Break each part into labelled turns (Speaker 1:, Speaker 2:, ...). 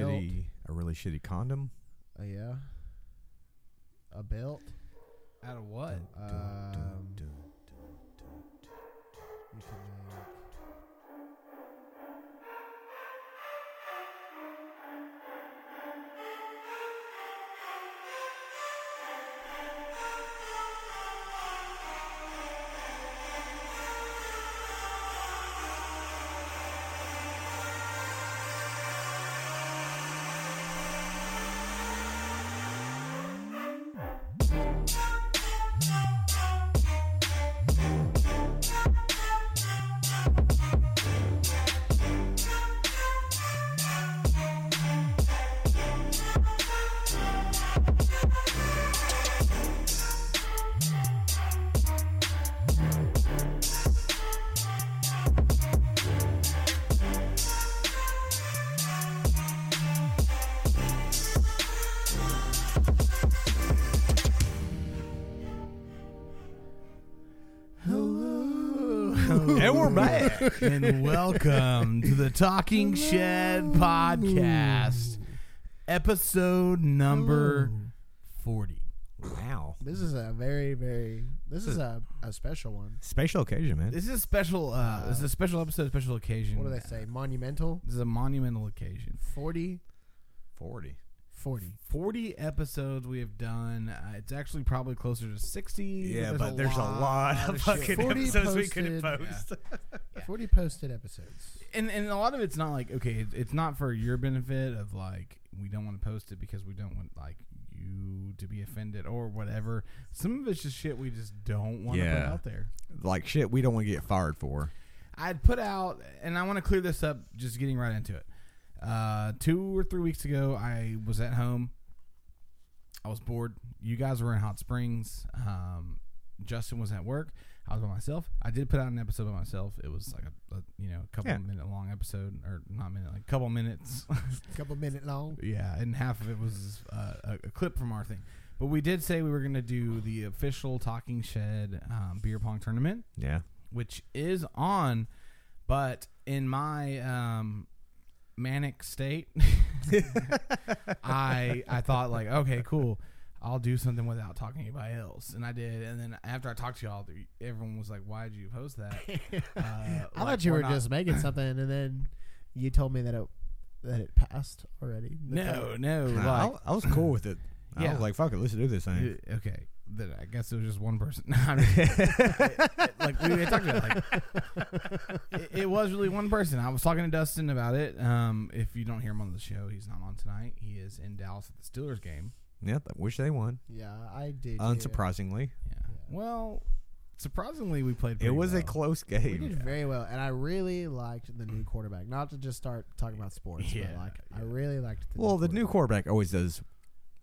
Speaker 1: belt,
Speaker 2: shitty, a really shitty condom.
Speaker 1: uh, yeah, a belt.
Speaker 3: Out of what?
Speaker 1: Um,
Speaker 2: Dun,
Speaker 1: you can make-
Speaker 2: dun. and we're back.
Speaker 3: and welcome to the Talking Shed podcast, episode number 40.
Speaker 2: wow,
Speaker 1: This is a very, very. This is a, a special one.
Speaker 2: special occasion, man.
Speaker 3: This is a special uh this is a special episode, special occasion.
Speaker 1: What do they say? Monumental.
Speaker 3: This is a monumental occasion.
Speaker 1: 40,
Speaker 2: Forty.
Speaker 1: 40.
Speaker 3: 40 episodes we have done. Uh, it's actually probably closer to 60.
Speaker 2: Yeah, but there's a lot of
Speaker 3: shit.
Speaker 2: fucking
Speaker 1: 40
Speaker 2: episodes we couldn't
Speaker 1: posted.
Speaker 2: post.
Speaker 1: 40 posted episodes.
Speaker 3: and and a lot of it's not like okay, it, it's not for your benefit of like we don't want to post it because we don't want like you to be offended or whatever. Some of it's just shit we just don't want to
Speaker 2: Yeah.
Speaker 3: put out there.
Speaker 2: Like shit, we don't want to get fired for.
Speaker 3: I'd put out, and I want to clear this up. Just getting right into it. Uh, two or three weeks ago, I was at home. I was bored. You guys were in Hot Springs. Um, Justin was at work. I was by myself. I did put out an episode by myself. It was like a, a you know a couple
Speaker 2: Yeah.
Speaker 3: minute long episode, or not minute, like couple minutes.
Speaker 1: couple minute long.
Speaker 3: Yeah, and half of it was uh, a, a clip from our thing. But we did say we were going to do the official Talking Shed um, beer pong tournament,
Speaker 2: Yeah.
Speaker 3: which is on. But in my um, manic state, I I thought like, okay, cool. I'll do something without talking to anybody else, and I did. And then after I talked to y'all, th- everyone was like, "Why did you post that?" Uh,
Speaker 1: I
Speaker 3: like,
Speaker 1: thought you
Speaker 3: we're
Speaker 1: were
Speaker 3: not-
Speaker 1: just making something, and then you told me that it that it passed already. The
Speaker 3: no, no.
Speaker 2: Nah,
Speaker 3: like-
Speaker 2: I, I was cool with it. I
Speaker 3: Yeah.
Speaker 2: was like, fuck it, let's do this thing.
Speaker 3: Uh, Okay, then I guess it was just one person. No, I'm just- like we had talked about, like it, it was really one person. I was talking to Dustin about it. Um, if you don't hear him on the show, he's not on tonight. He is in Dallas at the Steelers game.
Speaker 2: Yeah, I wish they won.
Speaker 1: co- Yeah, I did.
Speaker 2: Unsurprisingly,
Speaker 3: Yeah. Well, surprisingly, we played.
Speaker 2: it
Speaker 3: pretty
Speaker 2: was a
Speaker 3: well.
Speaker 2: close
Speaker 1: hear. We
Speaker 2: game.
Speaker 1: did very well, and I really liked the new quarterback. Not to just start talking about sports,
Speaker 3: Yeah,
Speaker 1: but like I really liked. The
Speaker 2: Well, the new
Speaker 1: quarterback.
Speaker 2: quarterback always does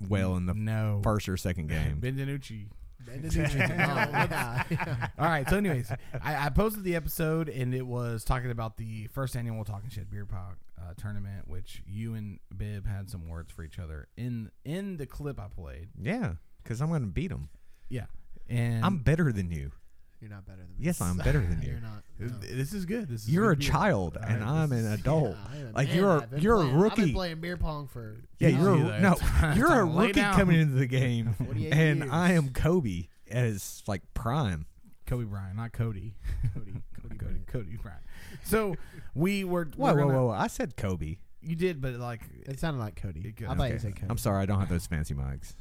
Speaker 2: well in the
Speaker 3: no
Speaker 2: first or second game.
Speaker 3: Ben DiNucci.
Speaker 1: And the new chicken. Oh, yeah, yeah.
Speaker 3: All right. So, anyways, I, I posted the episode and it was talking about the first annual Talking Shit Beer Pong uh, tournament, which you and Bib had some words for each other in in the clip I played.
Speaker 2: Yeah, because I'm going to beat him.
Speaker 3: Yeah, and
Speaker 2: I'm better than you.
Speaker 1: You're not better than me.
Speaker 2: Yes, I'm better than
Speaker 1: You're
Speaker 2: you.
Speaker 1: not.
Speaker 3: Th-
Speaker 1: no.
Speaker 3: This is good. This is
Speaker 2: You're a
Speaker 3: good beer.
Speaker 2: child,
Speaker 3: All
Speaker 2: and
Speaker 3: right,
Speaker 2: I'm
Speaker 3: this
Speaker 2: an
Speaker 3: is-
Speaker 2: adult.
Speaker 1: Yeah, I am.
Speaker 2: Like
Speaker 1: Man,
Speaker 2: you're a
Speaker 1: I've been
Speaker 2: you're a
Speaker 1: playing, I've been
Speaker 2: rookie.
Speaker 1: playing beer pong for
Speaker 2: Yeah,
Speaker 3: Yeah,
Speaker 2: you're
Speaker 3: see,
Speaker 2: a,
Speaker 3: like,
Speaker 2: no,
Speaker 3: it's-
Speaker 2: you're a
Speaker 3: it's lay
Speaker 2: rookie
Speaker 3: down.
Speaker 2: coming into the game,
Speaker 1: 48
Speaker 2: and I
Speaker 1: years.
Speaker 2: am Kobe as like prime.
Speaker 3: Kobe Bryant, not Cody.
Speaker 1: Cody.
Speaker 3: Cody,
Speaker 1: Cody
Speaker 3: Cody,
Speaker 1: Bryant.
Speaker 3: Bryant. So we were.
Speaker 2: Whoa,
Speaker 3: we're
Speaker 2: whoa,
Speaker 3: gonna-
Speaker 2: whoa! I said Kobe.
Speaker 3: You did, but like,
Speaker 1: It sounded like Cody.
Speaker 3: It
Speaker 1: I thought
Speaker 2: Okay.
Speaker 1: you said Cody.
Speaker 2: I'm sorry, I don't have those fancy mics.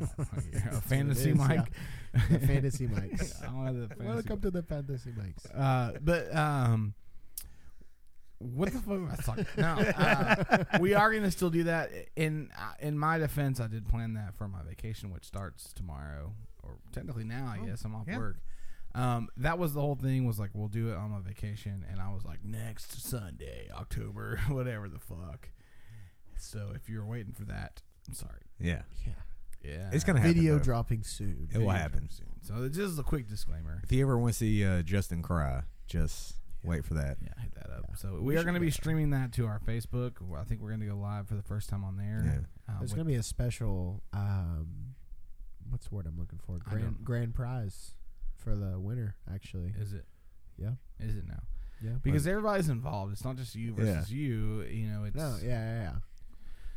Speaker 3: a fantasy
Speaker 1: is,
Speaker 3: mic.
Speaker 1: The fantasy mics.
Speaker 3: I don't have the fantasy
Speaker 1: Welcome to the fantasy mics.
Speaker 3: Uh, but um, what the fuck was I talking? No, uh, we are gonna still do that. In uh, in my defense, I did plan that for my vacation, which starts tomorrow, or technically now. I guess I'm off
Speaker 2: Oh, yeah.
Speaker 3: work. Um, that was the whole thing. Was like we'll do it on my vacation, and I was like next Sunday, October, whatever the fuck. So if you're waiting for that, I'm sorry.
Speaker 2: Yeah,
Speaker 1: Yeah.
Speaker 3: Yeah,
Speaker 2: it's gonna happen.
Speaker 1: Video
Speaker 2: though.
Speaker 1: dropping soon.
Speaker 2: It will happen.
Speaker 3: soon. So this is a quick disclaimer.
Speaker 2: If you ever want to see uh, Justin cry, just wait for that.
Speaker 3: Yeah, hit that up. So we, are going to be streaming that to our Facebook. I think we're going to go live for the first time on there. Uh,
Speaker 1: There's
Speaker 3: with-
Speaker 1: gonna be a special. Um, what's the word I'm looking for?
Speaker 3: I
Speaker 1: Grand
Speaker 3: don't-
Speaker 1: grand prize for the winner. Actually,
Speaker 3: is it?
Speaker 1: Yeah.
Speaker 3: Is it now?
Speaker 1: yeah.
Speaker 3: Because everybody's involved. It's not just you versus you. You know, it's
Speaker 1: no, yeah, yeah, yeah.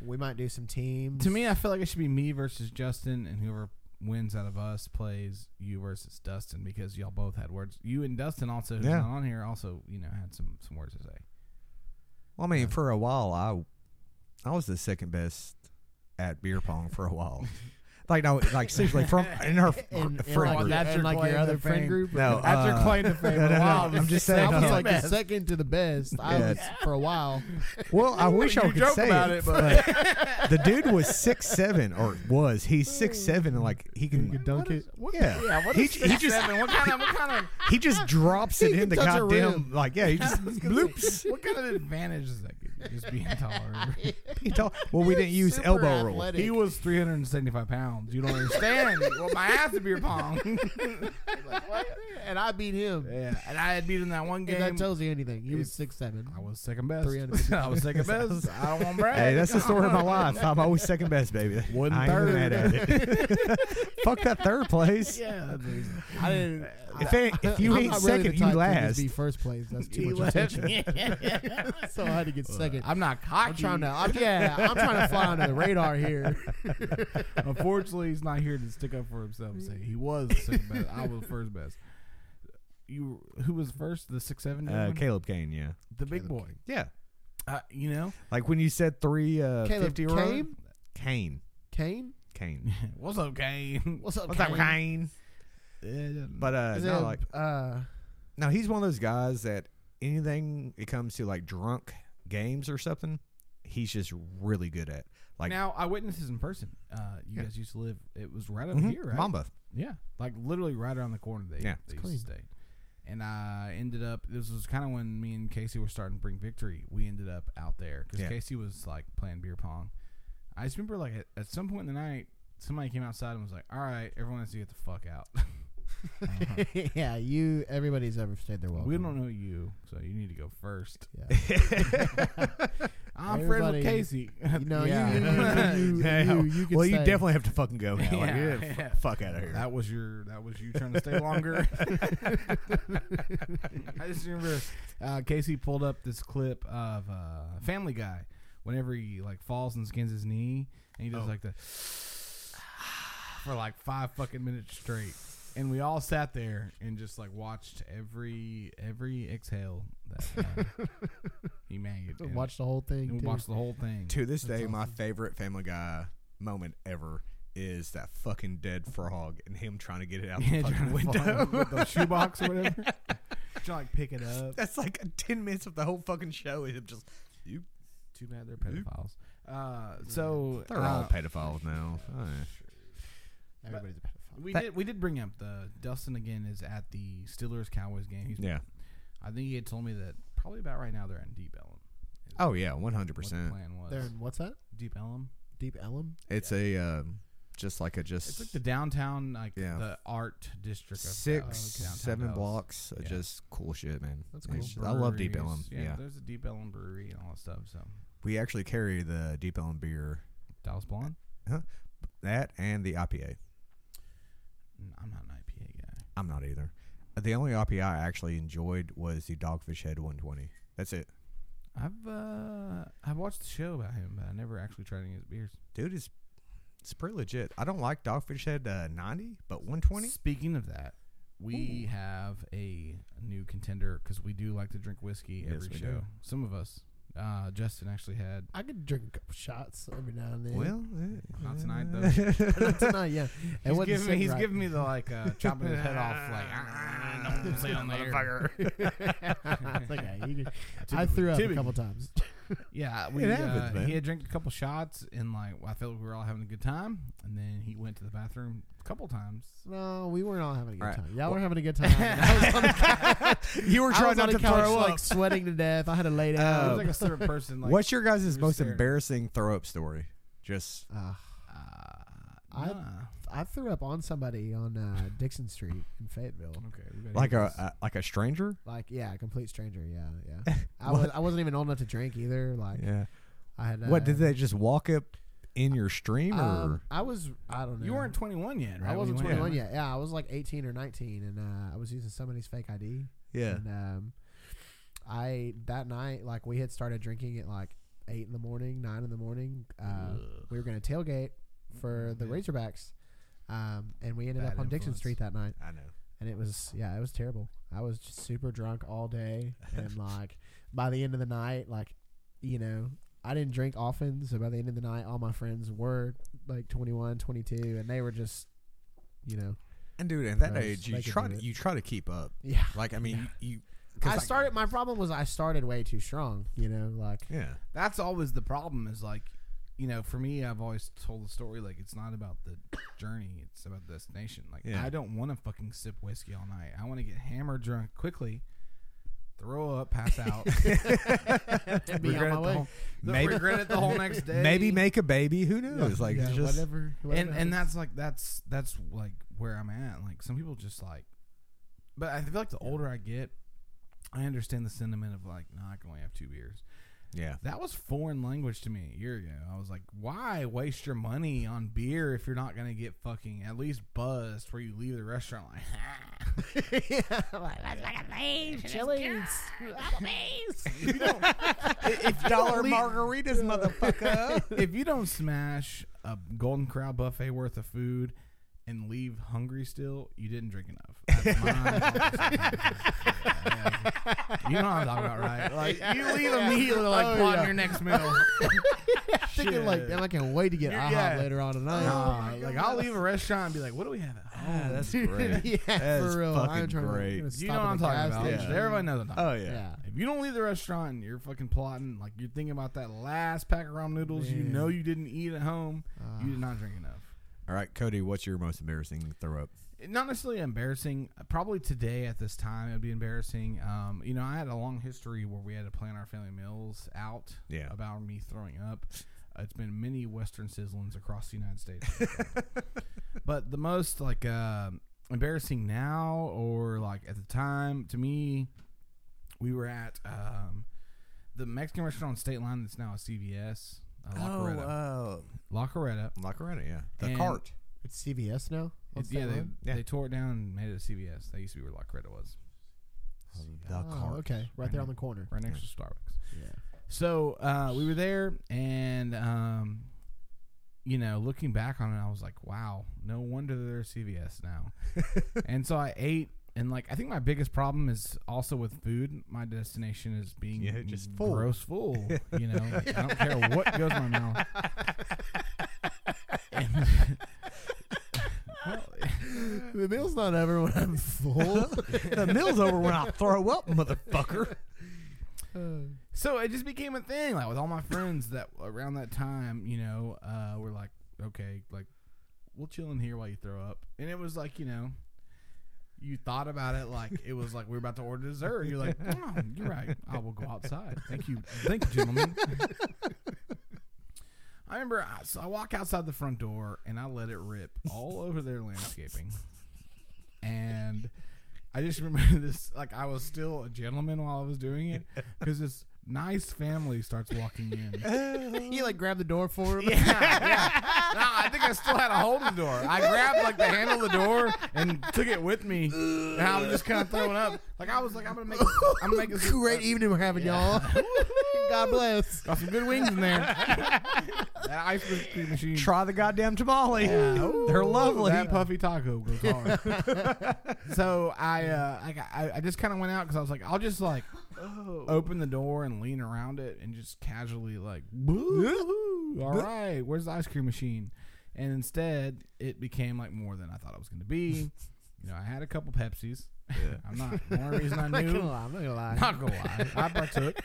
Speaker 1: We might do some teams.
Speaker 3: To me, I feel like it should be me versus Justin, and whoever wins out of us plays you versus Dustin because y'all both had words. You and Dustin also, who's
Speaker 2: Yeah.
Speaker 3: not on here, also you know had some some words to say.
Speaker 2: Well, I mean, for a while, I, I was the second best at beer pong for a while. like no, like seriously, from in her
Speaker 1: and, and
Speaker 2: friend
Speaker 1: like,
Speaker 2: group.
Speaker 3: That's
Speaker 1: that's
Speaker 3: your
Speaker 1: like
Speaker 3: claim
Speaker 1: your
Speaker 3: to
Speaker 1: other friend
Speaker 3: fame.
Speaker 1: group.
Speaker 2: No,
Speaker 3: That's your
Speaker 2: uh,
Speaker 3: claim to fame.
Speaker 2: no, no,
Speaker 3: Wow,
Speaker 2: I'm just saying,
Speaker 1: I was
Speaker 2: no.
Speaker 1: like the
Speaker 3: best.
Speaker 1: second to the best. I was
Speaker 2: Yes.
Speaker 1: for a while.
Speaker 2: Well, I wish I
Speaker 3: You
Speaker 2: could
Speaker 3: joke
Speaker 2: say
Speaker 3: about
Speaker 2: it,
Speaker 3: it,
Speaker 2: but the dude was six seven or was he's six seven and like he can
Speaker 1: dunk it.
Speaker 2: yeah.
Speaker 3: Yeah, what
Speaker 2: he,
Speaker 3: is
Speaker 2: he just
Speaker 3: seven? What kind of what kind of
Speaker 2: he just drops
Speaker 1: He
Speaker 2: it
Speaker 1: can
Speaker 2: in the
Speaker 1: touch a
Speaker 2: goddamn
Speaker 1: rim.
Speaker 2: like yeah he just bloops.
Speaker 3: what kind of advantage does that give you? Just being taller.
Speaker 2: He told- well, we didn't use
Speaker 1: Super
Speaker 2: elbow
Speaker 1: athletic.
Speaker 3: He was 375 pounds. You don't understand. well, my ass would beer pong.
Speaker 1: Like, what? And I beat him.
Speaker 3: yeah, and I had beat in that one
Speaker 1: If that
Speaker 3: game.
Speaker 1: tells you anything, he was six seven.
Speaker 3: I was second best.
Speaker 1: 300.
Speaker 3: I was second best. I don't want to
Speaker 2: rule.
Speaker 3: brag.
Speaker 2: Hey, that's the story of my
Speaker 3: Come on.
Speaker 2: life. I'm always second best, baby.
Speaker 3: One
Speaker 2: I ain't mad at it. Fuck that third place. Uh,
Speaker 3: Yeah, that's amazing.
Speaker 1: I didn't.
Speaker 2: If, it, if you
Speaker 1: I'm
Speaker 2: ain't
Speaker 1: not really the
Speaker 2: second, you
Speaker 1: type to just
Speaker 2: last.
Speaker 1: Be first place. That's
Speaker 3: He
Speaker 1: too much
Speaker 3: left.
Speaker 1: attention. So I had to get second.
Speaker 3: I'm not cocky.
Speaker 1: I'm trying to. I'm, yeah, I'm trying to fly under the radar here.
Speaker 3: Unfortunately, he's not here to stick up for himself and say he was the second best. I was the first best. You who was first? The six seven.
Speaker 2: Uh, Caleb Kane, yeah,
Speaker 3: the big boy.
Speaker 2: yeah.
Speaker 3: Uh, you know,
Speaker 2: Like when you said three uh,
Speaker 1: Caleb
Speaker 2: fifty year old
Speaker 1: Kane?
Speaker 2: Kane,
Speaker 1: Kane,
Speaker 2: Kane.
Speaker 3: what's up, Kane?
Speaker 1: what's up?
Speaker 2: What's up,
Speaker 1: Kane?
Speaker 2: Kane?
Speaker 3: But
Speaker 2: But uh,
Speaker 1: Is
Speaker 2: no,
Speaker 1: it,
Speaker 2: like
Speaker 1: uh,
Speaker 2: no, he's one of those guys that anything it comes to like drunk games or something, he's just really good at. Like
Speaker 3: now I witnessed this in person. Uh, you
Speaker 2: Yeah.
Speaker 3: guys used to live. It was right up
Speaker 2: Mhm,
Speaker 3: here, right?
Speaker 2: Mamba.
Speaker 3: Yeah, like literally right around the corner. They
Speaker 2: Yeah.
Speaker 3: they used to stay. And I ended up. This was kind of when me and Casey were starting to bring victory. We ended up out there because
Speaker 2: Yeah.
Speaker 3: Casey was like playing beer pong. I just remember like at, at some point in the night, somebody came outside and was like, "All right, everyone has to get the fuck out.
Speaker 1: yeah, you. Everybody's ever stayed there. Welcome.
Speaker 3: we don't know you, so you need to go first.
Speaker 1: Yeah.
Speaker 3: I'm friends
Speaker 1: Everybody-
Speaker 3: with Casey.
Speaker 1: You know,
Speaker 3: Yeah.
Speaker 1: you, you, you, you,
Speaker 2: Yeah.
Speaker 1: you, you can
Speaker 2: well, you
Speaker 1: stay.
Speaker 2: definitely have to fucking go now. Like,
Speaker 3: Yeah,
Speaker 2: get the
Speaker 3: yeah.
Speaker 2: Fuck out of here.
Speaker 3: That was your. That was you trying to stay longer. I just remember uh, Casey pulled up this clip of uh, Family Guy whenever he like falls and skins his knee, and he does like the for like five fucking minutes straight. And we all sat there and just like watched every every exhale that uh, he made. And,
Speaker 1: watch the whole thing.
Speaker 3: and we
Speaker 1: too.
Speaker 3: watched the whole thing.
Speaker 2: to this day, my favorite Family Guy moment ever is that fucking dead frog and him trying to get it out the
Speaker 3: Yeah,
Speaker 2: fucking
Speaker 3: trying to find
Speaker 2: window.
Speaker 3: with the shoebox or whatever. Trying to like pick it up.
Speaker 2: That's like ten minutes of the whole fucking show. It just you.
Speaker 3: Too bad they're pedophiles. Uh, so
Speaker 2: Mm-hmm. They're all
Speaker 3: uh,
Speaker 2: pedophiles now. Oh,
Speaker 1: Everybody's a pedophile.
Speaker 3: we
Speaker 2: That-
Speaker 3: did we did bring up the Dustin again is at the Steelers Cowboys game. He's,
Speaker 2: Yeah.
Speaker 3: I think he had told me that probably about right now they're in Deep Ellum.
Speaker 2: Oh yeah, one hundred
Speaker 3: What the
Speaker 2: percent.
Speaker 3: plan was
Speaker 1: They're in what's that?
Speaker 3: Deep Ellum.
Speaker 1: Deep Ellum.
Speaker 2: It's a um, just like a
Speaker 3: It's
Speaker 2: just
Speaker 3: like the downtown, like
Speaker 2: Yeah.
Speaker 3: the art district. Of
Speaker 2: six,
Speaker 3: Dallas, downtown
Speaker 2: seven
Speaker 3: Dallas.
Speaker 2: blocks. of
Speaker 3: Yeah.
Speaker 2: Just cool shit, man.
Speaker 1: That's
Speaker 2: It's
Speaker 1: cool.
Speaker 2: just- I love Deep
Speaker 3: Breweries.
Speaker 2: Ellum. Yeah,
Speaker 3: there's a Deep Ellum brewery and all that stuff. So
Speaker 2: we actually carry the Deep Ellum beer,
Speaker 3: Dallas Blonde.
Speaker 2: that and the IPA.
Speaker 3: Mm, I'm not an IPA guy.
Speaker 2: I'm not either. The only IPA I actually enjoyed was the Dogfish Head 120. That's it,
Speaker 3: I've uh, I've watched the show about him, but I never actually tried any of his beers.
Speaker 2: dude. It's it's pretty legit. I don't like Dogfish Head uh, 90, but 120.
Speaker 3: Speaking of that, we have a new contender because we do like to drink whiskey
Speaker 2: Yes,
Speaker 3: every
Speaker 2: we
Speaker 3: show.
Speaker 2: do.
Speaker 3: Some of us. Uh, Justin actually had.
Speaker 1: I could drink a couple shots every now and then.
Speaker 2: Well, eh,
Speaker 3: Not tonight, though.
Speaker 2: though.
Speaker 1: Not tonight, yeah. It
Speaker 3: He's
Speaker 1: wasn't
Speaker 3: giving, me,
Speaker 1: sitting
Speaker 3: he's
Speaker 1: right.
Speaker 3: giving me the like uh, chopping his head off like "Ah, don't say on the air.
Speaker 1: It's okay. You can- I threw up a
Speaker 3: Typically.
Speaker 1: couple times.
Speaker 3: Yeah, we,
Speaker 2: It happens,
Speaker 3: uh,
Speaker 2: man.
Speaker 3: he had drank a couple shots and like I felt like we were all having a good time, and then he went to the bathroom a couple times.
Speaker 1: No, we weren't all having a good
Speaker 2: Alright.
Speaker 1: time. Y'all were having a good time. and I was on the couch.
Speaker 2: you were
Speaker 1: I
Speaker 2: trying
Speaker 1: was
Speaker 2: not
Speaker 1: on
Speaker 2: to
Speaker 1: the couch,
Speaker 2: throw up.
Speaker 1: like sweating to death. I had to lay
Speaker 3: I
Speaker 1: down.
Speaker 3: was like a certain person. Like,
Speaker 2: What's your guys'
Speaker 3: we were
Speaker 2: most
Speaker 3: staring.
Speaker 2: embarrassing throw up story? Just
Speaker 1: Ah,
Speaker 3: Uh,
Speaker 1: I-
Speaker 3: nah.
Speaker 1: I threw up on somebody on uh, Dixon Street in Fayetteville.
Speaker 3: Okay, we better
Speaker 2: like
Speaker 3: hit
Speaker 2: a,
Speaker 3: this.
Speaker 2: a like a stranger.
Speaker 1: Like, yeah, a complete stranger. Yeah, yeah. I, was, I wasn't even old enough to drink either. Like,
Speaker 2: Yeah.
Speaker 1: I had. Uh,
Speaker 2: What did they just walk up in your stream or?
Speaker 1: Um, I was. I don't know.
Speaker 3: You weren't 21 yet,
Speaker 1: I
Speaker 3: right? when
Speaker 1: wasn't
Speaker 3: you went
Speaker 1: 21
Speaker 3: in?
Speaker 1: yet. Yeah, I was like 18 or 19, and uh, I was using somebody's fake ID.
Speaker 2: yeah.
Speaker 1: And um, I that night, like we had started drinking at like eight in the morning, nine in the morning. Uh, we were going to tailgate
Speaker 3: Mm-hmm.
Speaker 1: for the
Speaker 2: Yeah.
Speaker 1: Razorbacks, um, and we ended
Speaker 2: Bad
Speaker 1: up on Dixon
Speaker 2: influence.
Speaker 1: Street that night,
Speaker 2: I know.
Speaker 1: and it was yeah, it was terrible. I was just super drunk all day, and like by the end of the night, like you know. I didn't drink often, so by the end of the night, all my friends were like 21, 22, and they were just, you know,
Speaker 2: And dude, at that
Speaker 1: Gross.
Speaker 2: age, you
Speaker 1: They could
Speaker 2: try
Speaker 1: do
Speaker 2: to
Speaker 1: it.
Speaker 2: you try to keep up.
Speaker 1: yeah.
Speaker 2: Like I mean, you. 'cause,
Speaker 1: I
Speaker 2: like,
Speaker 1: started. My problem was I started way too strong. You know, like
Speaker 2: Yeah.
Speaker 3: That's always the problem. Is like, you know, for me, I've always told the story like it's not about the journey; it's about the destination. Like,
Speaker 2: Yeah.
Speaker 3: I don't want to fucking sip whiskey all night. I want to get hammered, drunk quickly, throw up, pass out,
Speaker 1: be on
Speaker 3: regret
Speaker 1: my
Speaker 3: it the
Speaker 1: way.
Speaker 3: whole-
Speaker 2: Maybe-
Speaker 3: regret it the whole next day.
Speaker 2: Maybe make a baby. Who knows? like
Speaker 1: Yeah,
Speaker 2: it's just
Speaker 1: whatever,
Speaker 3: and
Speaker 1: whatever
Speaker 3: and
Speaker 1: happens.
Speaker 3: that's like that's that's like where I'm at. Like some people just like, but I feel like the older I get, I understand the sentiment of like, nah, I can only have two beers.
Speaker 2: yeah.
Speaker 3: That was foreign language to me a year ago. I was like, why waste your money on beer if you're not gonna get fucking at least buzzed where you leave the restaurant like,
Speaker 2: If dollar margaritas, motherfucker.
Speaker 3: if you don't smash a Golden Corral buffet worth of food and leave hungry still, you didn't drink enough. That's my- you know what I'm talking about, right? Like you leave immediately like
Speaker 1: Oh,
Speaker 3: plotting
Speaker 1: yeah.
Speaker 3: your next meal.
Speaker 1: thinking like,
Speaker 3: Shit.
Speaker 1: damn, I can't wait to get
Speaker 3: You're-
Speaker 1: IHOP
Speaker 3: yeah.
Speaker 1: later on tonight.
Speaker 3: Nah, like I'll leave a restaurant and be like, what do we have at home?
Speaker 2: Ah, that's great.
Speaker 1: yeah,
Speaker 2: That is
Speaker 1: for real.
Speaker 2: fucking
Speaker 1: I'm trying
Speaker 2: great.
Speaker 1: To, I'm gonna
Speaker 3: you
Speaker 1: stop
Speaker 3: know what
Speaker 1: at
Speaker 3: I'm
Speaker 1: the
Speaker 3: talking
Speaker 1: gas
Speaker 3: about.
Speaker 1: station.
Speaker 2: Yeah.
Speaker 3: Everybody knows what I'm talking about.
Speaker 2: Oh
Speaker 1: Yeah.
Speaker 2: yeah.
Speaker 3: If you don't leave the restaurant and you're fucking plotting, like you're thinking about that last pack of ramen noodles you
Speaker 1: Man.
Speaker 3: know you didn't eat at home,
Speaker 1: Ah.
Speaker 3: you did not drink enough.
Speaker 2: All right, Cody. What's your most embarrassing throw up?
Speaker 3: not necessarily embarrassing. Probably today at this time it would be embarrassing. Um, you know, I had a long history where we had to plan our family meals out
Speaker 2: Yeah.
Speaker 3: about me throwing up. Uh, It's been many Western sizzlings across the United States. but the most like uh, embarrassing now or like at the time to me, we were at um, the Mexican restaurant on State Line that's now a CVS. Uh, La Coretta.
Speaker 2: Oh, uh,
Speaker 3: La Coretta.
Speaker 2: La Coretta, yeah. The
Speaker 3: And-
Speaker 2: cart.
Speaker 1: It's CVS now. What's
Speaker 3: yeah,
Speaker 1: that
Speaker 3: they,
Speaker 1: one?
Speaker 2: Yeah.
Speaker 3: they tore it down and made it a CVS. That used to be where La Coretta was,
Speaker 2: The
Speaker 1: Oh,
Speaker 2: cart.
Speaker 1: okay, right there on the corner.
Speaker 3: right next to Starbucks.
Speaker 1: Yeah.
Speaker 3: So uh, we were there, and um, you know, looking back on it, I was like, "Wow, no wonder they're CVS now." and so I ate, and like, I think my biggest problem is also with food. My destination is being
Speaker 2: Yeah, just full.
Speaker 3: gross full. You know, like, I don't care what goes in my mouth. And- well,
Speaker 1: The meal's not over when I'm full.
Speaker 2: the mill's over when I throw up, motherfucker.
Speaker 3: so it just became a thing like with all my friends that around that time you know uh were like okay like we'll chill in here while you throw up and it was like you know you thought about it like it was like we were about to order dessert you're like oh, you're right i will go outside thank you thank you gentlemen i remember I, so I walk outside the front door and i let it rip all over their landscaping and I just remember this like I was still a gentleman while I was doing it because this nice family starts walking in.
Speaker 1: you like grab the door for him.
Speaker 3: No, I think I still had a hold of the door. I grabbed like the handle of the door and took it with me, and I was just kind of throwing up. Like I was like, I'm gonna make, I'm gonna make uh, this
Speaker 1: Great evening we're having, y'all. God bless.
Speaker 3: Got some good wings in there. that ice cream machine.
Speaker 2: Try the goddamn tamale. They're lovely.
Speaker 3: That puffy taco goes hard. so I, uh, I, got- I, I just kind of went out because I was like, I'll just like open the door and lean around it and just casually like, woo, all right, where's the ice cream machine? And instead, it became like more than I thought it was going to be. you know, I had a couple Pepsis. I'm not. The only reason I
Speaker 1: I'm not
Speaker 3: knew.
Speaker 1: gonna lie. I'm not gonna lie.
Speaker 3: Not gonna lie, I partook.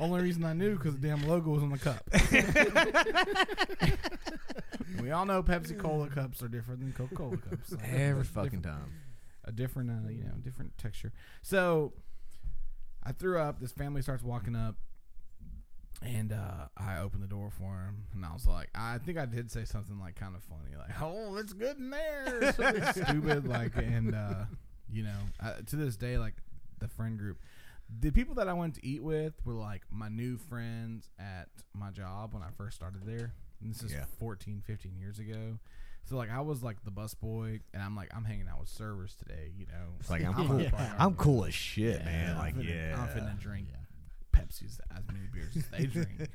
Speaker 3: Only reason I knew because the damn logo was on the cup. we all know Pepsi Cola cups are different than Coca Cola cups. Like,
Speaker 2: Every
Speaker 3: different-
Speaker 2: fucking time.
Speaker 3: a different, uh, you know, different texture. So I threw up. This family starts walking up, and uh, I opened the door for him, and I was like, I think I did say something like kind of funny, like, "Oh, it's good in there," or something stupid, like, and uh, you know, I, to this day, like the friend group. The people that I went to eat with were like my new friends at my job when I first started there. And this is
Speaker 2: Yeah.
Speaker 3: fourteen, fifteen 14, 15 years ago. So like I was like the bus boy, and I'm like I'm hanging out with servers today, you know.
Speaker 2: It's like I'm cool.
Speaker 3: a bar-
Speaker 2: I'm cool as shit,
Speaker 3: Yeah,
Speaker 2: man.
Speaker 3: I'm
Speaker 2: Like
Speaker 3: finna-
Speaker 2: yeah.
Speaker 3: I'm finna drink Pepsi's as many beers as they drink.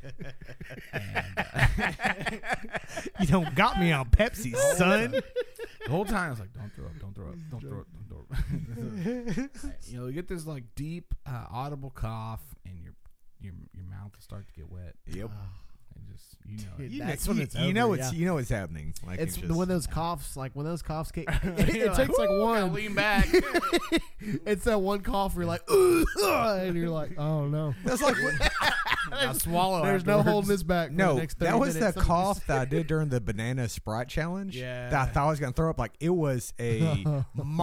Speaker 3: and, uh,
Speaker 2: You don't got me on Pepsi, son.
Speaker 3: the whole time I was like, "Don't throw up! Don't throw up! Don't throw up! Don't throw up!" you know, you get this like deep, uh, audible cough, and your your your mouth will start to get wet,
Speaker 2: Yep.
Speaker 3: and just you know, it.
Speaker 1: Dude,
Speaker 2: You
Speaker 1: that's
Speaker 2: know,
Speaker 1: when
Speaker 2: you,
Speaker 1: it's
Speaker 2: you
Speaker 1: over,
Speaker 2: know it's
Speaker 1: yeah.
Speaker 2: you know it's happening. Like
Speaker 1: It's
Speaker 2: it
Speaker 1: the-
Speaker 2: just-
Speaker 1: when those coughs, like when those coughs get, it,
Speaker 3: You're
Speaker 1: takes like
Speaker 3: "Woo, gotta
Speaker 1: one.
Speaker 3: lean back.
Speaker 1: It's that one cough where you're like, "Ugh," and you're like, oh no,
Speaker 2: that's like
Speaker 3: I swallow.
Speaker 1: there's no
Speaker 3: afterwards.
Speaker 1: holding this back. for the
Speaker 2: Oh, no,
Speaker 1: next 30
Speaker 2: that was the
Speaker 1: minutes.
Speaker 2: cough that I did during the banana sprite challenge.
Speaker 3: Yeah.
Speaker 2: that I thought I was gonna throw up. Like it was a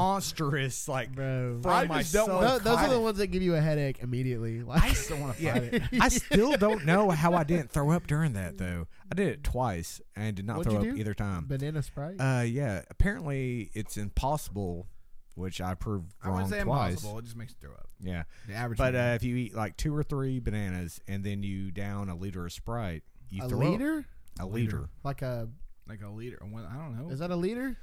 Speaker 2: monstrous like.
Speaker 1: bro.
Speaker 2: From
Speaker 3: I
Speaker 2: my
Speaker 3: just don't
Speaker 2: soul.
Speaker 3: want-
Speaker 1: Tho- those are
Speaker 2: God.
Speaker 1: the ones that give you a headache immediately. Like,
Speaker 3: I just don't want to
Speaker 2: Yeah.
Speaker 3: fight it.
Speaker 2: I still don't know how I didn't throw up during that though. I did it twice and did not
Speaker 1: What'd
Speaker 2: throw
Speaker 1: you
Speaker 2: up
Speaker 1: do?
Speaker 2: either time.
Speaker 1: banana sprite.
Speaker 2: Uh, yeah. Apparently, it's impossible, which I proved
Speaker 3: I wouldn't
Speaker 2: wrong
Speaker 3: say
Speaker 2: twice.
Speaker 3: impossible. It just makes you throw up.
Speaker 2: Yeah,
Speaker 3: The average.
Speaker 2: but
Speaker 3: man.
Speaker 2: uh, if you eat like two or three bananas and then you down a liter of Sprite, you
Speaker 1: a
Speaker 2: throw up.
Speaker 1: liter,
Speaker 2: A liter.
Speaker 1: like a
Speaker 3: like a liter, one, I don't know.
Speaker 1: is that a liter?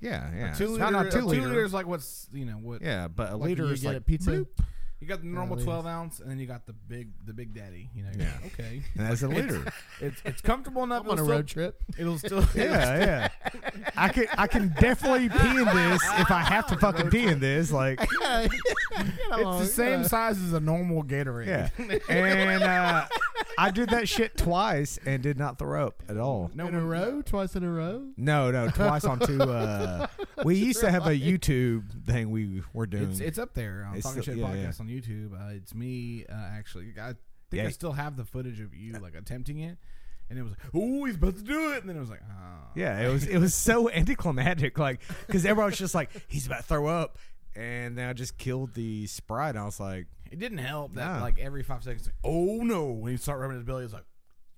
Speaker 2: Yeah, yeah.
Speaker 3: two
Speaker 2: It's
Speaker 3: liter,
Speaker 2: not- not
Speaker 3: two
Speaker 2: two liter.
Speaker 3: liters like what's you know what
Speaker 2: Yeah, but a
Speaker 1: Like
Speaker 2: liter
Speaker 1: you
Speaker 2: is
Speaker 1: get
Speaker 2: like
Speaker 1: at pizza.
Speaker 2: bloop,
Speaker 3: you got the normal
Speaker 1: liters.
Speaker 3: twelve ounce and then you got the big the big daddy. You know, you're
Speaker 2: Yeah.
Speaker 3: like, okay.
Speaker 2: and that's a liter.
Speaker 3: It's it's comfortable enough.
Speaker 1: I'm on a
Speaker 3: it'll
Speaker 1: road trip.
Speaker 3: still, it'll still
Speaker 2: yeah, yeah. I can I can definitely pee in this if I have to fucking pee in this. Like,
Speaker 3: It's the same size as a normal Gatorade.
Speaker 2: Oh, yeah. And uh, I did that shit twice and did not throw up at all.
Speaker 3: No
Speaker 1: in a
Speaker 3: one-
Speaker 1: row, twice in a row.
Speaker 2: No, no, twice on two. Uh, we used to have a YouTube thing we were doing.
Speaker 3: It's it's up there on
Speaker 2: It's
Speaker 3: Talking
Speaker 2: still-
Speaker 3: Shit
Speaker 2: yeah, yeah.
Speaker 3: Podcast on YouTube. Uh, it's me uh, actually. I think
Speaker 2: Yeah.
Speaker 3: I still have the footage of you like attempting it, and it was like, "Ooh, he's about to do it," and then it was like, "Ah."
Speaker 2: yeah, it was it was so anticlimactic, like because everyone was just like he's about to throw up, and then I just killed the sprite. And I was like,
Speaker 3: It didn't help that
Speaker 2: Nah.
Speaker 3: like every five seconds, like, oh no, when you start rubbing his belly, it's like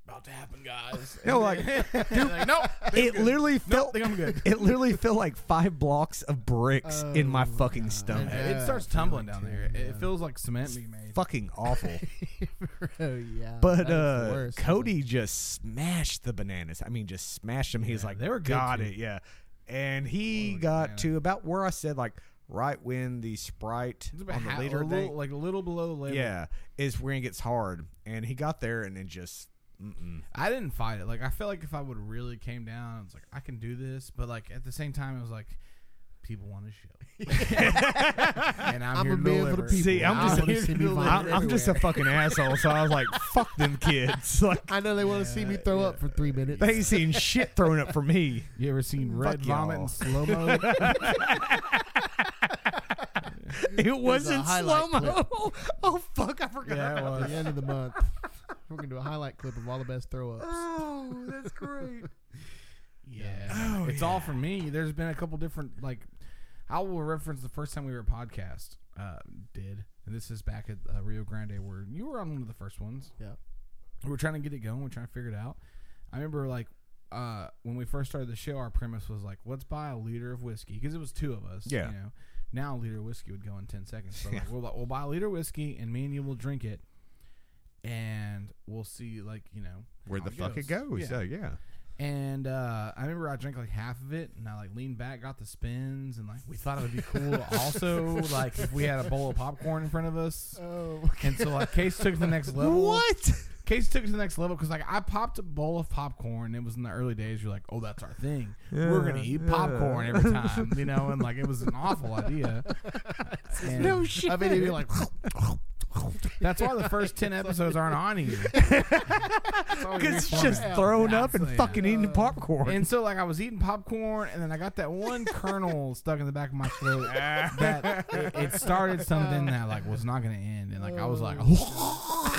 Speaker 3: about to happen, guys.
Speaker 2: No, like,
Speaker 3: like no,
Speaker 2: it literally felt
Speaker 3: think I'm good.
Speaker 2: it literally felt like five blocks of bricks in my
Speaker 1: Oh,
Speaker 2: fucking
Speaker 1: God.
Speaker 2: stomach.
Speaker 1: Yeah,
Speaker 3: it starts
Speaker 1: I feel
Speaker 3: tumbling
Speaker 1: it
Speaker 3: down
Speaker 1: too,
Speaker 3: there. It
Speaker 1: yeah.
Speaker 3: feels like cement being made.
Speaker 2: Fucking awful.
Speaker 1: Bro, yeah. that is
Speaker 2: But
Speaker 1: the
Speaker 2: uh,
Speaker 1: worst.
Speaker 2: Cody just smashed the bananas. I mean, just smashed them. He's
Speaker 3: Yeah,
Speaker 2: like,
Speaker 3: they were good,
Speaker 2: got
Speaker 3: too.
Speaker 2: it, yeah. And he
Speaker 3: Loaded
Speaker 2: got
Speaker 3: banana.
Speaker 2: to about where I said, like, right when the sprite
Speaker 3: It's about
Speaker 2: on the
Speaker 3: ha-
Speaker 2: leader
Speaker 3: a little,
Speaker 2: thing,
Speaker 3: like a little below the label.
Speaker 2: yeah, is when it gets hard. And he got there and then just, mm-mm.
Speaker 3: I didn't fight it. Like I feel like if I would have really came down, I was like, I can do this. But like at the same time, it was like. People want to show, and I'm,
Speaker 1: I'm
Speaker 3: here
Speaker 1: a
Speaker 3: to
Speaker 1: man for the
Speaker 3: deliver.
Speaker 1: people.
Speaker 2: See, I'm just-
Speaker 3: I'm here to
Speaker 1: I-
Speaker 3: deliver
Speaker 2: I, I'm just a
Speaker 3: everywhere.
Speaker 2: fucking asshole. So I was like, fuck them kids. Like,
Speaker 1: I know they want to see me
Speaker 3: Yeah,
Speaker 1: throw
Speaker 3: yeah.
Speaker 1: up for three minutes.
Speaker 2: they ain't seen shit thrown up for me.
Speaker 3: You ever seen red
Speaker 2: Fuck
Speaker 3: vomit
Speaker 2: y'all.
Speaker 3: in slow mo?
Speaker 2: It wasn't
Speaker 1: highlight
Speaker 2: slow mo. Oh, fuck, I forgot.
Speaker 3: yeah,
Speaker 1: At
Speaker 3: well,
Speaker 1: the end of the month, we're gonna do a highlight clip of all the best throw ups.
Speaker 2: Oh, that's great.
Speaker 3: Yeah.
Speaker 2: Oh,
Speaker 3: it's all for me. There's been a couple different like I will reference the first time we were a podcast uh did. And this is back at uh, Rio Grande where you were on one of the first ones.
Speaker 1: Yeah.
Speaker 3: We were trying to get it going, we're trying to figure it out. I remember like uh when we first started the show our premise was like let's buy a liter of whiskey because it was two of us,
Speaker 2: Yeah.
Speaker 3: you know. Now a liter of whiskey would go in 10 seconds. So like, we'll, we'll buy a liter of whiskey and me and you will drink it and we'll see like, you know,
Speaker 2: Where
Speaker 3: how
Speaker 2: the fuck it
Speaker 3: Oh, Yeah.
Speaker 2: goes. Yeah, yeah.
Speaker 3: And uh, I remember I drank like half of it, and I like leaned back, got the spins, and like we thought it would be cool. also, like if we had a bowl of popcorn in front of us,
Speaker 1: Oh,
Speaker 3: and so like Case took it to the next level.
Speaker 2: What?
Speaker 3: Case took it to the next level because like I popped a bowl of popcorn. It was in the early days. You're like, oh, that's our thing. We're gonna
Speaker 2: Yeah,
Speaker 3: eat
Speaker 2: yeah.
Speaker 3: popcorn every time, you know. And like it was an awful idea. And
Speaker 2: shit.
Speaker 1: I mean, you'd be like,
Speaker 3: that's why the first ten episodes aren't on here.
Speaker 2: because it's just
Speaker 1: Yeah.
Speaker 2: thrown up and
Speaker 3: Yeah.
Speaker 2: fucking eating popcorn.
Speaker 3: And so, like, I was eating popcorn, and then I got that one kernel stuck in the back of my throat. that it, it started something that like was not going to end, and like I was like,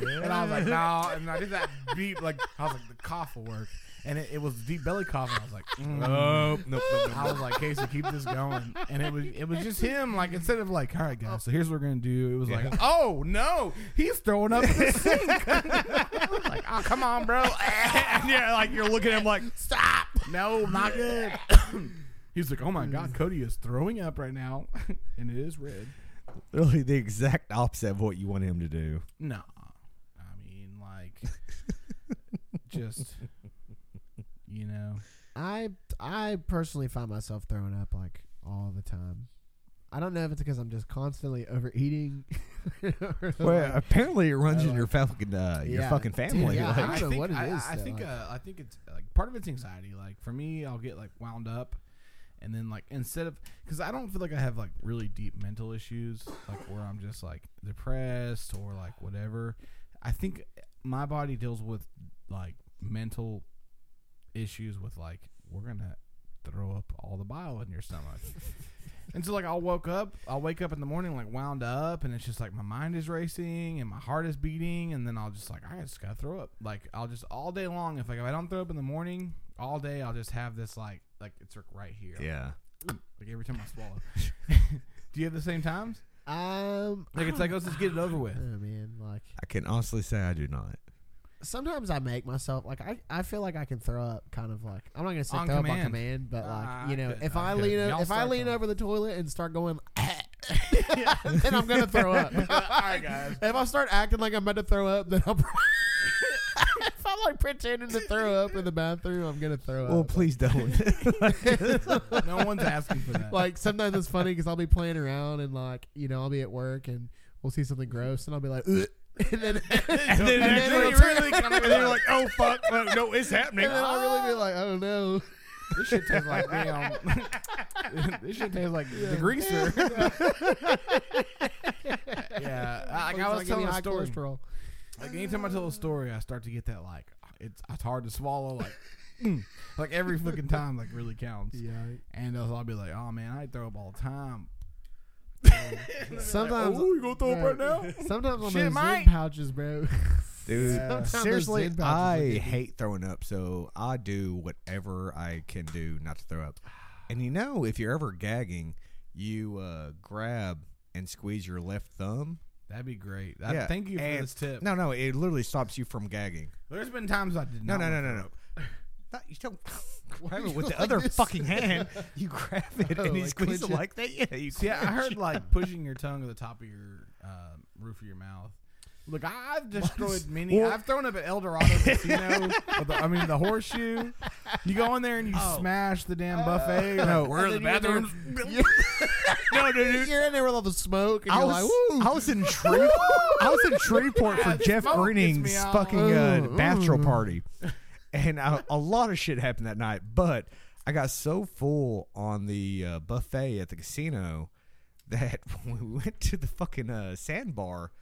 Speaker 3: and I was like, no, and I did that deep, like I was like, the cough will work, and it, it was deep belly cough, and I was like, mm.
Speaker 2: nope, nope, nope,
Speaker 3: I was like, Casey, keep this going, and it was it was just him, like instead of like, all right, guys, so here's what we're gonna do. It was like, oh no, he's throwing up in the sink. I was like, oh come on, bro.
Speaker 2: and yeah, like you're looking at him like,
Speaker 3: Stop! No, not good. He's like, oh my god, Cody is throwing up right now, and it is red.
Speaker 2: really the exact opposite of what you want him to do.
Speaker 3: No, I mean like, just you know,
Speaker 1: I I personally find myself throwing up like all the time. I don't know if it's because I'm just constantly overeating. or
Speaker 2: Well,
Speaker 1: like-
Speaker 2: apparently it runs
Speaker 1: I
Speaker 2: in your fucking uh, your
Speaker 1: Yeah.
Speaker 2: fucking
Speaker 1: Dude,
Speaker 2: family.
Speaker 1: yeah,
Speaker 2: like,
Speaker 1: I
Speaker 3: I
Speaker 1: don't know
Speaker 3: think,
Speaker 1: what it
Speaker 3: I,
Speaker 1: is,
Speaker 3: I
Speaker 1: though,
Speaker 3: think
Speaker 1: like-
Speaker 3: uh, I think it's like part of it's anxiety. Like for me, I'll get like wound up, and then like instead of because I don't feel like I have like really deep mental issues, like where I'm just like depressed or like whatever. I think my body deals with like mental issues with like we're gonna throw up all the bile in your stomach. And so like I'll woke up, I'll wake up in the morning like wound up, and it's just like my mind is racing and my heart is beating, and then I'll just like I just gotta throw up. Like I'll just all day long if like if I don't throw up in the morning, all day I'll just have this like like it's like right here.
Speaker 2: yeah.
Speaker 3: Like every time I swallow. Do you have the same times?
Speaker 1: um,
Speaker 3: Like it's like let's just get it over with.
Speaker 1: oh man, like
Speaker 2: I can honestly say I do not.
Speaker 1: sometimes I make myself like I, I feel like I can throw up kind of like I'm not gonna say
Speaker 3: On
Speaker 1: throw up on
Speaker 3: command.
Speaker 1: command, but
Speaker 3: Ah,
Speaker 1: like
Speaker 3: I
Speaker 1: you know
Speaker 3: couldn't,
Speaker 1: if
Speaker 3: I
Speaker 1: I,
Speaker 3: couldn't.
Speaker 1: lean o-
Speaker 3: Y'all
Speaker 1: if I
Speaker 3: start
Speaker 1: lean
Speaker 3: throwing.
Speaker 1: over the toilet and start going, then I'm gonna throw up.
Speaker 3: Alright guys.
Speaker 1: if I start acting like I'm about to throw up, then I'll. pro- if I'm like pretending to throw up in the bathroom, I'm gonna throw
Speaker 2: Well,
Speaker 1: up.
Speaker 2: please don't.
Speaker 3: No one's asking for that.
Speaker 1: like sometimes it's funny because I'll be playing around and like you know I'll be at work and we'll see something gross and I'll be like, "Ugh," and then and
Speaker 2: then
Speaker 1: then
Speaker 2: you
Speaker 1: it'll
Speaker 3: really
Speaker 1: turn-
Speaker 3: kind of
Speaker 2: and they're like, "Oh fuck, no, no, it's happening."
Speaker 1: and then I'll really be like, oh no.
Speaker 3: this shit tastes like damn This shit tastes like the greaser. yeah. I, like, I was telling a story.
Speaker 1: Cholesterol.
Speaker 3: Like anytime I tell a story, I start to get that like it's it's hard to swallow. Like mm. like every fucking time like really counts.
Speaker 1: Yeah.
Speaker 3: And I'll, I'll be like, oh man, I throw up all the time.
Speaker 1: Sometimes.
Speaker 3: oh, you gonna throw up right now?
Speaker 1: Sometimes on those Zen
Speaker 3: Shit, mate.
Speaker 1: pouches, bro.
Speaker 2: Dude,
Speaker 1: Sometimes those
Speaker 2: seriously,
Speaker 1: Zen pouches look
Speaker 2: I
Speaker 1: at me.
Speaker 2: hate throwing up, so I do whatever I can do not to throw up. And you know, if you're ever gagging, you uh, grab and squeeze your left thumb.
Speaker 3: That'd be great. That,
Speaker 2: Yeah,
Speaker 3: Thank you for
Speaker 2: and-
Speaker 3: this tip.
Speaker 2: No, no, it literally stops you from gagging.
Speaker 3: There's been times I did
Speaker 2: No,
Speaker 3: not.
Speaker 2: no, no,
Speaker 3: want
Speaker 2: no,
Speaker 3: to
Speaker 2: no. Not- You don't grab it
Speaker 1: you
Speaker 2: with the
Speaker 1: like
Speaker 2: other
Speaker 1: this?
Speaker 2: fucking hand. You grab it
Speaker 1: Oh,
Speaker 2: and you
Speaker 1: like
Speaker 2: squeeze it
Speaker 1: clench it.
Speaker 2: like that. Yeah, you
Speaker 3: See, I
Speaker 2: clench.
Speaker 3: heard like pushing your tongue to the top of your uh, roof of your mouth. Look, I've destroyed many.
Speaker 2: Well-
Speaker 3: I've thrown up at El Dorado Casino. or the- I mean, the horseshoe. You go in there and you smash the damn buffet.
Speaker 2: No,
Speaker 3: Like,
Speaker 2: where are
Speaker 3: Oh. Uh, and
Speaker 2: the
Speaker 3: then you go
Speaker 2: bathrooms? no, no, no.
Speaker 1: You're in there with all the smoke, and
Speaker 2: I
Speaker 1: you're
Speaker 2: was,
Speaker 1: like, "Woo!"
Speaker 2: I was in Shreve- I was in Shreveport for
Speaker 3: Yeah, the
Speaker 2: Jeff
Speaker 3: smoke gets
Speaker 2: Greening's
Speaker 3: me all-
Speaker 2: fucking uh,
Speaker 1: Ooh,
Speaker 2: bachelor
Speaker 1: ooh.
Speaker 2: party, and uh a lot of shit happened that night. But I got so full on the uh, buffet at the casino that when we went to the fucking uh, sandbar,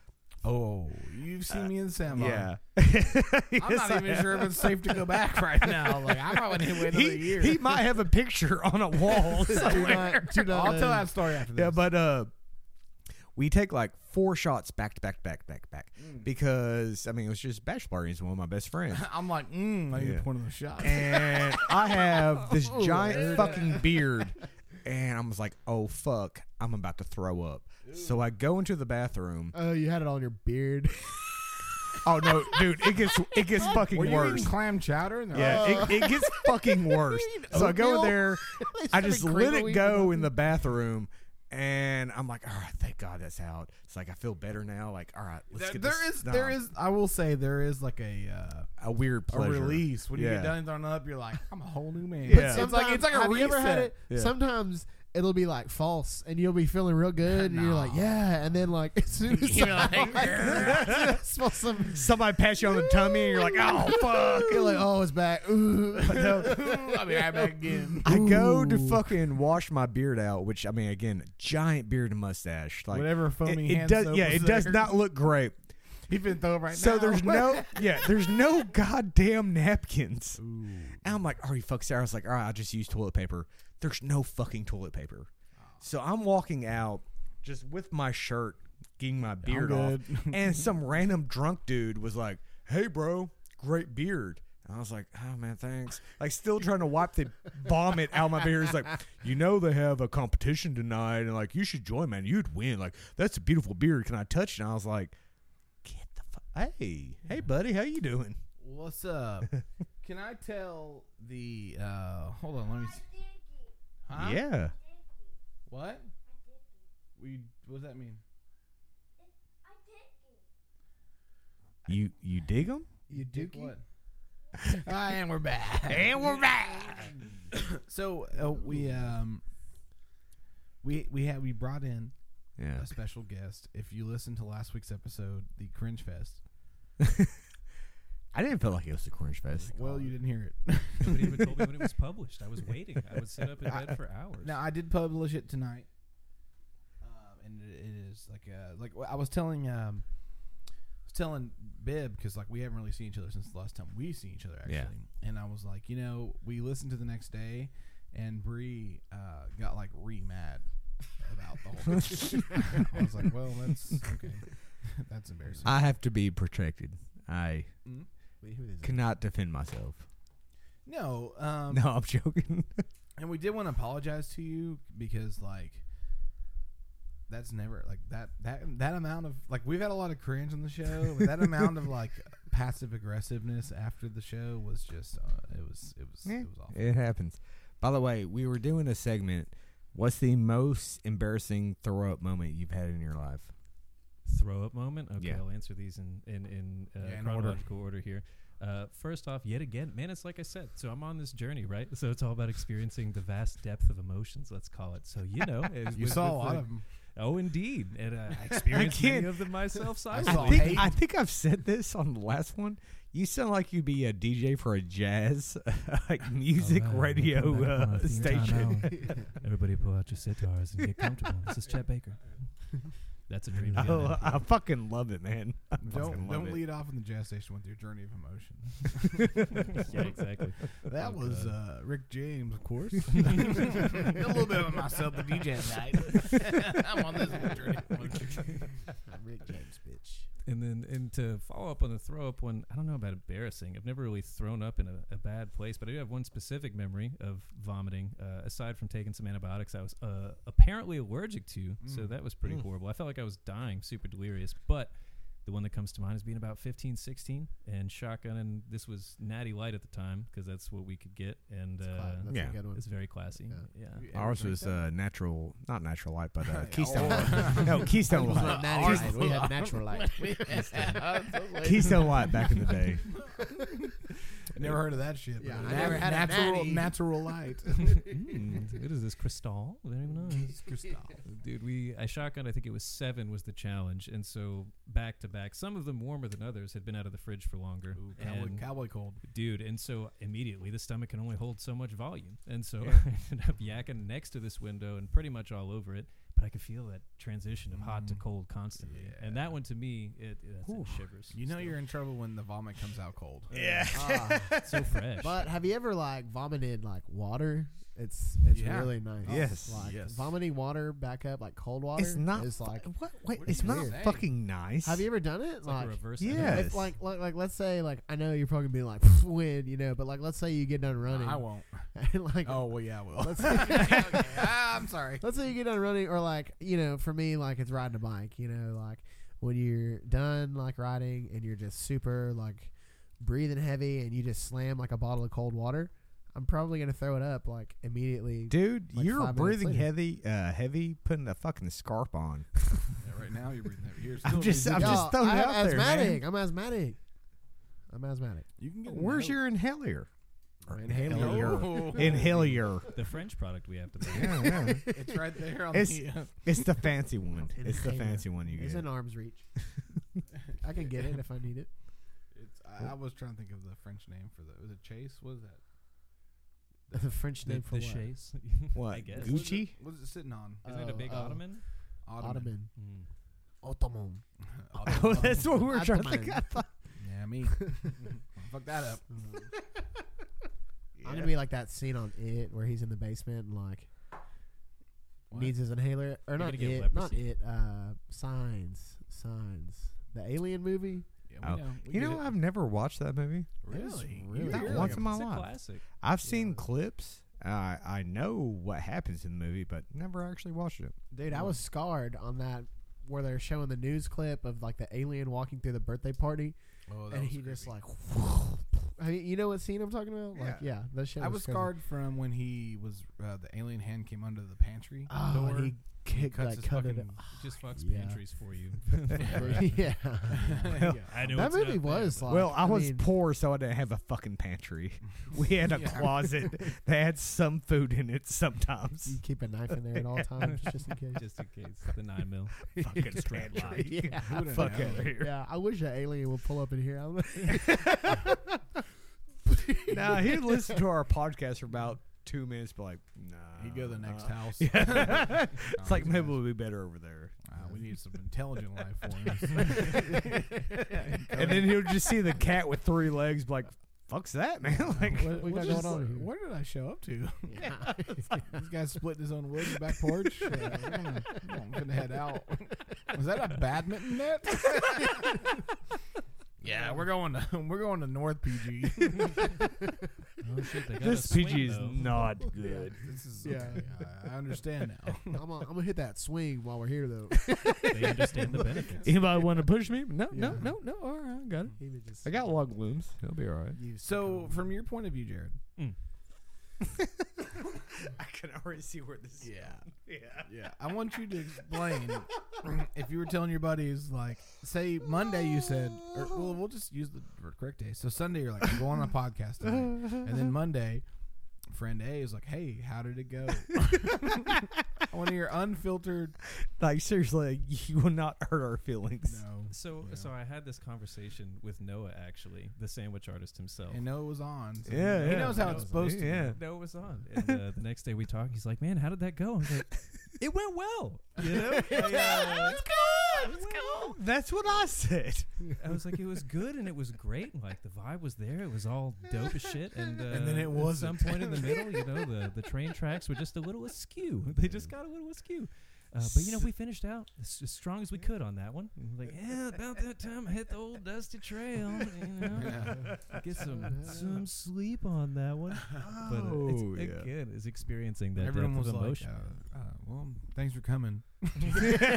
Speaker 3: Oh, you've seen me in the sandbar.
Speaker 2: yeah, Yes,
Speaker 3: I'm not
Speaker 2: I
Speaker 3: even
Speaker 2: have.
Speaker 3: sure if it's safe to go back right now. Like, I might want to wait another
Speaker 2: He,
Speaker 3: year.
Speaker 2: he might have a picture on a wall
Speaker 1: Do not-
Speaker 2: somewhere.
Speaker 1: do not
Speaker 3: I'll
Speaker 1: know.
Speaker 3: tell that story after this.
Speaker 2: Yeah, but uh, we take like four shots back to back to back to back to back
Speaker 3: Mm.
Speaker 2: because I mean it was just bachelor party. He's one of my best friends,
Speaker 3: I'm like, mm, I need
Speaker 2: Yeah.
Speaker 3: to point on the shot.
Speaker 2: and I have this
Speaker 3: Oh,
Speaker 2: giant fucking beard, and I was like, oh fuck, I'm about to throw up. So I go into the bathroom.
Speaker 1: Oh, you had it on your beard.
Speaker 2: Oh no, dude, it gets it gets fucking
Speaker 3: Were you Uh.
Speaker 2: worse.
Speaker 3: eating clam chowder? Oh. And they're like,
Speaker 2: Yeah, it, it gets fucking worse. So I go
Speaker 1: oatmeal?
Speaker 2: in there,
Speaker 1: They
Speaker 2: I
Speaker 1: started
Speaker 2: just let it
Speaker 1: crinkling
Speaker 2: go
Speaker 1: the-
Speaker 2: in the bathroom, and I'm like, all right, thank God that's out. It's like I feel better now. Like, all right, let's
Speaker 3: There-
Speaker 2: get
Speaker 3: there
Speaker 2: this
Speaker 3: is,
Speaker 2: done.
Speaker 3: there is. I will say, there is like a. Uh,
Speaker 2: a weird
Speaker 3: a
Speaker 2: pleasure.
Speaker 3: release. When you
Speaker 2: Yeah.
Speaker 3: get done and thrown up, you're like, I'm a whole new man.
Speaker 2: But Yeah.
Speaker 3: It's like it's like a
Speaker 1: Sometimes- have you
Speaker 3: reset.
Speaker 1: ever had it?
Speaker 2: Yeah.
Speaker 1: Sometimes it'll be like false, and you'll be feeling real good, and you're
Speaker 3: Nah.
Speaker 1: like, yeah, and then like as soon as
Speaker 2: You're
Speaker 1: I-
Speaker 2: like,
Speaker 1: I smell some,
Speaker 2: Somebody pats you on the tummy, and you're like, oh fuck.
Speaker 1: you're like, oh, it's back. Ooh.
Speaker 3: I'll be right back again.
Speaker 2: I go to
Speaker 1: Ooh.
Speaker 2: fucking wash my beard out, which I mean, again, giant beard and mustache, like
Speaker 3: Whatever
Speaker 2: It,
Speaker 3: foamy
Speaker 2: it
Speaker 3: hand
Speaker 2: does,
Speaker 3: soap
Speaker 2: yeah,
Speaker 3: was
Speaker 2: it does
Speaker 3: there.
Speaker 2: not look great.
Speaker 3: He been thrown right
Speaker 2: So
Speaker 3: now.
Speaker 2: there's no, yeah, there's no goddamn napkins.
Speaker 3: Ooh.
Speaker 2: And I'm like, are you fuck Sarah? I was like, all right, I'll just use toilet paper. There's no fucking toilet paper. So I'm walking out just with my shirt, getting my beard off.
Speaker 3: good.
Speaker 2: and some random drunk dude was like, hey, bro, great beard. And I was like, oh, man, thanks. Like, still trying to wipe the vomit out of my beard. He's like, you know, they have a competition tonight. And like, you should join, man. You'd win. Like, that's a beautiful beard. Can I touch it? And I was like, get the fuck. Hey, hey, buddy, how you doing?
Speaker 3: What's up? Can I tell the? uh Hold on, let me. See. Huh?
Speaker 2: Yeah.
Speaker 3: What? We. What does that mean?
Speaker 2: You you dig them?
Speaker 1: You
Speaker 3: Dick
Speaker 1: dookie.
Speaker 3: What? Ah, and we're back.
Speaker 2: And we're back.
Speaker 3: So uh, we um we we had we brought in
Speaker 2: Yeah.
Speaker 3: a special guest. If you listen to last week's episode, the Cringe Fest.
Speaker 2: I didn't feel like it was a cringe fest.
Speaker 3: Well, you didn't hear it.
Speaker 4: Nobody even told me when it was published. I was waiting. I would sit up in bed for hours.
Speaker 3: now I did publish it tonight, um, and it, it is like uh like I was telling um I was telling Bib because like we haven't really seen each other since the last time we seen each other actually,
Speaker 2: Yeah.
Speaker 3: and I was like you know we listened to the next day, and Bree uh, got like re mad about the whole. thing. I was like, well, that's okay. that's embarrassing.
Speaker 2: I have to be protected. I
Speaker 3: Mhm.
Speaker 1: Wait, who is it?
Speaker 2: cannot defend myself.
Speaker 3: No, um,
Speaker 2: no, I'm joking.
Speaker 3: And we did want to apologize to you because like that's never like that that that amount of like we've had a lot of cringe on the show, but that amount of like passive aggressiveness after the show was just uh, it was it was
Speaker 2: Yeah.
Speaker 3: it was awful.
Speaker 2: it happens. By the way, we were doing a segment. What's the most embarrassing throw up moment you've had in your life?
Speaker 4: Throw up moment. Okay,
Speaker 2: Yeah.
Speaker 4: I'll answer these in in in, uh,
Speaker 3: Yeah, in order.
Speaker 4: chronological order, here. Uh, first off, yet again, man, it's like I said. So I'm on this journey, right? So it's all about experiencing the vast depth of emotions. Let's call it. So you know, as
Speaker 3: You
Speaker 4: with-
Speaker 3: saw a
Speaker 4: with
Speaker 3: lot
Speaker 4: the-
Speaker 3: of them.
Speaker 4: Oh, indeed, and uh, I experienced
Speaker 2: can't-
Speaker 4: many of them myself.
Speaker 3: I
Speaker 4: Silently.
Speaker 3: saw
Speaker 2: I think,
Speaker 3: hate.
Speaker 2: I think I've said this on the last one. You sound like you'd be a DJ for a jazz like
Speaker 3: Oh,
Speaker 2: music
Speaker 4: All right, we'll put
Speaker 2: radio
Speaker 4: that up on
Speaker 2: uh,
Speaker 4: a few
Speaker 2: station.
Speaker 4: timeout. Everybody pull out your sitars and get comfortable. This is Chet Baker. That's a dream. again,
Speaker 2: Oh,
Speaker 4: NPR.
Speaker 2: I fucking love it, man. I fucking
Speaker 3: Don't
Speaker 2: love
Speaker 3: don't
Speaker 2: it.
Speaker 3: lead off in the jazz station with your journey of emotion.
Speaker 4: yeah, exactly.
Speaker 3: That
Speaker 4: Oh,
Speaker 3: was
Speaker 4: God.
Speaker 3: uh, Rick James, of course. a little bit of myself, the DJ night. I'm on this little journey. of emotion.
Speaker 1: Rick James, bitch.
Speaker 4: And then, and to follow up on the throw up one, I don't know about embarrassing. I've never really thrown up in a, a bad place, but I do have one specific memory of vomiting. Uh, aside from taking some antibiotics, I was uh, apparently allergic to, so that was pretty
Speaker 2: Mm.
Speaker 4: horrible. I felt like I was dying, super delirious. But the one that comes to mind is being about 15, 16, and shotgun. And this was Natty Light at the time because that's what we could get, and
Speaker 1: That's,
Speaker 4: uh,
Speaker 1: class- that's
Speaker 2: yeah.
Speaker 1: a good one.
Speaker 4: it's very classy. Yeah.
Speaker 3: You ever
Speaker 2: Ours
Speaker 3: drink
Speaker 2: was
Speaker 3: that?
Speaker 2: uh, natural, not natural light, but uh,
Speaker 3: Oh.
Speaker 2: Keystone. Light. no, Keystone
Speaker 1: Ours was
Speaker 2: Light.
Speaker 1: not natty
Speaker 2: Keys-
Speaker 1: light. We had natural light.
Speaker 2: Keystone Light back in the day.
Speaker 3: Never heard of that shit.
Speaker 1: Yeah,
Speaker 3: but
Speaker 1: I never had a
Speaker 3: natural,
Speaker 1: natty.
Speaker 3: natural light.
Speaker 4: Mm, what is this crystal? Very
Speaker 3: Mm.
Speaker 4: nice. Dude, we I shotgun. I think it was seven was the challenge, and so back to back. Some of them warmer than others had been out of the fridge for longer.
Speaker 3: Ooh, cowboy,
Speaker 4: and-
Speaker 3: cowboy cold.
Speaker 4: dude, and so immediately the stomach can only hold so much volume, and so
Speaker 2: Yeah.
Speaker 4: I ended up yakking next to this window and pretty much all over it. But I could feel that transition of hot to
Speaker 3: Mm.
Speaker 4: cold constantly, and that one to me, it, it sent shivers.
Speaker 3: You know
Speaker 4: still.
Speaker 3: you're in trouble when the vomit comes out cold.
Speaker 2: Yeah.
Speaker 1: Ah.
Speaker 4: so fresh.
Speaker 1: But have you ever like vomited like water? It's it's
Speaker 3: Yeah.
Speaker 1: really nice.
Speaker 2: Yes.
Speaker 1: Like
Speaker 3: Yes.
Speaker 1: vomiting water back up like cold water.
Speaker 2: It's not.
Speaker 1: is like.
Speaker 2: Uh, what? Wait,
Speaker 3: What are
Speaker 2: it's
Speaker 3: you
Speaker 2: not
Speaker 3: saying?
Speaker 2: fucking nice.
Speaker 1: Have you ever done it?
Speaker 4: it's like, a reverse.
Speaker 2: yeah.
Speaker 4: enema.
Speaker 1: if
Speaker 2: Yes.
Speaker 1: like, like like let's say like I know you're probably gonna be like win you know but like let's say you get done running
Speaker 3: I won't.
Speaker 1: and, like
Speaker 3: Oh well, yeah, I will.
Speaker 1: let's
Speaker 3: Okay,
Speaker 1: say,
Speaker 3: ah, I'm sorry.
Speaker 1: let's say you get done running or like you know for me like it's riding a bike you know like when you're done like riding and you're just super like breathing heavy and you just slam like a bottle of cold water I'm probably gonna throw it up like immediately
Speaker 2: Dude,
Speaker 1: Like
Speaker 2: you're
Speaker 1: five minutes
Speaker 2: breathing
Speaker 1: later.
Speaker 2: heavy, uh, heavy, putting a fucking scarf on.
Speaker 3: Yeah, right now you're breathing heavy. You're
Speaker 2: I'm
Speaker 3: still
Speaker 2: just-
Speaker 3: breathing
Speaker 2: I'm
Speaker 3: heavy.
Speaker 2: just- throwing it
Speaker 1: I'm
Speaker 2: out there, man.
Speaker 1: asthmatic I'm asthmatic I'm asthmatic
Speaker 3: You can get.
Speaker 2: Where's
Speaker 3: another-
Speaker 2: your inhaler? Or inhaler.
Speaker 3: Oh,
Speaker 2: Inhaler.
Speaker 4: The French product we have to buy.
Speaker 2: Yeah, yeah.
Speaker 3: It's right there on
Speaker 2: It's-
Speaker 3: the.
Speaker 2: It's the fancy one. It's the
Speaker 1: Inhaler.
Speaker 2: fancy one you
Speaker 1: it's
Speaker 2: get.
Speaker 1: in arm's reach I can get it if I need it
Speaker 3: It's, I, I was trying to think of the French name for that. Was it Chase? What is that?
Speaker 1: the French
Speaker 4: the,
Speaker 1: name for
Speaker 4: the
Speaker 1: what
Speaker 4: chase. I
Speaker 2: What?
Speaker 4: guess.
Speaker 3: What is
Speaker 2: Gucci?
Speaker 3: it- What is it sitting on?
Speaker 4: Isn't it a
Speaker 1: Oh,
Speaker 4: big
Speaker 1: oh.
Speaker 4: ottoman?
Speaker 3: Ottoman.
Speaker 1: Ottoman
Speaker 4: Mm.
Speaker 1: Ottoman
Speaker 3: Ottoman.
Speaker 2: Oh, that's what we were trying to
Speaker 1: Ottoman.
Speaker 2: think of.
Speaker 3: Yeah, me. Fuck that up.
Speaker 1: I'm gonna be like that scene on It where he's in the basement and like
Speaker 3: What?
Speaker 1: needs his inhaler or
Speaker 4: You're
Speaker 1: not
Speaker 4: gonna get
Speaker 1: it, not
Speaker 4: leprosy.
Speaker 1: it. Uh, signs, signs. The alien movie.
Speaker 3: Yeah,
Speaker 2: Oh.
Speaker 3: we know. We
Speaker 2: You
Speaker 3: get
Speaker 2: know,
Speaker 3: it.
Speaker 2: I've never watched that movie.
Speaker 1: It's
Speaker 3: really,
Speaker 1: really
Speaker 3: You're
Speaker 1: good.
Speaker 3: like
Speaker 2: once
Speaker 3: a-
Speaker 2: in my
Speaker 4: it's
Speaker 2: life.
Speaker 4: a classic.
Speaker 2: I've seen
Speaker 1: Yeah.
Speaker 2: clips. I I know what happens in the movie, but never actually watched it.
Speaker 1: Dude, I was scarred on that where they're showing the news clip of like the alien walking through the birthday party
Speaker 3: Oh, that
Speaker 1: and
Speaker 3: was
Speaker 1: he
Speaker 3: creepy.
Speaker 1: just like Have you, you know what scene I'm talking about? Like, yeah, that shit.
Speaker 3: I was
Speaker 1: crazy.
Speaker 3: scarred from when he was uh, the alien hand came under the pantry
Speaker 1: Oh,
Speaker 3: door.
Speaker 1: and he kicked
Speaker 3: cuts
Speaker 1: like
Speaker 3: his
Speaker 1: cut it.
Speaker 3: fucking-
Speaker 1: up.
Speaker 4: just fucks
Speaker 1: yeah.
Speaker 4: pantries for you.
Speaker 1: yeah,
Speaker 4: I know
Speaker 1: that
Speaker 4: it's not
Speaker 1: movie
Speaker 4: bad,
Speaker 1: was
Speaker 4: but-
Speaker 1: like.
Speaker 2: Well, I was
Speaker 1: mean,
Speaker 2: poor, so I didn't have a fucking pantry. We had a closet that had some food in it
Speaker 1: You
Speaker 2: sometimes.
Speaker 1: keep a knife in there at all times, just in case.
Speaker 4: just in case the nine mil.
Speaker 2: fucking
Speaker 4: Straight
Speaker 2: pantry.
Speaker 1: yeah.
Speaker 2: Fuck out of here.
Speaker 1: Yeah, I wish that alien would pull up in here. I'm
Speaker 2: Now he'd listen to our podcast for about two minutes, but like, nah.
Speaker 3: He'd go to the next
Speaker 2: time.
Speaker 3: house.
Speaker 2: Yeah.
Speaker 3: Oh,
Speaker 2: it's like
Speaker 3: he's
Speaker 2: maybe
Speaker 3: nice.
Speaker 2: we'll be better over there.
Speaker 3: Wow, we need some intelligent life forms.
Speaker 2: And then he'll just see the cat with three legs, be like, fuck's that, man? Like,
Speaker 1: What we got going on here?
Speaker 3: Where did I show up to?
Speaker 1: yeah.
Speaker 3: this guy's splitting his own wood in the back porch. Uh, yeah, I'm gonna head out. Was that a badminton net? yeah, we're going to we're going to North PG.
Speaker 4: Oh shit, they got
Speaker 2: this
Speaker 4: a swing,
Speaker 2: PG is
Speaker 4: though.
Speaker 2: not good.
Speaker 3: this is
Speaker 1: Yeah.
Speaker 3: yeah. I understand now.
Speaker 1: I'm gonna I'm gonna hit that swing while we're here, though.
Speaker 4: They understand the benefits.
Speaker 2: Anybody want to push me? No,
Speaker 1: Yeah.
Speaker 2: no, no, no. All right, I got it.
Speaker 1: He would just
Speaker 2: I got log looms. He'll be all right.
Speaker 1: use to
Speaker 3: So,
Speaker 1: come-
Speaker 3: from your point of view, Jared.
Speaker 2: I can already see where this is.
Speaker 3: Yeah.
Speaker 2: Yeah.
Speaker 3: Yeah, I want you to explain if you were telling your buddies, like, say Monday you said, or, well, we'll just use the correct day. So Sunday you're like, I'm going on a podcast tonight. And then Monday, friend A is like, hey, how did it go? I want to hear unfiltered.
Speaker 2: Like seriously, you will not hurt our feelings.
Speaker 3: No.
Speaker 4: So,
Speaker 3: Yeah.
Speaker 4: so I had this conversation with Noah actually, the sandwich artist himself.
Speaker 3: And Noah was on. so
Speaker 2: Yeah,
Speaker 3: He
Speaker 2: yeah.
Speaker 3: knows how it's
Speaker 4: Noah's
Speaker 3: supposed to
Speaker 2: Yeah.
Speaker 4: Noah was on, and uh, the next day we talk. He's like, "Man, how did that go?" I was like, "It went well." You know, Like, uh,
Speaker 2: Let's go. That's what I said.
Speaker 4: I was like, "It was good, and it was great. And, like the vibe was there. It was all dope as shit." And, uh,
Speaker 3: then it wasn't.
Speaker 4: At some point in the middle, you know, the the train tracks were just a little askew. They just got a little askew. Uh, but you know, we finished out as, as strong as we could on that one.
Speaker 2: Mm-hmm.
Speaker 4: And Like, yeah, about that time I hit the old dusty trail. You know, get some some sleep on that one. But uh, it's,
Speaker 2: Oh, yeah.
Speaker 4: again, is experiencing that
Speaker 3: be. Everyone
Speaker 4: depth
Speaker 3: was
Speaker 4: of
Speaker 3: like,
Speaker 4: emotion.
Speaker 3: uh, uh, well, thanks for coming.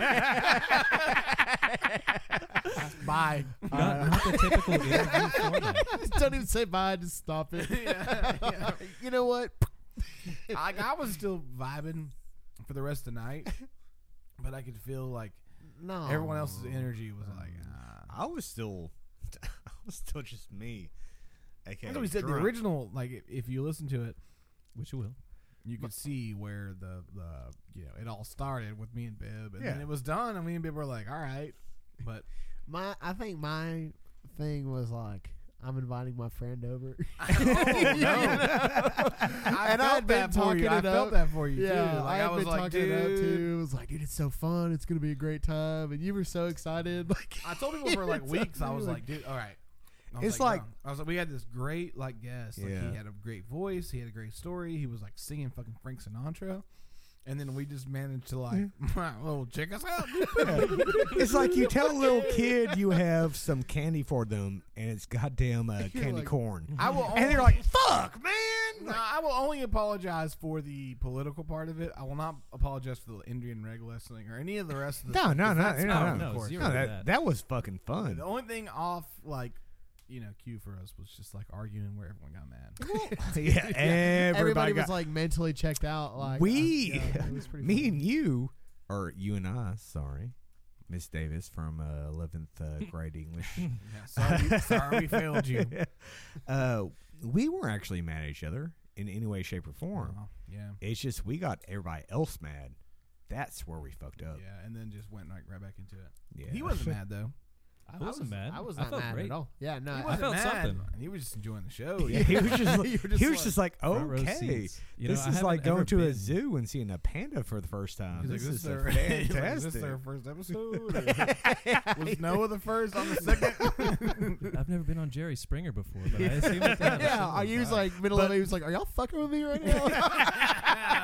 Speaker 1: bye.
Speaker 4: not,
Speaker 1: Uh,
Speaker 4: not the typical interview format.
Speaker 1: just don't even say bye. Just stop it. you know what?
Speaker 3: like I was still vibing for the rest of the night, but I could feel like
Speaker 1: No.
Speaker 3: everyone else's energy was like. Ah.
Speaker 2: I was still, I was still just me. Okay.
Speaker 3: That's what we said. The original, like if, if you listen to it,
Speaker 4: Which you will.
Speaker 3: you could see where the the you know it all started with me and Bib, and then
Speaker 2: Yeah.
Speaker 3: it was done, and me and Bib were like, all right, but
Speaker 1: My, I think my thing was like, I'm inviting my friend over.
Speaker 3: Oh, I
Speaker 1: And I
Speaker 3: felt
Speaker 1: had been
Speaker 3: that for you.
Speaker 1: talking
Speaker 3: I
Speaker 1: it
Speaker 3: felt
Speaker 1: up.
Speaker 3: that for you
Speaker 1: yeah,
Speaker 3: too. Like
Speaker 1: I,
Speaker 3: I,
Speaker 1: had
Speaker 3: was
Speaker 1: been
Speaker 3: like,
Speaker 1: talking it up
Speaker 3: dude.
Speaker 1: too. It was like, dude, it's so fun. It's gonna be a great time, and you were so excited. Like,
Speaker 3: I told people for like
Speaker 1: It's
Speaker 3: weeks. I was
Speaker 1: like-
Speaker 3: like, dude, all right. I was
Speaker 2: It's like-
Speaker 3: no. I was like, we had this great like guest. Like
Speaker 2: Yeah.
Speaker 3: he had a great voice. He had a great story. He was like singing fucking Frank Sinatra, and then we just managed to like, well, check us out.
Speaker 2: It's like you tell a little kid you have some candy for them, and it's goddamn uh, candy
Speaker 1: like-
Speaker 2: corn,
Speaker 3: I will. Only,
Speaker 2: and they're like, "Fuck, man!"
Speaker 3: no, I will only apologize for the political part of it. I will not apologize for the Indian reg wrestling or any of the rest of the.
Speaker 2: No, no, no, no, no,
Speaker 4: no,
Speaker 2: of course.
Speaker 4: zero
Speaker 2: no.
Speaker 4: to
Speaker 2: That
Speaker 4: that.
Speaker 2: that was fucking fun.
Speaker 3: The only thing off like. You know, cue for us was just like arguing where everyone got mad.
Speaker 2: yeah, everybody,
Speaker 1: everybody
Speaker 2: got,
Speaker 1: was like mentally checked out. Like,
Speaker 2: we,
Speaker 1: uh, yeah, it was pretty
Speaker 2: me
Speaker 1: fun.
Speaker 2: and you, or you and I, sorry, Miss Davis from eleventh uh, grade English.
Speaker 3: Yeah, sorry, sorry, we failed you.
Speaker 2: uh, we weren't actually mad at each other in any way, shape, or form.
Speaker 3: Wow, yeah.
Speaker 2: It's just we got everybody else mad. That's where we fucked up.
Speaker 3: Yeah, and then just went like right back into it.
Speaker 2: Yeah,
Speaker 3: He wasn't mad though.
Speaker 4: I wasn't mad.
Speaker 1: I was
Speaker 4: I
Speaker 1: not
Speaker 4: felt
Speaker 1: mad
Speaker 4: great.
Speaker 1: at all. Yeah, no,
Speaker 3: He
Speaker 1: I-
Speaker 3: wasn't
Speaker 4: felt
Speaker 3: mad.
Speaker 4: something.
Speaker 3: And he was just enjoying the show.
Speaker 2: Yeah, he was just.
Speaker 1: You were
Speaker 2: he was just like,
Speaker 4: Front row
Speaker 2: okay,
Speaker 4: seats. You know,
Speaker 2: this
Speaker 4: I
Speaker 2: is like
Speaker 4: haven't ever
Speaker 2: going to a
Speaker 4: been-
Speaker 2: zoo and seeing a panda for the first time.
Speaker 3: He's like,
Speaker 2: This, is
Speaker 3: their,
Speaker 2: a
Speaker 3: he's like, this
Speaker 2: fantastic.
Speaker 3: their first episode. or- was Noah the first on the second?
Speaker 4: I've never been on Jerry Springer before, but I assume it's not a
Speaker 1: yeah,
Speaker 4: similar
Speaker 1: I he was
Speaker 4: vibe.
Speaker 1: like middle of it. He was like, "Are y'all fucking with me right now?"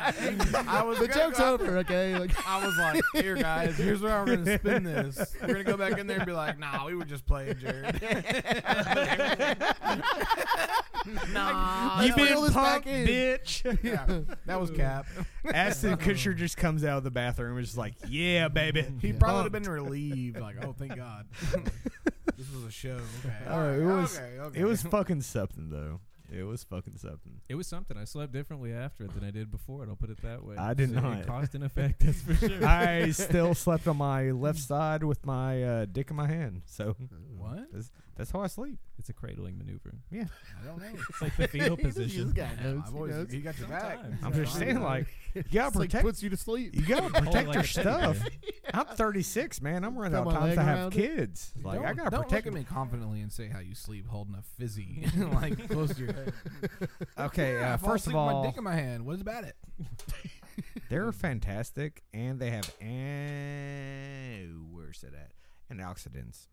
Speaker 3: I was
Speaker 1: the
Speaker 3: gonna
Speaker 1: joke's
Speaker 3: go-
Speaker 1: over. Okay, like,
Speaker 3: I was like, here guys, here's where I'm gonna spin this. We're gonna go back in there and be like, nah, we were just playing, Jared. nah,
Speaker 1: You
Speaker 3: that was-
Speaker 1: feel this back in.
Speaker 2: bitch.
Speaker 3: yeah, that was Cap.
Speaker 2: Ashton Kutcher just comes out of the bathroom and is just like, yeah, baby.
Speaker 3: He
Speaker 1: Yeah.
Speaker 3: probably would have been relieved, like, oh, thank God. This was a show. Okay.
Speaker 2: Oh, it was-
Speaker 3: Okay, okay.
Speaker 2: It was fucking something though. It was fucking something.
Speaker 4: It was something. I slept differently after it than I did before it. I'll put it that way.
Speaker 2: I did
Speaker 4: So,
Speaker 2: not.
Speaker 4: Cost and effect, that's for sure.
Speaker 2: I still slept on my left side with my uh, dick in my hand. So
Speaker 3: What?
Speaker 2: that's that's how I sleep.
Speaker 4: It's a cradling maneuver.
Speaker 3: I don't know.
Speaker 4: It's like the fetal
Speaker 1: He just- he
Speaker 4: position.
Speaker 1: just got
Speaker 3: Yeah,
Speaker 1: notes,
Speaker 3: I've
Speaker 1: he
Speaker 3: always-
Speaker 1: knows.
Speaker 3: he got your back.
Speaker 4: Sometimes.
Speaker 2: I'm
Speaker 4: Yeah,
Speaker 2: just
Speaker 4: I
Speaker 2: saying,
Speaker 4: know.
Speaker 2: like, you gotta
Speaker 1: It's like
Speaker 2: protect.
Speaker 1: puts you to sleep.
Speaker 2: you gotta protect
Speaker 4: like
Speaker 2: your
Speaker 4: a teddy
Speaker 2: stuff. I'm 36, man. I'm running
Speaker 1: Throw
Speaker 2: out of
Speaker 1: my
Speaker 2: time
Speaker 1: leg
Speaker 2: to have
Speaker 1: around it.
Speaker 2: kids. Like
Speaker 3: don't,
Speaker 2: I gotta
Speaker 3: don't
Speaker 2: protect
Speaker 3: look at me confidently and say how you sleep holding a fizzy like close to your head.
Speaker 2: Okay,
Speaker 3: Yeah,
Speaker 2: uh,
Speaker 3: I fall
Speaker 2: first of
Speaker 3: asleep with my
Speaker 2: all,
Speaker 3: dick in my hand. What's about it?
Speaker 2: They're fantastic, and they have an where's it at? Antioxidants,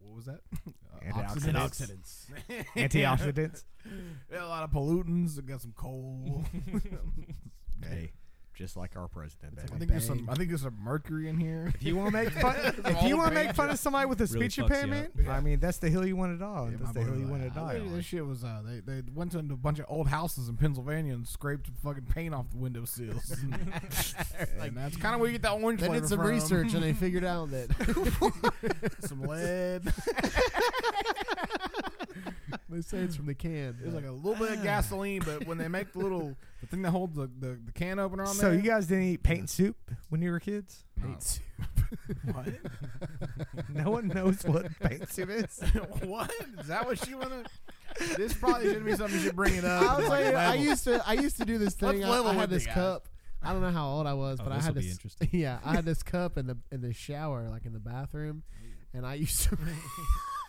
Speaker 3: What was that? Uh,
Speaker 2: Antioxidants. antioxidants.
Speaker 3: Got a lot of pollutants. I got some coal.
Speaker 2: hey, just like our president.
Speaker 3: I
Speaker 2: Baby.
Speaker 3: think there's some. I think there's some mercury in here.
Speaker 2: If you want to make fun, if you want to make fun of somebody with a
Speaker 4: Really
Speaker 2: speech
Speaker 4: fucks you up.
Speaker 2: impairment, I mean that's the hill you want to die. on.
Speaker 3: Yeah,
Speaker 2: that's
Speaker 3: my
Speaker 2: the
Speaker 3: brother,
Speaker 2: hill you
Speaker 3: like,
Speaker 2: want to
Speaker 3: I
Speaker 2: die.
Speaker 3: literally-
Speaker 2: on.
Speaker 3: This shit was uh, they they went into a bunch of old houses in Pennsylvania and scraped fucking paint off the windowsills. and, and that's kind of where you get that orange.
Speaker 1: They
Speaker 3: flavor
Speaker 1: did some
Speaker 3: from.
Speaker 1: research and they figured out that
Speaker 3: some lead.
Speaker 1: they say it's from the can.
Speaker 3: It was like a little bit of gasoline, but when they make the little Ah. the thing that holds the, the, the can opener on
Speaker 2: So
Speaker 3: there, Oh.
Speaker 2: you guys didn't eat paint soup when you were kids?
Speaker 1: paint.
Speaker 3: what?
Speaker 2: No one knows what paint soup is.
Speaker 3: what is that? What you wanna? This probably should be something you should bring it up.
Speaker 1: I'll tell you, I
Speaker 3: level.
Speaker 1: used to I used to do this
Speaker 3: Let's
Speaker 1: thing. I,
Speaker 3: level
Speaker 1: I
Speaker 3: with
Speaker 1: had
Speaker 3: the
Speaker 1: this
Speaker 3: guys.
Speaker 1: cup. I don't know how old I was,
Speaker 4: Oh,
Speaker 1: but I had
Speaker 4: this'll be
Speaker 1: this.
Speaker 4: interesting.
Speaker 1: Yeah, I had this cup in the in the shower, like in the bathroom, and I used to.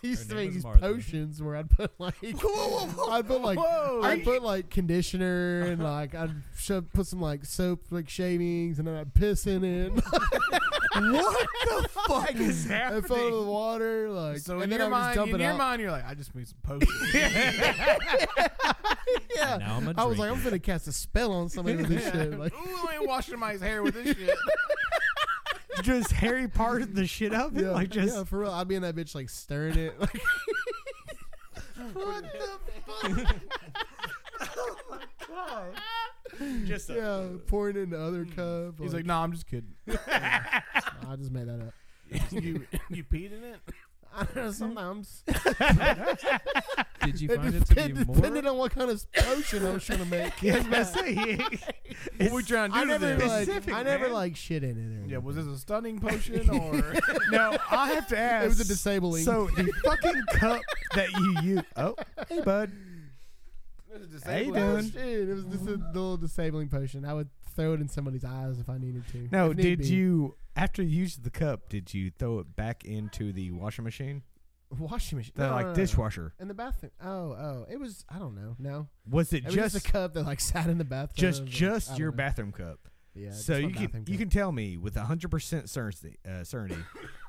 Speaker 1: I used to
Speaker 4: name
Speaker 1: make
Speaker 4: was
Speaker 1: these
Speaker 4: Martha.
Speaker 1: potions where I'd put like I put like
Speaker 3: Whoa.
Speaker 1: I put like conditioner and like I'd shove, put some like soap like shavings and then I'd piss in it. what the fuck
Speaker 2: is
Speaker 1: I fell in the water like
Speaker 3: so
Speaker 1: and
Speaker 3: in
Speaker 1: then
Speaker 3: your
Speaker 1: I would just
Speaker 3: mind,
Speaker 1: dump
Speaker 3: in
Speaker 1: it
Speaker 3: your
Speaker 1: out.
Speaker 3: mind, you're like, I just made some potions.
Speaker 1: yeah.
Speaker 4: Now I'm a
Speaker 1: I was like, I'm
Speaker 4: drinker.
Speaker 1: gonna cast a spell on somebody with this shit. Like,
Speaker 3: Ooh, I ain't washing my hair with this shit.
Speaker 2: just Harry Potter the shit up it,
Speaker 1: yeah,
Speaker 2: like just
Speaker 1: yeah, for real. I'd be in that bitch like stirring it. Like, what the fuck?
Speaker 2: just
Speaker 1: yeah, pouring it into other cup.
Speaker 3: He's like, no, I'm just kidding.
Speaker 1: "Nah, I just made that up.
Speaker 3: you you peed in it?
Speaker 1: I don't know, sometimes
Speaker 4: Did you
Speaker 1: it,
Speaker 4: find it to
Speaker 1: depend,
Speaker 4: be
Speaker 1: depended
Speaker 4: more?
Speaker 1: on what kind of potion I was trying to make.
Speaker 2: I was about to say,
Speaker 3: What we trying to
Speaker 1: I
Speaker 3: do to
Speaker 1: never
Speaker 3: this?
Speaker 1: like,
Speaker 2: Specific,
Speaker 1: I never
Speaker 2: man.
Speaker 1: like shit in it. Or
Speaker 3: yeah,
Speaker 1: anything.
Speaker 3: was this a stunning potion or?
Speaker 2: no, I have to ask.
Speaker 1: it was a disabling.
Speaker 2: So the fucking cup that you use. Oh, hey, bud. Hey,
Speaker 1: Oh,
Speaker 2: dude.
Speaker 1: shit, it was just a little disabling potion. I would throw it in somebody's eyes if I needed to.
Speaker 2: No,
Speaker 1: if need
Speaker 2: did
Speaker 1: be.
Speaker 2: you after you used the cup? Did you throw it back into the washing machine,
Speaker 1: washing machine? Uh,
Speaker 2: the
Speaker 1: No,
Speaker 2: like
Speaker 1: no, no, no.
Speaker 2: dishwasher?
Speaker 1: in the bathroom. Oh, oh, it was. I don't know. No,
Speaker 2: Was it
Speaker 1: it was
Speaker 2: just
Speaker 1: just a cup that like sat in the bathroom.
Speaker 2: just
Speaker 1: and- I
Speaker 2: just
Speaker 1: don't
Speaker 2: your
Speaker 1: know.
Speaker 2: bathroom cup?
Speaker 1: Yeah.
Speaker 2: so
Speaker 1: just my
Speaker 2: you can
Speaker 1: bathroom
Speaker 2: you
Speaker 1: cup.
Speaker 2: can tell me with hundred percent certainty uh, certainty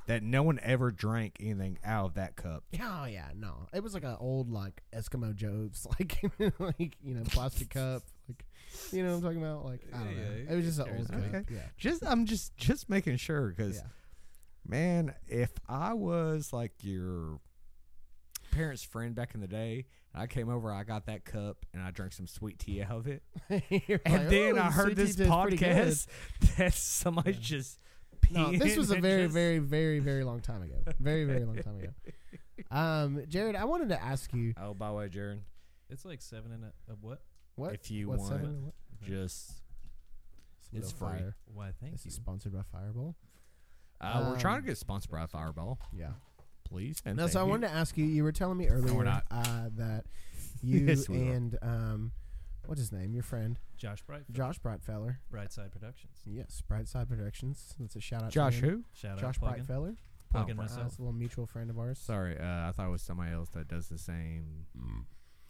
Speaker 2: that no one ever drank anything out of that cup.
Speaker 1: Yeah, oh, yeah, no. It was like an old like Eskimo Joe's, like like you know plastic cup, like you know what I'm talking about. Like I don't
Speaker 4: Yeah,
Speaker 1: know.
Speaker 4: yeah,
Speaker 1: it was just an
Speaker 4: carries
Speaker 1: old
Speaker 4: it
Speaker 1: cup.
Speaker 2: around.
Speaker 1: Yeah.
Speaker 2: Just I'm just just making sure because
Speaker 1: Yeah.
Speaker 2: Man, if I was like your parents' friend back in the day, and I came over, I got that cup, and I drank some sweet tea out of it,
Speaker 1: You're
Speaker 2: and
Speaker 1: like,
Speaker 2: then
Speaker 1: "Ooh,
Speaker 2: I heard
Speaker 1: sweet
Speaker 2: this
Speaker 1: tea tastes pretty good."
Speaker 2: podcast that somebody's just
Speaker 1: No,
Speaker 2: peeing.
Speaker 1: this was a
Speaker 2: and
Speaker 1: very,
Speaker 2: just-
Speaker 1: very, very, very long time ago. Very, very long time ago. Um, Jared, I wanted to ask you
Speaker 2: Oh, by the way, Jared,
Speaker 4: It's like seven and a, a what?
Speaker 1: what
Speaker 2: if you
Speaker 1: what
Speaker 2: want,
Speaker 1: seven and what?
Speaker 2: just It's
Speaker 1: Little
Speaker 2: free.
Speaker 1: Fire.
Speaker 4: Why? Thank
Speaker 1: This
Speaker 4: you.
Speaker 1: is sponsored by Fireball.
Speaker 2: uh, we're trying
Speaker 1: Um,
Speaker 2: to get sponsored by Fireball,
Speaker 1: Yeah.
Speaker 2: please. And
Speaker 1: No, so I
Speaker 2: thank you.
Speaker 1: wanted to ask you. You were telling me earlier
Speaker 2: we're not.
Speaker 1: Uh, that you
Speaker 2: Yes, we are.
Speaker 1: and um, what's his name? Your friend
Speaker 4: Josh Bright,
Speaker 1: Josh Brightfeller.
Speaker 4: Brightside Productions.
Speaker 1: Yes, Brightside Productions. That's a shout out.
Speaker 2: Josh
Speaker 1: to him.
Speaker 2: who?
Speaker 4: Shout
Speaker 1: Josh
Speaker 4: out plugging,
Speaker 1: Brightfeller.
Speaker 4: plugging
Speaker 2: Oh,
Speaker 1: Uh,
Speaker 4: myself.
Speaker 1: it's a little mutual friend of ours.
Speaker 2: Sorry, uh, I thought it was somebody else that does the same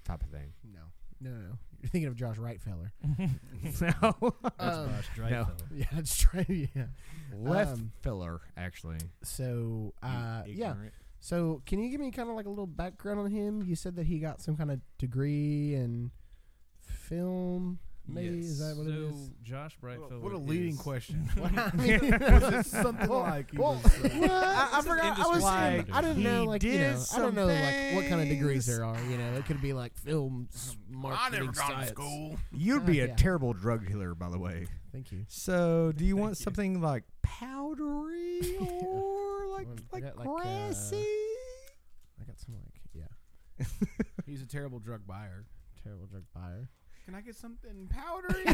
Speaker 2: type of thing.
Speaker 1: No, no, no, no. You're thinking of Josh Rightfeller.
Speaker 2: no,
Speaker 4: That's
Speaker 1: Um,
Speaker 4: Josh Bright.
Speaker 2: no.
Speaker 1: yeah, that's true. Yeah.
Speaker 2: left
Speaker 1: Um,
Speaker 2: filler actually.
Speaker 1: So,
Speaker 2: You
Speaker 1: uh, yeah.
Speaker 2: ignorant.
Speaker 1: So, can you give me kind of like a little background on him? You said that he got some kind of degree in film. Maybe is that what
Speaker 4: so
Speaker 1: it is?
Speaker 4: Josh Brightfeller.
Speaker 3: what a leading
Speaker 4: is-
Speaker 3: question.
Speaker 1: I mean,
Speaker 3: was it something
Speaker 1: Well,
Speaker 3: like he
Speaker 1: well,
Speaker 3: was, uh,
Speaker 1: I, I
Speaker 4: This is
Speaker 1: forgot. I was.
Speaker 4: indescribable.
Speaker 1: saying- I didn't know.
Speaker 2: He
Speaker 1: Like you know,
Speaker 2: did
Speaker 1: I don't know like what kind of
Speaker 2: some
Speaker 1: degrees
Speaker 2: things.
Speaker 1: there are. You know, it could be like film, s- marketing, science.
Speaker 2: You'd be
Speaker 1: Oh,
Speaker 2: a
Speaker 1: yeah.
Speaker 2: terrible drug dealer, by the way.
Speaker 1: Thank you.
Speaker 2: So, do you want
Speaker 4: you.
Speaker 2: something like powdery or like
Speaker 1: want- I
Speaker 2: like
Speaker 1: got like, uh,
Speaker 2: grassy?
Speaker 1: packets. I'm like, yeah,
Speaker 3: He's a terrible drug buyer.
Speaker 1: terrible drug buyer.
Speaker 3: Can I get something powdery?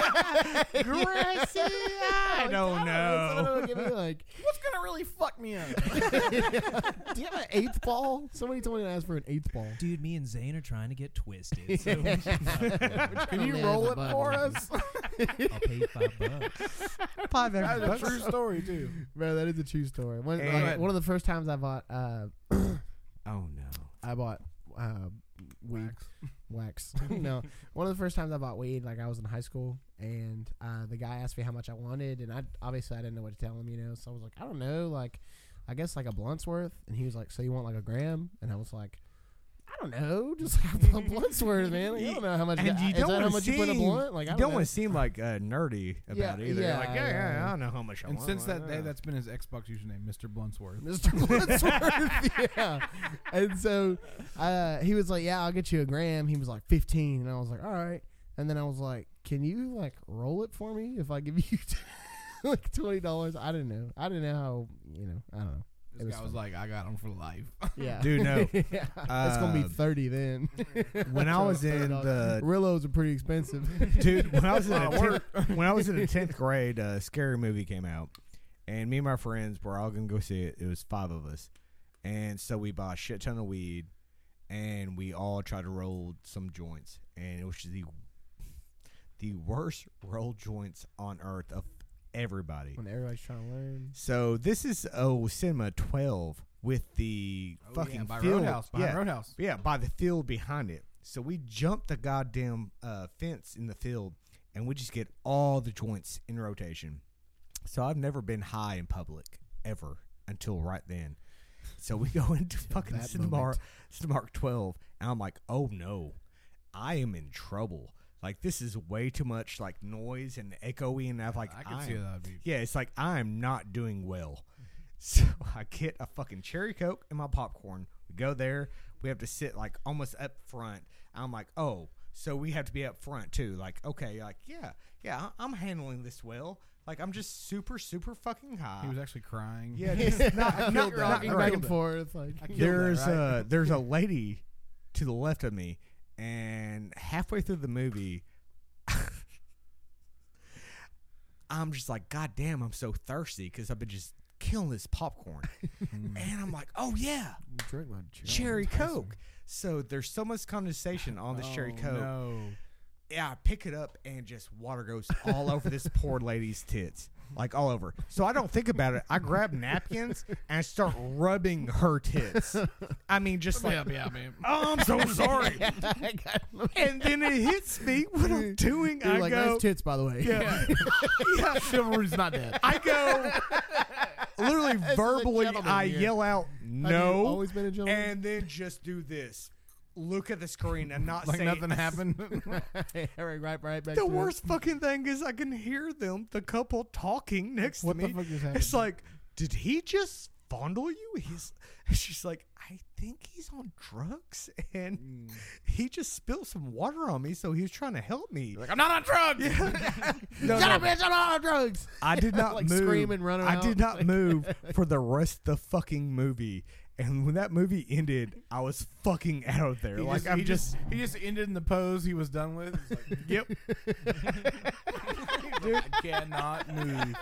Speaker 3: Grassy.
Speaker 2: I don't know.
Speaker 1: Someone will give me like,
Speaker 3: What's gonna really fuck me up?
Speaker 1: do you have an eighth ball? Somebody told me to ask for an eighth ball.
Speaker 4: Dude, me and Zane are trying to get twisted. So
Speaker 3: Can you roll it for us?
Speaker 4: I'll pay you five bucks.
Speaker 2: Five
Speaker 3: That's a true story too.
Speaker 1: Bro, that is a true story. One,
Speaker 2: And-
Speaker 1: like, one of the first times I bought, uh,
Speaker 2: Oh no.
Speaker 1: I bought uh, weed. wax.
Speaker 3: Wax.
Speaker 1: no, one of the first times I bought weed, like I was in high school, and uh, the guy asked me how much I wanted, and I obviously I didn't know what to tell him, you know. So I was like, I don't know, like I guess like a blunt's worth, and he was like, so you want like a gram? And I was like. I don't know, just have a blunt's worth, man. Like, I don't know how much.
Speaker 2: And you don't
Speaker 1: is that
Speaker 2: wanna
Speaker 1: how much you put in a
Speaker 2: seem-
Speaker 1: blunt? Like I
Speaker 2: You
Speaker 1: don't,
Speaker 2: don't
Speaker 1: know.
Speaker 2: want to seem like uh, nerdy about
Speaker 1: Yeah,
Speaker 2: it either.
Speaker 1: yeah,
Speaker 2: like, yeah, yeah,
Speaker 1: yeah.
Speaker 2: I don't know how much I
Speaker 3: And
Speaker 2: want.
Speaker 3: since that
Speaker 2: I
Speaker 3: day,
Speaker 2: don't know.
Speaker 3: that's been his Xbox username, Mr. Bluntsworth.
Speaker 1: Mr. Bluntsworth, yeah. And so uh, he was like, "Yeah, I'll get you a gram." He was like, 15. and I was like, "All right." And then I was like, "Can you like roll it for me if I give you like twenty dollars?" I didn't know. I didn't know how. You know, I don't know.
Speaker 3: This
Speaker 1: It was
Speaker 3: guy was like, I got him for life.
Speaker 1: Yeah,
Speaker 2: Dude, no.
Speaker 1: yeah. it's gonna be
Speaker 2: Uh,
Speaker 1: thirty then.
Speaker 2: when I was in the
Speaker 1: Rillos are pretty expensive.
Speaker 2: dude when i was in
Speaker 3: Not
Speaker 2: a tenth, when i was in the 10th grade a scary movie came out and me and my friends were all gonna go see it it was five of us and so we bought a shit ton of weed and we all tried to roll some joints and it was just the the worst roll joints on earth of everybody
Speaker 1: when everybody's trying to learn.
Speaker 2: so this is oh cinema 12 with the
Speaker 3: Oh, yeah,
Speaker 2: fucking
Speaker 3: by
Speaker 2: field.
Speaker 3: Roadhouse. By
Speaker 2: yeah,
Speaker 3: Roadhouse.
Speaker 2: yeah, by the field behind it. So we jump the goddamn uh, fence in the field, and we just get all the joints in rotation. So I've never been high in public ever until right then. So we go into fucking
Speaker 1: that
Speaker 2: Cinemark, Cinemark 12, and I'm like, oh no, I am in trouble. Like this is way too much like noise and echoey, and I've like
Speaker 3: I can
Speaker 2: I
Speaker 3: see
Speaker 2: am-
Speaker 3: that would be.
Speaker 2: yeah, it's like I'm not doing well. So I get a fucking cherry coke and my popcorn. We go there. We have to sit like almost up front. I'm like, oh, so we have to be up front too. Like, okay, like yeah, yeah, I- I'm handling this well. Like I'm just super, super fucking high.
Speaker 3: He was actually crying.
Speaker 2: yeah, just not, not,
Speaker 1: Not
Speaker 2: not
Speaker 1: rocking back
Speaker 2: great
Speaker 1: and forth. Like
Speaker 3: I killed that,
Speaker 2: there's
Speaker 3: right?
Speaker 2: a there's a lady to the left of me, and halfway through the movie, I'm just like, God damn, I'm so thirsty because I've been just killing this popcorn, and I'm like, oh yeah,
Speaker 1: drink my
Speaker 2: cherry
Speaker 1: cherry.
Speaker 2: coke. So there's so much condensation on this cherry
Speaker 3: Oh,
Speaker 2: coke.
Speaker 3: No.
Speaker 2: Yeah, I pick it up and just water goes all over this poor lady's tits. Like all over. So I don't think about it. I grab napkins and I start rubbing her tits. I mean, just like,
Speaker 3: Yeah, yeah, man.
Speaker 2: oh, I'm so sorry.
Speaker 1: I got
Speaker 2: And then it hits me what I'm doing.
Speaker 1: You're
Speaker 2: I
Speaker 1: like
Speaker 2: go,
Speaker 1: nice tits, by the way.
Speaker 2: yeah, yeah.
Speaker 3: Chivalry's not dead.
Speaker 2: I go, literally
Speaker 1: a
Speaker 2: verbally,
Speaker 1: gentleman
Speaker 2: I
Speaker 1: here.
Speaker 2: yell out,
Speaker 1: Have you
Speaker 2: no.
Speaker 1: always been a gentleman?
Speaker 2: and then just do this. Look at the screen and not
Speaker 3: Like
Speaker 2: say
Speaker 3: nothing happened.
Speaker 1: Eric, right, right back.
Speaker 2: The
Speaker 1: to it.
Speaker 2: worst fucking thing is I can hear them, the couple talking next
Speaker 3: What
Speaker 2: to
Speaker 3: the
Speaker 2: me.
Speaker 3: fuck just
Speaker 2: it's
Speaker 3: happened?
Speaker 2: like, did he just fondle you? He's she's like, I think he's on drugs and
Speaker 3: Mm.
Speaker 2: he just spilled some water on me, so he was trying to help me.
Speaker 3: like, I'm not on drugs.
Speaker 2: No, no,
Speaker 1: Shut up, bitch! I'm not on drugs.
Speaker 2: I did not
Speaker 1: Like,
Speaker 2: move.
Speaker 1: scream and run
Speaker 2: I did
Speaker 1: around.
Speaker 2: not move for the rest of the fucking movie. And when that movie ended, I was fucking out of there.
Speaker 3: He
Speaker 2: like
Speaker 3: just-
Speaker 2: I'm
Speaker 3: he
Speaker 2: just
Speaker 3: he just ended in the pose he was done with. It's like,
Speaker 2: yep.
Speaker 3: I cannot move.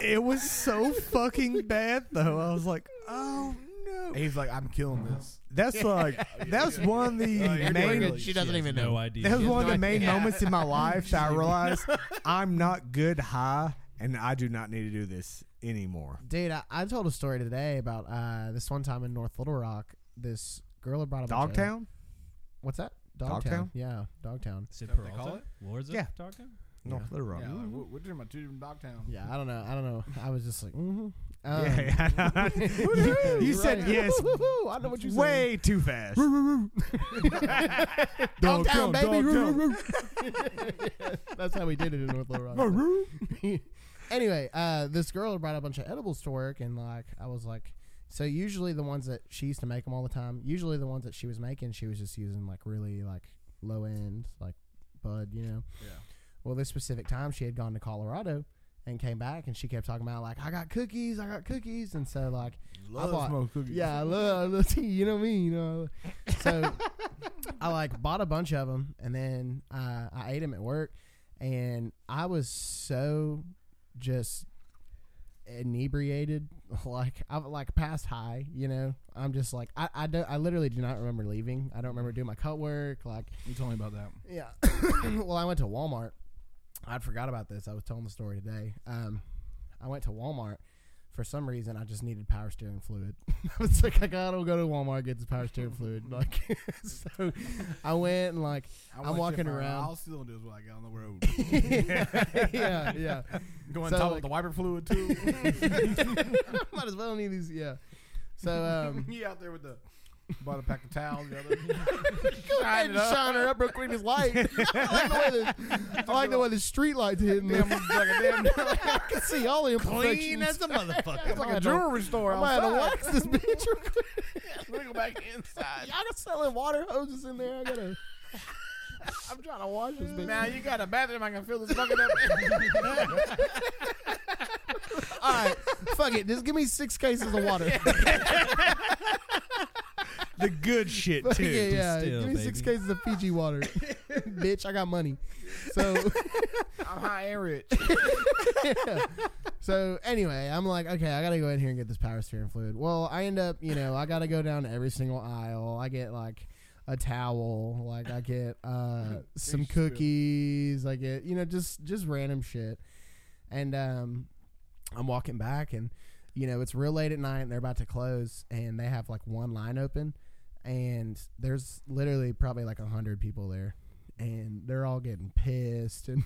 Speaker 2: It was so fucking bad though. I was like, oh no.
Speaker 3: He's like, I'm killing this.
Speaker 2: That's like that's one of the
Speaker 3: Oh, you're doing
Speaker 2: main
Speaker 3: good.
Speaker 1: She doesn't even know.
Speaker 4: No idea.
Speaker 2: that was one of
Speaker 1: no
Speaker 2: the main
Speaker 1: idea.
Speaker 2: moments in my life that I realized I'm not good high and I do not need to do this anymore.
Speaker 1: Dude, I, I told a story today about uh, this one time in North Little Rock. This girl had brought a bunch of-
Speaker 2: Dogtown?
Speaker 1: What's that?
Speaker 2: Dogtown?
Speaker 1: Yeah, Dogtown.
Speaker 4: Sid
Speaker 3: Is that what they call
Speaker 4: Peralta?
Speaker 3: it?
Speaker 4: Lords of
Speaker 2: Yeah.
Speaker 4: Dogtown?
Speaker 2: No,
Speaker 1: Yeah.
Speaker 2: Little
Speaker 3: Yeah,
Speaker 2: Rock.
Speaker 3: like, we're, we're talking about two different Dogtown.
Speaker 1: Yeah, I don't know. I don't know. I was just like, mm-hmm.
Speaker 2: Yeah, yeah. you said yes
Speaker 1: I know what you said.
Speaker 2: way too fast.
Speaker 1: Dogtown, baby. That's how we did it in North Little Rock. anyway, uh, this girl brought a bunch of edibles to work, and like I was like, so usually the ones that she used to make them all the time. Usually the ones that she was making, she was just using like really like low end like bud, you know.
Speaker 3: Yeah.
Speaker 1: Well, this specific time she had gone to Colorado, and came back and she kept talking about like I got cookies, I got cookies, and so like I bought,
Speaker 3: smoked cookies.
Speaker 1: yeah, I love, I love tea, you know me, you know. So I like bought a bunch of them and then uh, I ate them at work, and I was so just inebriated, like I'm like past high, you know. I'm just like I I don't I literally do not remember leaving. I don't remember doing my cut work, like
Speaker 3: You told me about that.
Speaker 1: yeah. well, I went to Walmart. I'd forgot about this. I was telling the story today. Um, I went to Walmart. For some reason, I just needed power steering fluid. I was like, like, I don't go to Walmart get the power steering fluid. Like, so I went and like, I'm
Speaker 3: want you
Speaker 1: walking
Speaker 3: for-
Speaker 1: around.
Speaker 3: I'll still do is what I got on the road.
Speaker 1: yeah, yeah.
Speaker 3: Go on
Speaker 1: So,
Speaker 3: top
Speaker 1: like-
Speaker 3: of the wiper fluid too.
Speaker 1: Might as well need these. Yeah. So um,
Speaker 3: you out there with the bought a pack of towels. The other
Speaker 1: I had
Speaker 3: Shine it
Speaker 1: to
Speaker 3: up.
Speaker 1: shine her up real quick with light. I like the way the, I like the way the street lights hitting me.
Speaker 3: Damn, like a damn
Speaker 1: I can see all the imperfections.
Speaker 2: Clean as a motherfucker.
Speaker 1: It's like
Speaker 3: like a jewelry store.
Speaker 1: I might have to
Speaker 3: outside.
Speaker 1: wax this bitch real quick.
Speaker 3: Let me go back inside.
Speaker 1: Y'all selling water hoses in there. I gotta. I'm trying to wash this bitch.
Speaker 3: Now you got a bathroom. I can fill this bucket up.
Speaker 1: All right, fuck it. Just give me six cases of water.
Speaker 2: the good shit
Speaker 1: Fuck
Speaker 2: too.
Speaker 1: it, yeah.
Speaker 4: Distill,
Speaker 1: give me six
Speaker 4: baby.
Speaker 1: cases of Fiji water, bitch. I got money. So.
Speaker 3: I'm high and rich.
Speaker 1: So anyway, I'm like, okay, I gotta go in here and get this power steering fluid. Well, I end up, you know, I gotta go down every single aisle. I get like a towel, like I get uh, some
Speaker 3: Grease spill.
Speaker 1: cookies, I get you know just just random shit. And um, I'm walking back, and you know it's real late at night, and they're about to close, and they have like one line open, and there's literally probably like a hundred people there. And they're all getting pissed, and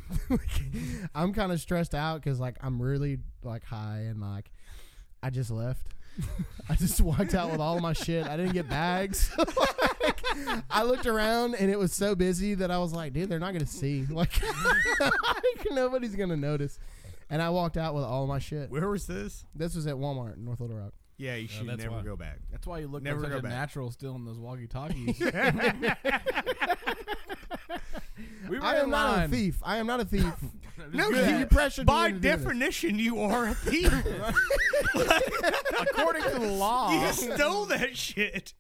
Speaker 1: I'm kind of stressed out because like I'm really like high and like I just left. I just walked out with all my shit. I didn't get bags. Like, I looked around and it was so busy that I was like, dude, they're not gonna see. Like, like, nobody's gonna notice. And I walked out with all my shit.
Speaker 2: Where was this?
Speaker 1: This was at Walmart in North Little Rock.
Speaker 2: Yeah, you should
Speaker 4: that's
Speaker 2: never
Speaker 4: why.
Speaker 2: go back.
Speaker 3: That's why you look
Speaker 2: Never
Speaker 3: like
Speaker 2: go
Speaker 3: such a
Speaker 2: back.
Speaker 3: natural still in those walkie talkies. we were
Speaker 1: I
Speaker 3: in
Speaker 1: am not
Speaker 3: line.
Speaker 1: a thief. I am not a thief.
Speaker 2: No,
Speaker 1: Good.
Speaker 2: you-
Speaker 1: You pressured
Speaker 2: by
Speaker 1: me into doing this.
Speaker 2: definition, you are a thief.
Speaker 3: According to the law.
Speaker 2: you stole that shit.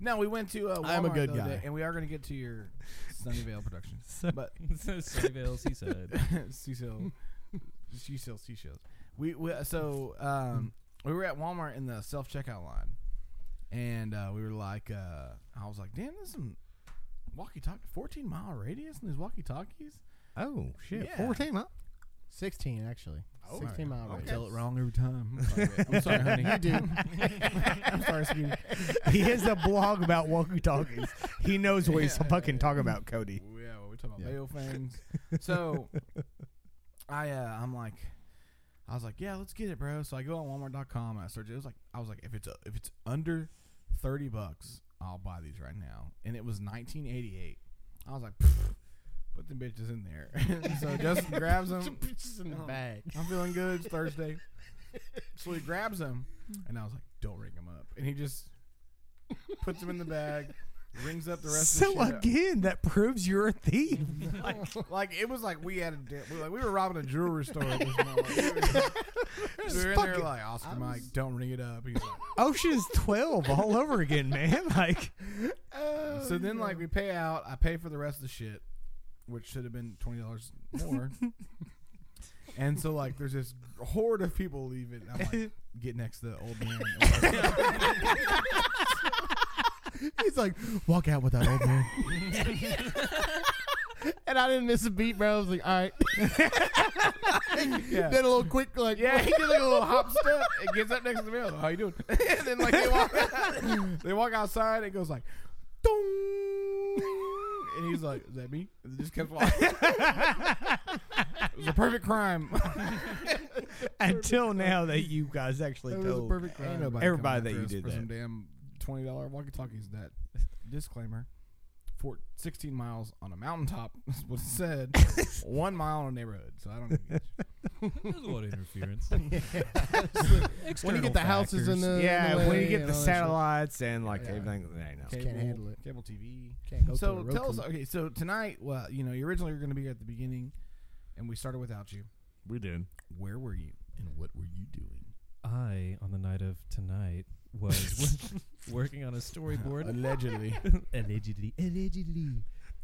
Speaker 3: No, we went to uh, Walmart
Speaker 1: I'm a good
Speaker 3: the other
Speaker 1: guy.
Speaker 3: day, and we are going to get to your Sunnyvale productions,
Speaker 4: So-
Speaker 3: but
Speaker 4: Sunnyvale Seaside.
Speaker 3: seashell, seashell, seashells. We, we so um, we were at Walmart in the self checkout line, and uh, we were like, uh, I was like, damn, this is some walkie talkie, fourteen mile radius in these walkie talkies.
Speaker 2: Oh shit!
Speaker 3: Yeah.
Speaker 2: Fourteen up.
Speaker 1: Sixteen actually.
Speaker 3: Oh,
Speaker 1: Sixteen mile
Speaker 3: I
Speaker 1: radius.
Speaker 3: tell it wrong every time. I'm sorry, honey. You do. I'm sorry, Skeeter.
Speaker 2: He has a blog about walkie talkies. He knows what he's
Speaker 3: Yeah.
Speaker 2: fucking talking about, Cody.
Speaker 3: Well, Yeah, well, we're talking about
Speaker 2: Yeah.
Speaker 3: male things. So I uh, I'm like I was like, yeah, let's get it, bro. So I go on Walmart.com and I search. It It was like I was like, if it's uh, if it's under thirty bucks, I'll buy these right now. And it was 1988. I was like, "Pfft, put them bitches in there. so Justin grabs them.
Speaker 1: Just in the
Speaker 3: Um,
Speaker 1: bag.
Speaker 3: I'm feeling good. It's Thursday. So he grabs them, and I was like, don't ring them up. And he just puts them in the bag, rings up the rest. of
Speaker 2: So
Speaker 3: the shit up.
Speaker 2: again, that proves you're a thief.
Speaker 3: Like it was like we had a da- we were like we were robbing a jewelry store. At this moment. We were, we were in there
Speaker 2: fucking-
Speaker 3: like Oscar Mike, don't ring it up. He's like,
Speaker 2: Ocean's Twelve all over again, man. Like
Speaker 1: uh,
Speaker 3: so then like we pay out. I pay for the rest of the shit, which should have been twenty dollars more. and so like there's this horde of people leaving. I'm like, get next to the old man.
Speaker 1: He's like, walk out with that old man. and I didn't miss a beat, bro. I was like, all right.
Speaker 3: yeah.
Speaker 1: Then a little quick, like,
Speaker 3: Yeah, he did like a little hop step and gets up next to the mirror. Like, How you doing? and then like they walk, they walk outside. and It goes like, dong, and he's like, "Is that me?" And it just kept walking. it was a perfect crime.
Speaker 2: until now that you guys actually
Speaker 1: It was a
Speaker 2: told.
Speaker 1: perfect crime.
Speaker 3: Ain't nobody
Speaker 2: Everybody
Speaker 3: coming
Speaker 2: that
Speaker 3: after
Speaker 2: you
Speaker 3: us
Speaker 2: did
Speaker 3: for some
Speaker 2: that.
Speaker 3: damn twenty dollar walkie talkies. That disclaimer. For 16 miles on a mountaintop is what it said. One mile in a neighborhood, so I don't. Even get you.
Speaker 4: There's a lot of interference.
Speaker 1: when you get the houses in the
Speaker 2: yeah,
Speaker 1: uh, in the
Speaker 2: when you
Speaker 1: way
Speaker 2: get
Speaker 1: and
Speaker 2: the
Speaker 1: all that shit.
Speaker 2: satellites and like
Speaker 1: Yeah.
Speaker 2: everything, I know.
Speaker 1: Can't handle it.
Speaker 3: Cable TV.
Speaker 1: Can't go through a
Speaker 3: so
Speaker 1: road
Speaker 3: tell us,
Speaker 1: con-
Speaker 3: okay. So tonight, well, you know, you originally were going to be here at the beginning, and we started without you.
Speaker 2: We did.
Speaker 3: Where were you and what were you doing?
Speaker 4: I, on the night of tonight, was working on a storyboard
Speaker 3: Allegedly.
Speaker 4: allegedly, allegedly.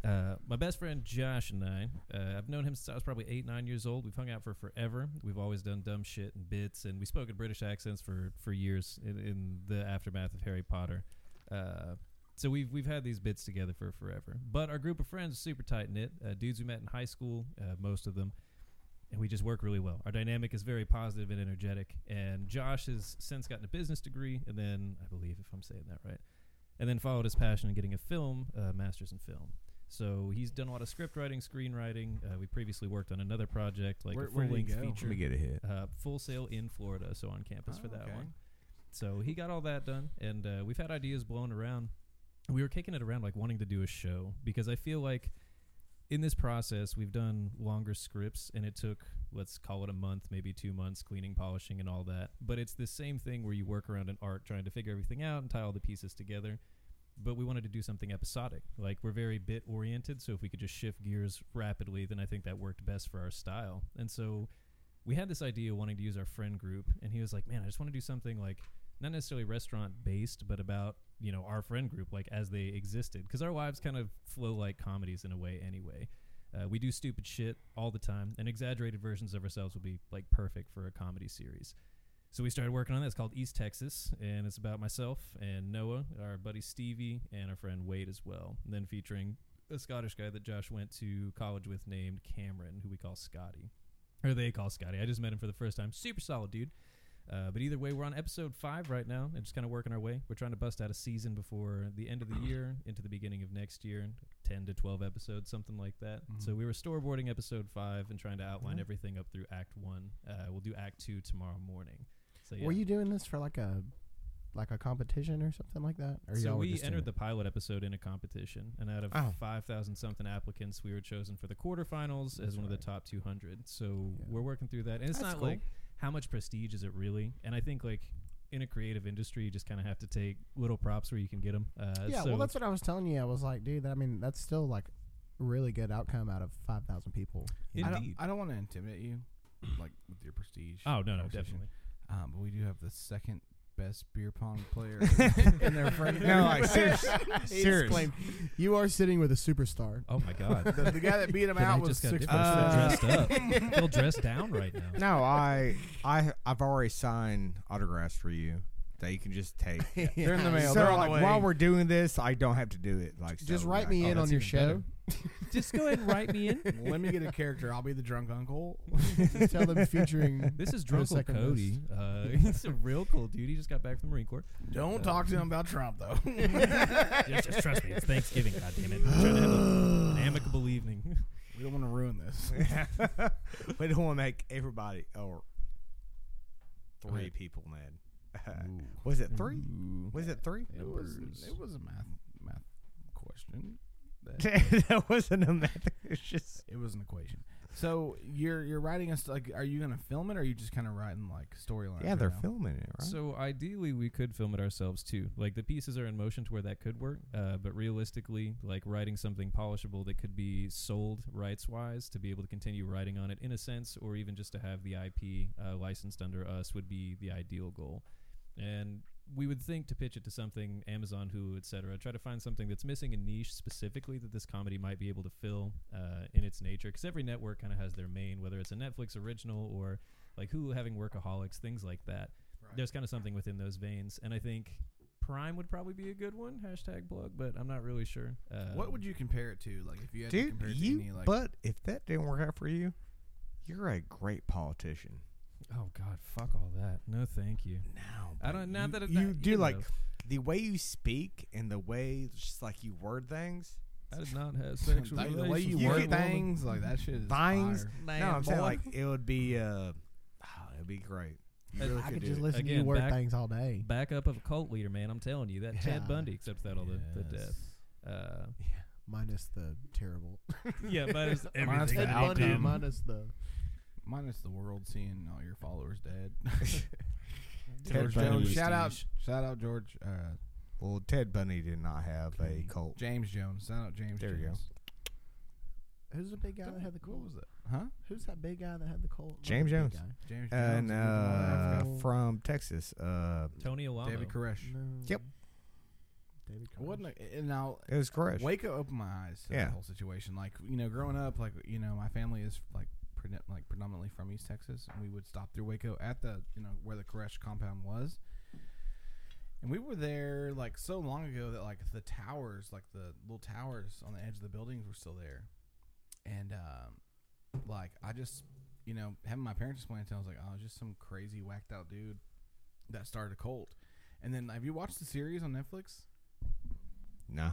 Speaker 4: Uh, my best friend Josh and I, uh, I've known him since I was probably eight, nine years old. We've hung out for forever. We've always done dumb shit and bits, and we spoke in British accents for for years in, in the aftermath of Harry Potter. Uh, so we've we've had these bits together for forever. But our group of friends is super tight knit. Uh, dudes we met in high school, uh, most of them, and we just work really well. Our dynamic is very positive and energetic. And Josh has since gotten a business degree, and then I believe if I'm saying that right and then followed his passion in getting a film uh, master's in film. So he's done a lot of script writing, screenwriting. Uh, we previously worked on another project, like
Speaker 3: Where-
Speaker 4: a
Speaker 3: where
Speaker 4: full
Speaker 3: did he go?
Speaker 4: length
Speaker 2: Let me
Speaker 4: feature,
Speaker 2: get a hit.
Speaker 4: uh, Full Sail in Florida, so on campus for
Speaker 3: Oh,
Speaker 4: that
Speaker 3: okay.
Speaker 4: one. So he got all that done, and uh, we've had ideas blown around. We were kicking it around, like wanting to do a show, because I feel like in this process we've done longer scripts, and it took let's call it a month, maybe two months, cleaning, polishing, and all that. But it's the same thing where you work around an art, trying to figure everything out and tie all the pieces together but we wanted to do something episodic. Like we're very bit oriented, so if we could just shift gears rapidly, then I think that worked best for our style. And so we had this idea of wanting to use our friend group, and he was like, "Man, I just want to do something like not necessarily restaurant based, but about you know our friend group, like as they existed, because our lives kind of flow like comedies in a way, anyway." Uh, we do stupid shit all the time, and exaggerated versions of ourselves would be like perfect for a comedy series. So we started working on this called East Texas, and it's about myself and Noah, our buddy Stevie, and our friend Wade as well. And then featuring a Scottish guy that Josh went to college with named Cameron, who we call Scotty, or they call Scotty. I just met him for the first time. Super solid dude. Uh, but either way, we're on episode five right now, and just kind of working our way. We're trying to bust out a season before the end of the year into the beginning of next year, ten to twelve episodes, something like that.
Speaker 3: Mhm.
Speaker 4: So we were storyboarding episode five and trying to outline
Speaker 1: Yeah.
Speaker 4: everything up through Act One. Uh, we'll do Act Two tomorrow morning. So yeah.
Speaker 1: Were you doing this for like a like a competition or something like that? Or
Speaker 4: so
Speaker 1: y'all were
Speaker 4: we
Speaker 1: just doing
Speaker 4: entered the
Speaker 1: it?
Speaker 4: pilot episode in a competition, and out of
Speaker 2: Oh.
Speaker 4: five thousand something applicants, we were chosen for the quarterfinals as
Speaker 1: That's
Speaker 4: one of the
Speaker 1: right.
Speaker 4: top two hundred. So
Speaker 1: Yeah.
Speaker 4: we're working through that, and it's
Speaker 1: That's
Speaker 4: not
Speaker 1: cool.
Speaker 4: like how much prestige is it really? And I think like in a creative industry, you just kind of have to take little props where you can get them. Uh,
Speaker 1: yeah,
Speaker 4: so
Speaker 1: well, that's what I was telling you. I was like, dude, I mean, that's still like really good outcome out of five thousand people.
Speaker 4: Indeed.
Speaker 3: I don't, I don't want to intimidate you, like with your prestige.
Speaker 4: oh no, no,
Speaker 3: conversation.
Speaker 4: definitely.
Speaker 3: Um, but we do have the second best beer pong player in their friend.
Speaker 2: No, like, serious-
Speaker 1: He
Speaker 2: serious.
Speaker 1: exclaimed, You are sitting with a superstar.
Speaker 4: Oh my god,
Speaker 3: the, the guy that beat him
Speaker 4: Then I
Speaker 3: out was
Speaker 4: just got
Speaker 3: six.
Speaker 4: different. dressed up. They'll dress down right now.
Speaker 2: No, I, I, I've already signed autographs for you that you can just take.
Speaker 3: They're in the mail.
Speaker 2: so
Speaker 3: They're on
Speaker 2: like
Speaker 3: the way.
Speaker 2: while we're doing this, I don't have to do it. Like
Speaker 1: Just
Speaker 2: so,
Speaker 1: write
Speaker 2: like,
Speaker 1: me
Speaker 2: oh,
Speaker 1: in on
Speaker 2: that's
Speaker 1: your
Speaker 2: even
Speaker 1: show.
Speaker 2: better.
Speaker 4: Just go ahead and write me in.
Speaker 3: Let me get a character. I'll be the drunk uncle.
Speaker 1: Tell them featuring.
Speaker 4: This is
Speaker 1: Put a
Speaker 4: Drunkle
Speaker 1: second
Speaker 4: Cody. Uh, he's a real cool dude. He just got back from the Marine Corps.
Speaker 3: Don't talk to him about Trump though.
Speaker 4: just, just trust me, it's Thanksgiving, goddammit. We're trying to have a- an amicable evening.
Speaker 3: we don't want to ruin this.
Speaker 2: we don't want to make everybody or
Speaker 4: Go
Speaker 2: three
Speaker 4: ahead.
Speaker 2: people mad. was it three? Was it three?
Speaker 3: It was. It was a math math question. That
Speaker 2: that wasn't a math. It's just
Speaker 3: It was an equation. So you're you're writing us like, are you gonna film it? or Are you just kind of writing like storylines?
Speaker 2: yeah,
Speaker 3: right
Speaker 2: they're
Speaker 3: now?
Speaker 2: filming it right.
Speaker 4: So ideally, we could film it ourselves too. Like the pieces are in motion to where that could work, uh, but realistically, like writing something polishable that could be sold rights wise to be able to continue writing on it in a sense, or even just to have the IP uh, licensed under us would be the ideal goal. And we would think to pitch it to something Amazon, Hulu, etc. Try to find something that's missing a niche specifically that this comedy might be able to fill uh, in its nature, because every network kind of has their main, whether it's a Netflix original or like Hulu having workaholics, things like that there's kind of something within those veins, and I think Prime would probably be a good one. Hashtag blog, but I'm not really sure. Uh,
Speaker 3: What would you compare it to? Like, if you had to
Speaker 2: Dude,
Speaker 3: compare it to
Speaker 2: you.
Speaker 3: any like,
Speaker 2: but if that didn't work out for you, you're a great politician.
Speaker 4: Oh God, fuck all that. No, thank you.
Speaker 2: No,
Speaker 4: I
Speaker 2: but
Speaker 4: don't- not
Speaker 2: you,
Speaker 4: that it-
Speaker 2: you
Speaker 4: that-
Speaker 2: do
Speaker 4: you
Speaker 2: like
Speaker 4: know.
Speaker 2: the way you speak and the way just like you word things.
Speaker 4: I did not have
Speaker 3: like,
Speaker 4: sexual
Speaker 3: the way you
Speaker 4: relations
Speaker 2: You
Speaker 3: word
Speaker 4: with
Speaker 2: could-
Speaker 4: that woman.
Speaker 3: things, like that shit is
Speaker 2: Things-
Speaker 3: fire.
Speaker 2: no, I'm saying like it would be uh, ah, it'd be great. You
Speaker 4: Uh,
Speaker 2: really
Speaker 4: I
Speaker 1: I could
Speaker 2: do
Speaker 1: just
Speaker 2: it.
Speaker 1: listen to you
Speaker 4: Again,
Speaker 1: word
Speaker 4: back-
Speaker 1: things all day.
Speaker 4: backup of a cult leader, man. I'm telling you that Ted
Speaker 1: Yeah.
Speaker 4: Bundy, except that all the, the
Speaker 3: Yes.
Speaker 4: death. Uh,
Speaker 1: Minus the terrible.
Speaker 4: yeah, but it's
Speaker 3: Minus
Speaker 4: everything.
Speaker 3: the
Speaker 1: Ted
Speaker 4: about
Speaker 1: Bundy,
Speaker 4: them.
Speaker 1: minus the.
Speaker 3: Minus the world seeing all your followers dead.
Speaker 1: Ted
Speaker 3: George
Speaker 1: Bundy
Speaker 3: Jones.
Speaker 1: was
Speaker 3: Shout out,
Speaker 4: douche.
Speaker 3: shout out, George. Uh,
Speaker 2: Well, Ted Bunny did not have a cult.
Speaker 3: James Jones. Shout out, James.
Speaker 2: There you go.
Speaker 3: Jones.
Speaker 1: Who's the big guy that
Speaker 3: Don't-
Speaker 1: had the
Speaker 3: What
Speaker 1: cold?
Speaker 3: was it? Huh?
Speaker 1: Who's that big guy that had the cold? not
Speaker 2: James
Speaker 1: the big
Speaker 2: Jones.
Speaker 1: guy.
Speaker 3: James
Speaker 2: and
Speaker 3: Jones, David
Speaker 2: uh,
Speaker 3: Lombardo,
Speaker 2: from Texas. Uh,
Speaker 4: Tony Alamo.
Speaker 3: David Koresh.
Speaker 1: No.
Speaker 2: Yep.
Speaker 1: David.
Speaker 3: I Wasn't
Speaker 1: Koresh.
Speaker 3: it- and now
Speaker 2: it was Koresh.
Speaker 3: Waco opened my eyes to
Speaker 2: Yeah.
Speaker 3: that whole situation. Like you know, growing up, like you know, my family is like pre- like predominantly from East Texas, and we would stop through Waco at the you know where the Koresh compound was. And we were there like so long ago that like the towers, like the little towers on the edge of the buildings, were still there. And um, like I just, you know, having my parents explain it to me, I was like, oh, just some crazy whacked out dude that started a cult. And then have you watched the series on Netflix?
Speaker 2: no,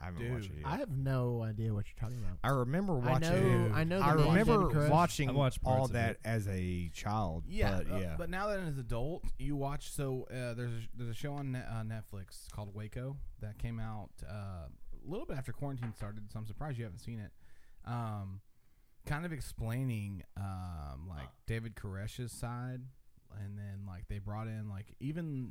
Speaker 2: I haven't watched
Speaker 3: Dude,
Speaker 2: it yet.
Speaker 1: I have no idea what you're talking about.
Speaker 2: I remember watching.
Speaker 1: I know. I know. the
Speaker 2: I
Speaker 1: name
Speaker 2: remember
Speaker 1: David Koresh.
Speaker 2: watching
Speaker 4: I watched parts
Speaker 2: all
Speaker 4: of
Speaker 2: that
Speaker 4: it.
Speaker 2: as a child.
Speaker 3: Yeah,
Speaker 2: but,
Speaker 3: uh,
Speaker 2: yeah.
Speaker 3: but now that as an adult, you watch. So uh, there's a, there's a show on Net, uh, Netflix called Waco that came out uh, a little bit after quarantine started. So I'm surprised you haven't seen it. Um, kind of explaining um, like
Speaker 2: Ah.
Speaker 3: David Koresh's side, and then like they brought in like even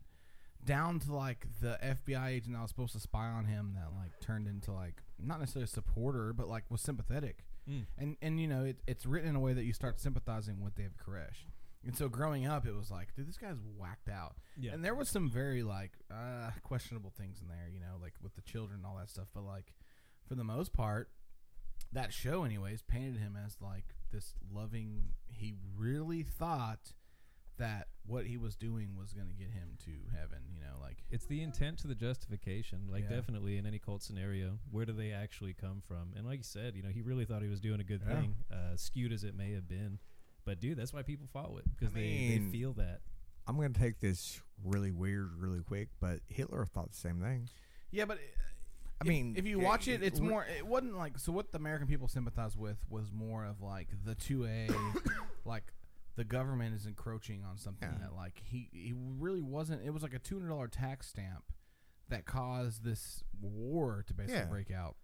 Speaker 3: down to like the FBI agent that was supposed to spy on him that like turned into like not necessarily a supporter, but like was sympathetic.
Speaker 4: Mm.
Speaker 3: And and you know it, it's written in a way that you start sympathizing with David Koresh. And so growing up, it was like, dude, this guy's whacked out.
Speaker 4: Yeah.
Speaker 3: And there was some very like uh, questionable things in there, you know, like with the children and all that stuff. But like for the most part, that show, anyways, painted him as like this loving. He really thought that what he was doing was going to get him to heaven, you know, like
Speaker 4: It's the intent to the justification, like
Speaker 3: Yeah.
Speaker 4: definitely in any cult scenario. Where do they actually come from? And like you said, you know, he really thought he was doing a good
Speaker 2: Yeah.
Speaker 4: thing, uh, skewed as it may have been. But dude, that's why people follow it because
Speaker 2: I
Speaker 4: they,
Speaker 2: mean-
Speaker 4: they feel that.
Speaker 2: I'm gonna take this really weird, really quick. But Hitler thought the same thing.
Speaker 3: yeah, but. uh,
Speaker 2: I mean,
Speaker 3: if you
Speaker 2: yeah,
Speaker 3: watch it, it's
Speaker 2: re-
Speaker 3: more. It wasn't like so. What the American people sympathized with was more of like the two A, like the government is encroaching on something
Speaker 2: Yeah.
Speaker 3: that like he he really wasn't. It was like a two hundred dollar tax stamp that caused this war to basically
Speaker 2: Yeah.
Speaker 3: break out,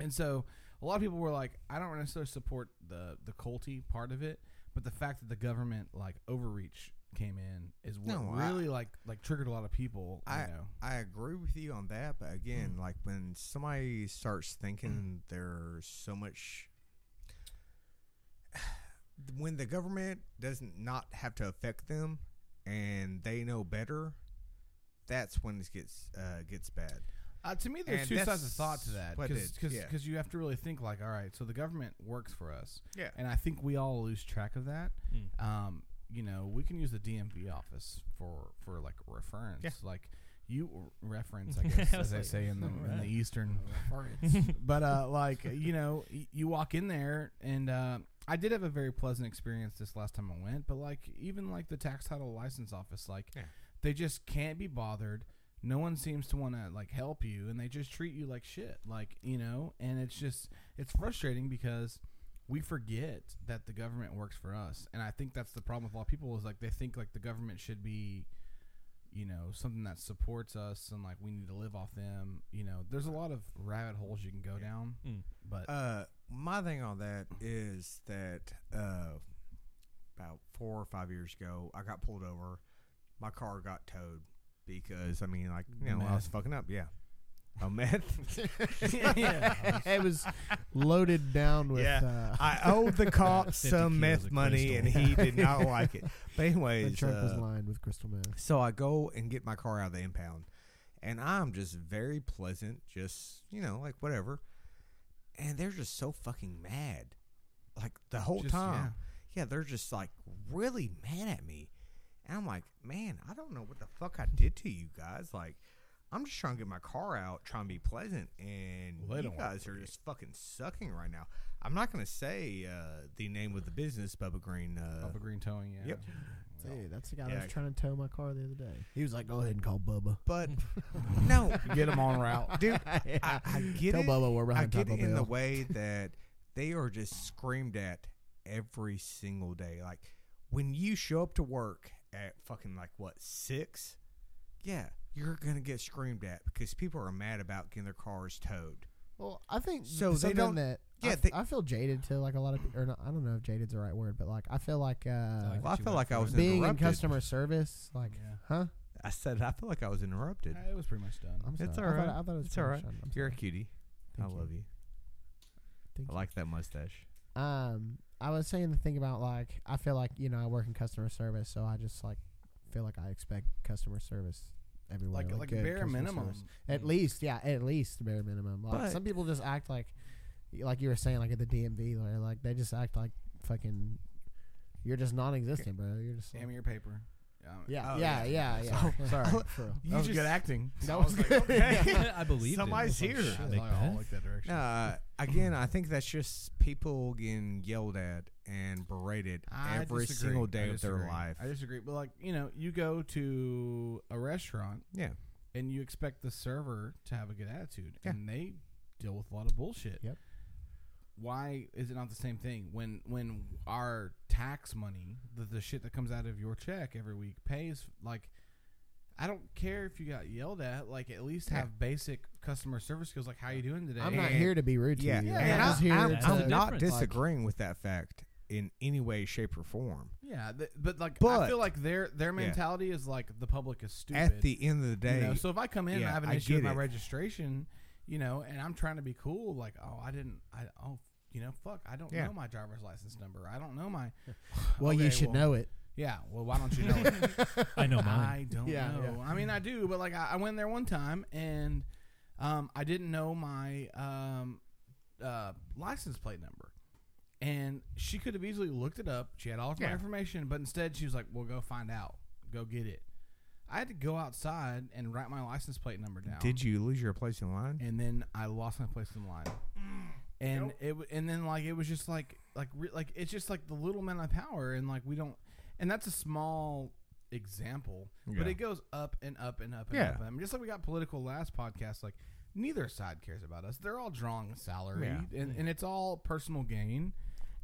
Speaker 3: and so a lot of people were like, I don't necessarily support the the culty part of it, but the fact that the government like overreach came in is what
Speaker 2: No, I-
Speaker 3: really like like triggered a lot of people.
Speaker 2: I-
Speaker 3: you know.
Speaker 2: I agree with you on that, but again, like when somebody starts thinking there's so much when the government doesn't not have to affect them and they know better, that's when it gets uh, gets bad.
Speaker 3: Uh, to me, there's
Speaker 2: And
Speaker 3: two sides
Speaker 2: that's
Speaker 3: of thought to that
Speaker 2: what
Speaker 3: because
Speaker 2: it- yeah.
Speaker 3: you have to really think like, all right, so the government works for us,
Speaker 2: Yeah. Hmm.
Speaker 3: and I think we all lose track of that.
Speaker 4: Mm.
Speaker 3: Um, you know, we can use the DMV office for for like reference,
Speaker 2: Yeah.
Speaker 3: like you reference, I guess,
Speaker 4: I
Speaker 3: as
Speaker 4: was
Speaker 3: they
Speaker 4: like,
Speaker 3: say in the in
Speaker 4: alright.
Speaker 3: the Eastern. but uh, like you know, y- you walk in there, and uh, I did have a very pleasant experience this last time I went. But like even like the tax title license office, like
Speaker 2: Yeah.
Speaker 3: they just can't be bothered. No one seems to want to like help you, and they just treat you like shit. Like you know, and it's just it's frustrating because we forget that the government works for us, and I think that's the problem with a lot of people is like they think like the government should be you know something that supports us and like we need to live off them you know there's a lot of rabbit holes you can go down
Speaker 4: Mm.
Speaker 3: but
Speaker 2: Uh, my thing on that is that uh, about four or five years ago, I got pulled over. My car got towed because I mean, like you know, I was
Speaker 3: Meth.
Speaker 2: fucking up. Yeah, a meth.
Speaker 3: yeah.
Speaker 1: it was loaded down with.
Speaker 2: Yeah.
Speaker 1: Uh,
Speaker 2: I owed the cop
Speaker 4: 50
Speaker 2: some
Speaker 4: kilos
Speaker 2: meth
Speaker 4: of
Speaker 2: money, and he did not like it. But
Speaker 1: the
Speaker 2: anyways,
Speaker 1: trunk was
Speaker 2: uh,
Speaker 1: lined with crystal meth.
Speaker 2: so I go and get my car out of the impound, and I'm just very pleasant, just you know, like whatever. And they're just so fucking mad, like the whole
Speaker 3: Just-
Speaker 2: time. Yeah. they're just like really mad at me, and I'm like, man, I don't know what the fuck I did to you guys. Like, I'm just trying to get my car out, trying to be pleasant, and
Speaker 3: Well, they
Speaker 2: you
Speaker 3: don't want
Speaker 2: guys are just fucking sucking right now. I'm not gonna say uh, the name of the business, Bubba Green. Uh,
Speaker 3: Alpha green towing yeah
Speaker 2: Yep.
Speaker 1: Dude, that's the guy that
Speaker 2: Yeah.
Speaker 1: was trying to tow my car the other day. He was like, "Go ahead and call Bubba."
Speaker 2: But no,
Speaker 3: get them on route
Speaker 2: dude, I, I get
Speaker 1: Tell
Speaker 2: it.
Speaker 1: Bubba we're
Speaker 2: I
Speaker 1: behind
Speaker 2: get
Speaker 1: Taco
Speaker 2: it in the
Speaker 1: Bell.
Speaker 2: way that they are just screamed at every single day. Like when you show up to work at fucking like what six, yeah, you're gonna get screamed at because people are mad about getting their cars towed.
Speaker 1: Well, I think
Speaker 2: So
Speaker 1: so.
Speaker 2: they
Speaker 1: Something
Speaker 2: don't-
Speaker 1: That
Speaker 2: yeah,
Speaker 1: I,
Speaker 2: they-
Speaker 1: I feel jaded to like a lot of, pe- or not, I don't know if jaded's the right word, but like I feel like uh,
Speaker 4: Like,
Speaker 2: Well, I
Speaker 4: you
Speaker 2: feel
Speaker 4: went
Speaker 2: like I
Speaker 4: for
Speaker 2: was
Speaker 4: it.
Speaker 1: being in
Speaker 2: interrupted.
Speaker 1: customer service, like,
Speaker 3: Yeah.
Speaker 1: huh?
Speaker 2: I said I feel like I was interrupted.
Speaker 3: Uh, it was pretty much done
Speaker 1: I'm sorry.
Speaker 2: It's
Speaker 1: I
Speaker 2: all
Speaker 1: thought-
Speaker 2: right.
Speaker 1: I thought it was
Speaker 2: It's all
Speaker 1: finished.
Speaker 2: right.
Speaker 1: I'm- I'm
Speaker 2: You're a
Speaker 1: sorry.
Speaker 2: cutie.
Speaker 1: Thank
Speaker 2: I
Speaker 1: you.
Speaker 2: love you.
Speaker 1: Thank
Speaker 2: I like that mustache.
Speaker 1: you. Um, I was saying the thing about like I feel like you know I work in customer service, so I just like feel like I expect customer service everywhere.
Speaker 3: like like
Speaker 1: good
Speaker 3: bare
Speaker 1: customer
Speaker 3: minimum.
Speaker 1: service. At least, yeah, at least bare minimum. Like
Speaker 2: But-
Speaker 1: some people just act like, like you were saying, like at the DMV, like, like they just act like fucking. You're just non-existent, bro. You're just.
Speaker 3: Hand
Speaker 1: Like,
Speaker 3: me your paper. Um,
Speaker 1: yeah,
Speaker 3: oh,
Speaker 1: yeah, yeah, yeah,
Speaker 3: Sorry.
Speaker 1: For real.
Speaker 3: That was
Speaker 2: just-
Speaker 3: good acting.
Speaker 1: That was good.
Speaker 4: I believe
Speaker 2: Somebody's here.
Speaker 1: Shit,
Speaker 4: Like
Speaker 3: I don't
Speaker 4: that?
Speaker 3: like that direction.
Speaker 2: Uh, again, I think that's just people getting yelled at and berated
Speaker 3: I
Speaker 2: every
Speaker 3: disagree.
Speaker 2: single
Speaker 3: I
Speaker 2: day of their
Speaker 3: disagree.
Speaker 2: life.
Speaker 3: I disagree. But like, you know, you go to a restaurant
Speaker 2: yeah,
Speaker 3: and you expect the server to have a good attitude,
Speaker 2: Yeah.
Speaker 3: and they deal with a lot of bullshit.
Speaker 1: Yep.
Speaker 3: Why is it not the same thing when when our tax money, the, the shit that comes out of your check every week, pays like? I don't care if you got yelled at. Like, at least
Speaker 2: Yeah.
Speaker 3: have basic customer service skills. Like, how you doing today?
Speaker 1: I'm not
Speaker 2: And-
Speaker 1: here to be rude to
Speaker 2: yeah.
Speaker 1: you.
Speaker 3: Yeah,
Speaker 1: I'm
Speaker 2: and
Speaker 1: just here
Speaker 2: I, am
Speaker 1: to.
Speaker 4: That's the
Speaker 2: not
Speaker 4: difference.
Speaker 2: disagreeing with that fact in any way, shape, or form.
Speaker 3: Yeah, th- but like, I
Speaker 2: But-
Speaker 3: feel like their their mentality is like the public is stupid.
Speaker 2: At the end of the day,
Speaker 3: You know, so if I come in and
Speaker 2: yeah,
Speaker 3: I have an
Speaker 2: I
Speaker 3: issue with
Speaker 2: get
Speaker 3: my
Speaker 2: it.
Speaker 3: registration, you know, and I'm trying to be cool, like, oh, I didn't, I, oh, you know, fuck, I don't
Speaker 2: Yeah.
Speaker 3: know my driver's license number. I don't know my.
Speaker 1: well, you
Speaker 3: Okay,
Speaker 1: should
Speaker 3: well,
Speaker 1: know it.
Speaker 3: Yeah. Well, why don't you know? it?
Speaker 4: I know mine.
Speaker 3: I don't
Speaker 1: Yeah,
Speaker 3: know. I mean, I do, but like, I, I went there one time and um, I didn't know my um, uh, license plate number. And she could have easily looked it up. She had all of my
Speaker 2: Yeah.
Speaker 3: information, but instead she was like, well, go find out. Go get it. I had to go outside and write my license plate number down.
Speaker 2: did you lose your place in line? Mm.
Speaker 3: and then I lost my place in line. And it w- and then like it was just like like re- like it's just like the little amount of power and like we don't and that's a small example,
Speaker 2: Yeah.
Speaker 3: but it goes up and up and up and
Speaker 2: Yeah.
Speaker 3: up. I mean, just like we got political last podcast, like neither side cares about us. They're all drawing a salary
Speaker 2: Yeah.
Speaker 3: and, and it's all personal gain.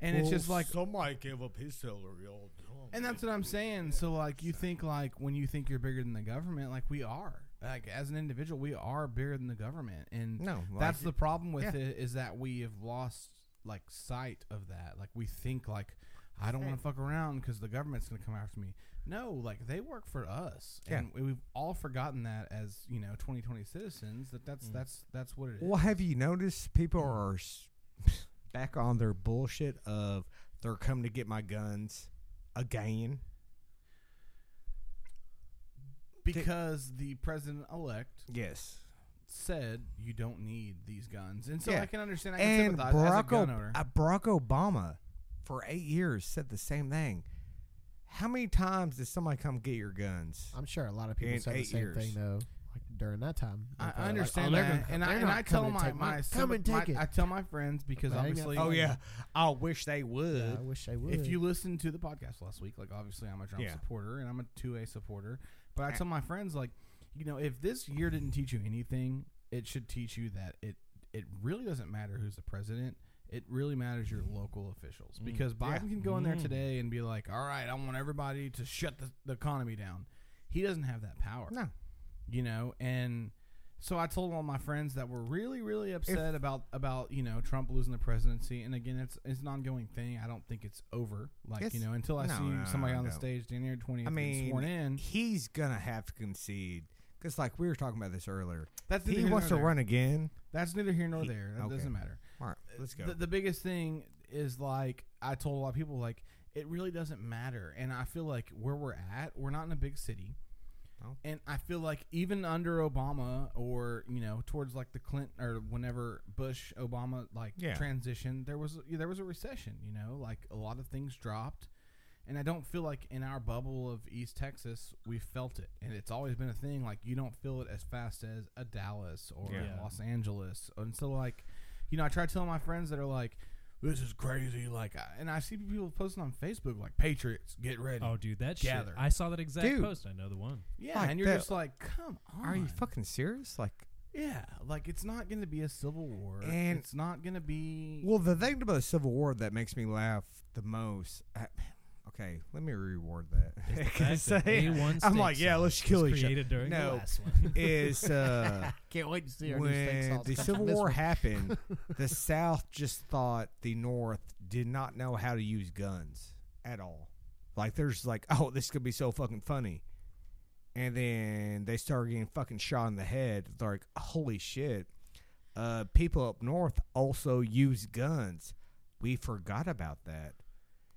Speaker 3: And it's just like
Speaker 2: somebody gave up his salary all the time.
Speaker 3: and that's what I'm saying. So like you think like when you think you're bigger than the government, like we are. Like as an individual, we are bigger than the government. And
Speaker 2: No, like-
Speaker 3: that's the problem with
Speaker 2: Yeah.
Speaker 3: it is that we have lost like sight of that. Like we think like I don't want to fuck around because the government's gonna come after me. No, like they work for us,
Speaker 2: Yeah.
Speaker 3: and we- we've all forgotten that as you know, 2020 citizens. That
Speaker 2: Mm.
Speaker 3: that's that's that's what it is.
Speaker 2: Well, have you noticed people are s- back on their bullshit of they're coming to get my guns again?
Speaker 3: Because the president elect
Speaker 2: Yes.
Speaker 3: said you don't need these guns, and so
Speaker 2: Yeah.
Speaker 3: I can understand. I can
Speaker 2: And
Speaker 3: sympathize as a
Speaker 2: Barack,
Speaker 3: gun
Speaker 2: Ob-
Speaker 3: owner.
Speaker 2: uh, Barack Obama, for eight years, said the same thing. How many times did somebody come get your guns?
Speaker 1: I'm sure a lot of people
Speaker 2: In
Speaker 1: said the
Speaker 2: eight
Speaker 1: same
Speaker 2: years.
Speaker 1: thing though. Like during that time,
Speaker 3: I,
Speaker 1: Like,
Speaker 3: I
Speaker 1: uh,
Speaker 3: understand
Speaker 1: like, oh, they're
Speaker 3: that,
Speaker 1: gonna-
Speaker 3: and I
Speaker 1: they're
Speaker 3: and
Speaker 1: not
Speaker 3: I tell
Speaker 1: coming to
Speaker 3: my
Speaker 1: take
Speaker 3: my,
Speaker 1: come and
Speaker 3: my-
Speaker 1: take it.
Speaker 3: I tell my friends because
Speaker 1: But I ain't got
Speaker 3: obviously,
Speaker 1: fucking-
Speaker 2: Oh yeah, I wish they would.
Speaker 1: Yeah, I wish they would.
Speaker 3: if you listen to the podcast last week, like obviously I'm a Trump
Speaker 2: Yeah.
Speaker 3: supporter and I'm a two A supporter, but I tell my friends like, you know, if this year didn't teach you anything, it should teach you that it it really doesn't matter who's the president. It really matters your local officials
Speaker 1: Mm.
Speaker 3: because Biden can go in there today and be like, "All right, I want everybody to shut the, the economy down." He doesn't have that power.
Speaker 2: No.
Speaker 3: you know, and so I told all my friends that were really, really upset about about you know Trump losing the presidency. And again, it's it's an ongoing thing. I don't think it's over. Like you
Speaker 2: It's-
Speaker 3: know, until I
Speaker 2: no,
Speaker 3: see
Speaker 2: no,
Speaker 3: somebody
Speaker 2: no,
Speaker 3: on the
Speaker 2: no.
Speaker 3: stage January twentieth,
Speaker 2: I mean,
Speaker 3: sworn in.
Speaker 2: he's gonna have to concede because, like we were talking about this earlier,
Speaker 3: That's neither
Speaker 2: he
Speaker 3: here
Speaker 2: wants to
Speaker 3: nor there.
Speaker 2: run again.
Speaker 3: That's neither here nor
Speaker 2: He-
Speaker 3: there. That
Speaker 2: okay.
Speaker 3: doesn't matter.
Speaker 2: All right, let's go.
Speaker 3: The, the biggest thing is like I told a lot of people like it really doesn't matter, and I feel like where we're at, we're not in a big city,
Speaker 2: No.
Speaker 3: and I feel like even under Obama or you know towards like the Clinton or whenever Bush Obama like
Speaker 2: Yeah.
Speaker 3: transition, there was there was a recession, you know, like a lot of things dropped. And I don't feel like in our bubble of East Texas, we felt it. And it's always been a thing. Like, you don't feel it as fast as a Dallas or
Speaker 4: Yeah.
Speaker 3: a Los Angeles. And so, like, you know, I try telling my friends that are like, this is crazy. Like, I, and I see people posting on Facebook, like, Patriots, get ready.
Speaker 4: Oh, dude, that shit.
Speaker 3: Gather.
Speaker 4: I saw that exact
Speaker 2: Dude.
Speaker 4: post. I know the one.
Speaker 3: yeah.
Speaker 2: like
Speaker 3: and you're
Speaker 2: that-
Speaker 3: just like, come on.
Speaker 2: Are you fucking serious? Like,
Speaker 3: Yeah. Like, it's not going to be a civil war.
Speaker 2: And-
Speaker 3: it's not going to be.
Speaker 2: Well, the thing about the Civil War that makes me laugh the most. I, okay, let me reward that.
Speaker 4: That's the
Speaker 2: 'Cause I-
Speaker 4: A1
Speaker 2: I'm like,
Speaker 4: steak
Speaker 2: yeah,
Speaker 4: sauce
Speaker 2: let's
Speaker 4: was
Speaker 2: kill each other.
Speaker 4: created during the
Speaker 2: No.
Speaker 4: last one.
Speaker 2: Is uh,
Speaker 1: can't wait to see our new steak
Speaker 2: when
Speaker 1: sauce.
Speaker 2: the Civil War happened, the South just thought the North did not know how to use guns at all. Like, there's like, oh, this could be so fucking funny. And then they started getting fucking shot in the head. They're like, holy shit. uh, people up north also use guns. We forgot about that.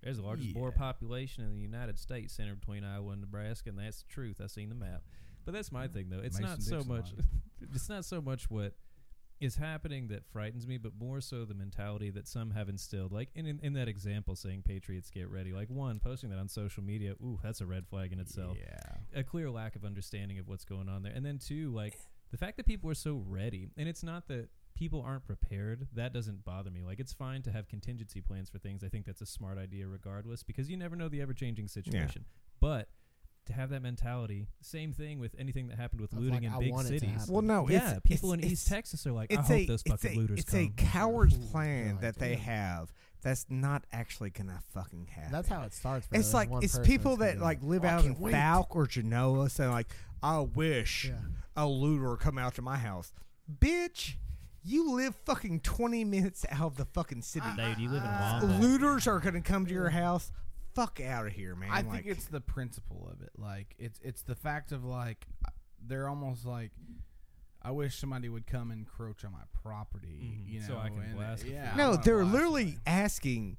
Speaker 4: There's the largest boar population in the United States, centered between Iowa and Nebraska, and that's the truth. I've seen the map. But that's my thing, though. It's not so
Speaker 3: Mason-Dixon
Speaker 4: much. it's not so much what is happening that frightens me, but more so the mentality that some have instilled. Like in in, in that example, saying Patriots get ready. Like one posting that on social media. Ooh, that's a red flag in itself
Speaker 3: Yeah.
Speaker 4: a clear lack of understanding of what's going on there. And then two, like the fact that people are so ready, and it's not that people aren't prepared. That doesn't bother me. Like it's fine to have contingency plans for things. I think that's a smart idea, regardless, because you never know the ever-changing situation. But to have that mentality, same thing with anything that happened with
Speaker 1: Of
Speaker 4: looting
Speaker 1: like,
Speaker 4: in
Speaker 1: I
Speaker 4: big
Speaker 1: want it to
Speaker 4: cities.
Speaker 1: happen.
Speaker 2: Well, no,
Speaker 4: yeah,
Speaker 2: it's-
Speaker 4: people
Speaker 2: it's-
Speaker 4: in East
Speaker 2: it's-
Speaker 4: Texas are like, I
Speaker 2: it's
Speaker 4: hope
Speaker 2: a,
Speaker 4: those
Speaker 2: it's
Speaker 4: fucking
Speaker 2: a,
Speaker 4: looters
Speaker 2: it's
Speaker 4: come.
Speaker 2: a coward's
Speaker 1: Ooh,
Speaker 2: plan
Speaker 1: Oh, God
Speaker 2: that they
Speaker 1: damn.
Speaker 2: have that's not actually gonna fucking happen.
Speaker 1: That's how it starts. For
Speaker 2: it's
Speaker 1: those
Speaker 2: like
Speaker 1: one
Speaker 2: it's
Speaker 1: person
Speaker 2: people
Speaker 1: that's
Speaker 2: that
Speaker 1: gonna
Speaker 2: like
Speaker 1: be "Oh,
Speaker 2: live
Speaker 1: "I
Speaker 2: out in
Speaker 1: can't wait."
Speaker 2: Falk or Genoa saying like, I wish
Speaker 1: Yeah.
Speaker 2: a looter come out to my house. Bitch, you live fucking twenty minutes out of the fucking city. Uh,
Speaker 4: Dude, you live in Wamba.
Speaker 2: Looters are gonna come to your house. Fuck out of here, man.
Speaker 3: I
Speaker 2: Like,
Speaker 3: think it's the principle of it. Like it's it's the fact of like uh, they're almost like I wish somebody would come and encroach on my property,
Speaker 4: Mhm.
Speaker 3: you know.
Speaker 4: So I can
Speaker 3: and,
Speaker 4: blast it.
Speaker 3: yeah, I
Speaker 2: No,
Speaker 3: wanna
Speaker 2: they're
Speaker 3: blast
Speaker 2: literally
Speaker 3: somebody.
Speaker 2: asking,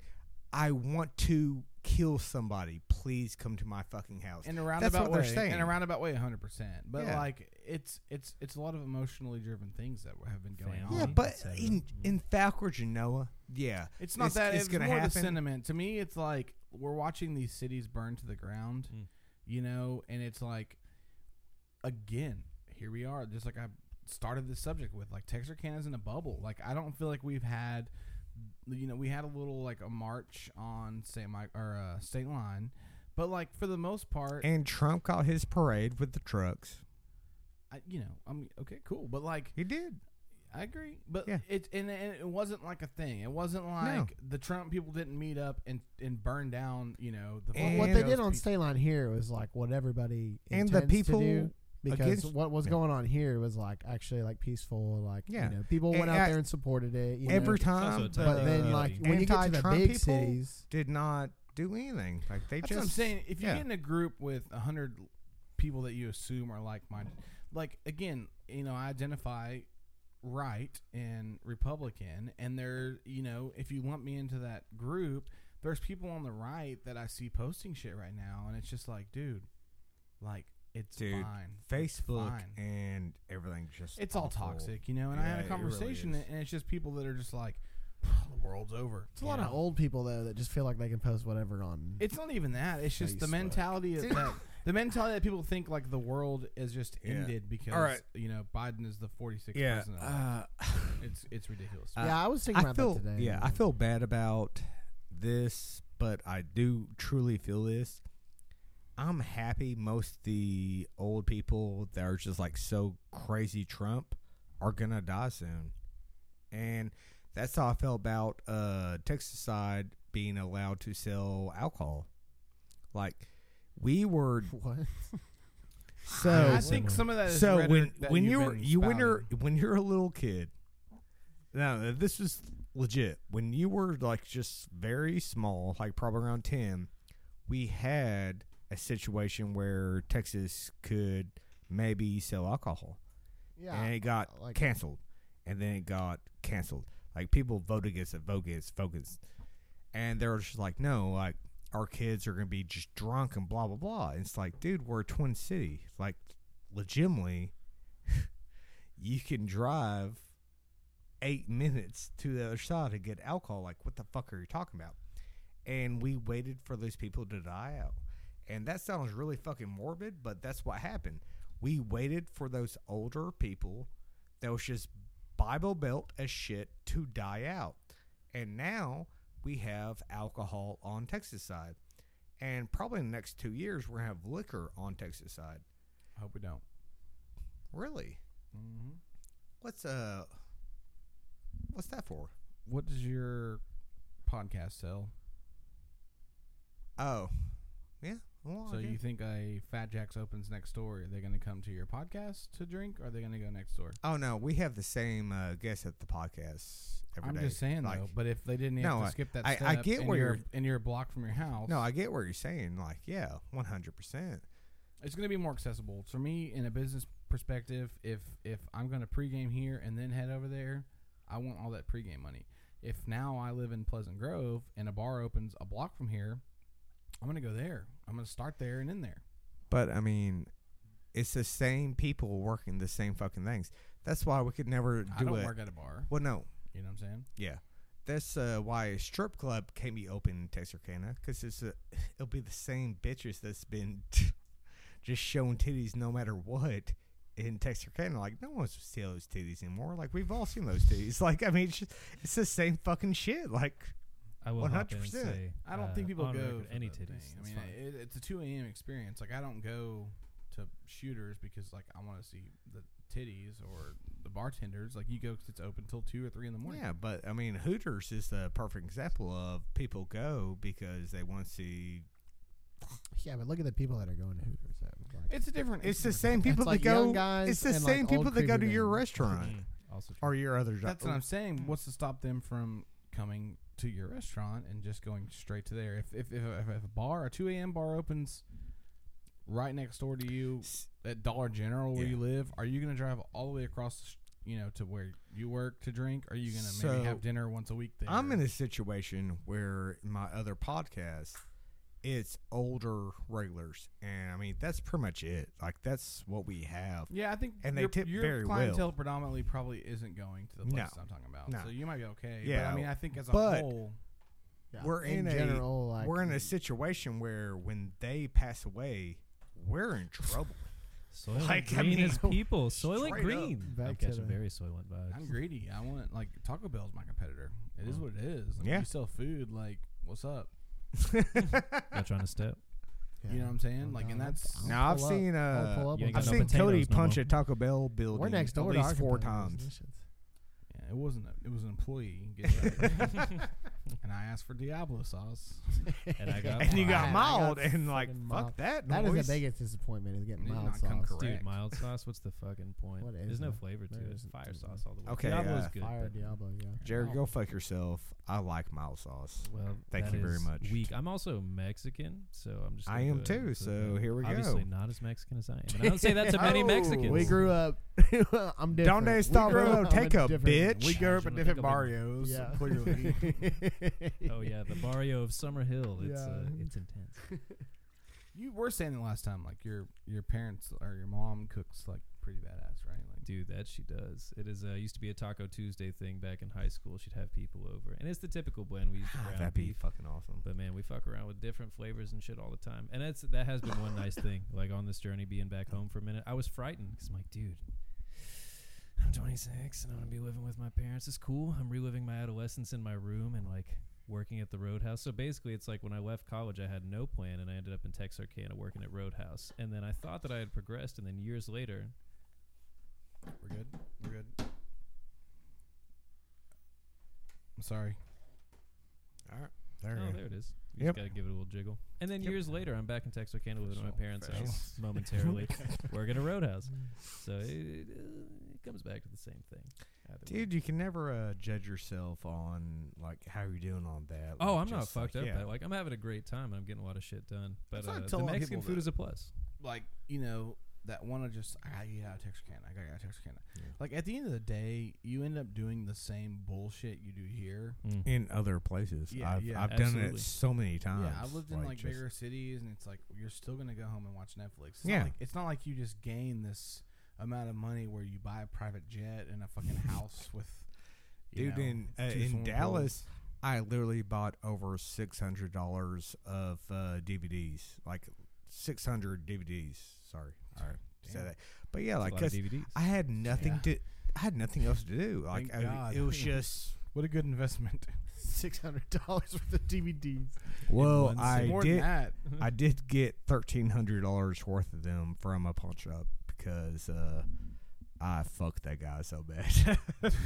Speaker 2: I want to kill somebody. Please come to my fucking house.
Speaker 3: in a
Speaker 2: That's
Speaker 3: roundabout
Speaker 2: what they're
Speaker 3: way.
Speaker 2: saying.
Speaker 3: In a roundabout way, hundred percent. But
Speaker 2: Yeah.
Speaker 3: like it's it's it's a lot of emotionally driven things that have been going
Speaker 4: Family.
Speaker 3: on.
Speaker 2: yeah,
Speaker 4: Right,
Speaker 2: but
Speaker 4: etc.
Speaker 2: in, in Falkor, Genoa, yeah.
Speaker 3: It's not that it's,
Speaker 2: gonna
Speaker 3: more
Speaker 2: happen.
Speaker 3: the sentiment. To me, it's like we're watching these cities burn to the ground,
Speaker 4: Mm.
Speaker 3: you know, and it's like again, here we are, just like I started this subject with, like Texarkana is in a bubble. Like I don't feel like we've had you know, we had a little like a march on St. Mike or uh, state line, but like for the most part,
Speaker 2: And Trump got his parade with the trucks.
Speaker 3: I, you know, I'm okay, cool, but like
Speaker 2: He did.
Speaker 3: I agree, but
Speaker 2: Yeah.
Speaker 3: it's and, and it wasn't like a thing. It wasn't like the Trump people didn't meet up and and burn down. You know, the
Speaker 1: Well,
Speaker 2: And-
Speaker 1: what they did
Speaker 3: those
Speaker 1: on
Speaker 3: people.
Speaker 1: State Line here was like what everybody
Speaker 2: And the
Speaker 1: intends to
Speaker 2: people
Speaker 1: do, because
Speaker 2: against-
Speaker 1: what was
Speaker 2: yeah.
Speaker 1: going on here was like actually like peaceful, like
Speaker 2: Yeah.
Speaker 1: you know, people went
Speaker 2: And
Speaker 1: out
Speaker 2: I-
Speaker 1: there and supported it. You
Speaker 2: Every
Speaker 1: know,
Speaker 4: also
Speaker 2: time. the
Speaker 4: a time
Speaker 1: but then
Speaker 4: uh,
Speaker 1: like when you get to the
Speaker 2: anti-Trump
Speaker 1: big
Speaker 2: people
Speaker 1: cities,
Speaker 2: did not do anything. Like they
Speaker 3: That's
Speaker 2: just.
Speaker 3: what I'm saying. If you
Speaker 2: yeah.
Speaker 3: get in a group with a hundred people that you assume are like minded, like again, you know, I identify right and Republican, and they're you know, if you lump me into that group, there's people on the right that I see posting shit right now, and it's just like, dude, like it's
Speaker 2: Dude,
Speaker 3: fine. It's
Speaker 2: Facebook
Speaker 3: fine.
Speaker 2: and everything's just.
Speaker 3: it's all
Speaker 2: awful.
Speaker 3: toxic, you know. And I had
Speaker 2: Yeah, it
Speaker 3: a
Speaker 2: really
Speaker 3: conversation,
Speaker 2: is.
Speaker 3: and it's just people that are just like, the world's over.
Speaker 1: it's a lot of
Speaker 3: old.
Speaker 1: old people though that just feel like they can post whatever on.
Speaker 3: It's not even that. It's just the
Speaker 1: Facebook.
Speaker 3: mentality of that. The mentality that people think like the world is just
Speaker 2: Yeah.
Speaker 3: ended because
Speaker 2: All right.
Speaker 3: you know Biden is the 46th
Speaker 2: Yeah.
Speaker 3: president.
Speaker 2: Uh,
Speaker 3: it's it's ridiculous.
Speaker 2: Uh,
Speaker 1: yeah, I was thinking
Speaker 2: I
Speaker 1: about
Speaker 2: feel,
Speaker 1: that today.
Speaker 2: Yeah, I feel bad about this, but I do truly feel this. I'm happy most the old people that are just like so crazy Trump are gonna die soon. And that's how I felt about uh Texas side being allowed to sell alcohol. Like we were
Speaker 1: What?
Speaker 2: so
Speaker 3: And I think some of that is
Speaker 2: so
Speaker 3: rhetoric
Speaker 2: when
Speaker 3: that
Speaker 2: when
Speaker 3: you've
Speaker 2: you're
Speaker 3: been
Speaker 2: you when you're
Speaker 3: spouting.
Speaker 2: when you're a little kid now this is legit when you were like just very small like probably around 10 we had a situation where texas could maybe sell alcohol
Speaker 3: Ah.
Speaker 1: Yeah,
Speaker 2: and it got
Speaker 1: like-
Speaker 2: canceled and then it got canceled like people voted against it vote against vote against and they're just like no like our kids are gonna be just drunk and blah blah blah and it's like dude we're a twin city like legitimately you can drive eight minutes to the other side to get alcohol like what the fuck are you talking about and we waited for those people to die out and that sounds really fucking morbid but that's what happened we waited for those older people that was just bible belt as shit to die out and now we have alcohol on texas side and probably in the next two years we're gonna have liquor on texas side
Speaker 3: I hope we don't.
Speaker 2: Really?
Speaker 3: Mm-hmm.
Speaker 2: What's uh? What's that for?
Speaker 3: What does your podcast sell?
Speaker 2: Oh, yeah. Well,
Speaker 3: So
Speaker 2: I
Speaker 3: you
Speaker 2: guess-
Speaker 3: think a Fat Jacks opens next door? Are they going to come to your podcast to drink? Or are they going to go next door?
Speaker 2: oh no, we have the same uh, guest at the podcast every
Speaker 3: I'm
Speaker 2: day.
Speaker 3: just saying
Speaker 2: like,
Speaker 3: though. But if they didn't
Speaker 2: No,
Speaker 3: have
Speaker 2: I-
Speaker 3: to skip that
Speaker 2: I- I
Speaker 3: step,
Speaker 2: get
Speaker 3: and
Speaker 2: where
Speaker 3: you're
Speaker 2: you're-
Speaker 3: and you're a block from your house.
Speaker 2: No, I get what you're saying. Like, yeah, one hundred percent.
Speaker 3: it's going to be more accessible for me in a business perspective, if if I'm going to pregame here and then head over there, I want all that pregame money. If now I live in Pleasant Grove and a bar opens a block from here, I'm going to go there. I'm going to start there and in there.
Speaker 2: But I mean, it's the same people working the same fucking things. That's why we could never do
Speaker 3: I don't
Speaker 2: it.
Speaker 3: work at a bar.
Speaker 2: Well, no,
Speaker 3: You know what I'm saying?
Speaker 2: yeah. That's uh, why a strip club can be open in Texarkana because it's a, it'll be the same bitches that's been just showing titties no matter what in Texarkana. Like no one's see those titties anymore. Like we've all seen those titties. Like I mean, it's, just, it's the same fucking shit. Like
Speaker 4: I will hop in and
Speaker 2: 100%.
Speaker 4: say
Speaker 3: I don't
Speaker 4: uh,
Speaker 3: think people
Speaker 4: on
Speaker 3: go
Speaker 4: record,
Speaker 3: for
Speaker 4: any
Speaker 3: the thing.
Speaker 4: titties.
Speaker 3: I
Speaker 4: That's
Speaker 3: mean,
Speaker 4: fine.
Speaker 3: it, it's a 2 a.m. experience. Like I don't go to shooters because like I want to see the titties or the bartenders. Like you go 'cause it's open till two or three in the morning.
Speaker 2: Yeah, but I mean, Hooters is the perfect example of people go because they want to see.
Speaker 1: Yeah, but look at the people that are going to Hooters. Though. Like,
Speaker 3: It's a different.
Speaker 2: It's the
Speaker 3: a
Speaker 2: same
Speaker 1: That's
Speaker 2: people
Speaker 1: like
Speaker 2: that go.
Speaker 1: young guys
Speaker 2: it's the
Speaker 1: and, like,
Speaker 2: same
Speaker 1: old
Speaker 2: people that go to
Speaker 1: creepy
Speaker 2: your
Speaker 1: men.
Speaker 2: restaurant
Speaker 4: Mm. also true.
Speaker 2: or your other. jo-
Speaker 3: That's what I'm saying. What's to stop them from coming to your restaurant and just going straight to there? If if if, a- if a bar, a 2 a.m. bar opens right next door to you
Speaker 2: S-
Speaker 3: at Dollar General where
Speaker 2: Yeah.
Speaker 3: you live, are you going to drive all the way across, the sh- you know, to where you work to drink? Are you going to
Speaker 2: So,
Speaker 3: maybe have dinner once a week there?
Speaker 2: I'm in a situation where my other podcast, it's older regulars, and I mean that's pretty much it. Like that's what we have.
Speaker 3: Yeah, I think
Speaker 2: And they
Speaker 3: your,
Speaker 2: tip
Speaker 3: your
Speaker 2: very well.
Speaker 3: clientele predominantly probably isn't going to the
Speaker 2: No.
Speaker 3: places I'm talking about.
Speaker 2: No.
Speaker 3: So you might be okay.
Speaker 2: Yeah,
Speaker 3: But I mean, I think as a
Speaker 2: but-
Speaker 3: whole,
Speaker 1: yeah,
Speaker 2: We're in, a
Speaker 1: general. like, mm.
Speaker 2: we're in a situation where when they pass away, we're in trouble.
Speaker 4: Soylent
Speaker 2: Like, I
Speaker 4: Green
Speaker 2: mean,
Speaker 4: is people. Soylent
Speaker 2: straight up.
Speaker 4: Green.
Speaker 1: Back
Speaker 4: I'm
Speaker 1: to
Speaker 4: catching
Speaker 1: the-
Speaker 4: very Soylent vibes.
Speaker 3: I'm greedy. I want, like, Taco Bell's my competitor. It is what it is. Like,
Speaker 2: Mm. Yeah.
Speaker 3: You sell food, like, what's up?
Speaker 4: Not trying to step.
Speaker 1: yeah.
Speaker 3: You know what I'm saying? Like, and
Speaker 1: I'll-
Speaker 3: that's.
Speaker 1: I'll
Speaker 2: Now I've
Speaker 1: pull up.
Speaker 2: seen
Speaker 1: I'll
Speaker 2: uh,
Speaker 1: pull up
Speaker 4: you
Speaker 1: on
Speaker 4: ain't
Speaker 2: I've
Speaker 4: got no
Speaker 1: something.
Speaker 2: seen Cody
Speaker 4: potatoes no
Speaker 2: punch
Speaker 4: more.
Speaker 2: a Taco Bell building
Speaker 1: We're next door
Speaker 2: at
Speaker 1: to our
Speaker 2: least four
Speaker 1: competitors'
Speaker 2: times.
Speaker 1: missions.
Speaker 3: Yeah, it wasn't. A, it was an employee. Get that. and I asked for Diablo sauce.
Speaker 4: And I got
Speaker 2: and you
Speaker 4: mild.
Speaker 2: got
Speaker 1: I got
Speaker 2: mauled
Speaker 1: fucking
Speaker 2: and like
Speaker 1: mauled.
Speaker 2: fuck that
Speaker 1: That is
Speaker 2: noise.
Speaker 1: the biggest disappointment is getting
Speaker 3: Did
Speaker 1: mild
Speaker 3: not come
Speaker 1: sauce.
Speaker 3: correct.
Speaker 4: Dude, mild sauce. What's the fucking point?
Speaker 1: What
Speaker 4: There's
Speaker 1: is
Speaker 4: no
Speaker 1: it?
Speaker 4: flavor to
Speaker 1: There
Speaker 4: it.
Speaker 1: isn't-
Speaker 4: Fire
Speaker 1: there's
Speaker 4: sauce all the way.
Speaker 2: Okay,
Speaker 4: Diablo's
Speaker 2: uh,
Speaker 4: good.
Speaker 1: Fire
Speaker 4: but-
Speaker 1: Diablo, yeah.
Speaker 2: Jared, go fuck yourself. I like mild sauce.
Speaker 4: Well,
Speaker 2: Thank
Speaker 4: that
Speaker 2: you very
Speaker 4: is
Speaker 2: much.
Speaker 4: Weak. I'm also Mexican, so I'm just.
Speaker 2: I
Speaker 4: gonna
Speaker 2: am
Speaker 4: go ahead
Speaker 2: too,
Speaker 4: and say
Speaker 2: so
Speaker 4: that.
Speaker 2: here we
Speaker 4: Obviously
Speaker 2: go.
Speaker 4: not as Mexican as I am. And I don't say that to many
Speaker 2: Oh,
Speaker 4: Mexicans.
Speaker 1: We grew up. I'm
Speaker 2: Donde
Speaker 1: different. We
Speaker 2: está
Speaker 1: grew
Speaker 2: Rolo?
Speaker 1: up on
Speaker 2: Take a
Speaker 1: different-
Speaker 2: bitch.
Speaker 4: We grew up in different
Speaker 1: barrios, Yeah. clearly.
Speaker 4: Oh yeah, the barrio of Summer Hill. It's uh,
Speaker 1: Yeah.
Speaker 4: it's intense.
Speaker 3: You were saying the last time, like your your parents or your mom cooks like pretty badass, right? Like,
Speaker 4: Dude, that she does. It is uh, used to be a Taco Tuesday thing back in high school. She'd have people over, and it's the typical blend we used to
Speaker 2: Ah,
Speaker 4: ground
Speaker 2: That'd be
Speaker 4: beef.
Speaker 2: fucking awesome.
Speaker 4: But man, we fuck around with different flavors and shit all the time, and that's that has been one nice thing. Like on this journey, being back home for a minute, I was frightened because I'm like, dude, I'm 26 and I'm gonna be living with my parents. It's cool. I'm reliving my adolescence in my room and like working at the Roadhouse. So basically, it's like when I left college, I had no plan, and I ended up in Texarkana working at Roadhouse. And then I thought that I had progressed, and then years later,
Speaker 3: we're good. We're good. I'm sorry.
Speaker 2: All right, there.
Speaker 4: oh,
Speaker 2: you go.
Speaker 4: there it is. You
Speaker 2: Yep.
Speaker 4: just gotta give it a little jiggle. And then
Speaker 2: Yep.
Speaker 4: years later, I'm back in Texarkana living at my
Speaker 3: Professional
Speaker 4: parents' house momentarily, working at Roadhouse.
Speaker 2: Mm.
Speaker 4: So it, it, uh, it comes back to the same thing. either way.
Speaker 2: Dude, you can never uh, judge yourself on like how you're doing on that.
Speaker 4: Oh,
Speaker 2: Like,
Speaker 4: I'm not
Speaker 2: just, like,
Speaker 4: fucked up.
Speaker 2: yeah.
Speaker 4: but, Like I'm having a great time. and I'm getting a lot of shit done. But
Speaker 3: That's what I
Speaker 4: uh,
Speaker 3: tell a
Speaker 4: the
Speaker 3: lot of
Speaker 4: Mexican
Speaker 3: people
Speaker 4: food
Speaker 3: that-
Speaker 4: is a plus.
Speaker 3: Like you know that one of just I gotta get out of Texarkana. I gotta get out of Texarkana.
Speaker 2: Yeah.
Speaker 3: Like at the end of the day, you end up doing the same bullshit you do here.
Speaker 4: Mm.
Speaker 2: in other places,
Speaker 3: Yeah,
Speaker 2: I've,
Speaker 3: yeah,
Speaker 2: I've done
Speaker 4: absolutely.
Speaker 2: it so many times.
Speaker 3: Yeah, I've lived in like,
Speaker 2: just-
Speaker 3: bigger cities, and it's like you're still gonna go home and watch Netflix. It's
Speaker 2: Yeah.
Speaker 3: not like, it's not like you just gain this amount of money where you buy a private jet and a fucking house with. you
Speaker 2: Dude,
Speaker 3: know,
Speaker 2: in uh,
Speaker 3: two
Speaker 2: in
Speaker 3: swimming
Speaker 2: Dallas, I literally bought over six hundred dollars of uh, DVDs, like six hundred DVDs. Sorry, all right, said
Speaker 3: Damn.
Speaker 2: that. But yeah, like
Speaker 4: a lot of
Speaker 2: 'cause
Speaker 4: DVDs.
Speaker 2: I had nothing
Speaker 3: Yeah.
Speaker 2: to, I had nothing else to do. Like
Speaker 3: Thank
Speaker 2: I-
Speaker 3: God.
Speaker 2: it was just.
Speaker 3: pools. What a good investment.
Speaker 1: Six hundred dollars worth of DVDs.
Speaker 2: Well,
Speaker 4: one
Speaker 2: I
Speaker 3: More
Speaker 2: did.
Speaker 3: than that.
Speaker 2: I did get thirteen hundred dollars worth of them from a pawn shop because uh, I fucked that guy so bad.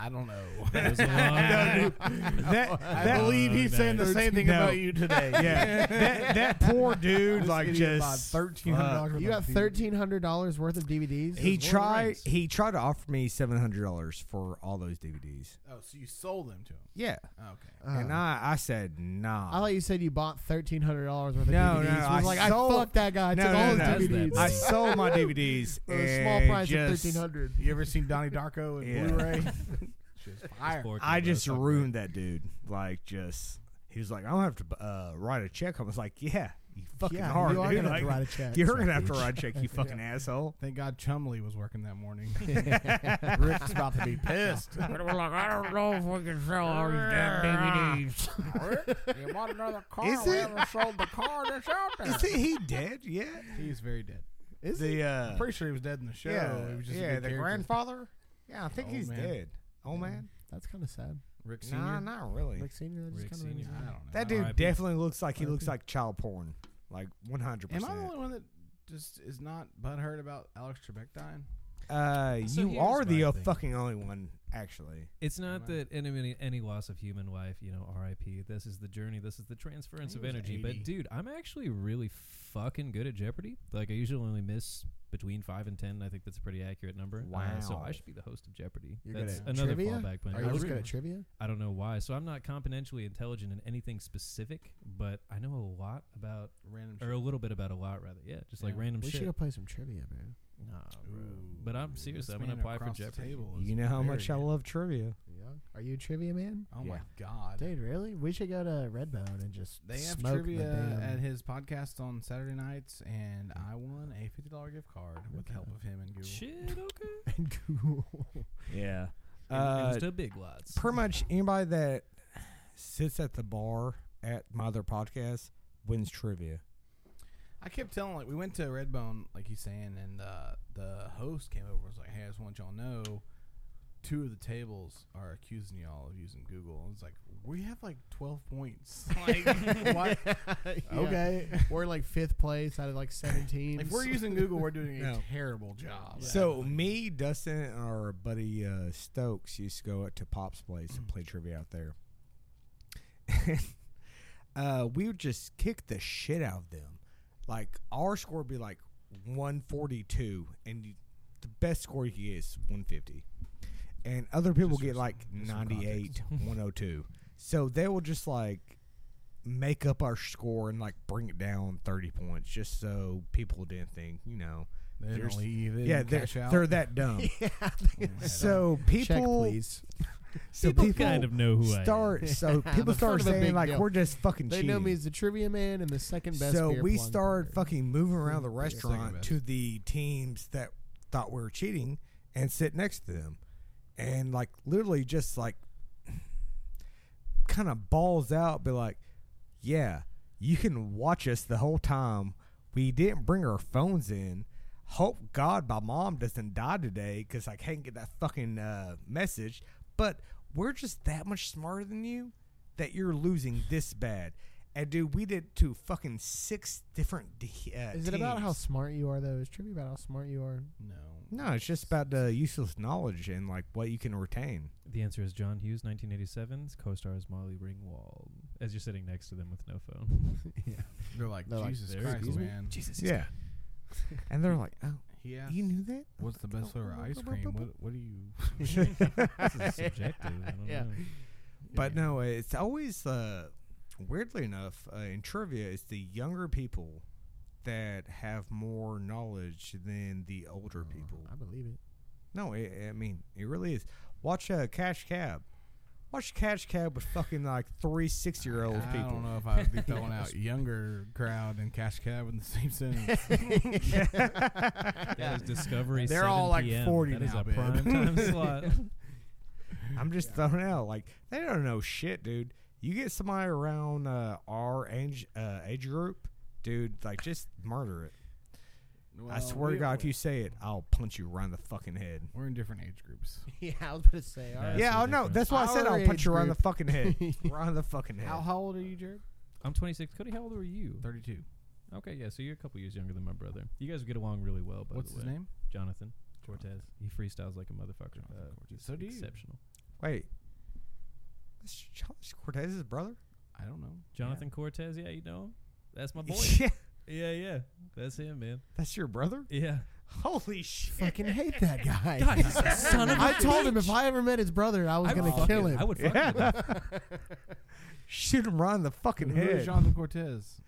Speaker 3: I don't know.
Speaker 4: That was a long-
Speaker 2: that,
Speaker 1: I
Speaker 2: that-
Speaker 4: believe he's saying the
Speaker 2: same thing about
Speaker 3: you today.
Speaker 2: yeah, that, that poor dude like just
Speaker 3: thirteen hundred dollars.
Speaker 1: You got thirteen hundred dollars worth of DVDs.
Speaker 2: He
Speaker 4: It was Lord of the
Speaker 2: tried.
Speaker 4: Rings.
Speaker 2: He tried to offer me seven hundred dollars for all those DVDs.
Speaker 3: Oh, so you sold them to him? Oh,
Speaker 2: Yeah,
Speaker 3: Okay.
Speaker 2: and
Speaker 1: Uh,
Speaker 2: I, I said nah.
Speaker 1: I thought you said you bought thirteen hundred dollars worth of
Speaker 2: No,
Speaker 1: DVDs.
Speaker 2: no,
Speaker 1: I was
Speaker 2: I
Speaker 1: like,
Speaker 2: sold-
Speaker 1: I fucked that guy. I
Speaker 2: no,
Speaker 1: took all
Speaker 2: no,
Speaker 1: his
Speaker 2: no.
Speaker 1: DVDs
Speaker 2: I sold my DVDs
Speaker 1: for a small
Speaker 2: and
Speaker 1: price of
Speaker 2: just-
Speaker 1: thirteen hundred.
Speaker 3: You ever seen Donnie Darko in
Speaker 2: Yeah.
Speaker 3: Blu-ray? She's fire.
Speaker 4: Fork
Speaker 2: I
Speaker 4: in the
Speaker 2: just
Speaker 4: motherfucker.
Speaker 2: ruined that dude. Like, just he was like, I don't have to uh, write a check. I was like, yeah, you fucking
Speaker 1: Yeah,
Speaker 2: are,
Speaker 1: you are
Speaker 2: dude.
Speaker 1: gonna
Speaker 2: Like,
Speaker 1: have to write a check.
Speaker 2: You're gonna have to write a check, you fucking asshole.
Speaker 3: Thank God Chumley was working that morning.
Speaker 1: Rick's about to be pissed.
Speaker 2: I don't know if we can sell all these damn DVDs.
Speaker 3: you want another car?
Speaker 2: Is We it- haven't
Speaker 3: sold the car that's out
Speaker 2: Is it- he dead yet?
Speaker 3: He's very dead.
Speaker 1: Is
Speaker 2: The uh,
Speaker 3: I'm pretty sure he was dead in the show.
Speaker 2: yeah,
Speaker 3: he was just a
Speaker 2: yeah,
Speaker 3: good
Speaker 2: the
Speaker 3: character.
Speaker 2: grandfather. Yeah, I think
Speaker 3: Old
Speaker 2: he's
Speaker 3: man.
Speaker 2: dead. Oh man,
Speaker 1: That's kind of sad.
Speaker 3: Rick Senior.
Speaker 2: nah, not really.
Speaker 1: Rick Senior. that just
Speaker 4: Rick
Speaker 1: kinda
Speaker 4: Senior.
Speaker 1: makes me-
Speaker 3: I don't know.
Speaker 2: That dude
Speaker 4: R.I.P.
Speaker 2: definitely looks like he looks
Speaker 1: R.I.P.
Speaker 2: like child porn, like one hundred
Speaker 3: Am I the
Speaker 2: percent.
Speaker 3: only one that just is not butthurt about Alex Trebek dying?
Speaker 2: Uh,
Speaker 4: So
Speaker 2: you
Speaker 4: here's
Speaker 2: are the
Speaker 4: my
Speaker 2: uh,
Speaker 4: thing.
Speaker 2: fucking only one, actually.
Speaker 4: It's not
Speaker 3: Wow.
Speaker 4: that any, any any loss of human life, you know, R.I.P. This is the journey. This is the transference
Speaker 3: He
Speaker 4: of
Speaker 3: was
Speaker 4: energy.
Speaker 3: 80.
Speaker 4: But dude, I'm actually really fucking good at Jeopardy. Like I usually only miss between five and ten. I think that's a pretty accurate number. Uh, so
Speaker 2: Wow.
Speaker 4: I should be the host of Jeopardy.
Speaker 1: You're good
Speaker 4: that's
Speaker 1: at
Speaker 4: another
Speaker 1: trivia?
Speaker 4: fallback plan.
Speaker 1: Are
Speaker 4: I
Speaker 1: you just
Speaker 4: really-
Speaker 1: good at trivia?
Speaker 4: I don't know why. So I'm not competentially intelligent in anything specific, but I know a lot about,
Speaker 3: Random.
Speaker 4: or a little bit about a lot rather. Yeah, just like
Speaker 3: Yeah.
Speaker 4: random
Speaker 1: We should
Speaker 4: shit.
Speaker 1: go play some trivia, man.
Speaker 4: Nah, bro.
Speaker 3: Ooh,
Speaker 4: But I'm
Speaker 3: this
Speaker 4: serious. I'm
Speaker 3: man
Speaker 4: gonna apply for
Speaker 3: across the
Speaker 4: Jeopardy.
Speaker 3: table is
Speaker 2: You know how
Speaker 3: very
Speaker 2: much I
Speaker 3: good.
Speaker 2: love trivia.
Speaker 1: Yeah. Are you a trivia man?
Speaker 3: Oh my
Speaker 2: Yeah.
Speaker 3: god.
Speaker 1: Dude, really? We should go to Redbone and just
Speaker 3: They have
Speaker 1: smoke
Speaker 3: trivia
Speaker 1: the damn.
Speaker 3: at his podcast on Saturday nights, and I won a fifty dollar gift card with the help of him and Google.
Speaker 4: Shit. Okay.
Speaker 1: and Google.
Speaker 2: Yeah.
Speaker 4: It was- it
Speaker 2: Uh,
Speaker 4: was to big lots.
Speaker 2: pretty much anybody that sits at the bar at my other podcast wins trivia.
Speaker 3: I kept telling like we went to Redbone, like he's saying, and uh, the host came over and was like, "Hey, I just want y'all to know, two of the tables are accusing y'all of using Google." I was like, "We have like twelve points. like, what? Okay,
Speaker 1: We're like fifth place out of like 17.
Speaker 3: if we're using Google, we're doing a
Speaker 2: No.
Speaker 3: terrible job."
Speaker 2: So me, Dustin, and our buddy uh, Stokes used to go out to Pop's place and play trivia out there. uh, we would just kick the shit out of them. Like our score would be like 142, and you, the best score you could get is 150. And other people
Speaker 3: Just for
Speaker 2: get
Speaker 3: some-
Speaker 2: like
Speaker 3: just some
Speaker 2: 98, 102. So they will just like make up our score and like bring it down 30 points just so people didn't think, you know.
Speaker 3: they didn't
Speaker 2: there's-
Speaker 3: leave. They
Speaker 2: Yeah,
Speaker 3: didn't
Speaker 2: they're,
Speaker 3: cash out.
Speaker 2: they're that dumb. so
Speaker 1: Oh Check,
Speaker 2: people,
Speaker 1: please.
Speaker 2: so
Speaker 4: people,
Speaker 2: people
Speaker 4: kind of know who
Speaker 2: start. So people
Speaker 1: The
Speaker 2: start
Speaker 1: front of a
Speaker 2: saying
Speaker 1: big
Speaker 2: like
Speaker 1: deal.
Speaker 2: we're just fucking
Speaker 1: They
Speaker 2: cheating.
Speaker 1: know me as the trivia man and the second best.
Speaker 2: so
Speaker 1: beer
Speaker 2: we
Speaker 1: plug
Speaker 2: started
Speaker 1: player.
Speaker 2: fucking moving around the
Speaker 3: Yeah, second
Speaker 2: restaurant
Speaker 3: best.
Speaker 2: to the teams that thought we were cheating and sit next to them, and like literally just like kind of balls out, be like, yeah, you can watch us the whole time. We didn't bring our phones in. Hope God my mom doesn't die today because I can't get that fucking uh, message. But we're just that much smarter than you that you're losing this bad. And dude, we did to fucking six different. d- Uh,
Speaker 1: Is it about
Speaker 2: teams.
Speaker 1: how smart you are, though? Is trivia about how smart you are?
Speaker 3: no,
Speaker 2: No, it's just about the useless knowledge and like what you can retain.
Speaker 4: The answer is John Hughes, 1987. Co-star is Molly Ringwald. As you're sitting next to them with no phone.
Speaker 3: they're like
Speaker 1: They're like,
Speaker 3: Jesus
Speaker 1: "There,
Speaker 3: Christ,
Speaker 1: excuse me?"
Speaker 3: man.
Speaker 4: Jesus.
Speaker 2: Yeah. And they're like, "Oh,
Speaker 3: He asked,
Speaker 2: you knew that?
Speaker 3: "What's the best flavor of ice cream? What, what do you?"
Speaker 4: This is subjective. I don't
Speaker 1: Yeah.
Speaker 4: know.
Speaker 2: But no, it's always uh, weirdly enough uh, in trivia, it's the younger people that have more knowledge than the
Speaker 3: Uh,
Speaker 2: older people.
Speaker 1: I believe it.
Speaker 2: No, it, I mean it really is. Watch uh, Cash Cab. Watch Cash Cab with fucking like three six year old
Speaker 3: I
Speaker 2: people.
Speaker 3: don't know if I would be throwing out younger crowd and cash cab in the same sentence.
Speaker 4: That is Discovery.
Speaker 3: They're all
Speaker 4: 7
Speaker 3: like
Speaker 4: PM.
Speaker 3: 40
Speaker 4: That is
Speaker 3: now,
Speaker 4: a
Speaker 3: babe.
Speaker 4: prime time slot.
Speaker 2: I'm just throwing out like they don't know shit, dude. You get somebody around uh, our age uh, age group, dude. Like just murder it. I
Speaker 3: Well,
Speaker 2: swear to
Speaker 3: we-
Speaker 2: God, if you say it, I'll punch you right in the fucking head.
Speaker 3: we're in different age groups.
Speaker 1: Yeah, I was about to say. All right.
Speaker 4: That's
Speaker 2: yeah,
Speaker 4: the
Speaker 2: oh no,
Speaker 4: difference.
Speaker 2: that's why I said
Speaker 1: Our
Speaker 2: I'll punch
Speaker 1: age
Speaker 2: you right in the
Speaker 1: group.
Speaker 2: fucking head. right in the fucking head.
Speaker 3: How, how old are you, Jared?
Speaker 4: I'm 26. Cody, how old were you?
Speaker 3: Thirty-two.
Speaker 4: Okay, yeah. So you're a couple years younger than my brother. You guys would get along really well, by
Speaker 3: What's
Speaker 4: the way.
Speaker 3: his name?
Speaker 4: Jonathan. Cortez. He freestyles like a motherfucker.
Speaker 3: Jonathan
Speaker 4: Uh,
Speaker 3: Cortez.
Speaker 4: he's
Speaker 3: So do you.
Speaker 4: exceptional.
Speaker 2: Wait. That's Charles Cortez's brother?
Speaker 3: I don't know.
Speaker 4: Jonathan Cortez, yeah, you know him. That's my boy.
Speaker 2: Yeah.
Speaker 4: yeah, yeah, that's him, man.
Speaker 2: That's your brother?
Speaker 4: Yeah,
Speaker 2: Holy shit.
Speaker 1: Fucking hate that guy.
Speaker 4: God, he's a son of a
Speaker 1: I told him
Speaker 4: bitch.
Speaker 1: if I ever met his brother, I was
Speaker 4: I would
Speaker 1: gonna
Speaker 4: fuck
Speaker 1: kill
Speaker 4: I
Speaker 1: him.
Speaker 4: would fuck him.
Speaker 2: Yeah. Shoot him right in the fucking
Speaker 3: Yeah. Who is
Speaker 2: head.
Speaker 3: Jonathan Cortez?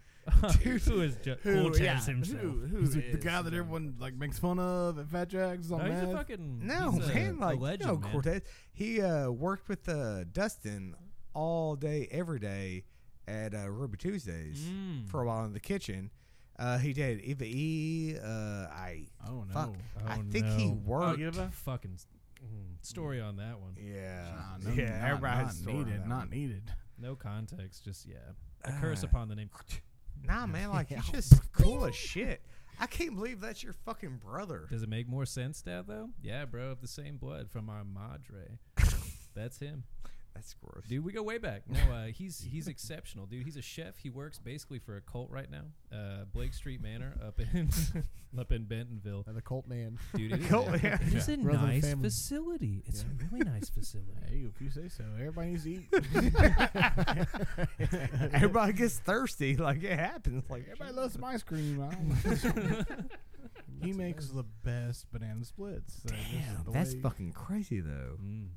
Speaker 2: Dude.
Speaker 4: who is jo- Cortez himself?
Speaker 3: He's the, the guy that everyone like makes fun of at Fat Jack's is on
Speaker 4: No, he's a
Speaker 3: meth.
Speaker 4: fucking
Speaker 2: Oh, No,
Speaker 4: he's a-
Speaker 2: man.
Speaker 4: a
Speaker 2: like,
Speaker 4: legend,
Speaker 2: no,
Speaker 4: man.
Speaker 2: Cortez. He uh, worked with uh, Dustin all day, every day at uh, Ruby Tuesdays
Speaker 4: Mm.
Speaker 2: for a while in the kitchen. Uh, he did Eva E. Uh, I,
Speaker 3: Oh no.
Speaker 2: Fuck. I
Speaker 4: Oh,
Speaker 2: think he
Speaker 4: no.
Speaker 2: worked.
Speaker 3: Oh, Eva?
Speaker 4: fucking s- mm, story on that one.
Speaker 2: Yeah.
Speaker 3: Nah, no,
Speaker 2: yeah,
Speaker 3: not,
Speaker 2: everybody
Speaker 3: not
Speaker 2: has a story on
Speaker 3: needed.
Speaker 2: that
Speaker 3: Not
Speaker 2: one.
Speaker 3: needed.
Speaker 4: No context, just yeah. A curse
Speaker 2: Ah.
Speaker 4: upon the name.
Speaker 2: Nah, man, like
Speaker 1: Yeah.
Speaker 2: he's just cool as shit. I can't believe that's your fucking brother.
Speaker 4: Does it make more sense now though? Yeah, bro, of the same blood from our madre. That's him,
Speaker 2: That's gross.
Speaker 4: dude. We go way back. No, uh, he's he's exceptional, dude. He's a chef. He works basically for a cult right now, uh, Blake Street Manor up in up in Bentonville.
Speaker 1: Uh, the cult man.
Speaker 4: Dude, it is,
Speaker 2: Cult,
Speaker 4: a,
Speaker 2: yeah.
Speaker 4: it is a
Speaker 1: Rather than
Speaker 4: nice
Speaker 1: family.
Speaker 4: facility. It's a really nice facility.
Speaker 3: Hey, if you say so, everybody needs to eat.
Speaker 2: Everybody gets thirsty, like it happens. Like
Speaker 3: Everybody loves some ice cream. I don't he makes the best banana splits. So this is
Speaker 2: Damn,
Speaker 3: the
Speaker 2: that's
Speaker 3: way-
Speaker 2: fucking crazy though.
Speaker 4: Mm.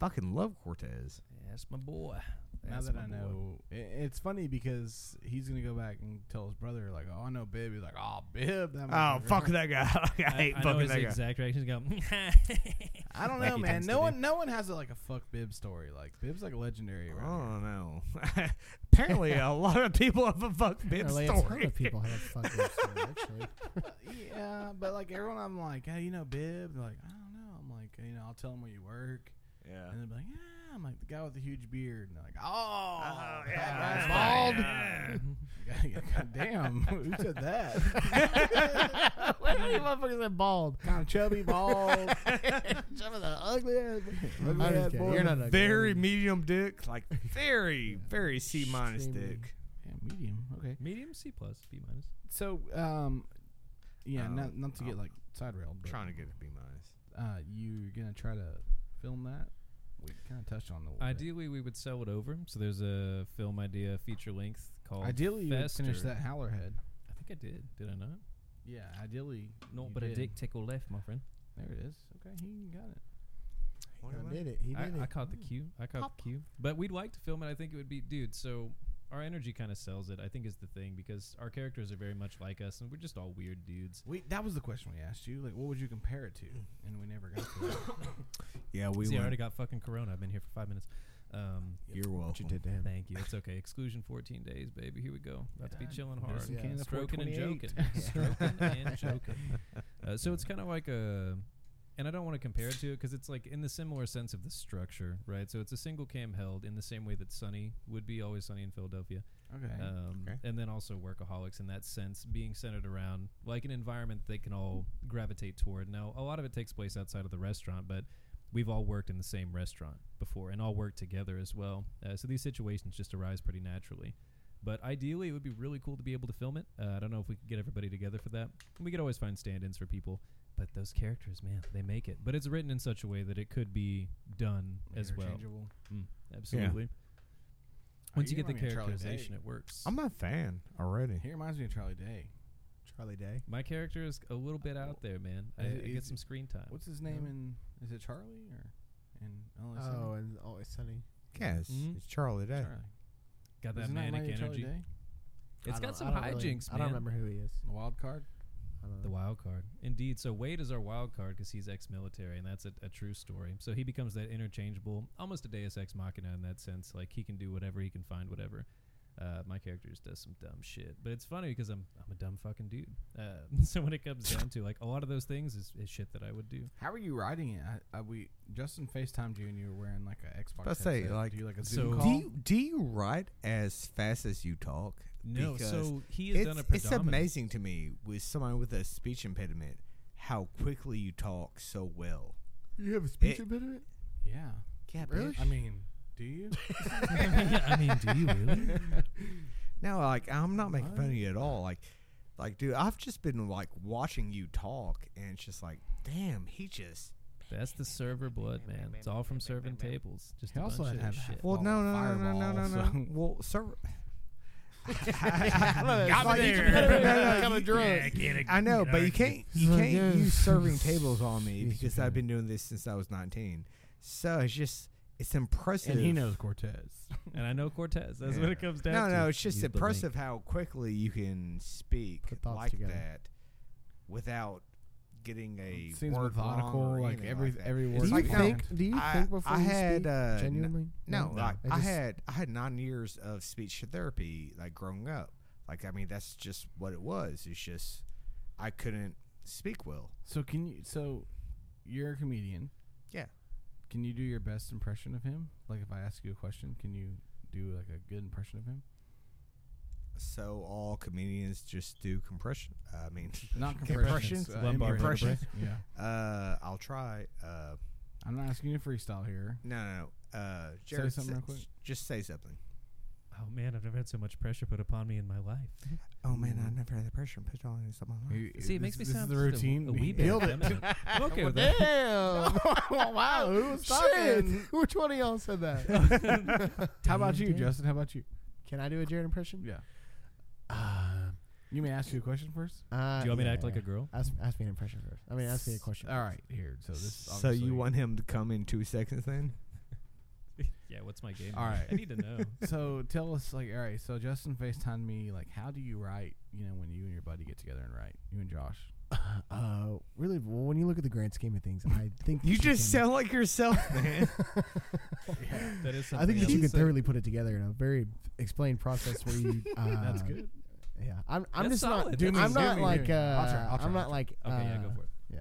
Speaker 2: Fucking love Cortez.
Speaker 4: Yeah, that's my boy.
Speaker 3: Now
Speaker 4: That's
Speaker 3: that
Speaker 4: my
Speaker 3: I
Speaker 4: boy.
Speaker 3: know, i it's funny because he's gonna go back and tell his brother like, "Oh, I know Bib." He's like, "Oh, Bib." That motherfucker."
Speaker 2: that guy. I
Speaker 4: I, I know his exact reaction. Go.
Speaker 3: I don't
Speaker 2: Like
Speaker 3: know,
Speaker 2: he
Speaker 3: man.
Speaker 2: tends
Speaker 3: No
Speaker 2: to
Speaker 3: one, no one has a, like a fuck Bib story. Like Bib's like a legendary.
Speaker 2: I
Speaker 3: Right now.
Speaker 2: don't know. Apparently, a lot of people have a fuck bib
Speaker 1: Apparently, a ton
Speaker 2: story.
Speaker 1: of people have a fucking story. Actually,
Speaker 3: yeah, but like everyone, I'm like, hey, you know, Bib. They're like, I don't know. I'm like, you know, I'll tell them where you work,
Speaker 2: Yeah.
Speaker 3: and they're like, yeah. I'm like the guy with the huch beard, and they're like, oh,
Speaker 2: Oh,
Speaker 3: that
Speaker 2: yeah,
Speaker 3: guy's
Speaker 2: that's
Speaker 3: bald.
Speaker 2: right,
Speaker 3: God damn, who said that?
Speaker 1: what are you motherfuckers that bald?
Speaker 3: kind of chubby, bald,
Speaker 1: Some of the ugly ass.
Speaker 3: ugly
Speaker 1: I'm
Speaker 3: ass
Speaker 1: just kidding.
Speaker 3: boy.
Speaker 1: You're not ugly.
Speaker 2: Very medium dick, like very, very C minus
Speaker 1: Extremely.
Speaker 2: dick.
Speaker 3: Yeah, medium. Okay.
Speaker 4: Medium C plus B minus.
Speaker 3: So, um, yeah,
Speaker 2: Um,
Speaker 3: not not to get
Speaker 2: um,
Speaker 3: like side railed. but,
Speaker 2: trying to get a B minus.
Speaker 3: Uh, you're gonna try to film that. We kind of touched on the. little bit.
Speaker 4: Ideally, we would sell it over. So there's a film idea feature length called.
Speaker 3: Ideally, you would finish
Speaker 4: Fester.
Speaker 3: that howler head.
Speaker 4: I think I did. Did I not?
Speaker 3: Yeah. Ideally.
Speaker 4: No,
Speaker 3: you
Speaker 4: but a
Speaker 3: did.
Speaker 4: dick tickle left, my friend.
Speaker 3: There it is. Okay, he got it.
Speaker 2: What am
Speaker 1: I
Speaker 2: I-
Speaker 1: did it. He
Speaker 4: I,
Speaker 1: did
Speaker 4: I
Speaker 1: it.
Speaker 4: caught the cue. I caught the cue. But we'd like to film it. I think it would be, dude. So our energy kind of sells it. I think is the thing because our characters are very much like us, and we're just all weird dudes.
Speaker 3: We that was the question we asked you. Like, what would you compare it to? And we never got to. that.
Speaker 2: Yeah, we
Speaker 4: See, I
Speaker 2: went-
Speaker 4: already got fucking corona. I've been here for five minutes. Um,
Speaker 2: You're welcome.
Speaker 1: What you did to him.
Speaker 4: thank you. It's okay. Exclusion 14 days, baby. Here we go. About to be
Speaker 3: Yeah,
Speaker 4: chilling
Speaker 3: there's
Speaker 4: hard.
Speaker 3: some
Speaker 1: Yeah. Canada
Speaker 4: Stroking and joking.
Speaker 3: 428.
Speaker 4: Stroking and joking. Uh, so it's kind of like a, and I don't want to compare it to it because it's like in the similar sense of the structure, right? So it's a single cam held in the same way that Sunny would be always Sunny in Philadelphia,
Speaker 3: Okay.
Speaker 4: um,
Speaker 2: Okay.
Speaker 4: and then also workaholics in that sense, being centered around like an environment they can all gravitate toward. Now a lot of it takes place outside of the restaurant, but we've all worked in the same restaurant before and all worked together as well. Uh, so these situations just arise pretty naturally. But ideally, it would be really cool to be able to film it. Uh, I don't know if we could get everybody together for that. We could always find stand ins for people. But those characters, man, they make it. But it's written in such a way that it could be done as well.
Speaker 3: Interchangeable.
Speaker 4: Mm, absolutely.
Speaker 3: Oh,
Speaker 4: Once you
Speaker 3: you
Speaker 4: get the
Speaker 3: remind me of Charlie Day.
Speaker 4: characterization, it works.
Speaker 2: I'm a fan already.
Speaker 3: He reminds me of Charlie Day.
Speaker 1: Charlie Day.
Speaker 4: My character is a little bit out there, man. I,
Speaker 3: Uh,
Speaker 4: I
Speaker 3: is-
Speaker 4: get some screen time.
Speaker 3: What's his name? In is it Charlie or in Only Sunny?
Speaker 1: Oh, and always sunny.
Speaker 2: Yeah, it's,
Speaker 4: Mhm.
Speaker 2: it's Charlie Day.
Speaker 3: Charlie.
Speaker 4: Got that
Speaker 3: Isn't
Speaker 4: manic
Speaker 3: Mighty Charlie
Speaker 4: energy.
Speaker 3: Day?
Speaker 4: It's
Speaker 1: I
Speaker 4: got
Speaker 1: don't-
Speaker 4: some
Speaker 1: I don't really-
Speaker 4: hijinks,
Speaker 1: I
Speaker 4: man.
Speaker 1: don't remember who he is.
Speaker 3: The wild card.
Speaker 1: I don't
Speaker 4: The
Speaker 1: know.
Speaker 4: wild card, indeed. So Wade is our wild card because he's ex-military, and that's a, a true story. So he becomes that interchangeable, almost a Deus ex machina in that sense. Like he can do whatever, he can find whatever. Uh, my character just does some dumb shit, but it's funny because I'm I'm a dumb fucking dude. Uh, so when it comes down to like a lot of those things is, is shit that I would do.
Speaker 3: How are you riding it? I, I, we Justin FaceTimed you and you were wearing like a Xbox.
Speaker 2: Let's say,
Speaker 3: headset.
Speaker 2: like-
Speaker 3: do you like a
Speaker 4: So-
Speaker 3: Zoom
Speaker 4: Do
Speaker 3: call?
Speaker 2: Do you do you write as fast as you talk?
Speaker 4: No,
Speaker 2: Because
Speaker 4: so he has
Speaker 2: It's,
Speaker 4: done a
Speaker 2: it's
Speaker 4: predominant.
Speaker 2: amazing to me with someone with a speech impediment how quickly you talk so well.
Speaker 1: You have a
Speaker 2: speech
Speaker 1: impediment?
Speaker 3: yeah,
Speaker 2: Yeah,
Speaker 1: Really?
Speaker 3: I mean, do you?
Speaker 4: I mean, do you really?
Speaker 2: No, like I'm not making fun of you at all. Like, Like, dude, I've just been like watching you talk, and it's just like, damn, he just.
Speaker 4: That's the server blood, man. It's all from serving tables. Just
Speaker 3: He
Speaker 4: a
Speaker 3: also
Speaker 4: bunch of
Speaker 3: had-
Speaker 4: shit.
Speaker 2: Well,
Speaker 3: Well,
Speaker 2: no, no, no,
Speaker 3: Fireball,
Speaker 2: no, no, no, no.
Speaker 3: so-
Speaker 2: Well, server.
Speaker 1: Got
Speaker 2: me there.
Speaker 1: Kind of drunk.
Speaker 2: I know, but you can't you
Speaker 1: Well,
Speaker 2: can't
Speaker 1: yeah.
Speaker 2: use serving tables on me
Speaker 1: Yes, you
Speaker 2: because I've been doing this since I was nineteen. So it's just it's impressive.
Speaker 3: and he knows Cortez.
Speaker 4: And I know Cortez. That's
Speaker 2: Yeah.
Speaker 4: what it comes down
Speaker 2: No,
Speaker 4: to.
Speaker 2: no, it's just
Speaker 4: Use the link.
Speaker 2: impressive how quickly you can speak
Speaker 1: Put thoughts
Speaker 2: like
Speaker 1: together.
Speaker 2: that without getting a
Speaker 3: It seems
Speaker 2: word wrong or
Speaker 3: methodical, like
Speaker 2: anything
Speaker 3: every
Speaker 2: that.
Speaker 3: every
Speaker 1: Do
Speaker 3: word.
Speaker 1: you
Speaker 2: like, no,
Speaker 1: think?
Speaker 3: um,
Speaker 1: Do you
Speaker 2: I-
Speaker 1: think before
Speaker 2: I
Speaker 1: you
Speaker 2: had,
Speaker 1: speak?
Speaker 2: uh, n-
Speaker 1: genuinely?
Speaker 2: No, like I,
Speaker 1: just-
Speaker 2: had I had nine years of speech therapy, like growing up. Like I mean, that's just what it was. It's just I couldn't speak well.
Speaker 3: So can you? So you're a comedian.
Speaker 2: Yeah.
Speaker 3: Can you do your best impression of him? Like if I ask you a question, can you do like a good impression of him?
Speaker 2: So all comedians just do compression. I mean,
Speaker 3: Not
Speaker 2: Compressions,
Speaker 3: compressions. uh,
Speaker 4: lumbar
Speaker 3: impressions. Yeah.
Speaker 2: uh, I'll try. Uh,
Speaker 3: I'm not asking you to freestyle here.
Speaker 2: no, no, no. Uh, Jared,
Speaker 3: something real quick.
Speaker 2: Just say something.
Speaker 4: Oh man, I've never had so much pressure put upon me in my life.
Speaker 2: Oh man, I never had the pressure put on in my life.
Speaker 3: You-
Speaker 4: See,
Speaker 3: this-
Speaker 4: it makes me
Speaker 3: this
Speaker 4: sound
Speaker 3: is the
Speaker 4: just a-
Speaker 3: routine.
Speaker 4: A, wee bit
Speaker 1: Build it.
Speaker 4: feminine. I'm okay with that.
Speaker 1: Damn! wow, who was
Speaker 3: Shit.
Speaker 1: talking? Which one of y'all said that?
Speaker 3: How about you,
Speaker 1: Damn.
Speaker 3: Justin? How about you?
Speaker 1: Can I do a Jared impression?
Speaker 3: Yeah.
Speaker 1: Um,
Speaker 3: You may ask you a question first.
Speaker 1: uh,
Speaker 4: Do you want me to
Speaker 1: yeah,
Speaker 4: act like
Speaker 1: yeah.
Speaker 4: a girl?
Speaker 1: Ask, ask me an impression first. I mean, ask me a question.
Speaker 3: All right, here. So this. Is
Speaker 2: So you
Speaker 3: obviously-
Speaker 2: want him to come in two seconds then?
Speaker 4: Yeah. What's my game?
Speaker 3: All right.
Speaker 4: I need to know.
Speaker 3: So tell us, like, all right. So Justin FaceTimed me. Like, how do you write? You know, when you and your buddy get together and write, you and Josh.
Speaker 1: Uh, really, well, when you look at the grand scheme of things, I think
Speaker 2: You
Speaker 1: that
Speaker 2: just
Speaker 1: can-
Speaker 2: sound like yourself, man.
Speaker 4: That is.
Speaker 1: I think
Speaker 4: something
Speaker 1: that you can
Speaker 4: else.
Speaker 1: thoroughly put it together in a very explained process where you. Uh,
Speaker 3: That's good.
Speaker 1: Yeah, I'm. I'm just
Speaker 4: That's solid.
Speaker 1: not.
Speaker 4: Do
Speaker 1: I'm
Speaker 4: me, do
Speaker 1: not
Speaker 3: me,
Speaker 1: like.
Speaker 3: do
Speaker 1: Uh,
Speaker 3: me. I'll try, I'll try,
Speaker 1: I'm
Speaker 3: I'll
Speaker 1: not like.
Speaker 4: Okay. yeah. Go
Speaker 1: uh,
Speaker 4: for it.
Speaker 1: yeah.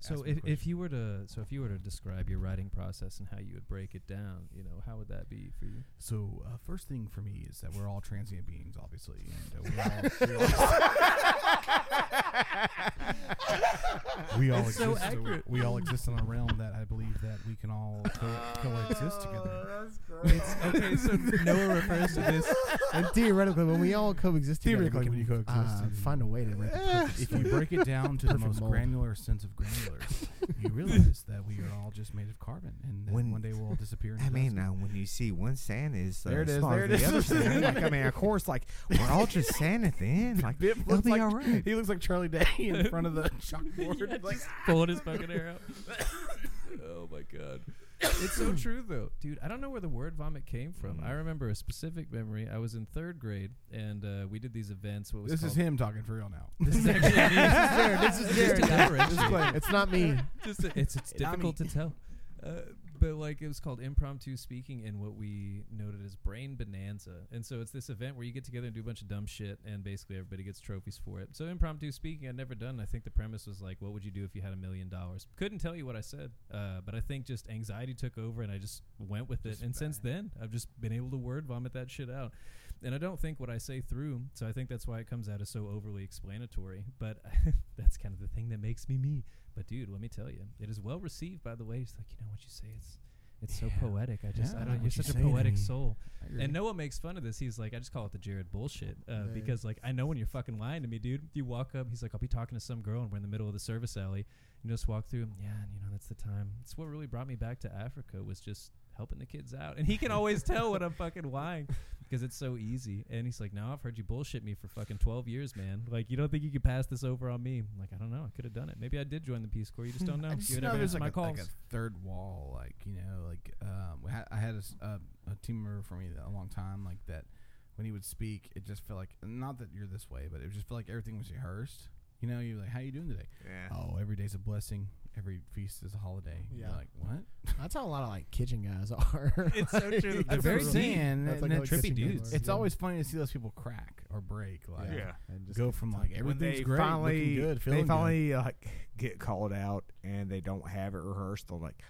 Speaker 4: So
Speaker 3: Ask me a
Speaker 4: if, if
Speaker 3: question.
Speaker 4: you were to so if you were to describe your writing process and how you would break it down, you know, how would that be for you?
Speaker 3: So uh, first thing for me is that we're all transient beings, obviously, and uh, we're all, we're all we all
Speaker 4: It's so
Speaker 3: exist.
Speaker 4: accurate.
Speaker 3: we all exist in a realm that I believe that we can all co- coexist
Speaker 4: Oh,
Speaker 3: together.
Speaker 4: It's okay. So Noah refers to this.
Speaker 1: And theoretically, when we all coexist together, we
Speaker 3: Theoretically, um, when
Speaker 1: can,
Speaker 3: you coexist,
Speaker 1: uh,
Speaker 3: and-
Speaker 1: find a way to make the perfect
Speaker 3: If you break it down to the
Speaker 1: Perfect
Speaker 3: most
Speaker 1: mold.
Speaker 3: granular sense of granular, you realize that we are all just made of carbon, and that
Speaker 2: When-
Speaker 3: one day we'll all disappear. Into
Speaker 2: I mean,
Speaker 3: dust.
Speaker 2: now when you see one sand is uh,
Speaker 3: There it is,
Speaker 2: smaller than
Speaker 3: there it
Speaker 2: the other
Speaker 3: is.
Speaker 2: sand, like I mean, of course, like we're all just sand at the end. Like
Speaker 3: Bip
Speaker 2: it'll
Speaker 3: looks
Speaker 2: be
Speaker 3: like-
Speaker 2: all right.
Speaker 3: he looks like Charlie Day in front of the chalkboard.
Speaker 4: Yeah,
Speaker 3: like,
Speaker 4: just pulling his fucking hair out. oh my god, it's so true though, dude. I don't know where the word vomit came from. I remember a specific memory. I was in third grade and uh, we did these events. What was
Speaker 3: this is
Speaker 4: called-
Speaker 3: him talking for real now.
Speaker 4: This is actually me.
Speaker 1: This is Jared.
Speaker 4: Just to differentiate.
Speaker 1: Disclaimer. It's not me.
Speaker 4: Just a- it's it's
Speaker 3: Not
Speaker 4: difficult to tell. Uh, but like it was called impromptu speaking and what we noted as brain bonanza and so it's this event where you get together and do a bunch of dumb shit and basically everybody gets trophies for it so impromptu speaking i'd never done i think the premise was like what would you do if you had a million dollars couldn't tell you what i said uh, but i think just anxiety took over and i just went with it and since then i've just been able to word vomit that shit out and I don't think what I say through, so I think that's why it comes out as so overly explanatory. But that's kind of the thing that makes me me. But dude, let me tell you, it is well received. By the way, it's like you know what you say. It's it's so
Speaker 3: Yeah.
Speaker 4: poetic. I just
Speaker 3: Yeah,
Speaker 4: I
Speaker 3: what
Speaker 4: don't.
Speaker 3: you
Speaker 4: You're such a
Speaker 3: say to
Speaker 4: poetic
Speaker 3: me.
Speaker 4: soul.
Speaker 3: Mm-hmm.
Speaker 4: And Noah makes fun of this. He's like, I just call it the Jared bullshit uh,
Speaker 1: Right.
Speaker 4: because like I know when you're fucking lying to me, dude. You walk up. He's like, I'll be talking to some girl, and we're in the middle of the service alley. And just walk through. Yeah, and you know that's the time. It's what really brought me back to Africa was just helping the kids out. And he can always tell when I'm fucking lying because it's so easy. And he's like, "Now I've heard you bullshit me for fucking 12 years, man. Like, you don't think you could pass this over on me?" I'm like, I don't know. I could have done it. Maybe I did join the Peace Corps. You just don't know.
Speaker 3: I just
Speaker 4: you
Speaker 3: know
Speaker 4: never
Speaker 3: there's
Speaker 4: answered
Speaker 3: like
Speaker 4: my
Speaker 3: a,
Speaker 4: calls.
Speaker 3: like a third wall, like you know, like um, we ha- I had a, s- a- a team member for me a long time, like that. When he would speak, it just felt like not that you're this way, but it just felt like everything was rehearsed. You know, you're like, "How you doing today?"
Speaker 2: Yeah.
Speaker 3: Oh, every day's a blessing. Every feast is a holiday. You're
Speaker 1: Yeah.
Speaker 3: like what?
Speaker 1: That's how a lot of like kitchen guys are.
Speaker 2: It's so
Speaker 1: Like,
Speaker 2: true. They're
Speaker 1: that's
Speaker 3: very
Speaker 1: what-
Speaker 3: zen, and
Speaker 1: that's like
Speaker 3: they're
Speaker 1: all kitchen
Speaker 4: trippy
Speaker 1: guys
Speaker 4: dudes.
Speaker 1: are,
Speaker 3: It's
Speaker 1: yeah.
Speaker 3: always funny to see those people crack or break. Like,
Speaker 2: Yeah.
Speaker 1: And just
Speaker 3: go from like
Speaker 2: When
Speaker 3: everything's
Speaker 2: they
Speaker 3: great,
Speaker 2: finally,
Speaker 3: looking good, feeling
Speaker 2: they
Speaker 3: good.
Speaker 2: finally like get called out and they don't have it rehearsed. They're like,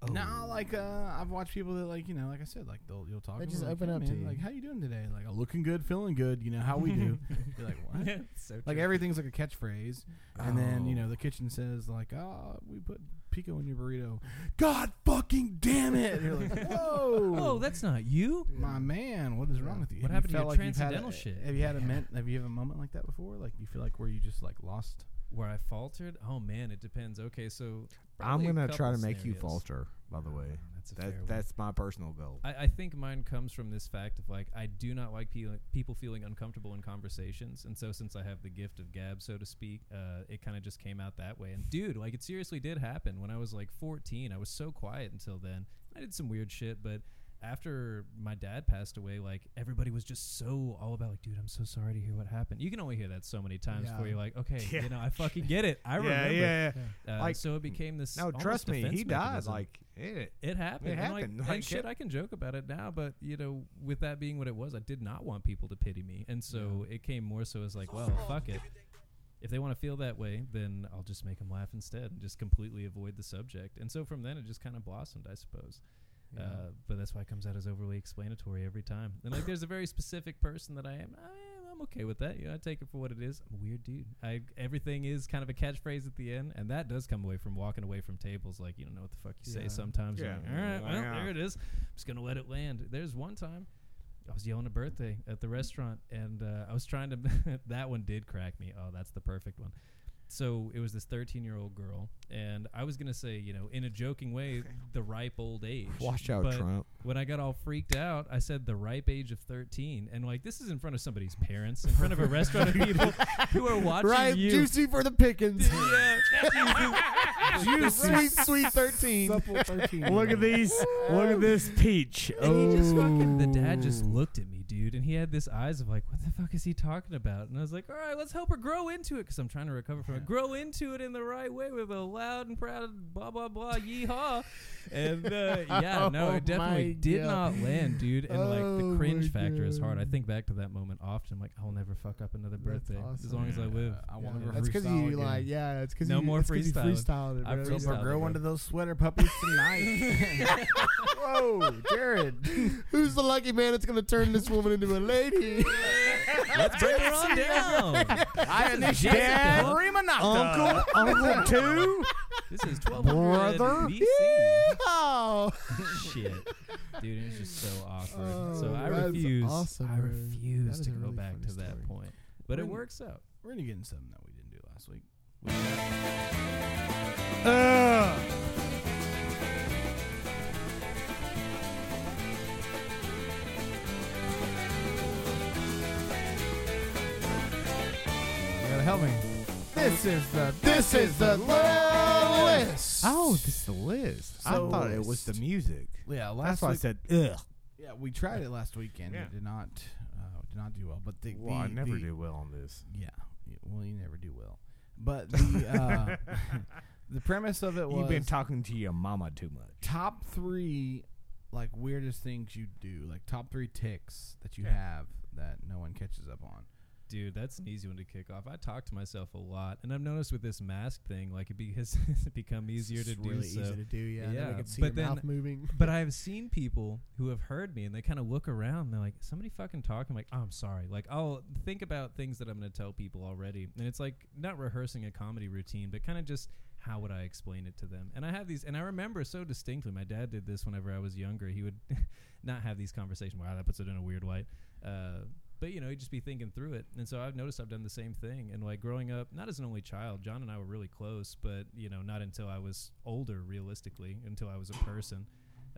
Speaker 1: Oh.
Speaker 3: No, like uh, I've watched people that like you know, like I said, like they'll you'll talk.
Speaker 1: They
Speaker 3: to
Speaker 1: just
Speaker 3: them, like,
Speaker 1: open
Speaker 3: "Hey,
Speaker 1: up to
Speaker 3: man,
Speaker 1: you.
Speaker 3: Like, how you doing today? Like, oh, looking good, feeling good. You know how we do. You're like, what?
Speaker 4: Yeah, it's so
Speaker 3: Like
Speaker 4: true.
Speaker 3: everything's like a catchphrase, and then you
Speaker 2: Oh.
Speaker 3: know the kitchen says like, "Oh, we put pico in your burrito." God fucking damn it! And you're like, "Whoa,
Speaker 4: Oh, that's not you.
Speaker 3: my man, what is wrong with you?"
Speaker 4: What
Speaker 3: Have
Speaker 4: happened
Speaker 3: you
Speaker 4: to
Speaker 3: felt like
Speaker 4: your
Speaker 3: you've had
Speaker 4: transcendental
Speaker 3: a-
Speaker 4: shit?
Speaker 3: Have you had a mint? Have you had a moment like that before? Like, you feel like where you just like lost?
Speaker 4: Where I faltered? Oh man, it depends. Okay, so
Speaker 2: I'm
Speaker 4: probably a
Speaker 2: gonna try to
Speaker 4: couple
Speaker 2: make you
Speaker 4: scenarios.
Speaker 2: falter. By the way,
Speaker 4: That's a fair
Speaker 2: that
Speaker 4: one.
Speaker 2: that's my personal goal.
Speaker 4: I, I think mine comes from this fact of like I do not like pe- people feeling uncomfortable in conversations, and so since I have the gift of gab, so to speak, uh, it kind of just came out that way. And dude, like it seriously did happen when I was like 14. I was so quiet until then. I did some weird shit, but after my dad passed away, like everybody was just so all about like, dude, I'm so sorry to hear what happened. You can only hear that so many times
Speaker 1: Yeah.
Speaker 4: before you're like, okay,
Speaker 2: Yeah.
Speaker 4: you know, I fucking get it. I remember. Uh,
Speaker 2: Like,
Speaker 4: so it became this.
Speaker 2: No,
Speaker 4: almost
Speaker 2: trust me, he
Speaker 4: defense
Speaker 2: died.
Speaker 4: mechanism.
Speaker 2: Like it.
Speaker 4: It happened.
Speaker 2: It
Speaker 4: and,
Speaker 2: happened,
Speaker 4: Like,
Speaker 2: like,
Speaker 4: and shit,
Speaker 2: it-
Speaker 4: I can joke about it now, but you know, with that being what it was, I did not want people to pity me, and so it came more so as like, well, fuck it. If they want to feel that way, then I'll just make them laugh instead and just completely avoid the subject. And so from then, it just kind of blossomed, I suppose. Uh, but that's why it comes out as overly explanatory every time. And like, there's a very specific person that I am. I, I'm okay with that. You know, I take it for what it is. I'm a weird dude. I everything is kind of a catchphrase at the end, and that does come away from walking away from tables like you don't know what the fuck you say
Speaker 1: Yeah.
Speaker 4: sometimes. You're
Speaker 2: Yeah.
Speaker 4: like, All right, well,
Speaker 2: Yeah.
Speaker 4: there it is. I'm just gonna let it land. There's one time. I was yelling a birthday at the restaurant, and uh, I was trying to. that one did crack me. Oh, that's the perfect one so it was this 13 year old girl and i was going to say you know in a joking way the ripe old age
Speaker 2: Watch out,
Speaker 4: but
Speaker 2: Trump.
Speaker 4: when i got all freaked out i said the ripe age of 13 and like this is in front of somebody's parents in front of a restaurant of people who are watching
Speaker 1: Right,
Speaker 4: you
Speaker 1: juicy for the pickings.
Speaker 4: yeah.
Speaker 1: sweet, sweet thirteen. Oh.
Speaker 3: Supple thirteen.
Speaker 2: these. Look at this peach. Oh.
Speaker 4: And he just fucking the dad just
Speaker 1: Mm.
Speaker 4: looked at me, dude, and he had this eyes of like, what the fuck is he talking about? And I was like, all right, let's help her grow into it because I'm trying to recover from it. Grow into it in the right way with a loud and proud blah blah blah yeehaw. and uh, yeah, no,
Speaker 1: Oh
Speaker 4: it definitely
Speaker 1: my
Speaker 4: did
Speaker 1: God.
Speaker 4: not land, dude. And like
Speaker 1: Oh
Speaker 4: the
Speaker 1: my
Speaker 4: cringe factor is hard. I
Speaker 1: God.
Speaker 4: think back to that moment often. I'm like, I'll never fuck up another
Speaker 1: That's
Speaker 4: birthday as
Speaker 1: awesome.
Speaker 4: long as I live.
Speaker 3: uh, I
Speaker 1: Yeah,
Speaker 3: want to
Speaker 1: that's because you like, yeah, it's because
Speaker 4: No
Speaker 1: you,
Speaker 4: more
Speaker 1: it's 'cause you
Speaker 4: freestyling.
Speaker 1: freestyled it,
Speaker 4: I
Speaker 1: bro.
Speaker 4: freestyled
Speaker 1: Yeah.
Speaker 4: it, bro.
Speaker 3: one of those sweater puppies tonight.
Speaker 1: Whoa, Jared. Who's the lucky man that's going to turn this woman into a lady?
Speaker 4: Let's bring her on down.
Speaker 3: I am
Speaker 4: Jessica.
Speaker 3: Dad Rimanata.
Speaker 2: Uncle, Uncle Two.
Speaker 4: This is 1200
Speaker 2: Brother.
Speaker 4: BC.
Speaker 1: oh.
Speaker 4: shit, dude, it was just so awkward.
Speaker 1: Oh,
Speaker 4: so I
Speaker 1: that's
Speaker 4: refuse.
Speaker 1: awesome,
Speaker 4: I
Speaker 1: bro.
Speaker 4: refuse
Speaker 1: That is
Speaker 4: to
Speaker 1: a
Speaker 4: go
Speaker 1: really
Speaker 4: back
Speaker 1: funny
Speaker 4: to that
Speaker 1: story.
Speaker 4: point. But it
Speaker 3: Really?
Speaker 4: works out.
Speaker 3: We're gonna get in something that we didn't do last week. Ah! You gotta help me. This is the.
Speaker 1: This is the list.
Speaker 2: Oh, this is the list.
Speaker 3: So-
Speaker 2: I thought it was the music.
Speaker 3: Yeah,
Speaker 2: That's
Speaker 3: last
Speaker 2: why I
Speaker 3: week.
Speaker 2: said ugh.
Speaker 3: Yeah, we tried it last weekend.
Speaker 2: Yeah.
Speaker 3: It did not. Uh, did not do well. But the.
Speaker 2: Well, I
Speaker 3: the-
Speaker 2: never
Speaker 3: the-
Speaker 2: do well on this.
Speaker 3: Yeah. y- Well, you never do well. But the uh, the premise of it was
Speaker 2: You've been talking to your mama too much.
Speaker 3: top three like weirdest things you do, like top three ticks that you have that no one catches up on.
Speaker 4: Dude, that's an easy one to kick off. I talk to myself a lot, and I've noticed with this mask thing, like it be, has become easier to
Speaker 1: It's
Speaker 4: do
Speaker 1: really
Speaker 4: so.
Speaker 1: easy to do, yeah. and then
Speaker 4: Yeah,
Speaker 1: I can see
Speaker 4: but
Speaker 1: your
Speaker 4: then-
Speaker 1: mouth moving.
Speaker 4: But I've seen people who have heard me and they kind of look around and they're like, somebody fucking talking. I'm like, oh, I'm sorry. Like, I'll think about things that I'm going to tell people already. And it's like not rehearsing a comedy routine, but kind of just how would I explain it to them? And I have these, and I remember so distinctly, my dad did this whenever I was younger. He would not have these conversations. Wow, that puts it in a weird light. Uh, but you know, he'd just be thinking through it. And so I've noticed I've done the same thing. And like growing up, not as an only child, John and I were really close, but you know, not until I was older, realistically, until I was a person.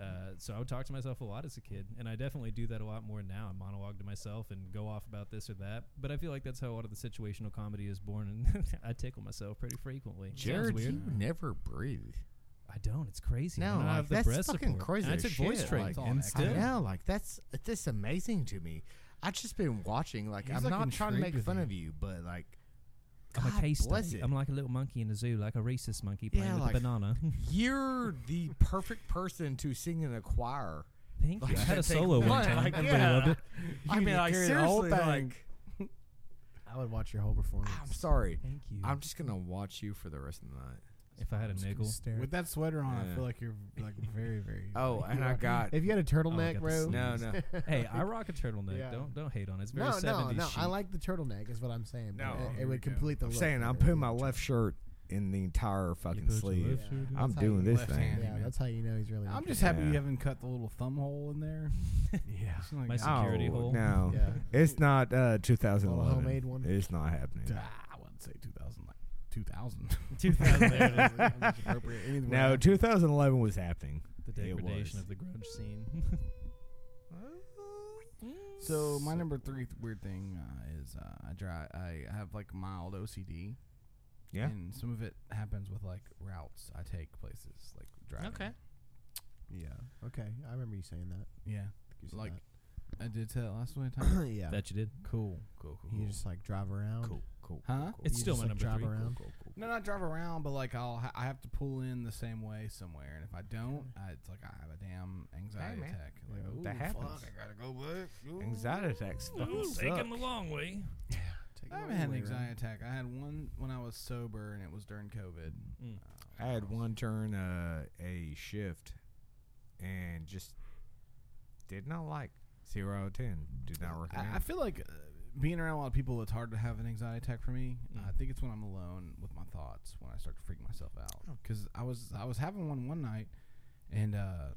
Speaker 4: Uh, so I would talk to myself a lot as a kid, and I definitely do that a lot more now. I monologue to myself and go off about this or that. But I feel like that's how a lot of the situational comedy is born, and I tickle myself pretty frequently. Sounds weird.
Speaker 2: never breathe.
Speaker 4: I don't. It's crazy. I
Speaker 2: No,
Speaker 4: don't
Speaker 2: like,
Speaker 4: have the
Speaker 2: that's
Speaker 4: breath
Speaker 2: fucking
Speaker 4: support.
Speaker 2: crazy
Speaker 4: And I
Speaker 2: as
Speaker 4: took voice
Speaker 2: shit,
Speaker 4: training,
Speaker 2: like,
Speaker 3: on
Speaker 4: and
Speaker 3: X.
Speaker 4: still,
Speaker 2: I know, like that's that's amazing to me. I've just been watching. Like
Speaker 3: He's,
Speaker 2: I'm
Speaker 3: like,
Speaker 2: not trying to
Speaker 3: intrigued
Speaker 2: make
Speaker 3: with
Speaker 2: fun
Speaker 3: you.
Speaker 2: of you, but like,
Speaker 4: I'm a
Speaker 2: God
Speaker 4: case
Speaker 2: bless
Speaker 4: study.
Speaker 2: it.
Speaker 4: I'm like a little monkey in a zoo, like a rhesus monkey playing
Speaker 2: Yeah,
Speaker 4: with
Speaker 2: like-
Speaker 4: a banana.
Speaker 2: you're the perfect person to sing in a choir.
Speaker 4: Thank you. I had a
Speaker 2: Like,
Speaker 4: solo one
Speaker 2: like,
Speaker 4: time. Everybody
Speaker 2: yeah.
Speaker 4: loved it.
Speaker 2: I mean, like
Speaker 1: carry the whole
Speaker 2: seriously,
Speaker 1: thing.
Speaker 2: like
Speaker 1: I would watch your whole performance.
Speaker 2: I'm sorry.
Speaker 4: Thank you.
Speaker 2: I'm just gonna watch you for the rest of the night.
Speaker 4: If I had a
Speaker 1: just gonna
Speaker 4: nickel.
Speaker 1: stare at-
Speaker 3: With that sweater on, I
Speaker 2: Yeah.
Speaker 3: feel like you're like very, very.
Speaker 2: Oh, and I got
Speaker 1: if you had a turtleneck,
Speaker 4: Oh, got the
Speaker 1: bro.
Speaker 4: sleeves.
Speaker 2: no, no,
Speaker 4: hey, I rock a turtleneck.
Speaker 1: Yeah.
Speaker 4: Don't don't hate on it. It's very
Speaker 1: No, no,
Speaker 4: 70s
Speaker 1: no.
Speaker 4: chic.
Speaker 1: I like the turtleneck. Is what I'm saying. but
Speaker 2: No,
Speaker 1: it- it,
Speaker 3: here we
Speaker 1: would
Speaker 3: go.
Speaker 1: complete the.
Speaker 2: I'm
Speaker 1: look
Speaker 2: saying I'm
Speaker 1: better.
Speaker 2: putting my left shirt in the entire fucking
Speaker 4: put your
Speaker 2: sleeve.
Speaker 4: left
Speaker 1: Yeah.
Speaker 4: shoe down.
Speaker 2: I'm
Speaker 1: That's how
Speaker 2: doing
Speaker 1: you-
Speaker 2: this
Speaker 3: left
Speaker 2: thing.
Speaker 3: hand.
Speaker 1: Yeah, that's how you know he's really.
Speaker 3: I'm
Speaker 1: into
Speaker 3: just
Speaker 1: it.
Speaker 3: happy
Speaker 2: Yeah.
Speaker 3: you haven't cut the little thumb hole in there.
Speaker 1: Yeah.
Speaker 3: It's like,
Speaker 4: My
Speaker 3: ah,
Speaker 4: security
Speaker 2: oh,
Speaker 4: hole.
Speaker 2: No,
Speaker 1: Yeah.
Speaker 2: it's not uh,
Speaker 1: Little
Speaker 2: 2011.
Speaker 1: homemade one.
Speaker 2: It's not happening.
Speaker 3: I wouldn't say 2000, like 2000.
Speaker 1: There
Speaker 4: 2000.
Speaker 1: it is. That's appropriate. Either way.
Speaker 2: No, 2011 was happening.
Speaker 4: the
Speaker 2: It
Speaker 4: degradation
Speaker 2: was.
Speaker 4: of the grunge scene.
Speaker 3: So my number three th- weird thing uh, is uh, I dry I have like mild OCD.
Speaker 2: Yeah.
Speaker 3: And some of it happens with like routes I take places like driving.
Speaker 4: Okay.
Speaker 3: Yeah.
Speaker 1: Okay, I remember you saying that.
Speaker 3: Yeah.
Speaker 1: I think you said
Speaker 3: Like I did tell last one time.
Speaker 1: that. yeah,
Speaker 4: that you did.
Speaker 3: cool. Cool. Cool.
Speaker 1: you
Speaker 3: cool.
Speaker 1: just like drive around.
Speaker 2: Cool, cool.
Speaker 3: Huh?
Speaker 2: cool,
Speaker 4: It's
Speaker 1: You
Speaker 4: still
Speaker 1: just,
Speaker 4: my
Speaker 1: like, drive
Speaker 4: number three.
Speaker 1: around.
Speaker 2: cool, cool.
Speaker 3: No, not drive around, but like I'll ha- I have to pull in the same way somewhere, and if I don't, I, it's like I have a damn anxiety
Speaker 2: man.
Speaker 3: attack. Like,
Speaker 2: Yeah,
Speaker 3: ooh,
Speaker 2: that happens.
Speaker 3: Fuck, I gotta go back. Ooh.
Speaker 2: Anxiety attacks fucking suck.
Speaker 4: the long way.
Speaker 1: Take it
Speaker 3: I
Speaker 1: all
Speaker 3: haven't had
Speaker 1: the
Speaker 3: an
Speaker 1: way
Speaker 3: anxiety attack. I had one when I was sober, and it was during COVID.
Speaker 4: Mm.
Speaker 2: I had one turn uh, a shift, and just did not like zero out of ten. Did not recommend.
Speaker 3: I, I feel like uh, being around a lot of people, it's hard to have an anxiety attack for me.
Speaker 4: Mm.
Speaker 3: I think it's when I'm alone with my thoughts when I start to freak myself out.
Speaker 2: Oh.
Speaker 3: Because I was I was having one one night, and uh,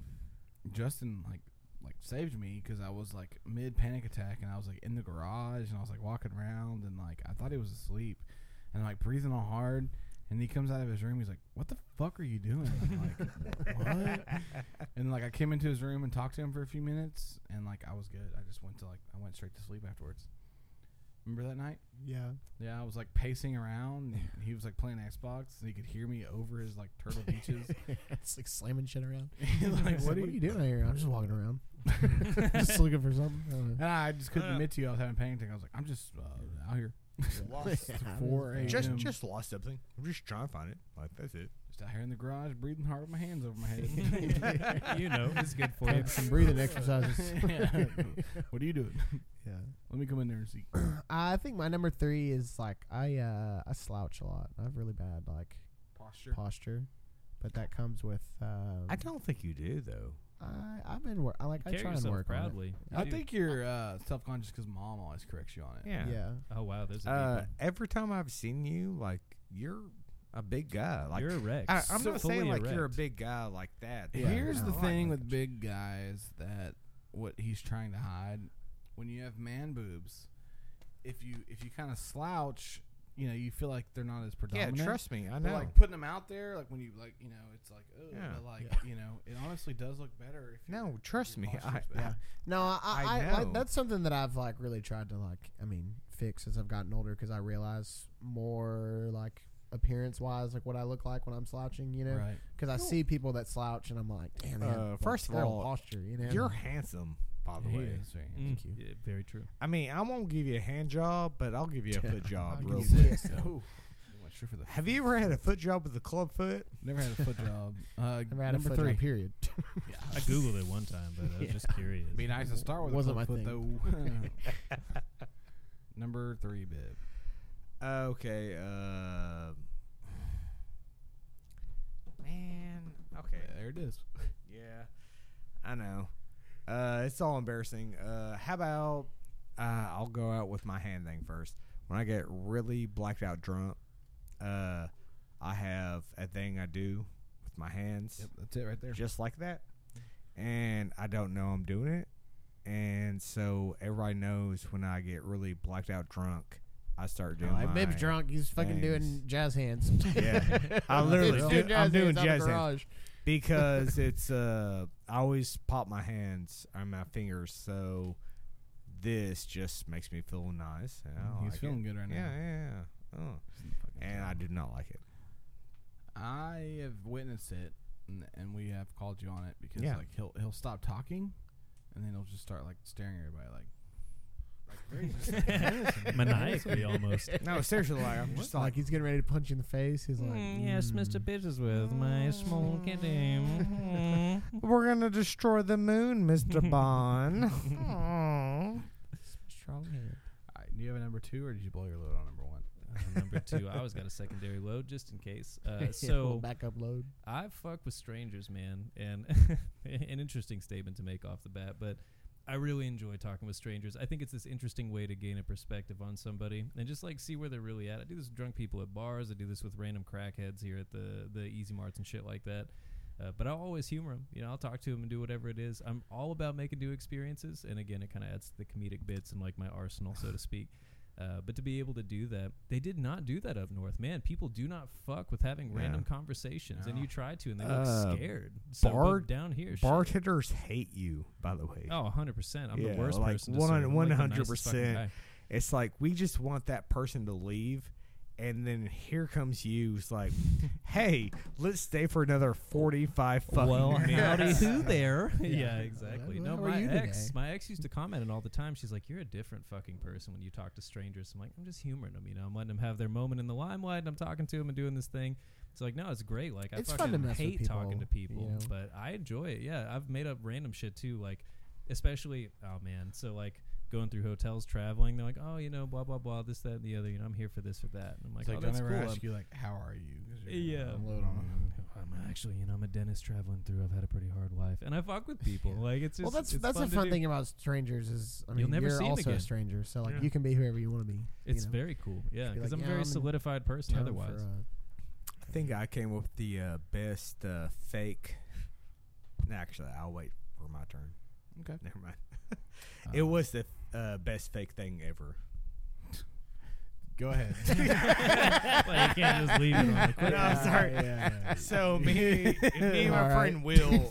Speaker 3: Justin like like saved me because I was like mid panic attack and I was like in the garage and I was like walking around and like I thought he was asleep, and like breathing all hard. And he comes out of his room. He's like, "What the fuck are you doing?" I'm like, what? And like I came into his room and talked to him for a few minutes, and like I was good. I just went to like I went straight to sleep afterwards. Remember that night?
Speaker 1: around.
Speaker 3: Yeah, I was like pacing around. And he was like playing Xbox, and he could hear me over his like turtle beaches.
Speaker 1: Yeah, it's like slamming shit around.
Speaker 3: like,
Speaker 1: What,
Speaker 3: what
Speaker 1: are you doing here? I'm just walking around, just looking for something. I don't know.
Speaker 3: And I just couldn't
Speaker 4: Uh.
Speaker 3: admit to you I was having panic attack. I was like, I'm just uh, out here,
Speaker 2: Lost
Speaker 1: Yeah,
Speaker 3: four
Speaker 1: I don't know.
Speaker 2: just
Speaker 3: a.m.
Speaker 2: just lost something. I'm just trying to find it. Like that's it.
Speaker 3: just out here in the garage, breathing hard with my hands over my head.
Speaker 4: you know, it's good for you.
Speaker 1: Have some breathing exercises.
Speaker 3: Yeah. what are you doing?
Speaker 1: yeah.
Speaker 3: Let me come in there and see.
Speaker 1: I think my number three is like I uh I slouch a lot. I have really bad like
Speaker 3: Posture.
Speaker 1: posture, but that comes with um,
Speaker 2: I don't think you do though.
Speaker 1: I I've been wor- I like I
Speaker 4: Carry
Speaker 1: try and
Speaker 4: yourself
Speaker 1: work on it.
Speaker 4: proudly. You
Speaker 3: I
Speaker 4: do.
Speaker 3: think you're uh, self conscious because mom always corrects you on it.
Speaker 2: Yeah.
Speaker 1: Yeah.
Speaker 4: Oh wow, there's a deep
Speaker 2: Uh,
Speaker 4: one.
Speaker 2: every time I've seen you, like you're a big guy. Like
Speaker 4: you're a wreck.
Speaker 2: I, I'm not
Speaker 4: Fully
Speaker 2: saying like you're a
Speaker 4: erect.
Speaker 2: big guy like that.
Speaker 1: Yeah.
Speaker 3: Here's
Speaker 2: I
Speaker 3: the
Speaker 2: like
Speaker 3: thing
Speaker 2: it.
Speaker 3: with big guys that what he's trying to hide when you have man boobs, if you if you kind of slouch, you know, you feel like they're not as
Speaker 2: yeah.
Speaker 3: predominant.
Speaker 2: Trust me, I
Speaker 3: But,
Speaker 2: know.
Speaker 3: like putting them out there, like when you like, you know, it's like, oh,
Speaker 2: Yeah.
Speaker 3: but like, you know, it honestly does look better. If
Speaker 2: No,
Speaker 3: your-
Speaker 2: trust
Speaker 3: your
Speaker 2: me,
Speaker 3: posture's
Speaker 2: I-
Speaker 3: better.
Speaker 1: No, I,
Speaker 2: I
Speaker 1: I, I,
Speaker 2: know.
Speaker 1: that's something that I've like really tried to like. I mean, fix as I've gotten older because I realize more like appearance wise, like what I look like when I'm slouching. You know,
Speaker 3: right.
Speaker 1: because I see people that slouch and I'm like, damn. they have,
Speaker 2: Uh,
Speaker 1: like,
Speaker 2: first of
Speaker 1: terrible
Speaker 2: all,
Speaker 1: posture. You know,
Speaker 2: you're handsome, by the
Speaker 3: He
Speaker 2: way.
Speaker 3: is very-
Speaker 4: Mm,
Speaker 1: Thank you.
Speaker 4: yeah, very true.
Speaker 2: I mean, I won't give you a hand job, but I'll give you a
Speaker 1: Yeah,
Speaker 2: foot job
Speaker 1: I'll give
Speaker 2: real
Speaker 1: you
Speaker 2: quick.
Speaker 1: this.
Speaker 3: Oh, I went straight for the-
Speaker 2: Have you ever had a foot job with a club foot?
Speaker 3: Never had a foot job. Uh,
Speaker 1: Never had a
Speaker 3: number
Speaker 1: foot
Speaker 3: three.
Speaker 1: job, period.
Speaker 4: I googled it one time, but I was just curious.
Speaker 3: Be nice to start with.
Speaker 1: Wasn't
Speaker 3: a
Speaker 1: my
Speaker 3: club
Speaker 1: thing.
Speaker 3: foot though. Number three, bib.
Speaker 2: Okay. Uh, man. Okay.
Speaker 3: There it is.
Speaker 2: Yeah. I know. Uh, it's all embarrassing. Uh, how about uh, I'll go out with my hand thing first. When I get really blacked out drunk, uh, I have a thing I do with my hands.
Speaker 3: Yep, that's it right there.
Speaker 2: just like that. And I don't know I'm doing it. And so everybody knows when I get really blacked out drunk, Oh, I start doing.
Speaker 1: like,
Speaker 2: my-
Speaker 1: Mib's drunk. He's fucking doing
Speaker 2: Thanks.
Speaker 1: jazz hands.
Speaker 2: Yeah. I literally
Speaker 1: Mib's
Speaker 2: do- I'm doing
Speaker 1: hands out of
Speaker 2: jazz hands.
Speaker 1: the garage.
Speaker 2: because it's uh I always pop my hands or my fingers, so this just makes me feel nice. And I
Speaker 3: He's
Speaker 2: like
Speaker 3: feeling
Speaker 2: it.
Speaker 3: good right now.
Speaker 2: Yeah, yeah. yeah. Oh. And I do not like it.
Speaker 3: I have witnessed it, and, and we have called you on it because
Speaker 2: Yeah.
Speaker 3: like he'll he'll stop talking, and then he'll just start like staring at everybody like. Like very
Speaker 4: Maniacally almost.
Speaker 2: No, seriously, like I'm just
Speaker 1: Like
Speaker 2: like
Speaker 1: he's getting ready to punch you in the face. He's like,
Speaker 4: Mm, yes, Mr. Bitches with my small kitty.
Speaker 2: we're gonna destroy the moon, Mister Bond.
Speaker 1: strong hand.
Speaker 3: All right, do you have a number two, or did you blow your load on number one?
Speaker 4: Uh, number two, I always got a secondary load just in case. Uh,
Speaker 1: Little
Speaker 4: so
Speaker 1: mm. backup load.
Speaker 4: I fuck with strangers, man, and an interesting statement to make off the bat, but I really enjoy talking with strangers. I think it's this interesting way to gain a perspective on somebody and just like see where they're really at. I do this with drunk people at bars. I do this with random crackheads here at the the Easy Marts and shit like that. Uh, but I'll always humor them. You know, I'll talk to them and do whatever it is. I'm all about making new experiences, and again, it kind of adds to the comedic bits and like my arsenal, so to speak. Uh, but to be able to do that, they did not do that up north. Man, people do not fuck with having
Speaker 2: Yeah.
Speaker 4: random conversations, and
Speaker 3: No.
Speaker 4: you try to, and they
Speaker 2: Uh,
Speaker 4: look scared. So but
Speaker 2: bar-
Speaker 4: down here, shit.
Speaker 2: Bartenders hate you, by the way.
Speaker 4: Oh, 100%. I'm
Speaker 2: Yeah,
Speaker 4: the worst
Speaker 2: like,
Speaker 4: person to serve.
Speaker 2: one-
Speaker 4: I'm, like, the nicest
Speaker 2: 100%.
Speaker 4: fucking guy.
Speaker 2: It's like we just want that person to leave, and then here comes you. It's like, hey, let's stay for another forty-five fucking
Speaker 4: Well,
Speaker 2: minutes.
Speaker 4: howdy who there? yeah,
Speaker 1: Yeah.
Speaker 4: exactly.
Speaker 1: Well,
Speaker 4: No,
Speaker 1: how are
Speaker 4: my
Speaker 1: you
Speaker 4: ex,
Speaker 1: today?
Speaker 4: my ex used to comment on all the time. She's like, "You're a different fucking person when you talk to strangers." I'm like, "I'm just humoring them, you know. I'm letting them have their moment in the limelight, and I'm talking to them and doing this thing." It's like, no, it's great. Like, I
Speaker 1: It's fun to
Speaker 4: fucking
Speaker 1: mess with
Speaker 4: hate talking to
Speaker 1: people, you
Speaker 4: people,
Speaker 1: know?
Speaker 4: but I enjoy it. Yeah, I've made up random shit too, like especially oh man, so like going through hotels, traveling. They're like, oh, you know, blah blah blah, this that and the other. You know, I'm here for this for that. And I'm like,
Speaker 3: It's like,
Speaker 4: oh,
Speaker 3: don't
Speaker 4: that's
Speaker 3: ever
Speaker 4: cool. I'm-
Speaker 3: ask you like, how are you? 'Cause you're gonna
Speaker 4: yeah.
Speaker 3: unload on 'em.
Speaker 4: Mm-hmm. I'm actually, you know, I'm a dentist traveling through. I've had a pretty hard life, and I fuck with people. Like it's just
Speaker 1: well, that's
Speaker 4: it's
Speaker 1: that's
Speaker 4: fun
Speaker 1: a
Speaker 4: to
Speaker 1: fun
Speaker 4: do.
Speaker 1: thing about strangers is I mean
Speaker 4: You'll never
Speaker 1: you're
Speaker 4: see 'em
Speaker 1: also a
Speaker 4: again.
Speaker 1: stranger, so like
Speaker 2: Yeah.
Speaker 1: you can be whoever you want to be.
Speaker 4: It's
Speaker 1: you know?
Speaker 4: very cool, yeah,
Speaker 1: be
Speaker 4: because
Speaker 1: like,
Speaker 4: I'm a
Speaker 1: "Yeah,
Speaker 4: very
Speaker 1: I'm in
Speaker 4: solidified person.
Speaker 1: Town for,
Speaker 4: Otherwise,
Speaker 1: uh,
Speaker 2: I think I came up with the uh, best uh, fake. Actually, I'll wait for my turn.
Speaker 3: Okay.
Speaker 2: Never mind. it
Speaker 3: Um,
Speaker 2: was the uh, best fake thing ever.
Speaker 3: Go ahead.
Speaker 4: Well, you can't just leave it on the
Speaker 2: No, I'm sorry.
Speaker 3: Yeah, yeah,
Speaker 2: So me, me and my
Speaker 1: All right.
Speaker 2: friend Will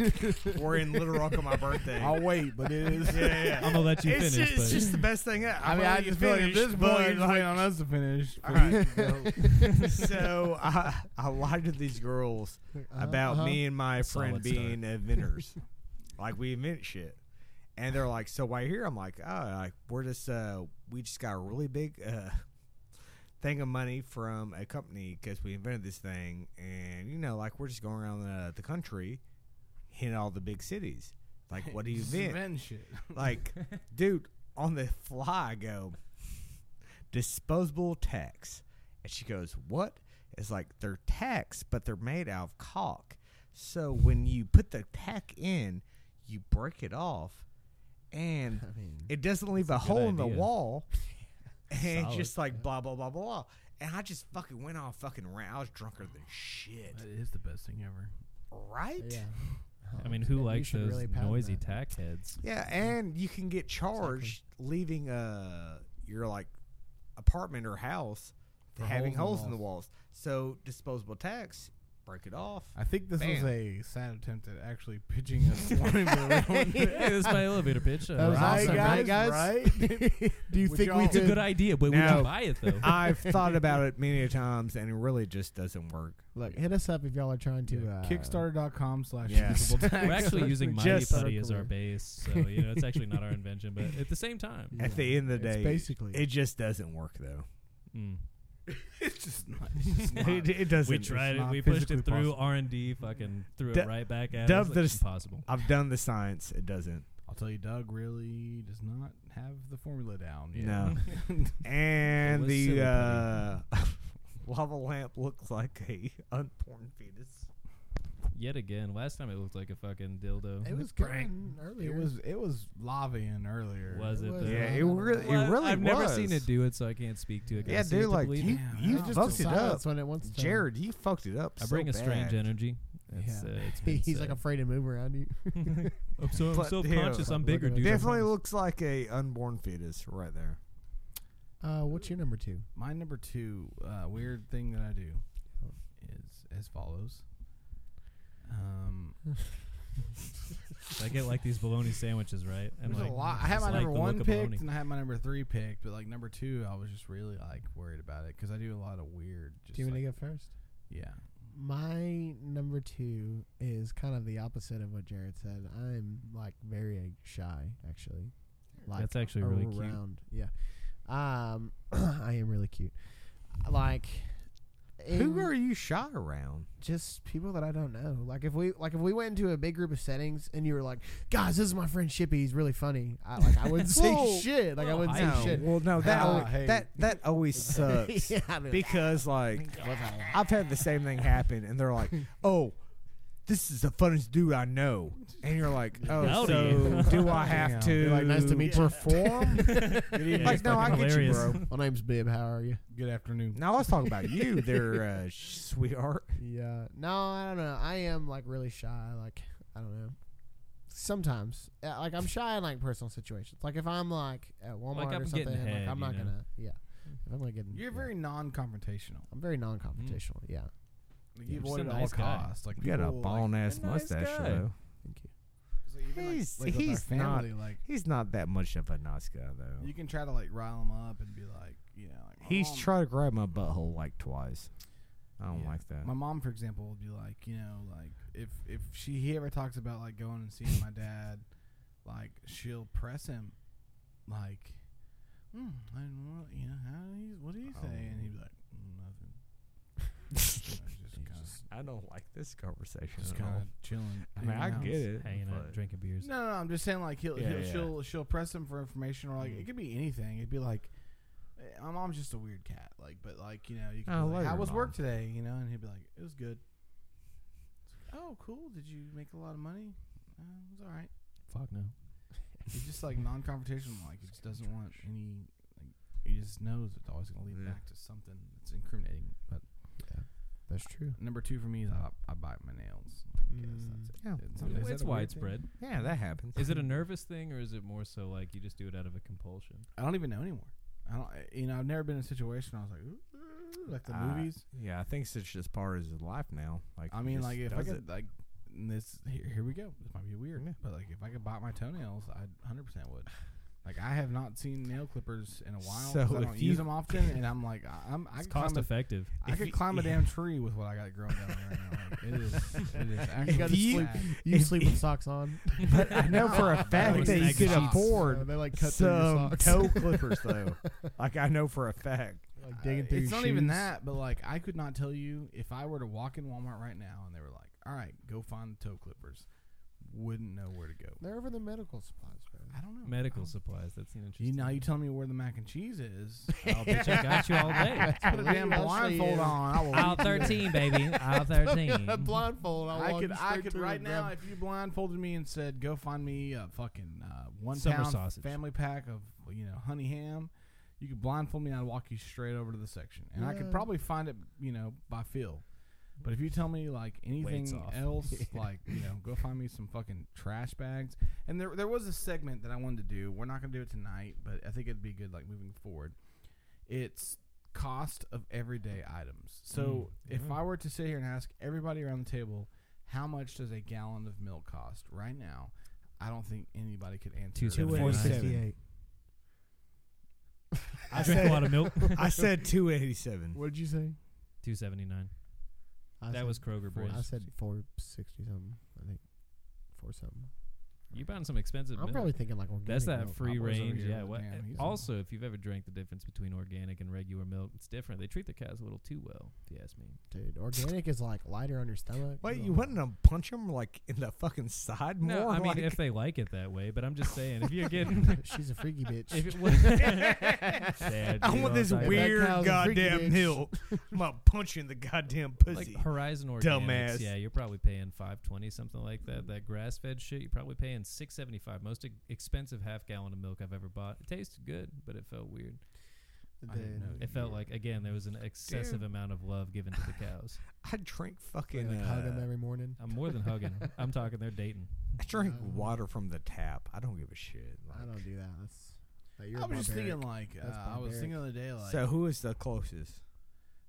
Speaker 2: were in Little Rock on my birthday.
Speaker 3: yeah. I'll wait, but it is.
Speaker 2: yeah, yeah, yeah.
Speaker 4: I'm gonna let you
Speaker 2: it's
Speaker 4: finish.
Speaker 2: Just, it's
Speaker 4: but
Speaker 2: just the best thing. I,
Speaker 3: I mean, I just feel like at this point, you're just waiting on us to finish.
Speaker 2: All right. so I, I lied to these girls
Speaker 1: uh-huh,
Speaker 2: about
Speaker 1: uh-huh.
Speaker 2: me and my friend
Speaker 4: Solid
Speaker 2: being inventors. like we invent shit. And they're like, so why here? I'm like, oh, like we're just uh, we just got a really big uh, thing of money from a company because we invented this thing, and you know, like we're just going around the, the country, hitting all the big cities. Like, what do you
Speaker 3: Just
Speaker 2: invent?
Speaker 3: invent shit.
Speaker 2: Like, dude, on the fly, I go disposable tacks, and she goes, "What?" It's like they're tacks, but they're made out of caulk. So when you put the tack in, you break it off, and
Speaker 1: I mean,
Speaker 2: it doesn't leave a
Speaker 4: good
Speaker 2: hole in the
Speaker 4: idea.
Speaker 2: wall, and
Speaker 4: Solid.
Speaker 2: just like blah blah blah blah. And I just fucking went on a fucking rant. I was drunker than shit,
Speaker 3: That is the best thing ever.
Speaker 2: right?
Speaker 1: yeah.
Speaker 4: I mean, who
Speaker 1: You
Speaker 4: likes
Speaker 1: should
Speaker 4: those
Speaker 1: really patent
Speaker 4: noisy
Speaker 1: that.
Speaker 4: tack heads?
Speaker 2: Yeah, and you can get charged leaving uh your like apartment or house
Speaker 3: For
Speaker 2: having
Speaker 3: holes
Speaker 2: holes in the walls. So disposable tacks, break it off.
Speaker 3: I think this was
Speaker 2: Bam.
Speaker 3: a sad attempt at actually pitching us one of the real-
Speaker 4: hey, this is my elevator pitch. Uh,
Speaker 1: That was
Speaker 3: Right,
Speaker 4: Ross,
Speaker 1: awesome, right,
Speaker 3: guys,
Speaker 1: guys?
Speaker 3: right?
Speaker 1: Do you
Speaker 3: Would
Speaker 1: think we
Speaker 3: y'all-
Speaker 4: It's a
Speaker 1: could?
Speaker 4: good idea, but would
Speaker 2: Now-
Speaker 4: you buy it though?
Speaker 2: I've thought about it many a times, and it really just doesn't work.
Speaker 1: Look, hit us up if y'all are trying to uh,
Speaker 3: Kickstarter.com slash
Speaker 2: Yes.
Speaker 3: usable
Speaker 4: We're
Speaker 3: tax.
Speaker 4: actually using Mighty
Speaker 2: Just our
Speaker 4: Putty as our
Speaker 1: career.
Speaker 4: base, so you know it's actually not our invention, but at the same time,
Speaker 2: At the end of the
Speaker 1: It's
Speaker 2: day,
Speaker 1: basically-
Speaker 2: it just doesn't work though.
Speaker 4: mm.
Speaker 3: it's just not. It's just not.
Speaker 2: it, it doesn't.
Speaker 4: we tried it,
Speaker 3: not
Speaker 4: we pushed
Speaker 3: physically
Speaker 4: it through
Speaker 3: possible.
Speaker 4: R and D, fucking threw
Speaker 2: Du-
Speaker 4: it right back at
Speaker 2: dub
Speaker 4: us. Like,
Speaker 2: this-
Speaker 4: impossible.
Speaker 2: I've done the science. It doesn't.
Speaker 3: I'll tell you, Doug really does not have the formula down yet.
Speaker 2: No.
Speaker 4: It
Speaker 2: And
Speaker 4: was silly,
Speaker 2: the uh,
Speaker 4: buddy.
Speaker 2: lava lamp looks like a unborn fetus.
Speaker 4: Yet again, last time it looked like a fucking dildo.
Speaker 1: It was good earlier.
Speaker 3: It was it was lava in earlier.
Speaker 4: Was it?
Speaker 1: it was uh,
Speaker 4: though?
Speaker 1: Yeah,
Speaker 2: Yeah,
Speaker 1: it
Speaker 2: it really, it really
Speaker 4: I've never seen
Speaker 2: was.
Speaker 4: it do it, so I can't speak to it. Can I
Speaker 2: Yeah,
Speaker 4: see it
Speaker 2: dude,
Speaker 4: to
Speaker 2: like
Speaker 4: believe
Speaker 2: you,
Speaker 4: it?
Speaker 3: Damn,
Speaker 2: you
Speaker 3: that was
Speaker 2: fucked it up.
Speaker 1: silence when it wants to.
Speaker 2: Jared, you fucked it up.
Speaker 4: I bring
Speaker 2: so
Speaker 4: a strange
Speaker 2: bad.
Speaker 4: energy. That's,
Speaker 3: Yeah.
Speaker 4: uh, it's been
Speaker 1: He's
Speaker 4: said.
Speaker 1: like afraid to move around you.
Speaker 4: I'm so, I'm
Speaker 2: But,
Speaker 4: so
Speaker 2: yeah.
Speaker 4: conscious. I'm bigger, dude. I
Speaker 2: Definitely
Speaker 4: promise.
Speaker 2: looks like a unborn fetus right there.
Speaker 1: Uh, what's your number two?
Speaker 3: My number two uh, weird thing that I do is as follows. Um,
Speaker 4: I get like these bologna sandwiches, right? And
Speaker 3: there's
Speaker 4: like,
Speaker 3: a lot. I had
Speaker 4: just
Speaker 3: my
Speaker 4: like
Speaker 3: number
Speaker 4: the look
Speaker 3: one
Speaker 4: of
Speaker 3: picked,
Speaker 4: bologna.
Speaker 3: and I had my number three picked, but like number two, I was just really like worried about it because I do a lot of weird. Just
Speaker 1: Do you want
Speaker 3: like,
Speaker 1: to go first?
Speaker 3: yeah.
Speaker 1: My number two is kind of the opposite of what Jared said. I'm like very uh, shy, actually. Like
Speaker 4: That's actually really cute.
Speaker 1: around, yeah. Um, I am really cute. Like, in-
Speaker 2: Who are you shy around?
Speaker 1: just people that I don't know. Like if we like if we went into a big group of settings and you were like, guys, this is my friend Shippy. He's really funny. I like I wouldn't say
Speaker 2: Well,
Speaker 1: shit. Like I
Speaker 4: well,
Speaker 1: wouldn't
Speaker 4: I
Speaker 1: say
Speaker 4: know.
Speaker 1: shit.
Speaker 2: Well, no, that
Speaker 1: Ah,
Speaker 2: always,
Speaker 3: hey.
Speaker 2: that that always sucks
Speaker 1: yeah, I'd be like,
Speaker 2: because like
Speaker 1: "Ah."
Speaker 2: I've had the same thing happen, and they're like, "Oh, this is the funnest dude I know," and you're like, "Oh,
Speaker 4: Howdy.
Speaker 2: so do I have to?"
Speaker 1: Be like, nice to meet you.
Speaker 2: Perform?
Speaker 4: Yeah,
Speaker 2: like,
Speaker 4: it's
Speaker 2: no, I
Speaker 4: fucking
Speaker 2: get
Speaker 4: hilarious.
Speaker 2: you, bro.
Speaker 1: My name's Bib. How are you?
Speaker 3: Good afternoon.
Speaker 2: Now let's talk about you, there, uh, sh- sweetheart.
Speaker 1: Yeah. uh, No, I don't know. I am like really shy. Like I don't know. Sometimes, Uh, like I'm shy in like personal situations. Like if I'm like at Walmart
Speaker 4: Like, I'm
Speaker 1: or
Speaker 4: getting
Speaker 1: something,
Speaker 4: head,
Speaker 1: like I'm
Speaker 4: you
Speaker 1: not
Speaker 4: know.
Speaker 1: gonna. Yeah. If I'm like getting,
Speaker 3: You're
Speaker 1: yeah.
Speaker 3: very non-confrontational.
Speaker 1: I'm very non-confrontational. Yeah.
Speaker 3: Like,
Speaker 4: Yeah,
Speaker 3: you
Speaker 4: just
Speaker 3: avoid
Speaker 4: a
Speaker 3: it at all
Speaker 4: nice guy.
Speaker 3: costs. Like
Speaker 2: You got a
Speaker 3: people, like-
Speaker 2: bald ass
Speaker 4: a nice
Speaker 2: mustache,
Speaker 4: guy.
Speaker 2: though.
Speaker 1: Thank you.
Speaker 3: so even, like,
Speaker 2: He's-
Speaker 3: like, with our
Speaker 2: he's
Speaker 3: family, Like
Speaker 2: He's not that much of a nice guy, though.
Speaker 3: you can try to like rile him up and be like, you know, like, "Oh, my
Speaker 2: He's
Speaker 3: mom-
Speaker 2: tried to grab my butthole like twice. I don't
Speaker 3: Um, Yeah.
Speaker 2: like that.
Speaker 3: My mom, for example, would be like, you know, like if if she he ever talks about like going and seeing my dad, like she'll press him, like, hmm, I don't know, you know, how do you, what do you say? And he'd be like, "Mm, nothing. You know, just kind of
Speaker 2: I don't like this conversation
Speaker 3: just
Speaker 2: at all.
Speaker 3: kind of chilling.
Speaker 2: I mean, I
Speaker 3: hanging out.
Speaker 2: get it.
Speaker 4: Hanging out,
Speaker 2: but-
Speaker 4: drinking beers.
Speaker 3: No, no, no, I'm just saying like he'll,
Speaker 2: Yeah,
Speaker 3: he'll
Speaker 2: yeah.
Speaker 3: she'll she'll press him for information or like
Speaker 2: Mm.
Speaker 3: it could be anything. It'd be like eh, my mom's just a weird cat, like but like you know you can
Speaker 2: I
Speaker 3: be
Speaker 2: love
Speaker 3: like, how
Speaker 2: your
Speaker 3: was
Speaker 2: Oh, mom.
Speaker 3: work today? You know, and he'd be like it was good. It's like, oh, cool. Did you make a lot of money? Uh, it was all right.
Speaker 4: Fuck no.
Speaker 3: It's just like non-confrontational. Like he just doesn't want any. Like, he just knows it's always going to lead
Speaker 2: Yeah.
Speaker 3: back to something that's incriminating. But
Speaker 1: That's true.
Speaker 3: number two for me is I, I bite my nails. I
Speaker 4: Mm.
Speaker 3: guess
Speaker 2: Mm.
Speaker 3: that's it.
Speaker 2: Yeah.
Speaker 3: It's-
Speaker 2: Is that
Speaker 4: It's,
Speaker 2: a weird
Speaker 4: it's
Speaker 2: thing?
Speaker 4: widespread.
Speaker 2: Yeah, that happens.
Speaker 4: Is it a nervous thing or is it more so like you just do it out of a compulsion?
Speaker 3: I don't even know anymore. I don't. I- You know, I've never been in a situation where I was like, "Ooh," like the
Speaker 2: Uh,
Speaker 3: movies.
Speaker 2: Yeah, I think it's just part of his life now. Like,
Speaker 3: I
Speaker 2: he
Speaker 3: mean,
Speaker 2: just
Speaker 3: like if I
Speaker 2: does
Speaker 3: could,
Speaker 2: it.
Speaker 3: like this. Here, here we go. This might be weird,
Speaker 2: Yeah.
Speaker 3: but like if I could bite my toenails, I 100 percent would. Like I have not seen nail clippers in a while. So
Speaker 2: So
Speaker 3: I don't
Speaker 2: if
Speaker 3: use
Speaker 2: you-
Speaker 3: them often, and I'm like, I- I'm. I
Speaker 4: It's
Speaker 3: could
Speaker 4: cost
Speaker 3: climb
Speaker 4: effective.
Speaker 3: a, I
Speaker 2: if
Speaker 3: could
Speaker 2: you-
Speaker 3: climb a
Speaker 2: yeah.
Speaker 3: damn tree with what I got growing down there right now. Like, it is. It is actually.
Speaker 1: gotta
Speaker 3: sad.
Speaker 1: You sleep with socks on.
Speaker 2: but I know for a fact
Speaker 4: was
Speaker 2: that you
Speaker 4: snag
Speaker 2: could
Speaker 4: sheets.
Speaker 1: Uh,
Speaker 2: afford
Speaker 1: they like cut through your
Speaker 2: some
Speaker 1: socks.
Speaker 2: toe clippers, though. Like I know for a fact.
Speaker 1: like
Speaker 3: Uh,
Speaker 1: digging through.
Speaker 3: It's
Speaker 1: your
Speaker 3: not even
Speaker 1: shoes.
Speaker 3: that, but like I could not tell you if I were to walk in Walmart right now and they were like, "All right, go find the toe clippers," wouldn't know where to go.
Speaker 1: They're over the medical supplies, bro.
Speaker 3: I don't know. I
Speaker 4: Medical
Speaker 3: don't-
Speaker 4: supplies. That's an
Speaker 3: You
Speaker 4: interesting.
Speaker 3: now you tell me where the mac and cheese is.
Speaker 4: I'll bet you I got you all day.
Speaker 3: Put a damn
Speaker 1: Actually,
Speaker 3: blindfold
Speaker 1: yeah.
Speaker 3: on. I will.
Speaker 4: Aisle
Speaker 3: lead you there.
Speaker 4: 13, baby. Aisle 13.
Speaker 1: blindfold. I'll
Speaker 3: I
Speaker 1: walk
Speaker 3: could,
Speaker 1: you
Speaker 3: I
Speaker 1: straight
Speaker 3: could
Speaker 1: through
Speaker 3: right
Speaker 1: and
Speaker 3: now,
Speaker 1: grab-
Speaker 3: if you blindfolded me and said, "Go find me a fucking uh, one
Speaker 4: Summer
Speaker 3: pound
Speaker 4: sausage.
Speaker 3: family pack of you know honey ham," you could blindfold me and I'd walk you straight over to the section, and I could
Speaker 1: Yeah.
Speaker 3: probably find it, you know, by feel. But if you tell me like anything
Speaker 4: off.
Speaker 3: else, like you know, go find me some fucking trash bags. And there, there was a segment that I wanted to do. We're not gonna do it tonight, but I think it'd be good, like moving forward. It's cost of everyday items. So if I were to sit here and ask everybody around the table, how much does a gallon of milk cost right now? I don't think anybody could answer. it.
Speaker 2: 2.47.
Speaker 4: I drink a lot of milk.
Speaker 2: I said two eighty seven.
Speaker 1: What did you say?
Speaker 4: 279.
Speaker 1: I
Speaker 4: That
Speaker 1: said
Speaker 4: was Kroger
Speaker 1: Four,
Speaker 4: Bridge.
Speaker 1: I said four sixty something. I think four something.
Speaker 4: You found some expensive
Speaker 1: I'm
Speaker 4: milk.
Speaker 1: probably thinking like organic.
Speaker 4: That's that
Speaker 1: milk.
Speaker 3: Papa's
Speaker 4: free
Speaker 3: over
Speaker 4: range.
Speaker 3: here
Speaker 4: Yeah.
Speaker 3: with
Speaker 4: What, uh,
Speaker 3: the damn- he's on.
Speaker 4: also, if you've ever drank the difference between organic and regular milk, it's different. They treat the cows a little too well, if you ask me.
Speaker 1: dude. Organic is like lighter on your stomach.
Speaker 2: Wait,
Speaker 1: Ugh.
Speaker 2: you wouldn't have punch him like in the fucking side
Speaker 4: No,
Speaker 2: more?
Speaker 4: I mean
Speaker 2: like,
Speaker 4: if they like it that way, but I'm just saying if you're getting
Speaker 1: She's a freaky bitch.
Speaker 4: if it was Dad,
Speaker 2: I
Speaker 4: you know
Speaker 2: want this
Speaker 4: what I'm talking about.
Speaker 2: weird
Speaker 1: cow's a freaky
Speaker 2: goddamn
Speaker 1: bitch.
Speaker 2: milk. I'm not punching the goddamn pussy.
Speaker 4: like Horizon Organics.
Speaker 2: Dumbass.
Speaker 4: Yeah, you're probably paying 520 something like that. That grass-fed shit, you're probably paying 675. Most e- expensive half gallon of milk I've ever bought. It tasted good, but it felt weird.
Speaker 3: I didn't
Speaker 1: Dude.
Speaker 3: know
Speaker 4: It felt like again there was an excessive
Speaker 2: Dude.
Speaker 4: amount of love given to the cows.
Speaker 2: I drink
Speaker 1: They,
Speaker 2: fucking.
Speaker 1: like hug him
Speaker 2: uh,
Speaker 1: every morning.
Speaker 4: I'm more than hugging. I'm talking. They're dating.
Speaker 2: I drink
Speaker 1: Um,
Speaker 2: water from the tap. I don't give a shit.
Speaker 1: I
Speaker 2: like-
Speaker 1: don't do that. That's. That you're
Speaker 3: I was just
Speaker 1: barbaric.
Speaker 3: thinking like uh,
Speaker 1: That's
Speaker 3: I was
Speaker 1: barbaric.
Speaker 3: thinking the other day like
Speaker 2: so who is the closest?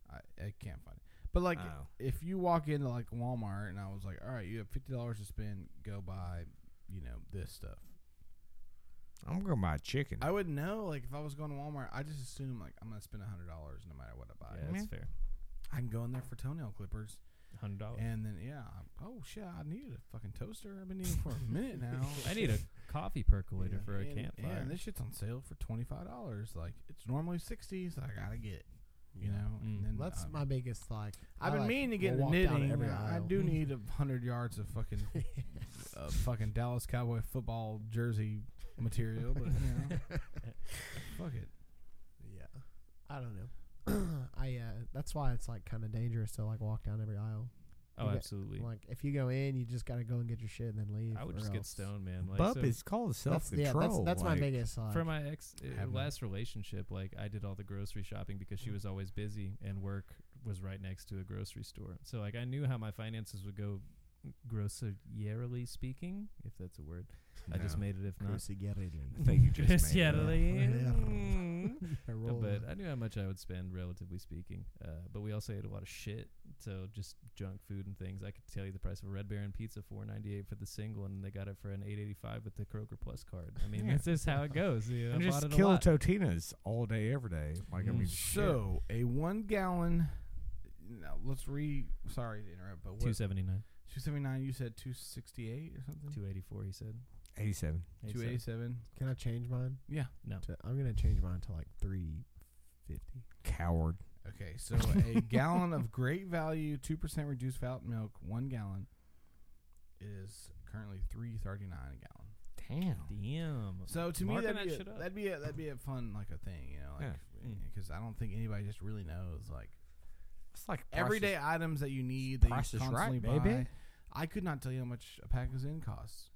Speaker 3: I, I can't find it, but like
Speaker 4: Ah.
Speaker 2: Oh.
Speaker 3: if you walk into like Walmart and I was like, all right, you have fifty dollars to spend, go buy, you know, this stuff.
Speaker 2: I'm gonna buy chicken.
Speaker 3: I would know, like if I was going to Walmart, I just assume like I'm gonna spend hundred dollars no matter what I buy.
Speaker 4: Yeah, that's fair.
Speaker 3: I can go in there for toenail clippers,
Speaker 4: Hundred dollars.
Speaker 3: and then yeah, I- oh shit, I needed a fucking toaster. I've been needing for a minute now.
Speaker 4: I need a coffee percolator for a
Speaker 3: and,
Speaker 4: campfire.
Speaker 3: And this shit's on sale for twenty five dollars. Like it's normally sixty, so I gotta get it. you know.
Speaker 4: Mm.
Speaker 3: And then
Speaker 1: That's
Speaker 3: um,
Speaker 1: my biggest like.
Speaker 3: I've
Speaker 1: I,
Speaker 3: been
Speaker 1: like,
Speaker 3: meaning to
Speaker 1: will
Speaker 3: get into
Speaker 1: walk down
Speaker 3: knitting.
Speaker 1: every
Speaker 3: I I
Speaker 1: aisle.
Speaker 3: do need a hundred yards of fucking, uh, fucking Dallas Cowboy football jersey material, but you know, fuck it.
Speaker 1: Yeah, I don't know. I uh, that's why it's like kind of dangerous to like walk down every aisle.
Speaker 4: Oh,
Speaker 1: You get-
Speaker 4: absolutely.
Speaker 1: Like if you go in, you just gotta go and get your shit and then leave.
Speaker 4: I would
Speaker 1: or
Speaker 4: just get
Speaker 1: else-
Speaker 4: stoned, man. Like,
Speaker 2: Bup
Speaker 4: so-
Speaker 2: is called self
Speaker 1: That's yeah,
Speaker 2: control.
Speaker 1: that's, that's my biggest like.
Speaker 4: for my ex uh,
Speaker 3: have no-
Speaker 4: last relationship like i did all the grocery shopping because
Speaker 2: Mm.
Speaker 4: she was always busy and work was right next to a grocery store so like i knew how my finances would go grossierily speaking if that's a word i just
Speaker 2: No.
Speaker 4: made it if not
Speaker 2: I think you just made it up.
Speaker 4: grossierily
Speaker 1: I
Speaker 4: No,
Speaker 2: Oh,
Speaker 1: roll
Speaker 4: but
Speaker 1: with-
Speaker 4: I knew how much I would spend, relatively speaking. Uh, but we also ate a lot of shit, so just junk food and things. I could tell you the price of a Red Baron pizza, four ninety eight for the single, and they got it for an eight eighty five with the Kroger Plus card. I mean,
Speaker 2: Yeah.
Speaker 4: that's just how it goes. You know,
Speaker 2: And
Speaker 4: I bought
Speaker 2: just
Speaker 4: it a
Speaker 2: kill
Speaker 4: lot.
Speaker 2: Totinas all day, every day. Like I
Speaker 4: Mm.
Speaker 2: mean, shit.
Speaker 3: So a one gallon. Now let's re. Sorry to interrupt, but what?
Speaker 4: two seventy nine,
Speaker 3: Two seventy nine. You said two sixty eight or something.
Speaker 4: two eighty four. He said
Speaker 2: eighty-seven.
Speaker 3: Two eighty seven.
Speaker 1: Can I change mine?
Speaker 3: Yeah.
Speaker 1: To, I'm gonna change mine to like three fifty.
Speaker 2: Coward.
Speaker 3: Okay, so a gallon of great value, two percent reduced fat milk, one gallon, is currently three thirty nine a gallon.
Speaker 2: Damn.
Speaker 4: Damn.
Speaker 3: So to me,
Speaker 4: Marking
Speaker 3: that'd be,
Speaker 4: that
Speaker 3: a,
Speaker 4: shit up.
Speaker 3: that'd be a, that'd be a fun like a thing, you know, like
Speaker 4: Yeah.
Speaker 1: hmm.
Speaker 4: Mm.
Speaker 3: because I don't think anybody just really knows like
Speaker 2: It's like
Speaker 3: everyday items that you need that
Speaker 2: Price
Speaker 3: you
Speaker 2: is Right,
Speaker 3: constantly buy.
Speaker 2: baby.
Speaker 3: I could not tell you how much a pack of Zen costs.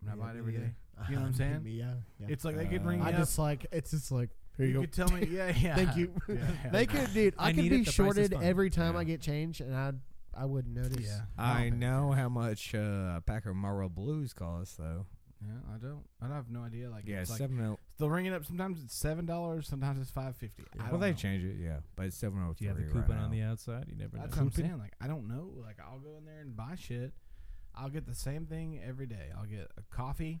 Speaker 3: I mean, I buy it every day.
Speaker 1: Yeah.
Speaker 3: You know what I'm saying?
Speaker 1: Me, yeah. yeah.
Speaker 3: It's like they could
Speaker 2: Uh,
Speaker 3: bring me
Speaker 1: I
Speaker 3: up.
Speaker 1: just like it's just like here
Speaker 3: you
Speaker 1: you, go.
Speaker 3: could tell me, yeah, yeah.
Speaker 1: Thank you.
Speaker 3: Yeah.
Speaker 1: they could, dude. I,
Speaker 4: I
Speaker 1: could
Speaker 4: need
Speaker 1: be
Speaker 4: it, the price is
Speaker 1: shorted
Speaker 4: fine.
Speaker 1: every time
Speaker 2: Yeah.
Speaker 1: I get change, and I I wouldn't notice.
Speaker 3: Yeah.
Speaker 2: I know how much uh, a pack of Marlboro Blues costs, though.
Speaker 3: Yeah, I don't. I have no idea. Like,
Speaker 2: Yeah,
Speaker 3: it's like
Speaker 2: seven oh.
Speaker 3: They'll ring it up. Sometimes it's seven dollars. Sometimes it's five fifty. I
Speaker 2: Well,
Speaker 3: don't
Speaker 2: they
Speaker 3: know.
Speaker 2: change it, yeah, but it's seven oh
Speaker 4: Do
Speaker 2: three
Speaker 4: you have the
Speaker 2: right
Speaker 4: coupon
Speaker 2: now.
Speaker 4: on the outside? You never know.
Speaker 3: That's what I'm saying. Like I don't know. Like I'll go in there and buy shit. I'll get the same thing every day. I'll get a coffee.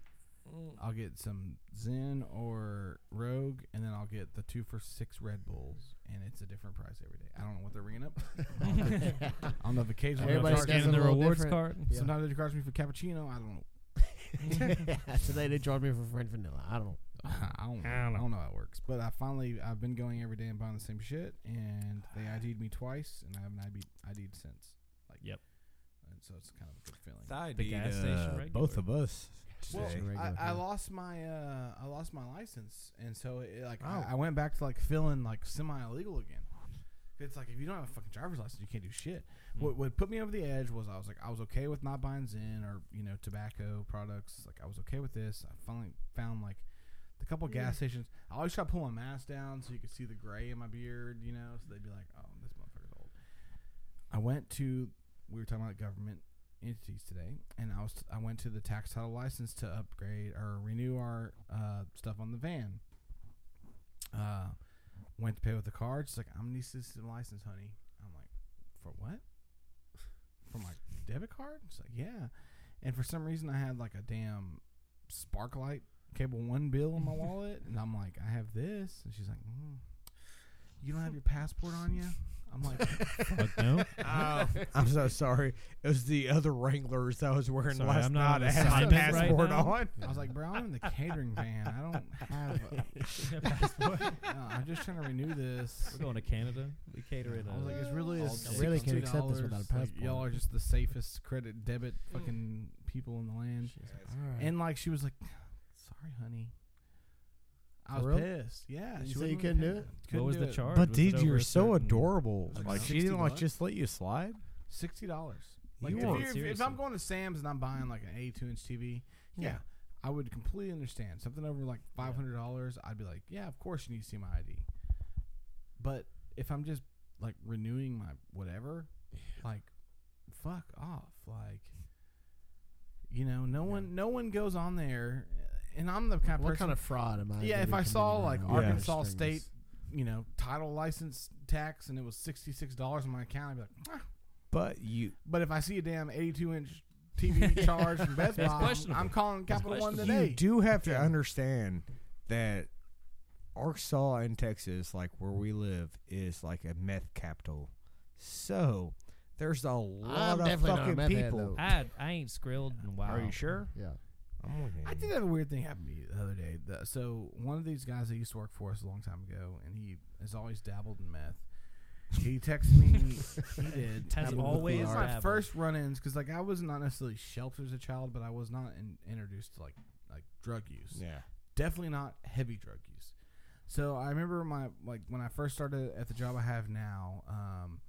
Speaker 3: I'll get some Zen or Rogue, and then I'll get the two for six Red Bulls, and it's a different price every day. I don't know what they're ringing up. I don't know if occasionally they'll
Speaker 1: Everybody's
Speaker 3: charge
Speaker 1: got
Speaker 3: me-
Speaker 4: scanning the
Speaker 1: a little
Speaker 4: rewards
Speaker 1: different.
Speaker 4: card.
Speaker 1: Yeah.
Speaker 3: Sometimes they charge me for cappuccino. I don't know.
Speaker 1: Today they charged me for French vanilla. I don't.
Speaker 3: I don't, I don't know how it works, but I finally I've been going every day and buying the same shit, and they ID'd me twice, and I haven't ID'd, ID'd since. Like,
Speaker 4: Yep.
Speaker 3: And so it's kind of a good feeling.
Speaker 2: I
Speaker 4: The
Speaker 2: need,
Speaker 4: gas
Speaker 2: uh,
Speaker 4: station regular.
Speaker 2: both of us.
Speaker 3: Well,
Speaker 2: today.
Speaker 1: Regular,
Speaker 3: I, I
Speaker 1: yeah.
Speaker 3: lost my uh, I lost my license, and so it, like
Speaker 2: Oh.
Speaker 3: I, I went back to like feeling like semi illegal again. It's like if you don't have a fucking driver's license, you can't do shit. What what put me over the edge was I was like I was okay with not buying Zen or you know tobacco products. Like I was okay with this. I finally found like the couple gas stations. I always try to pull my mask down so you could see the gray in my beard. You know, so they'd be like, "Oh, this motherfucker's old." I went to we were talking about government entities today, and I was I went to the tax title license to upgrade or renew our uh, stuff on the van. Uh, went to pay with the card. She's like, "I'm gonna need system license, honey." I'm like, "For what?" For my debit card? She's like, "Yeah." And for some reason, I had like a damn Sparklight Cable One bill in my wallet, and I'm like, "I have this," and she's like, mm, "You don't have your passport on you?" I'm like,
Speaker 4: Fuck Uh, no.
Speaker 2: Oh, I'm so sorry. It was the other Wranglers I was wearing
Speaker 4: Sorry,
Speaker 2: last
Speaker 4: I'm not on
Speaker 2: night. I
Speaker 4: the
Speaker 2: had my
Speaker 4: assignment right
Speaker 2: passport
Speaker 4: now.
Speaker 2: on.
Speaker 3: I was like, bro, I'm in the catering van. I don't have. A, no, I'm just trying to renew this.
Speaker 4: We're going to Canada. We cater it. uh,
Speaker 3: I was like, it's really
Speaker 4: All
Speaker 3: a
Speaker 4: day.
Speaker 1: I really can't accept this
Speaker 3: $62.
Speaker 1: without a
Speaker 3: Like, y'all
Speaker 1: passport.
Speaker 3: are just the safest credit debit fucking people in the land. And like, she was like, sorry, honey. I
Speaker 1: For
Speaker 3: was
Speaker 1: real?
Speaker 3: pissed. Yeah.
Speaker 1: You
Speaker 3: she
Speaker 1: say you
Speaker 3: wouldn't let me
Speaker 1: couldn't
Speaker 3: pay
Speaker 1: do it?
Speaker 4: what
Speaker 3: Couldn't
Speaker 4: was
Speaker 3: do
Speaker 4: the
Speaker 3: it.
Speaker 4: charge?
Speaker 2: But
Speaker 4: Was it
Speaker 2: dude,
Speaker 4: over
Speaker 2: you're
Speaker 4: a
Speaker 2: so
Speaker 4: certain-
Speaker 2: adorable.
Speaker 3: Like
Speaker 2: Like she
Speaker 3: 60
Speaker 2: didn't like
Speaker 3: bucks?
Speaker 2: just let you slide.
Speaker 3: Sixty dollars. Like
Speaker 2: You
Speaker 3: if,
Speaker 2: are-
Speaker 3: you're- if- if
Speaker 4: Seriously.
Speaker 3: I'm going to Sam's and I'm buying like an 82 inch TV, yeah,
Speaker 2: Yeah.
Speaker 3: I would completely understand. Something over like five hundred dollars, I'd be like, yeah, of course you need to see my ID. But if I'm just like renewing my whatever, like, fuck off, like. You know, no one, no one goes on there, and I'm the kind of
Speaker 1: What
Speaker 3: person
Speaker 1: kind of fraud am I?
Speaker 3: yeah, if
Speaker 1: gonna
Speaker 3: I
Speaker 1: be
Speaker 3: saw
Speaker 1: committing
Speaker 3: like
Speaker 1: right now?
Speaker 2: Yeah.
Speaker 3: Arkansas
Speaker 1: Things.
Speaker 3: State, you know, title license tax, and it was sixty six dollars on my account, I'd be like, "Ah."
Speaker 2: But you
Speaker 3: but if I see a damn eighty two inch TV charge from Best
Speaker 4: That's
Speaker 3: Buy, I'm,
Speaker 4: questionable.
Speaker 3: I'm calling Capital One
Speaker 4: questionable.
Speaker 3: today.
Speaker 2: You do have to understand that Arkansas and Texas, like where we live, is like a meth capital. So there's a lot of
Speaker 1: definitely not a
Speaker 2: fucking
Speaker 1: meth head,
Speaker 2: people.
Speaker 1: though.
Speaker 4: I I ain't scrilled in a while.
Speaker 2: Are you sure?
Speaker 1: Yeah.
Speaker 2: I'm with
Speaker 3: I
Speaker 2: you.
Speaker 3: did have a weird thing happen to me the other day. The- so one of these guys that used to work for us a long time ago, and he has always dabbled in meth. He texted me. he did.
Speaker 4: As
Speaker 3: He-
Speaker 4: always,
Speaker 3: It was my
Speaker 4: Dabble.
Speaker 3: first run-ins because like I was not necessarily sheltered as a child, but I was not in, introduced to like like drug use.
Speaker 2: Yeah.
Speaker 3: Definitely not heavy drug use. So I remember my like when I first started at the job I have now. Um,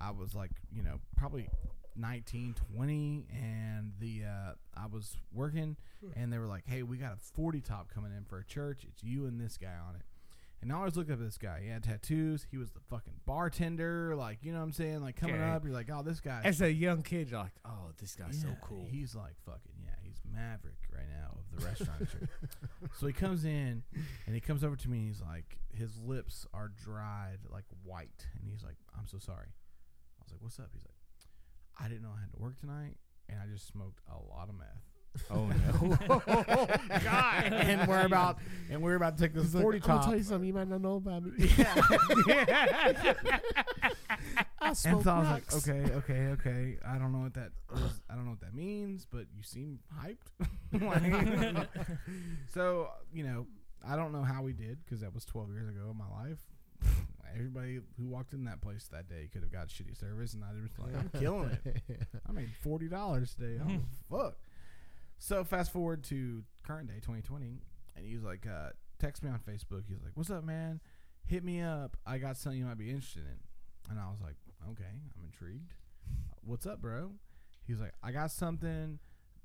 Speaker 3: I was like you know probably 19, 20, and the uh, I was working,
Speaker 2: Hmm.
Speaker 3: and they were like, "Hey, we got a forty top coming in for a church. It's you and this guy on it." And I always looked up at this guy. He had tattoos. He was the fucking bartender. Like, you know what I'm saying? Like, coming
Speaker 2: Okay.
Speaker 3: up, you're like, oh, this guy.
Speaker 2: As a young kid, you're like, oh, this guy's so
Speaker 3: Yeah,
Speaker 2: cool.
Speaker 3: He's like fucking yeah. He's Maverick right now of the restaurant. chain. so he comes in and he comes over to me. and He's like, his lips are dried like white, and he's like, "I'm so sorry." I was like, "What's up?" He's like, "I didn't know I had to work tonight, and I just smoked a lot of meth."
Speaker 2: oh, no.
Speaker 3: God. and we're about and we're about to take this
Speaker 1: He's like,
Speaker 3: forty
Speaker 1: I'm gonna
Speaker 3: top.
Speaker 1: tell you something you might not know about me. I
Speaker 3: And
Speaker 1: smoke
Speaker 3: so I was
Speaker 1: rocks.
Speaker 3: like, okay, okay, okay. I don't know what that is. I don't know what that means, but you seem hyped. Like- so you know, I don't know how we did because that was 12 years ago in my life. Everybody who walked in that place that day could have got shitty service, and I was like, I'm killing it. I made forty dollars today. Oh fuck! So fast forward to current day, 2020, and he's like, uh, text me on Facebook. He's like, "What's up, man? Hit me up. I got something you might be interested in." And I was like, "Okay, I'm intrigued. What's up, bro?" He's like, "I got something.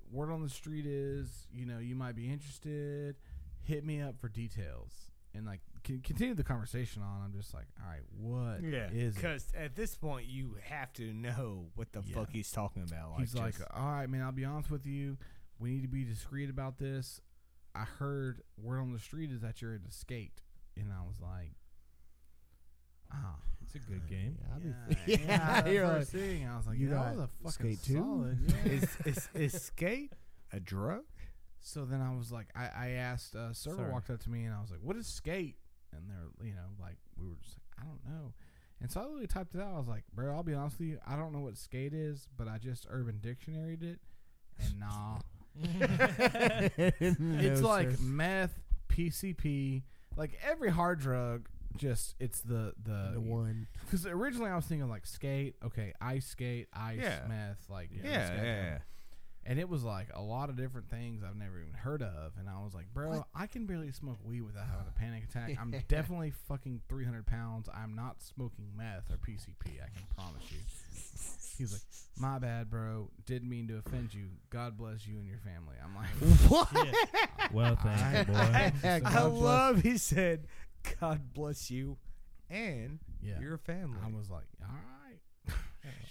Speaker 3: Word on the street is, you know, you might be interested. Hit me up for details." And like, c- continue the conversation on. I'm just like, "All right, what is
Speaker 2: yeah.
Speaker 3: it?"
Speaker 2: Because at this point, you have to know what the
Speaker 3: Yeah.
Speaker 2: fuck he's talking about. Like,
Speaker 3: He's like,
Speaker 2: just-
Speaker 3: all right, man, I'll be honest with you. We need to be discreet about this. I heard word on the street is that you're into skate. And I was like, ah.
Speaker 4: It's a good game.
Speaker 1: Yeah, I'll be-
Speaker 3: Yeah,
Speaker 1: Yeah,
Speaker 3: that's
Speaker 1: you're
Speaker 3: what I
Speaker 1: like,
Speaker 3: was seeing. I was like,
Speaker 1: you
Speaker 3: yeah,
Speaker 1: got
Speaker 3: that was a fucking
Speaker 1: skate too?
Speaker 3: solid. yeah.
Speaker 2: is, is, is skate a drug?
Speaker 3: So then I was like, I, I asked, uh, server
Speaker 4: Sorry.
Speaker 3: walked up to me and I was like, what is skate? And they're, you know, like, we were just like, I don't know. And so I literally typed it out. I was like, bro, I'll be honest with you. I don't know what skate is, but I just Urban Dictionary'd it. And nah. it's
Speaker 1: No,
Speaker 3: like
Speaker 1: sir.
Speaker 3: meth, PCP, like every hard drug. Just it's the
Speaker 1: the
Speaker 3: the
Speaker 1: one.
Speaker 3: because originally I was thinking like skate, okay, ice skate, ice
Speaker 2: Yeah.
Speaker 3: meth, like you know,
Speaker 2: Yeah,
Speaker 3: skate.
Speaker 2: yeah.
Speaker 3: and it was like a lot of different things I've never even heard of, and I was like, bro, I can barely smoke weed without having a panic attack. I'm definitely fucking 300 pounds. I'm not smoking meth or PCP. I can promise you. He's like, my bad, bro. Didn't mean to offend you. God bless you and your family. I'm like,
Speaker 4: Well, thank you,
Speaker 3: God
Speaker 4: boy.
Speaker 2: I
Speaker 3: bless-
Speaker 2: love he said, God bless you and
Speaker 3: Yeah.
Speaker 2: your family.
Speaker 3: I was like, all right.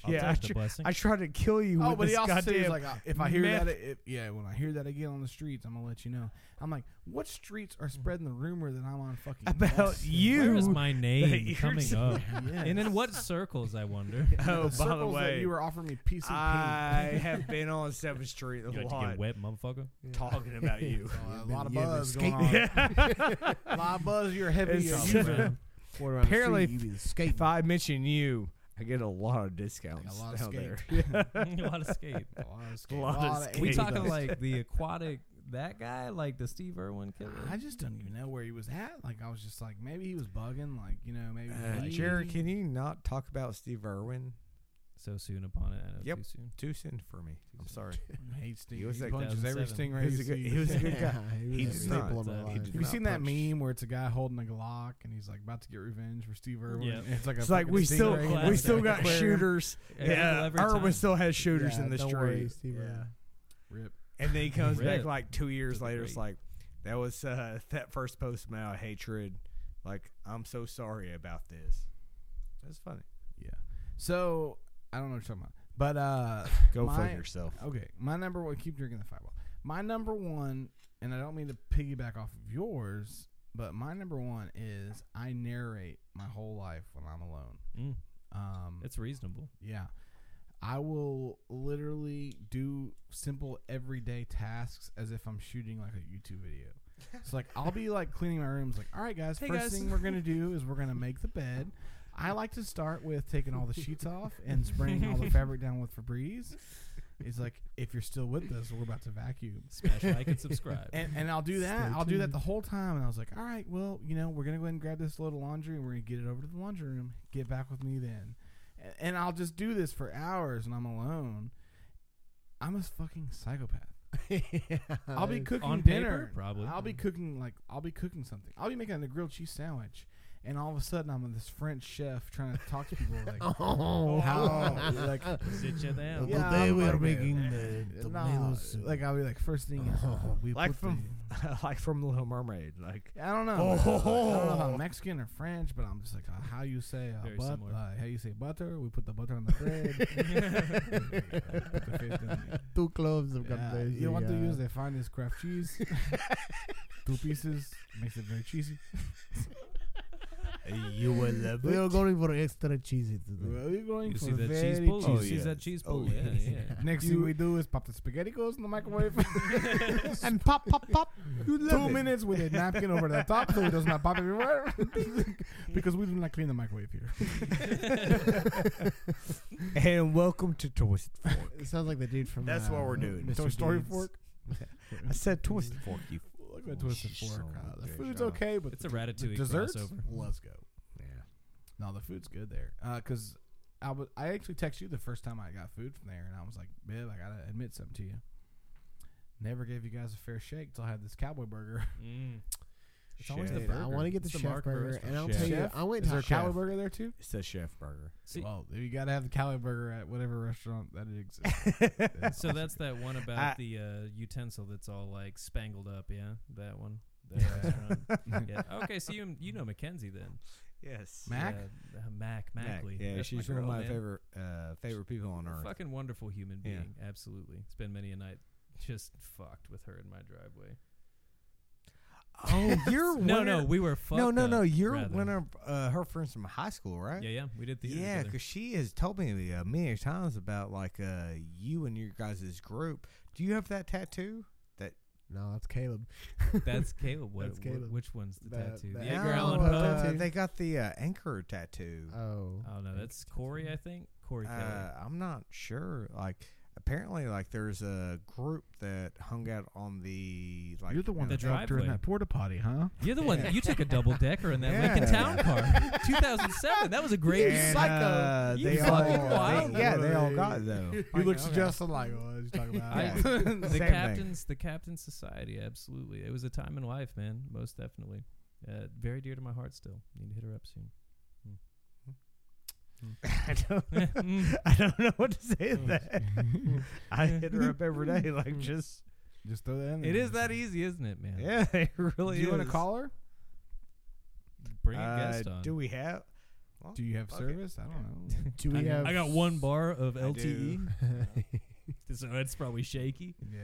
Speaker 4: I'll
Speaker 2: yeah, I,
Speaker 4: take the
Speaker 2: tr-
Speaker 4: blessing.
Speaker 2: I try to kill you
Speaker 3: Oh,
Speaker 2: with
Speaker 3: but he
Speaker 2: this
Speaker 3: also
Speaker 2: goddamn
Speaker 3: says like, uh, if I hear
Speaker 2: meth.
Speaker 3: that, if, yeah, when I hear that again on the streets, I'm gonna let you know. I'm like, what streets are spreading the rumor that I'm on fucking
Speaker 2: about
Speaker 3: meth?
Speaker 2: you.
Speaker 4: Where is my
Speaker 2: that
Speaker 4: name
Speaker 2: you're
Speaker 4: coming
Speaker 2: so-
Speaker 4: up?
Speaker 3: Yes.
Speaker 4: And in what circles, I wonder?
Speaker 2: oh,
Speaker 3: The
Speaker 2: by the
Speaker 3: circles that
Speaker 2: way,
Speaker 3: you were offering me PCP.
Speaker 2: I have been on Seventh Street a
Speaker 4: You like to
Speaker 2: lot,
Speaker 4: get wet, motherfucker?
Speaker 2: talking about you.
Speaker 3: So, a lot of
Speaker 1: Yeah, the
Speaker 3: buzz
Speaker 1: skate-
Speaker 3: going on. a lot of buzz. You're heavy.
Speaker 2: It's-
Speaker 3: on you, bro.
Speaker 1: Quarter around the
Speaker 2: Apparently,
Speaker 1: street, you be the skate.
Speaker 2: if I mention you, I get a lot of discounts
Speaker 3: a lot of
Speaker 2: down
Speaker 3: skate.
Speaker 2: there.
Speaker 4: a lot of skate.
Speaker 3: A lot of skate.
Speaker 2: lot of skate.
Speaker 4: We
Speaker 2: He
Speaker 4: talking
Speaker 3: does.
Speaker 4: like the aquatic that guy, like the Steve Irwin killer.
Speaker 3: I just don't even know where he was at. Like I was just like, maybe he was bugging. Like you know, maybe.
Speaker 2: Uh,
Speaker 3: weed.
Speaker 2: Jared, can you not talk about Steve Irwin
Speaker 4: so soon upon it, I know
Speaker 2: Yep.
Speaker 4: too soon.
Speaker 2: too soon for me? I'm sorry.
Speaker 3: hate Steve.
Speaker 2: He was
Speaker 3: he
Speaker 2: like
Speaker 3: punches every
Speaker 4: 2007.
Speaker 3: stingray.
Speaker 2: He was a
Speaker 3: he
Speaker 2: good- he was a
Speaker 3: sees.
Speaker 2: good guy.
Speaker 1: he
Speaker 2: He
Speaker 1: was a
Speaker 2: did
Speaker 1: staple in
Speaker 4: not,
Speaker 1: my
Speaker 4: uh, he
Speaker 1: life.
Speaker 2: did
Speaker 3: Have you
Speaker 2: not
Speaker 3: seen that
Speaker 2: punch.
Speaker 3: meme where it's a guy holding a Glock and he's like about to get revenge for Steve Irwin?
Speaker 4: Yeah.
Speaker 3: And It's like a
Speaker 2: It's like we
Speaker 3: fucking
Speaker 2: still
Speaker 3: stingray
Speaker 4: Irwin.
Speaker 2: we
Speaker 3: in
Speaker 2: still
Speaker 3: the
Speaker 2: got
Speaker 3: aquarium.
Speaker 2: shooters.
Speaker 4: Every-
Speaker 2: Yeah,
Speaker 4: every
Speaker 2: Irwin
Speaker 4: time.
Speaker 2: still has shooters
Speaker 1: Yeah,
Speaker 2: in the
Speaker 1: don't
Speaker 2: street.
Speaker 1: worry, Steve Irwin.
Speaker 2: Yeah.
Speaker 3: Rip.
Speaker 2: And then he comes back
Speaker 4: Rip.
Speaker 2: like two years
Speaker 4: the
Speaker 2: later. It's
Speaker 4: great.
Speaker 2: like that was uh, that first post about hatred. Like I'm so sorry about this. That's funny.
Speaker 3: Yeah. So I don't know what you're talking about, but uh,
Speaker 2: Go
Speaker 3: my,
Speaker 2: fuck yourself.
Speaker 3: Okay, my number one. Keep drinking the fireball. My number one, and I don't mean to piggyback off of yours, but my number one is I narrate my whole life when I'm alone.
Speaker 4: Mm,
Speaker 3: Um,
Speaker 4: it's reasonable.
Speaker 3: Yeah. I will literally do simple everyday tasks as if I'm shooting like a YouTube video. So like I'll be like cleaning my rooms like, all right guys,
Speaker 4: Hey,
Speaker 3: first
Speaker 4: guys."
Speaker 3: thing we're gonna do is we're gonna make the bed. I like to start with taking all the sheets off and spraying all the fabric down with Febreze. He's like, if you're still with us, we're about to vacuum.
Speaker 4: Smash like and subscribe.
Speaker 3: And, and I'll do that.
Speaker 1: Stay
Speaker 3: I'll do that
Speaker 1: tuned.
Speaker 3: the whole time. And I was like, all right, well, you know, we're going to go ahead and grab this load of laundry and we're going to get it over to the laundry room. Get back with me then. A- And I'll just do this for hours and I'm alone. I'm a fucking psychopath.
Speaker 1: Uh,
Speaker 3: I'll be cooking
Speaker 4: on paper,
Speaker 3: dinner.
Speaker 4: probably.
Speaker 3: I'll be cooking like I'll be cooking something. I'll be making a grilled cheese sandwich, and all of a sudden I'm this French chef trying to talk to people like,
Speaker 1: Oh,
Speaker 3: how- like,
Speaker 4: Sit you down.
Speaker 3: Yeah, I'm like,
Speaker 1: the
Speaker 3: nah, like I'll be like first thing is oh, we
Speaker 2: Like
Speaker 3: put
Speaker 2: from like from Little Mermaid. Like
Speaker 3: the- I don't know.
Speaker 2: Oh.
Speaker 3: man. Like, I don't know if I'm Mexican or French, but I'm just like uh, how you say uh,
Speaker 4: Very
Speaker 3: but,
Speaker 4: similar.
Speaker 3: uh, how you say butter. We put the butter on the bread. Put the fifth in.
Speaker 1: two cloves of
Speaker 3: Yeah,
Speaker 1: gunpowder.
Speaker 3: you want to use the finest craft cheese. Two pieces makes it very cheesy.
Speaker 2: you will love
Speaker 1: We are going for extra cheesy today.
Speaker 3: Well, we're going
Speaker 4: You
Speaker 3: for
Speaker 4: see that
Speaker 3: very
Speaker 4: cheese pull? Oh,
Speaker 3: cheesy.
Speaker 4: you see that
Speaker 2: yes.
Speaker 4: cheese
Speaker 2: Oh,
Speaker 4: pull? yeah,
Speaker 2: yes.
Speaker 4: yeah.
Speaker 3: Next thing we do is pop the spaghetti goes in the microwave.
Speaker 1: and pop, pop, pop.
Speaker 3: Two minutes with a napkin over the top so it does not pop everywhere. because we do not clean the microwave here.
Speaker 2: And welcome to Twisted Fork.
Speaker 1: It sounds like the dude from.
Speaker 2: That's
Speaker 1: uh,
Speaker 2: what we're doing.
Speaker 1: Mr.
Speaker 3: Toy Story
Speaker 1: Deeds.
Speaker 3: fork.
Speaker 2: I said Twisted Fork. You
Speaker 3: Look at twisted
Speaker 2: She's
Speaker 3: fork.
Speaker 2: so
Speaker 3: Uh, the
Speaker 2: good,
Speaker 3: food's
Speaker 2: y'all.
Speaker 3: okay, but
Speaker 4: It's a
Speaker 3: the- the
Speaker 4: ratatouille
Speaker 3: desserts.
Speaker 4: crossover.
Speaker 3: Let's go.
Speaker 2: yeah.
Speaker 3: No, the food's good there. Because I was, I actually texted you the first time I got food from there, and I was like, "Babe, I gotta admit something to you. Never gave you guys a fair shake till I had this cowboy burger.
Speaker 4: Mm.
Speaker 3: It's always the
Speaker 1: Dude, I want to get the
Speaker 4: It's the
Speaker 1: chef
Speaker 4: Mark
Speaker 1: burger,
Speaker 4: Burst.
Speaker 1: and I'll
Speaker 2: Chef.
Speaker 1: tell you, I went
Speaker 3: Is
Speaker 1: to
Speaker 3: there a
Speaker 1: a chef.
Speaker 3: cowboy burger there too?
Speaker 2: It's a chef burger.
Speaker 4: See,
Speaker 3: well, you gotta have the cowboy burger at whatever restaurant that it exists.
Speaker 4: so that's that one about
Speaker 2: I-
Speaker 4: the uh, utensil that's all like spangled up. Yeah, that one. That
Speaker 3: Yeah.
Speaker 4: restaurant. yeah. Okay, so you you know Mackenzie then?
Speaker 2: Yes.
Speaker 3: Mac,
Speaker 4: Yeah, uh, Mac,
Speaker 2: Mac.
Speaker 4: Mackley.
Speaker 2: Yeah,
Speaker 4: That's
Speaker 2: she's
Speaker 4: my
Speaker 2: one of
Speaker 4: girl,
Speaker 2: my
Speaker 4: man.
Speaker 2: favorite uh, favorite people on earth.
Speaker 4: Fucking wonderful human
Speaker 2: Yeah.
Speaker 4: being. Absolutely. It's been many a night just fucked with her in my driveway.
Speaker 2: Oh, you're
Speaker 4: No,
Speaker 2: one
Speaker 4: no,
Speaker 2: of-
Speaker 4: we were fucked.
Speaker 2: no, no,
Speaker 4: up,
Speaker 2: no. You're
Speaker 4: rather.
Speaker 2: one of uh, her friends from high school, right?
Speaker 4: Yeah, yeah, we did theater
Speaker 2: Yeah,
Speaker 4: together.
Speaker 2: because she has told me uh, many times about like uh, you and your guys' group. Do you have that tattoo?
Speaker 1: No, that's Caleb.
Speaker 4: That's Caleb. What,
Speaker 1: That's
Speaker 4: wh-
Speaker 1: Caleb.
Speaker 4: which one's the
Speaker 1: That-
Speaker 4: tattoo?
Speaker 1: that-
Speaker 4: the Edgar Allan
Speaker 1: No,
Speaker 4: Poe.
Speaker 1: that-
Speaker 2: uh,
Speaker 1: tattoo?
Speaker 2: they got the uh, anchor tattoo.
Speaker 1: Oh,
Speaker 4: oh no, that's Corey. I think Corey Kelly.
Speaker 2: Uh, I'm not sure. Like apparently, like there's a group that hung out on the like.
Speaker 3: you're the one
Speaker 4: The
Speaker 3: that dropped her in
Speaker 4: driveway.
Speaker 3: that porta potty, huh?
Speaker 4: You're the one that you took a double decker in that Lincoln
Speaker 2: Yeah.
Speaker 4: Town car, 2007. That was a great
Speaker 2: And,
Speaker 4: psycho.
Speaker 2: uh,
Speaker 4: You
Speaker 2: they all,
Speaker 4: fucking wild.
Speaker 2: they- yeah, they all got it though.
Speaker 3: You
Speaker 2: Like,
Speaker 3: look
Speaker 2: okay.
Speaker 3: just like what you talking about?
Speaker 4: I-
Speaker 2: Yeah.
Speaker 4: the
Speaker 2: Same thing.
Speaker 4: captains, the captain's society. Absolutely, it was a time in life, man. Most definitely, uh, very dear to my heart. Still, need to hit her up soon.
Speaker 2: I
Speaker 4: Mm.
Speaker 2: don't, I don't know what to say to that. I hit her up every day, like just
Speaker 3: Just throw that in.
Speaker 4: It
Speaker 3: there.
Speaker 4: is that easy, isn't it, man?
Speaker 2: Mm-hmm. yeah, it really.
Speaker 3: Do you
Speaker 2: want
Speaker 3: want to call her?
Speaker 4: Bring a guest on.
Speaker 2: Uh, Do we have? Well,
Speaker 3: Do you have
Speaker 2: Fuck it.
Speaker 3: service? I don't know.
Speaker 1: do we
Speaker 4: I,
Speaker 1: have?
Speaker 4: I got one bar of
Speaker 2: I
Speaker 4: LTE, so that's probably shaky.
Speaker 3: yeah.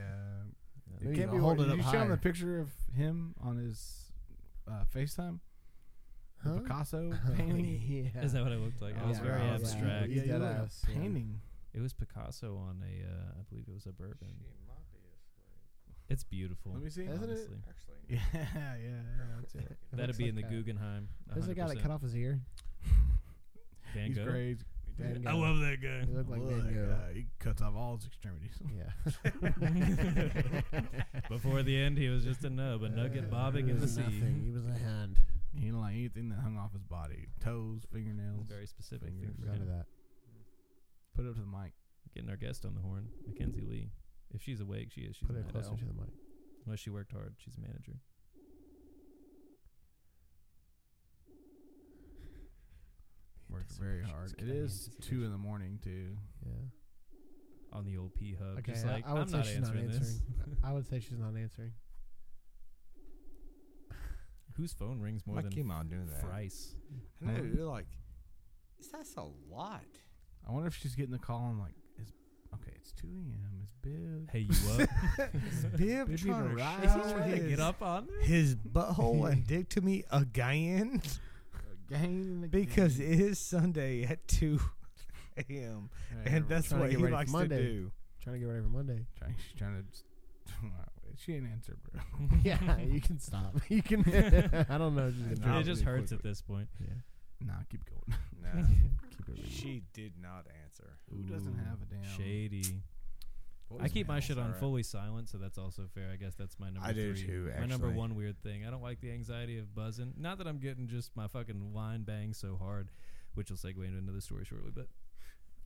Speaker 1: Maybe
Speaker 3: Can't
Speaker 1: you
Speaker 3: be
Speaker 1: hold
Speaker 3: wor-
Speaker 1: it up
Speaker 3: Did you show him
Speaker 1: higher.
Speaker 3: the picture of him on his uh, FaceTime? The
Speaker 1: Huh?
Speaker 3: Picasso
Speaker 1: Oh,
Speaker 3: painting.
Speaker 1: yeah.
Speaker 4: Is that what I looked like? I was
Speaker 1: Yeah,
Speaker 4: very
Speaker 1: yeah.
Speaker 4: abstract.
Speaker 1: Yeah.
Speaker 3: you look like a
Speaker 1: Deadass, yeah.
Speaker 3: painting.
Speaker 4: It was Picasso on a, uh, I believe it was a bourbon. It's beautiful.
Speaker 3: Let me see.
Speaker 1: Isn't it?
Speaker 4: honestly.
Speaker 3: Yeah, yeah, yeah. That's it.
Speaker 1: It
Speaker 4: That'd
Speaker 1: looks
Speaker 4: be in the
Speaker 1: like that.
Speaker 4: Guggenheim.
Speaker 1: Who's the guy that
Speaker 4: 100%.
Speaker 1: cut off his ear?
Speaker 4: Van
Speaker 3: He's
Speaker 4: Gogh.
Speaker 3: great.
Speaker 1: Van
Speaker 4: I
Speaker 1: Gogh.
Speaker 4: love that guy.
Speaker 1: He looked like Van Gogh.
Speaker 3: uh, he cuts off all his extremities.
Speaker 1: Yeah.
Speaker 4: Before the end, he was just a nub, a nugget bobbing
Speaker 1: He
Speaker 4: in the
Speaker 1: was
Speaker 4: sea.
Speaker 1: Uh, nothing. He was a hand.
Speaker 3: he didn't like anything that hung off his body. Toes,
Speaker 4: It's
Speaker 3: fingernails.
Speaker 4: a very specific thing
Speaker 3: Fingers.
Speaker 4: for
Speaker 1: None of
Speaker 4: him.
Speaker 1: that.
Speaker 3: Put it up to the mic.
Speaker 4: Getting our guest on the horn, Mackenzie Lee. If she's awake, she is. She's
Speaker 1: Put
Speaker 4: a
Speaker 1: it
Speaker 4: night
Speaker 1: closer
Speaker 4: owl.
Speaker 1: to the mic.
Speaker 4: Unless she worked hard, she's a manager.
Speaker 3: Worked
Speaker 1: Doesn't
Speaker 3: very
Speaker 1: matter.
Speaker 3: hard.
Speaker 1: It's
Speaker 3: It
Speaker 1: gotta be
Speaker 3: is two
Speaker 1: anticipation.
Speaker 3: in the morning too.
Speaker 1: Yeah.
Speaker 4: On the old P hub,
Speaker 1: Okay.
Speaker 4: just
Speaker 1: I-
Speaker 4: like
Speaker 1: I would
Speaker 4: am
Speaker 1: say
Speaker 4: not
Speaker 1: she's
Speaker 4: answering,
Speaker 1: not
Speaker 4: this.
Speaker 1: answering. I would say she's not answering.
Speaker 4: Whose phone rings more
Speaker 2: My
Speaker 4: than
Speaker 2: came on doing that.
Speaker 4: Frice?
Speaker 2: I know. You're like, that's a lot.
Speaker 3: I wonder if she's getting the call. I'm like, it's okay. It's two a.m. It's big.
Speaker 4: Hey, you up?
Speaker 2: Bib trying
Speaker 3: Bib
Speaker 2: to
Speaker 3: even
Speaker 2: ride
Speaker 4: is he trying to
Speaker 2: his-
Speaker 4: get up on there?
Speaker 2: his butthole and dick to me again
Speaker 3: Again and
Speaker 2: because
Speaker 3: again.
Speaker 2: it is Sunday at two a.m.
Speaker 3: Hey,
Speaker 2: and
Speaker 3: everybody.
Speaker 2: that's
Speaker 1: trying to
Speaker 2: what
Speaker 1: get
Speaker 2: he
Speaker 1: ready for
Speaker 2: likes
Speaker 1: Monday.
Speaker 2: to do.
Speaker 1: Trying to get ready for Monday.
Speaker 3: Trying, she's trying to. Just, she ain't answered, bro.
Speaker 1: yeah, you can stop. You can. I don't know. Just
Speaker 2: And
Speaker 1: gonna
Speaker 2: I'll
Speaker 4: it
Speaker 1: do
Speaker 4: just
Speaker 2: really
Speaker 4: hurts at
Speaker 2: quickly.
Speaker 4: this point. Yeah.
Speaker 3: Nah, keep going.
Speaker 2: No,
Speaker 1: Keep it real.
Speaker 2: she did not answer.
Speaker 3: Who doesn't have a damn
Speaker 4: Shady.
Speaker 3: What
Speaker 4: I
Speaker 3: was
Speaker 4: keep my
Speaker 3: Mel's?
Speaker 4: shit on
Speaker 3: Alright.
Speaker 4: fully silent, so that's also fair. I guess that's my number.
Speaker 2: I do
Speaker 4: three.
Speaker 2: too,
Speaker 4: My number
Speaker 2: actually.
Speaker 4: one weird thing. I don't like the anxiety of buzzing. Not that I'm getting just my fucking line banged so hard, which will segue into another story shortly. But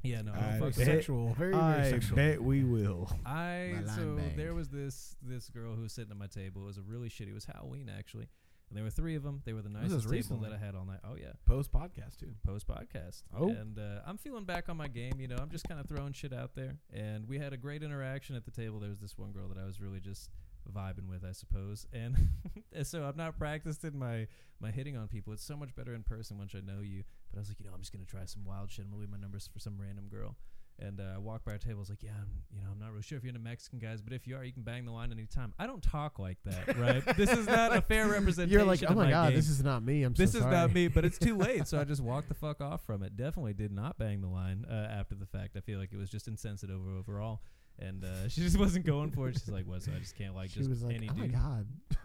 Speaker 4: yeah, no, I
Speaker 2: I
Speaker 4: don't
Speaker 3: Very
Speaker 4: fuck with
Speaker 2: bet-
Speaker 4: that.
Speaker 3: sexual. Very, very
Speaker 2: I
Speaker 3: sexual.
Speaker 2: bet we will.
Speaker 4: I
Speaker 1: My line
Speaker 4: so
Speaker 1: banged.
Speaker 4: there was this this girl who was sitting at my table. It was a really shitty. It was Halloween actually, and there were three of them. They were the
Speaker 3: This is
Speaker 4: nicest table
Speaker 3: recently.
Speaker 4: that I had all night. Oh yeah,
Speaker 3: Post podcast too.
Speaker 4: post podcast.
Speaker 2: Oh.
Speaker 4: and uh, I'm feeling back on my game. You know, I'm just kind of throwing shit out there. And we had a great interaction at the table. There was this one girl that I was really just vibing with, I suppose. And and so I'm not practiced in my my hitting on people. It's so much better in person once I know you. But I was like, you know, I'm just gonna try some wild shit. I'm gonna leave my numbers for some random girl. And uh, I walked by her table. I was like, "Yeah, I'm, you know, I'm not really sure if you're into Mexican guys, but if you are, you can bang the line anytime." I don't talk like that, right? this is not a fair representation.
Speaker 1: You're like, oh
Speaker 4: of
Speaker 1: my god,
Speaker 4: game
Speaker 1: this is not me. I'm so
Speaker 4: this is not
Speaker 1: sorry."
Speaker 4: me, but it's too late. So I just walked the fuck off from it. Definitely did not bang the line uh, after the fact. I feel like it was just insensitive over- overall. And uh, she just wasn't going for it. She's like, "What? So I just can't like
Speaker 1: She
Speaker 4: just
Speaker 1: was like,
Speaker 4: any
Speaker 1: oh my
Speaker 4: dude."
Speaker 1: god,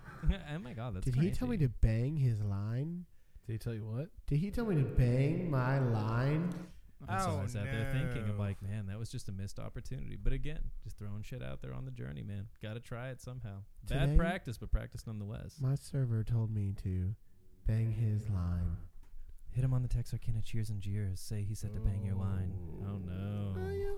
Speaker 4: oh my god, that's
Speaker 1: did he tell me
Speaker 4: crazy.
Speaker 1: to bang his line?
Speaker 3: Did he tell you what?
Speaker 1: Did he tell me to bang my line?
Speaker 4: And
Speaker 3: Oh.
Speaker 4: so I was out there thinking, I'm
Speaker 2: no.
Speaker 4: like, man, that was just a missed opportunity. But again, just throwing shit out there on the journey, man. Got to try it somehow. Bad
Speaker 1: Today-
Speaker 4: practice, but practice nonetheless.
Speaker 1: My server told me to bang his line.
Speaker 4: Hit him on the text Arcana cheers and jeers. Say he said to bang your line. Oh no.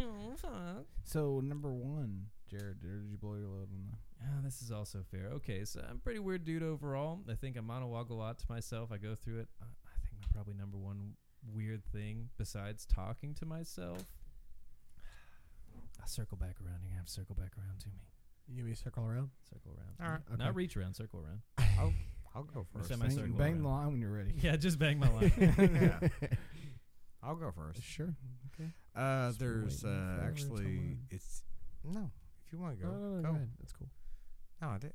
Speaker 4: Oh, fuck.
Speaker 3: So number one, Jared, where did you blow your load on the?
Speaker 4: Oh, this is also fair. Okay, so I'm a pretty weird dude overall. I think I monologue a lot to myself. I go through it. I I think my probably number one weird thing besides talking to myself. I circle back around. You're gonna have to circle back around to me.
Speaker 1: You give me a circle around.
Speaker 4: Circle around.
Speaker 2: All right,
Speaker 4: Not
Speaker 1: okay.
Speaker 4: reach around. Circle around.
Speaker 2: I'll, I'll go
Speaker 4: Or
Speaker 2: first.
Speaker 4: semi- My
Speaker 3: Bang,
Speaker 4: circle
Speaker 3: bang
Speaker 4: around.
Speaker 3: the line when you're ready.
Speaker 4: Yeah, just bang my line.
Speaker 2: Yeah. I'll go first.
Speaker 3: Sure.
Speaker 2: Uh,
Speaker 1: Just
Speaker 2: there's
Speaker 1: waiting
Speaker 2: uh,
Speaker 1: for
Speaker 2: actually
Speaker 1: someone.
Speaker 2: it's no. If you want to go,
Speaker 1: No, no, no,
Speaker 2: go.
Speaker 1: go ahead. That's cool.
Speaker 2: No, I did.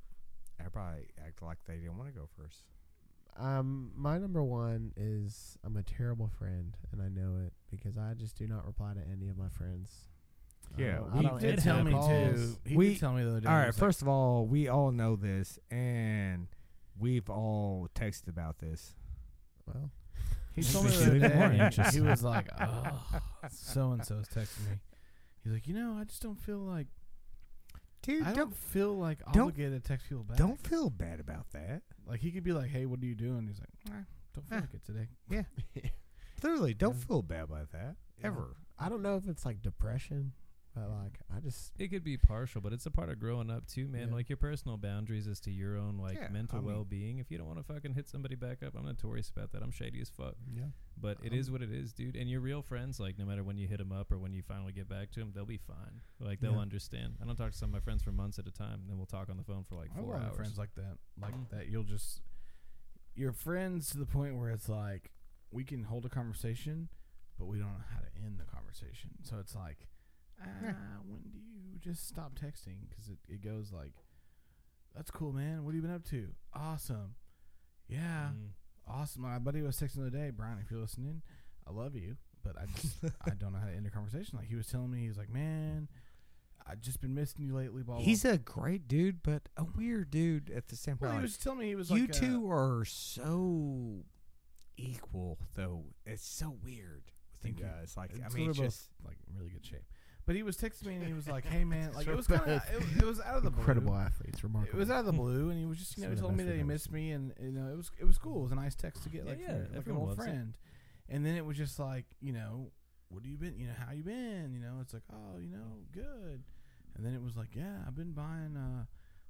Speaker 2: Everybody act like they didn't want to go first.
Speaker 1: Um, my number one is I'm a terrible friend, and I know it because I just do not reply to any of my friends. I
Speaker 2: Yeah,
Speaker 1: don't- I
Speaker 2: we
Speaker 1: don't
Speaker 4: did
Speaker 1: answer
Speaker 4: tell
Speaker 1: their
Speaker 4: me to.
Speaker 1: calls.
Speaker 3: He
Speaker 2: We-
Speaker 3: did tell me the other day.
Speaker 2: all
Speaker 3: He
Speaker 2: right.
Speaker 3: was like,
Speaker 2: First of all, we all know this, and we've all texted about this.
Speaker 1: Well,
Speaker 3: He
Speaker 4: Makes
Speaker 3: told me
Speaker 4: me
Speaker 3: the
Speaker 4: feel
Speaker 3: other
Speaker 4: even more
Speaker 3: day.
Speaker 4: anxious.
Speaker 3: He was like, "Oh, so and so's texting me." He's like, "You know, I just don't feel like
Speaker 2: Dude, don't
Speaker 3: I don't
Speaker 2: don't,
Speaker 3: feel like
Speaker 2: don't-
Speaker 3: obligated to text people back.
Speaker 2: feel bad about that.
Speaker 3: like he could be like, "Hey, what are you doing?" He's like, "Nah, "Don't feel
Speaker 2: Ah.
Speaker 3: like it today."
Speaker 2: Clearly, don't
Speaker 1: Yeah.
Speaker 2: feel bad about that
Speaker 1: Yeah.
Speaker 2: ever.
Speaker 1: I don't know if it's like depression, but like I just
Speaker 4: it could be partial, but it's a part of growing up too, man.
Speaker 1: Yeah.
Speaker 4: Like your personal boundaries as to your own like
Speaker 2: Yeah,
Speaker 4: mental
Speaker 2: I mean-
Speaker 4: well being. If you don't want to fucking hit somebody back up, I'm notorious about that. I'm shady as fuck.
Speaker 2: Yeah.
Speaker 4: But
Speaker 3: Um,
Speaker 4: it is what it is, dude. And your real friends, like, no matter when you hit them up or when you finally get back to them, they'll be fine. Like, they'll
Speaker 1: Yeah.
Speaker 4: understand. I don't talk to some of my friends for months at a time. Then we'll talk on the phone for like
Speaker 3: I have a
Speaker 4: four
Speaker 3: lot of
Speaker 4: hours.
Speaker 3: friends like that, like
Speaker 4: Mhm.
Speaker 3: that. You'll just you're friends to the point where it's like we can hold a conversation, but we don't know how to end the conversation. So it's like, ah, when do you just stop texting? Because it, it goes like, that's cool, man. What have you been up to? Awesome, yeah,
Speaker 4: Mm.
Speaker 3: awesome. My buddy was texting the other day, Brian. If you're listening, I love you, but I just I don't know how to end a conversation. Like he was telling me, he was like, man. I've just been missing you lately. Blah, blah,
Speaker 2: He's a great dude, but a weird dude at the same
Speaker 3: Well,
Speaker 2: time.
Speaker 3: he was telling me he was
Speaker 2: you
Speaker 3: like uh,
Speaker 2: two are so equal, though. It's so weird with
Speaker 3: Thank
Speaker 2: you
Speaker 3: you.
Speaker 2: guys. Like, I
Speaker 3: It's
Speaker 2: mean,
Speaker 3: we're
Speaker 2: it's
Speaker 3: both,
Speaker 2: just
Speaker 3: like in really good shape. But he was texting me and he was like, "Hey man, like it was
Speaker 1: We're
Speaker 3: kind of
Speaker 1: both
Speaker 3: it, it was out of the
Speaker 1: incredible
Speaker 3: Blue.
Speaker 1: athletes,
Speaker 3: It
Speaker 1: remarkable.
Speaker 3: was out of the
Speaker 4: Hmm.
Speaker 3: blue, and he was just
Speaker 1: It's
Speaker 3: you know he
Speaker 1: one of
Speaker 3: told
Speaker 1: the
Speaker 3: me
Speaker 1: best
Speaker 3: that he
Speaker 1: videos.
Speaker 3: missed me, and you know it was it was cool. It was a nice text to get
Speaker 4: Yeah,
Speaker 3: like
Speaker 4: yeah,
Speaker 3: from, like an
Speaker 4: everyone
Speaker 3: old
Speaker 4: loves it.
Speaker 3: friend. And then it was just like you know what have you been you know how you been you know it's like oh you know good, and then it was like yeah I've been buying uh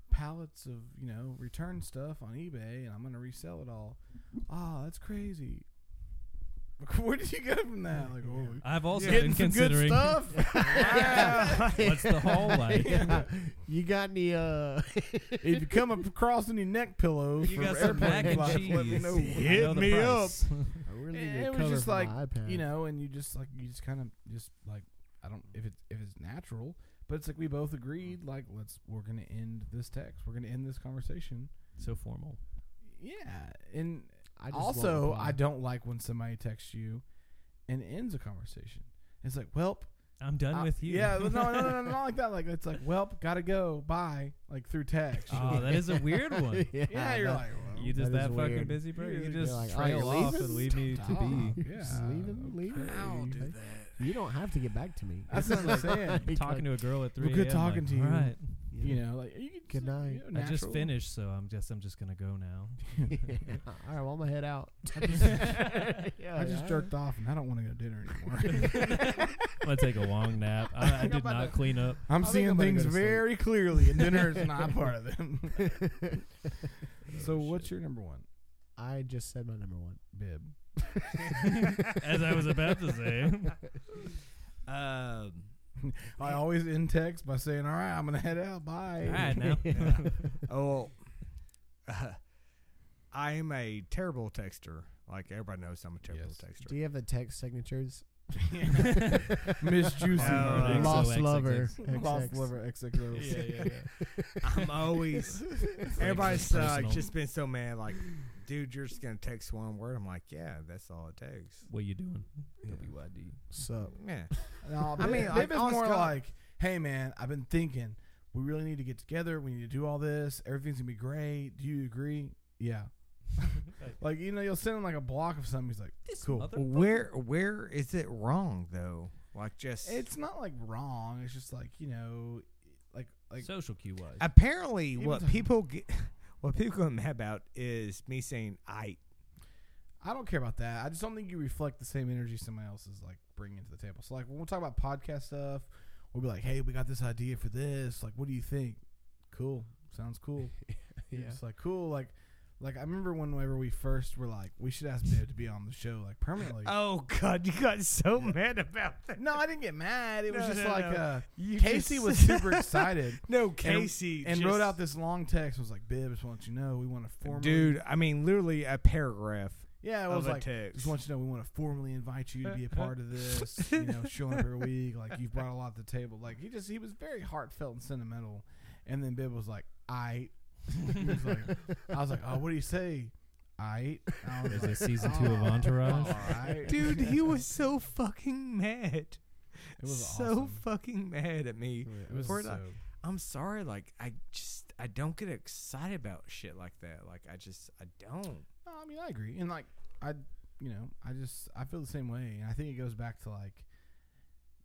Speaker 3: pallets of you know return stuff on eBay and I'm gonna resell it all. Oh, that's crazy. Where did you go from that? Like, oh,
Speaker 4: I've also
Speaker 3: Getting
Speaker 4: been
Speaker 3: some
Speaker 4: considering
Speaker 3: good stuff.
Speaker 4: what's the whole like.
Speaker 1: Yeah. You got any? Uh,
Speaker 3: if you come across any neck pillows,
Speaker 4: You
Speaker 3: for
Speaker 4: got some
Speaker 3: airplane
Speaker 4: mac and
Speaker 3: flights,
Speaker 4: cheese.
Speaker 3: let me know.
Speaker 4: I know the
Speaker 2: me
Speaker 4: price.
Speaker 1: I really
Speaker 3: It-
Speaker 1: need a
Speaker 3: it was
Speaker 1: cover
Speaker 3: just
Speaker 1: for my
Speaker 3: like,
Speaker 1: iPad.
Speaker 3: You know, and you just like you just kind of just like I don't if it's if it's natural, but it's like we both agreed like let's we're gonna end this text, we're gonna end this conversation.
Speaker 4: so formal.
Speaker 3: Yeah, and
Speaker 1: I just won't
Speaker 3: also
Speaker 1: reply.
Speaker 3: I don't like when somebody texts you and ends a conversation. It's like, welp,
Speaker 4: I'm done
Speaker 3: I-
Speaker 4: with you.
Speaker 3: Uh, Yeah, no, no, no, no, not like that. Like it's like, welp, gotta go, bye, like through text.
Speaker 4: oh, that is a weird one.
Speaker 1: Uh, yeah,
Speaker 3: yeah, you're
Speaker 1: that-
Speaker 3: like, well,
Speaker 4: You just
Speaker 1: That is
Speaker 4: that, fucking
Speaker 1: weird.
Speaker 4: busy, bro.
Speaker 3: You're
Speaker 4: You
Speaker 3: like-
Speaker 4: just
Speaker 1: you're like, "Are you
Speaker 4: trail off
Speaker 1: leaving?"
Speaker 4: and leave me to be.
Speaker 3: Yeah.
Speaker 1: Just leave him, leave him.
Speaker 2: I'll do
Speaker 1: Like,
Speaker 2: that.
Speaker 1: You don't have to get back to me.
Speaker 3: That's what I'm saying.
Speaker 1: Like,
Speaker 4: talking to a girl at
Speaker 3: Well,
Speaker 4: three.
Speaker 3: good
Speaker 4: a.m.,
Speaker 3: talking
Speaker 4: like,
Speaker 3: to you.
Speaker 4: All right,
Speaker 3: You know, like you could
Speaker 1: Good
Speaker 3: just,
Speaker 1: night.
Speaker 4: I just
Speaker 3: natural.
Speaker 4: finished, so I'm just I'm just gonna go now.
Speaker 1: All right, well, I'm gonna head out. Oh,
Speaker 3: I just jerked off and I don't want to go to dinner anymore.
Speaker 4: I'm gonna take a long nap. I, I
Speaker 1: I'm
Speaker 4: did
Speaker 1: about
Speaker 4: not
Speaker 1: to-
Speaker 4: clean up.
Speaker 3: I'm
Speaker 1: I think
Speaker 3: seeing
Speaker 1: I'm gonna go
Speaker 3: things
Speaker 1: to sleep.
Speaker 3: very clearly, and dinner is not part of them. so, what's your number one
Speaker 1: I just said my number one.
Speaker 3: bib?
Speaker 4: As I was about to say,
Speaker 5: Um,
Speaker 3: I always end text by saying, "All right, I'm gonna head out. Bye."
Speaker 4: all right now.
Speaker 2: oh, uh, I am a terrible texter. Like everybody knows, I'm a terrible
Speaker 3: Yes.
Speaker 2: texter.
Speaker 1: Do you have the text signatures?
Speaker 3: Miss Juicy,
Speaker 4: Oh,
Speaker 2: Uh,
Speaker 1: Lost
Speaker 4: XOXX.
Speaker 1: lover.
Speaker 3: lost
Speaker 1: XX.
Speaker 3: lover XXL.
Speaker 4: yeah, yeah, yeah.
Speaker 2: I'm always everybody's
Speaker 4: Like,
Speaker 2: uh, like
Speaker 4: personal.
Speaker 2: just been so mad. Like, dude, you're just gonna text one word. I'm like, yeah, that's all it takes.
Speaker 4: What you doing?
Speaker 5: WYD.
Speaker 1: Sup?
Speaker 2: Yeah,
Speaker 3: No,
Speaker 2: I
Speaker 3: I
Speaker 2: mean,
Speaker 3: mean,
Speaker 2: like,
Speaker 3: Bib is
Speaker 2: honest
Speaker 3: more
Speaker 2: God.
Speaker 3: like, "Hey, man, I've been thinking. We really need to get together. We need to do all this. Everything's gonna be great. Do you agree?" Yeah. like you know, you'll send him like a block of something. He's like, "Cool."
Speaker 4: mother-
Speaker 2: where where is it wrong though? Like, just
Speaker 3: It's not like wrong. It's just like you know, like like
Speaker 4: Social cue wise.
Speaker 2: apparently
Speaker 3: Even
Speaker 2: what
Speaker 3: though-
Speaker 2: people get, what people get mad about is me saying I.
Speaker 3: I don't care about that. I just don't think you reflect the same energy somebody else is like bringing to the table. So like when we talk about podcast stuff, we'll be like, "Hey, we got this idea for this. Like, what do you think?" Cool, sounds cool.
Speaker 1: Yeah.
Speaker 3: It's like cool. Like, like I remember whenever we first were like, we should ask Bib to be on the show like permanently.
Speaker 2: Oh God, you got so mad about that.
Speaker 3: no, I didn't get mad. It was
Speaker 2: No,
Speaker 3: just
Speaker 2: no,
Speaker 3: like
Speaker 2: no.
Speaker 3: uh,
Speaker 2: You
Speaker 3: Casey
Speaker 2: just-
Speaker 3: was super excited
Speaker 2: no Casey
Speaker 3: and
Speaker 2: just-
Speaker 3: wrote out this long text. Was like, "Bib, just want you to know we want to formally
Speaker 2: dude. I mean, literally a paragraph.
Speaker 3: Yeah, it
Speaker 2: of
Speaker 3: was
Speaker 2: a
Speaker 3: like,
Speaker 2: text.
Speaker 3: just want you to know we want to formally invite you to be a part of this. you know, showing up every week, like you've brought a lot to the table. Like he just he was very heartfelt and sentimental. And then Bib was like, I, he was like, I was like, oh, what do you say? I. I was
Speaker 4: Is
Speaker 3: like, "Oh,
Speaker 4: this season two of Entourage?
Speaker 3: All right,
Speaker 2: Dude, he was so fucking mad.
Speaker 3: It was
Speaker 2: so
Speaker 3: awesome.
Speaker 2: fucking mad at me.
Speaker 3: It was
Speaker 2: for it,
Speaker 3: so,
Speaker 2: like- I'm sorry, like I just I don't get excited about shit like that. Like I just I don't.
Speaker 3: No, I mean, I agree. And like, I, you know, I just I feel the same way. And I think it goes back to like,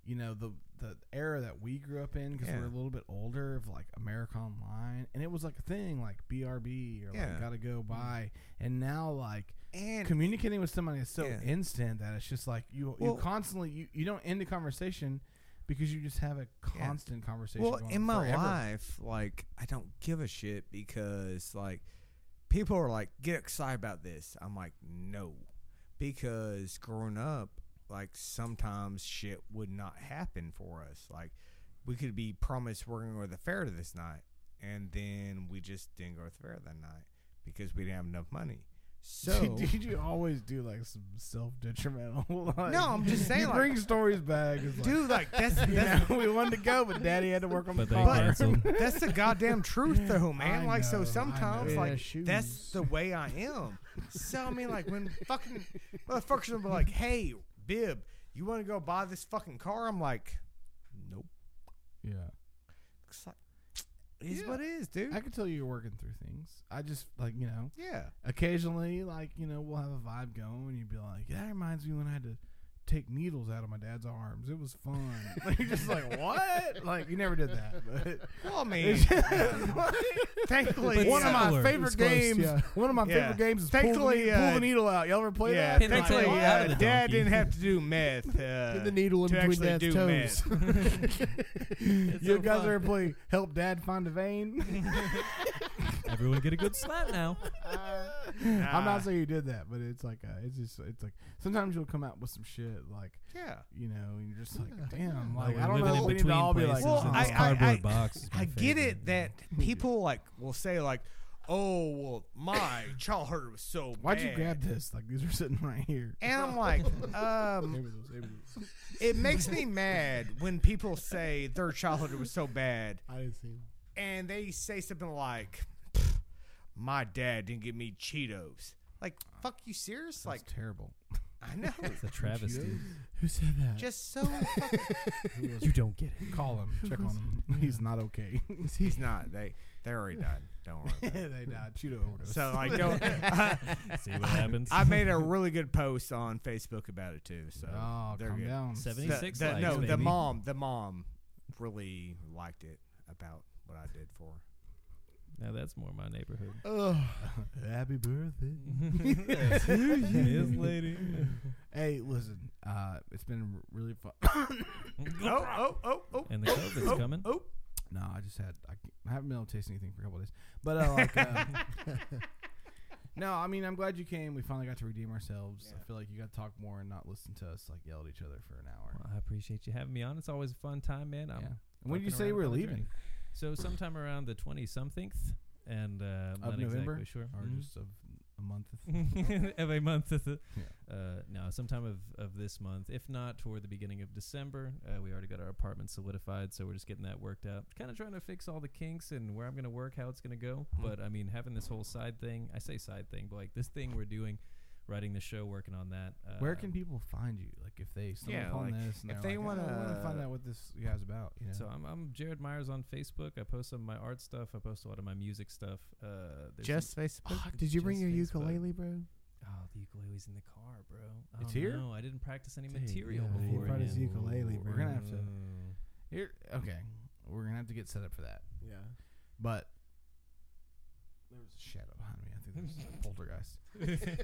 Speaker 3: you know, the the era that we grew up in because
Speaker 2: Yeah.
Speaker 3: we're a little bit older of like America Online, and it was like a thing like BRB or
Speaker 2: Yeah. Mm-hmm.
Speaker 3: like gotta go by. And now like
Speaker 2: And
Speaker 3: communicating with somebody is so
Speaker 2: Yeah.
Speaker 3: instant that it's just like you
Speaker 2: Well-
Speaker 3: you constantly you, you don't end a conversation because you just have a constant conversation.
Speaker 2: well,
Speaker 3: going on
Speaker 2: in my
Speaker 3: forever.
Speaker 2: life, like I don't give a shit because like people are like get excited about this. I'm like no, because growing up, like sometimes shit would not happen for us. Like we could be promised we're gonna go to the fair this night, and then we just didn't go to the fair that night because we didn't have enough money. So.
Speaker 3: Did you always do like some self detrimental? like,
Speaker 2: No, I'm just saying,
Speaker 3: You
Speaker 2: like-
Speaker 3: bring stories back, it's like,
Speaker 2: Dude, like that's
Speaker 3: You
Speaker 2: that's
Speaker 3: know, we wanted to go, but Daddy had to work on
Speaker 4: But
Speaker 3: the
Speaker 4: they
Speaker 3: car.
Speaker 4: canceled.
Speaker 2: That's the goddamn truth, though, man.
Speaker 3: I
Speaker 2: like,
Speaker 3: know,
Speaker 2: so
Speaker 3: I
Speaker 2: sometimes,
Speaker 1: know.
Speaker 2: like,
Speaker 1: Yeah,
Speaker 2: that's
Speaker 1: shoes.
Speaker 2: the way I am. so, I mean, like, when fucking motherfuckers will be like, hey, Bib, you want to go buy this fucking car? I'm like, nope.
Speaker 3: yeah,
Speaker 2: It's like, it's
Speaker 3: Yeah.
Speaker 2: what it is, dude.
Speaker 3: I can tell you're working through things. I just like you know,
Speaker 2: yeah.
Speaker 3: occasionally, like you know, we'll have a vibe going, and you'd be like, that reminds me when I had to take needles out of my dad's arms. It was fun. like, you're just like what? Like you never did that, but.
Speaker 2: Well, I mean,
Speaker 3: Thankfully,
Speaker 2: But
Speaker 3: one of my
Speaker 4: similar.
Speaker 3: favorite
Speaker 1: It's close,
Speaker 3: games.
Speaker 1: yeah.
Speaker 3: One of my
Speaker 2: Yeah.
Speaker 3: favorite games is
Speaker 2: Thankfully,
Speaker 3: pull, the,
Speaker 2: uh,
Speaker 3: pull the needle out. Y'all ever play
Speaker 2: yeah,
Speaker 3: that?
Speaker 4: Pin my
Speaker 2: thankfully,
Speaker 4: tail out
Speaker 2: uh,
Speaker 4: of the
Speaker 2: Dad
Speaker 4: donkey.
Speaker 2: didn't have to do meth. Uh,
Speaker 1: Put the needle in
Speaker 2: to actually
Speaker 1: between dad's
Speaker 2: do
Speaker 1: toes.
Speaker 2: meth.
Speaker 3: you
Speaker 4: so
Speaker 3: guys
Speaker 4: fun.
Speaker 3: ever play Help Dad Find a Vein?
Speaker 4: Everyone get a good slap now.
Speaker 3: I'm
Speaker 2: Nah.
Speaker 3: not saying you did that, but it's like uh, it's just it's like sometimes you'll come out with some shit like
Speaker 2: Yeah.
Speaker 3: you know and you're just like
Speaker 1: Yeah.
Speaker 3: damn
Speaker 4: No,
Speaker 3: like
Speaker 4: we're
Speaker 3: I don't
Speaker 4: living
Speaker 3: know
Speaker 4: in
Speaker 3: we need to
Speaker 4: between
Speaker 3: all be like
Speaker 4: places
Speaker 2: Well,
Speaker 4: in
Speaker 2: I-
Speaker 4: this
Speaker 2: I-
Speaker 4: cardboard
Speaker 2: I-
Speaker 4: box. is my
Speaker 2: I get
Speaker 4: favorite.
Speaker 2: it that people like will say like, "Oh, well, my childhood was so
Speaker 3: why'd you
Speaker 2: bad."
Speaker 3: grab this like these are sitting right here
Speaker 2: And I'm like, um, it makes me mad when people say their childhood was so bad,
Speaker 1: I didn't see him.
Speaker 2: and they say something like, "Pff, "My dad didn't give me Cheetos." Like, fuck you, serious?
Speaker 3: like
Speaker 2: Like,
Speaker 3: terrible
Speaker 2: I know.
Speaker 4: It's a travesty.
Speaker 1: Who said that?
Speaker 2: Just so. fucking-
Speaker 4: you don't get it.
Speaker 3: Call him. Check on him. He's not okay.
Speaker 2: He's not. They they're already done. Don't worry. About it.
Speaker 3: they died. Cheetah overdose.
Speaker 2: So like, don't. I,
Speaker 4: See what happens.
Speaker 2: I made a really good post on Facebook about it too. So
Speaker 3: oh,
Speaker 2: they're
Speaker 3: calm
Speaker 2: good.
Speaker 3: down.
Speaker 2: The-
Speaker 4: 76
Speaker 2: the-
Speaker 4: likes,
Speaker 2: no, the
Speaker 4: baby.
Speaker 2: mom. The mom really liked it about what I did for. her.
Speaker 4: Now that's more my neighborhood.
Speaker 3: Happy birthday.
Speaker 4: Miss lady.
Speaker 3: Hey, listen. Uh, it's been really fun.
Speaker 2: Oh oh oh oh.
Speaker 4: And the COVID's
Speaker 2: oh,
Speaker 4: coming.
Speaker 2: Oh,
Speaker 3: no, I just had. I, c- I haven't been able to taste anything for a couple of days. But uh, like, uh, no, I mean, I'm glad you came. We finally got to redeem ourselves. I feel like you got to talk more and not listen to us like yell at each other for an hour.
Speaker 4: Well, I appreciate you having me on. It's always a fun time, man. I'm
Speaker 3: yeah. And when did you
Speaker 4: fucking
Speaker 3: say
Speaker 4: around
Speaker 3: we're
Speaker 4: on the
Speaker 3: leaving?
Speaker 4: journey. So sometime around the twenty something, and uh, I'm
Speaker 3: Of
Speaker 4: not
Speaker 3: November?
Speaker 4: exactly sure,
Speaker 3: Or
Speaker 4: Mhm.
Speaker 3: just of a month?
Speaker 4: of a month.
Speaker 3: Yeah.
Speaker 4: Uh, no, sometime of, of this month, if not toward the beginning of December. Uh, we already got our apartment solidified, so we're just getting that worked out. Kind of trying to fix all the kinks and where I'm going to work, how it's going to go.
Speaker 3: Mm-hmm.
Speaker 4: But I mean, having this whole side thing, I say side thing, but like this thing we're doing, writing the show, working on that. Uh,
Speaker 3: Where can people find you? Like if they stumble
Speaker 2: Yeah,
Speaker 3: upon
Speaker 2: like,
Speaker 3: this, and
Speaker 2: if
Speaker 3: they're
Speaker 2: they
Speaker 3: like, "Oh, I wanna
Speaker 2: wanna-
Speaker 3: find out what this guy's about, you know.
Speaker 4: So I'm, I'm Jared Myers on Facebook. I post some of my art stuff. I post a lot of my music stuff. Uh, there's some-
Speaker 2: just Facebook.
Speaker 1: Fuck, did you bring
Speaker 4: Just
Speaker 1: your
Speaker 4: thinks about-
Speaker 1: ukulele, bro?
Speaker 4: Oh, the ukulele's in the car, bro. I
Speaker 3: It's
Speaker 4: don't
Speaker 3: here?
Speaker 4: know. I didn't practice any
Speaker 3: Dude,
Speaker 4: material
Speaker 1: yeah, he
Speaker 4: before.
Speaker 1: brought his
Speaker 4: man.
Speaker 1: ukulele,
Speaker 3: We're
Speaker 1: bro.
Speaker 3: gonna have to.
Speaker 4: Oh.
Speaker 3: Here, okay, we're gonna have to get set up for that.
Speaker 1: Yeah.
Speaker 3: But there was a shadow behind me. I think there's a poltergeist.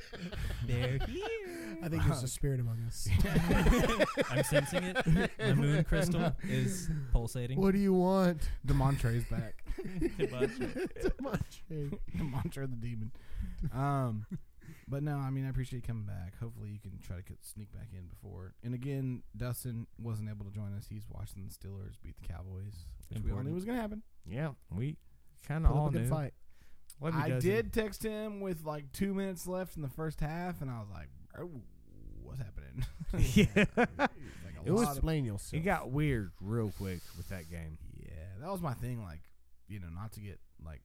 Speaker 4: They're here.
Speaker 1: I think there's a spirit among us.
Speaker 4: I'm sensing it. The moon crystal is pulsating.
Speaker 1: what do you want?
Speaker 3: Demontrey's back.
Speaker 4: Debauchery.
Speaker 1: Demontre.
Speaker 3: Demontre the demon. Um, but no, I mean I appreciate you coming back. Hopefully you can try to get, sneak back in before. And again, Dustin wasn't able to join us. He's watching the Steelers beat the Cowboys, which we all knew
Speaker 4: Important.
Speaker 3: was gonna happen.
Speaker 2: Yeah, we kind
Speaker 1: Put
Speaker 2: of
Speaker 1: up
Speaker 2: all
Speaker 1: a good
Speaker 2: knew.
Speaker 1: fight.
Speaker 2: Well, he
Speaker 3: I
Speaker 2: doesn't-
Speaker 3: did text him with like two minutes left in the first half, and I was like, "Bro, what's happening?"
Speaker 2: Yeah.
Speaker 3: Like a
Speaker 2: It was-
Speaker 3: lot of-
Speaker 1: Explain yourself.
Speaker 2: It got weird real quick with that game.
Speaker 3: yeah, that was my thing. Like, you know, not to get like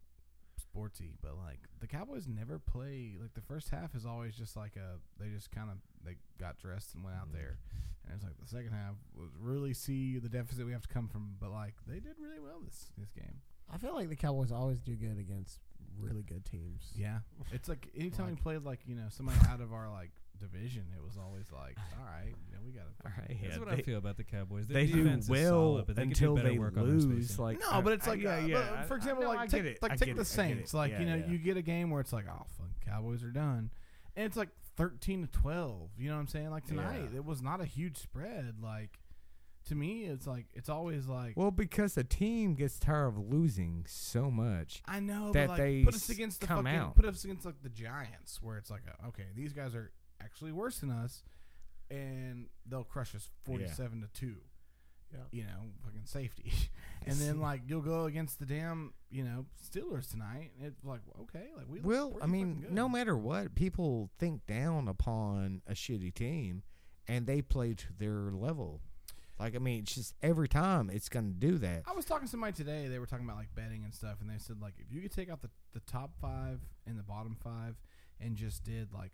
Speaker 3: sporty, but like the Cowboys never play. Like the first half is always just like a they just kind of they got dressed and went out there, and it's like the second half was really see the deficit we have to come from. But like they did really well this this game.
Speaker 1: I feel like the Cowboys always do good against really good teams.
Speaker 3: Yeah, it's like anytime
Speaker 1: Like-
Speaker 3: we played like you know somebody out of our like division, it was always like, all right, you know, we got to.
Speaker 2: All right,
Speaker 4: That's
Speaker 2: yeah,
Speaker 4: what I
Speaker 2: they-
Speaker 4: feel about the Cowboys. Their
Speaker 2: They do
Speaker 4: defense is
Speaker 2: well
Speaker 4: solid, but they could do
Speaker 2: until
Speaker 4: better
Speaker 2: they
Speaker 4: work on their
Speaker 2: lose.
Speaker 4: spacing.
Speaker 2: Like
Speaker 3: No, but it's
Speaker 2: I-
Speaker 3: like
Speaker 2: yeah,
Speaker 3: uh,
Speaker 2: yeah.
Speaker 3: but
Speaker 2: I-
Speaker 3: for example,
Speaker 2: I know, I
Speaker 3: like
Speaker 2: get
Speaker 3: take,
Speaker 2: it. I
Speaker 3: like take
Speaker 2: get
Speaker 3: the
Speaker 2: it, I get it.
Speaker 3: Saints. Like
Speaker 2: Yeah,
Speaker 3: you know,
Speaker 2: yeah.
Speaker 3: you get a game where it's like, oh, fuck, Cowboys are done, and it's like thirteen to twelve. You know what I'm saying? Like tonight,
Speaker 2: Yeah.
Speaker 3: it was not a huge spread. Like to me, it's like it's always like
Speaker 2: Well, because a team gets tired of losing so much.
Speaker 3: I know
Speaker 2: that
Speaker 3: but like,
Speaker 2: they
Speaker 3: put
Speaker 2: s-
Speaker 3: us against the
Speaker 2: come
Speaker 3: fucking
Speaker 2: out.
Speaker 3: put us against like the Giants, where it's like, uh, okay, these guys are actually worse than us, and they'll crush us forty-seven to two.
Speaker 1: Yeah.
Speaker 3: you know, fucking safety, and then like you'll go against the damn you know Steelers tonight, and it's like okay, like we look
Speaker 2: Well, I
Speaker 3: pretty fucking
Speaker 2: mean,
Speaker 3: good.
Speaker 2: no matter what, people think down upon a shitty team, and they play to their level. Like I mean, it's just every time it's going to do that.
Speaker 3: I was talking to somebody today. They were talking about like betting and stuff, and they said like if you could take out the the top five and the bottom five, and just did like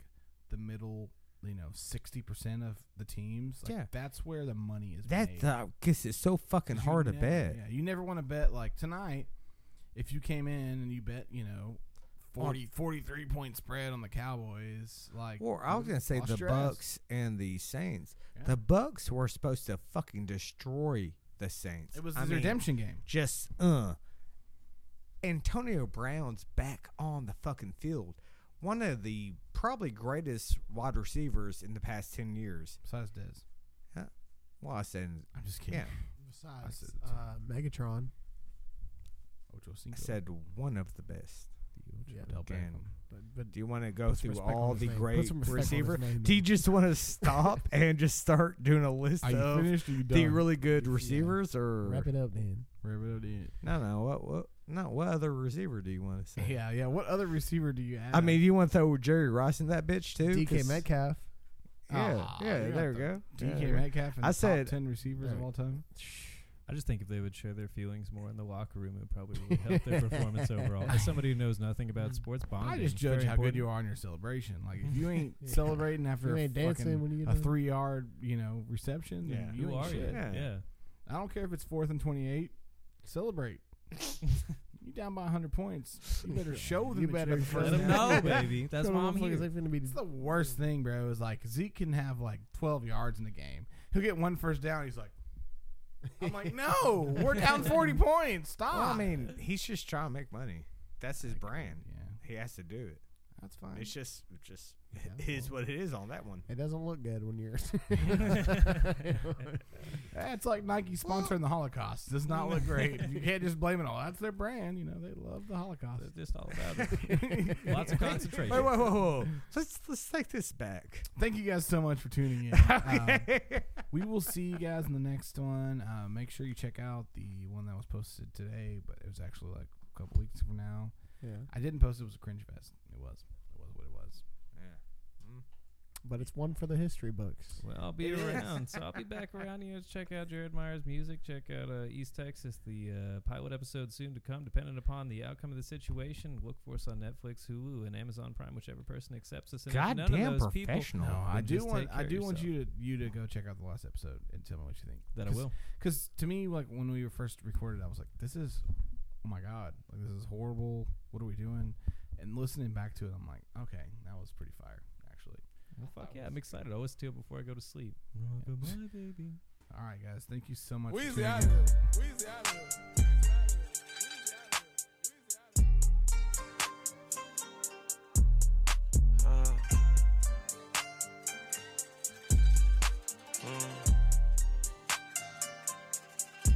Speaker 3: the middle, you know, sixty percent of the teams. Like,
Speaker 2: Yeah.
Speaker 3: that's where the money is.
Speaker 2: That
Speaker 3: made.
Speaker 2: because it's so fucking
Speaker 3: 'Cause you
Speaker 2: hard to
Speaker 3: never-
Speaker 2: bet.
Speaker 3: Yeah, you never want to bet like tonight. If you came in and you bet, you know, 40, 43 point spread on the Cowboys, like,
Speaker 2: Or I was
Speaker 3: you
Speaker 2: gonna say
Speaker 3: lost
Speaker 2: the
Speaker 3: your ass.
Speaker 2: Bucks and the Saints.
Speaker 3: Yeah.
Speaker 2: The Bucks were supposed to fucking destroy the Saints.
Speaker 3: It was
Speaker 2: I
Speaker 3: his
Speaker 2: mean,
Speaker 3: redemption game.
Speaker 2: Just uh. Antonio Brown's back on the fucking field. One of the probably greatest wide receivers in the past ten years.
Speaker 3: Besides Dez,
Speaker 2: Well, I said
Speaker 3: I'm just kidding.
Speaker 2: yeah,
Speaker 1: Besides,
Speaker 3: I said-
Speaker 1: uh, Megatron.
Speaker 3: Ocho
Speaker 2: I
Speaker 3: Cinco.
Speaker 2: said one of the best.
Speaker 1: Yeah,
Speaker 3: Del
Speaker 2: Again,
Speaker 3: Beckham.
Speaker 1: but, but
Speaker 2: do you want to go
Speaker 1: Put some
Speaker 2: through
Speaker 1: respect
Speaker 2: all
Speaker 1: on his
Speaker 2: the
Speaker 1: name. Put
Speaker 2: great
Speaker 1: some respect on his
Speaker 2: receivers?
Speaker 1: name,
Speaker 2: Do you
Speaker 1: man.
Speaker 2: just want to stop and just start doing a list
Speaker 3: Are you
Speaker 2: of
Speaker 3: finished? Are you
Speaker 2: the
Speaker 3: done?
Speaker 2: really good
Speaker 1: Yeah.
Speaker 2: receivers or
Speaker 1: wrap it up, Dan.
Speaker 3: Wrap it up, dude.
Speaker 2: No, no. What? What? No. What other receiver do you want to say?
Speaker 3: Yeah, yeah. What other receiver do you have?
Speaker 2: I mean, you want to throw Jerry Rice in that bitch too?
Speaker 1: DK
Speaker 2: 'Cause-
Speaker 1: Metcalf.
Speaker 2: Yeah.
Speaker 3: Aw,
Speaker 2: yeah.
Speaker 3: you're
Speaker 2: There we
Speaker 3: not
Speaker 2: go.
Speaker 3: DK
Speaker 2: Yeah.
Speaker 3: Metcalf. In
Speaker 2: I
Speaker 3: the
Speaker 2: said-
Speaker 3: top ten receivers of all time.
Speaker 4: I just think if they would share their feelings more in the locker room, it would probably really help their performance overall. As somebody who knows nothing about sports, bonding.
Speaker 3: I just
Speaker 4: is
Speaker 3: judge
Speaker 4: very
Speaker 3: how
Speaker 4: important.
Speaker 3: good you are in your celebration. Like if you ain't
Speaker 1: Yeah.
Speaker 3: celebrating after
Speaker 1: You
Speaker 3: a
Speaker 1: ain't dancing
Speaker 3: fucking-
Speaker 1: when you
Speaker 3: a
Speaker 1: get
Speaker 3: three yard, you know, reception, then
Speaker 2: Yeah.
Speaker 3: you
Speaker 4: Who
Speaker 3: ain't
Speaker 4: are you?
Speaker 3: shit.
Speaker 4: Yeah.
Speaker 2: Yeah.
Speaker 3: I don't care if it's fourth and twenty eight. Celebrate. you down by hundred points. You better show them.
Speaker 1: You
Speaker 3: that
Speaker 1: better
Speaker 3: got the
Speaker 1: show
Speaker 3: first
Speaker 4: Let them
Speaker 1: Yeah.
Speaker 3: down.
Speaker 4: know, baby. That's
Speaker 1: Some
Speaker 4: why I'm
Speaker 1: motherfuckers
Speaker 4: here.
Speaker 1: ain't finna be-
Speaker 3: It's the worst thing, bro. Is like Zeke can have like twelve yards in the game. He'll get one first down. He's like, I'm like, no, we're down forty points. Stop.
Speaker 2: Well, I mean, he's just trying to make money. That's his brand.
Speaker 3: Ah. yeah,
Speaker 2: He has to do it.
Speaker 3: that's fine.
Speaker 2: It's just, it just
Speaker 1: Yeah,
Speaker 2: it is what it is on that one.
Speaker 1: It doesn't look good when you're.
Speaker 3: That's like Nike sponsoring the Holocaust. Does not look great. You can't just blame it all. That's their brand. You know, they love the Holocaust.
Speaker 4: It's just all about it. Lots of concentration.
Speaker 2: Wait, wait, whoa, whoa. let's let's take this back.
Speaker 3: Thank you guys so much for tuning in.
Speaker 2: Uh,
Speaker 3: Um, we will see you guys in the next one. Uh, make sure you check out the one that was posted today, but it was actually like a couple weeks from now.
Speaker 1: yeah,
Speaker 3: I didn't post it. It was a cringe fest. It was. It was what it was.
Speaker 1: but it's one for the history books.
Speaker 4: Well, I'll be
Speaker 2: It is.
Speaker 4: around, so I'll be back around. You know, check out Jared Meyer's music. Check out uh, East Texas, the uh, pilot episode soon to come, depending upon the outcome of the situation. Look for us on Netflix, Hulu, and Amazon Prime, whichever person accepts us. And if none of those people
Speaker 3: No, I
Speaker 4: Then
Speaker 3: do
Speaker 4: just
Speaker 3: want.
Speaker 4: take
Speaker 3: I
Speaker 4: care of
Speaker 3: do want
Speaker 4: yourself.
Speaker 3: you to you to go check out the last episode and tell me what you think.
Speaker 4: that I
Speaker 3: Cause-
Speaker 4: will.
Speaker 3: Because to me, like when we were first recorded, I was like, "This is, oh my god, like this is horrible. What are we doing?" And listening back to it, I'm like, "Okay, that was pretty fire, actually."
Speaker 4: Well, fuck
Speaker 3: that
Speaker 4: yeah,
Speaker 3: was-
Speaker 4: I'm excited. I always do it before I go to sleep. Bye, baby.
Speaker 3: All right, guys, thank you so much. for
Speaker 6: Weezy
Speaker 3: tuning
Speaker 6: out
Speaker 3: in.
Speaker 6: here. Weezy out here. Weezy out here. Weezy out here.
Speaker 7: Uh. Mm.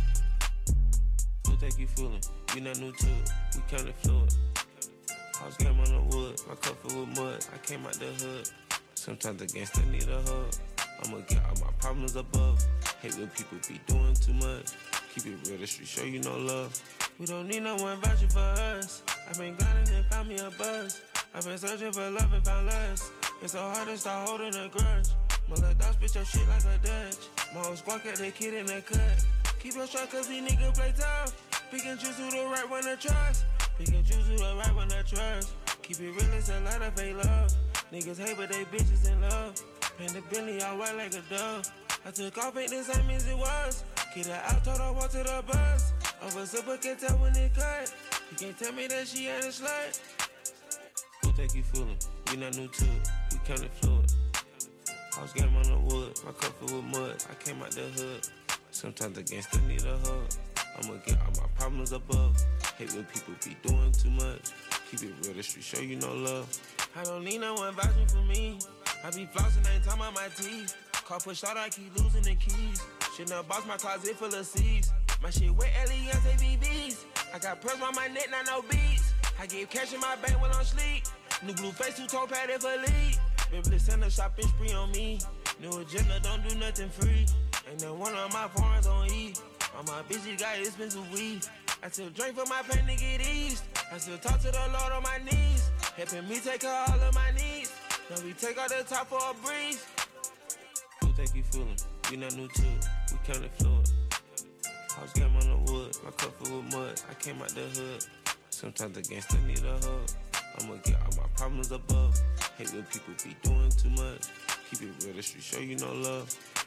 Speaker 7: Who think you fooling? We not new to it. We counted fluid. House game on the wood. My cup filled with mud. I came out the hood. Sometimes the gangsta need a hug. I'ma get all my problems above. Hate when people be doing too much. Keep it real, the street show you no love. We don't need no one vouching for us. I've been grinding and found me a buzz. I've been searching for love and found lust. It's so hard to start holding a grudge. My little dog spit your shit like a Dutch. My whole squad got the kid in the cut. Keep your shot cause these niggas play tough. Pick and choose who the right one to trust. Pick and choose who the right one to trust. Keep it real, it's a lot of fake love. Niggas hate, but they bitches in love. Paint the Bentley all white like a dove. I took off, ain't the same as it was. Get her out, told her walk to the bus. Over super can tell when it cut. You can't tell me that she ain't a slut. Who think you fooling? We not new to it. We counted fluid. House game on the wood, my cup filled with mud. I came out the hood. Sometimes the gangsta need a hug. I'ma get all my problems above. Hate when people be doing too much. Keep it real, the street show you no love. I don't need no one vouching for me. I be flossing, ain't time on my teeth. Car pushed out, I keep losing the keys. Shit up box, my closet full of seeds. My shit wet, LES, ABBs. I got pearls on my neck, not no beads. I give cash in my bank while I'm sleep. New blue face, who told Patty for lead. Been blissing the shopping spree on me. New agenda, don't do nothing free. And then one of my foreigns on E. All my bitches got expensive weed. I still drink for my pain to get eased. I still talk to the Lord on my knees. Helping me take care of all of my needs. Now we take out the top for a breeze. Who think you fooling? We not new to it. We counted fluid. House game on the wood, my cup filled with mud. I came out the hood. Sometimes the gangsta need a hug. I'ma get all my problems above. Hate when people be doing too much. Keep it real, the street show you no love.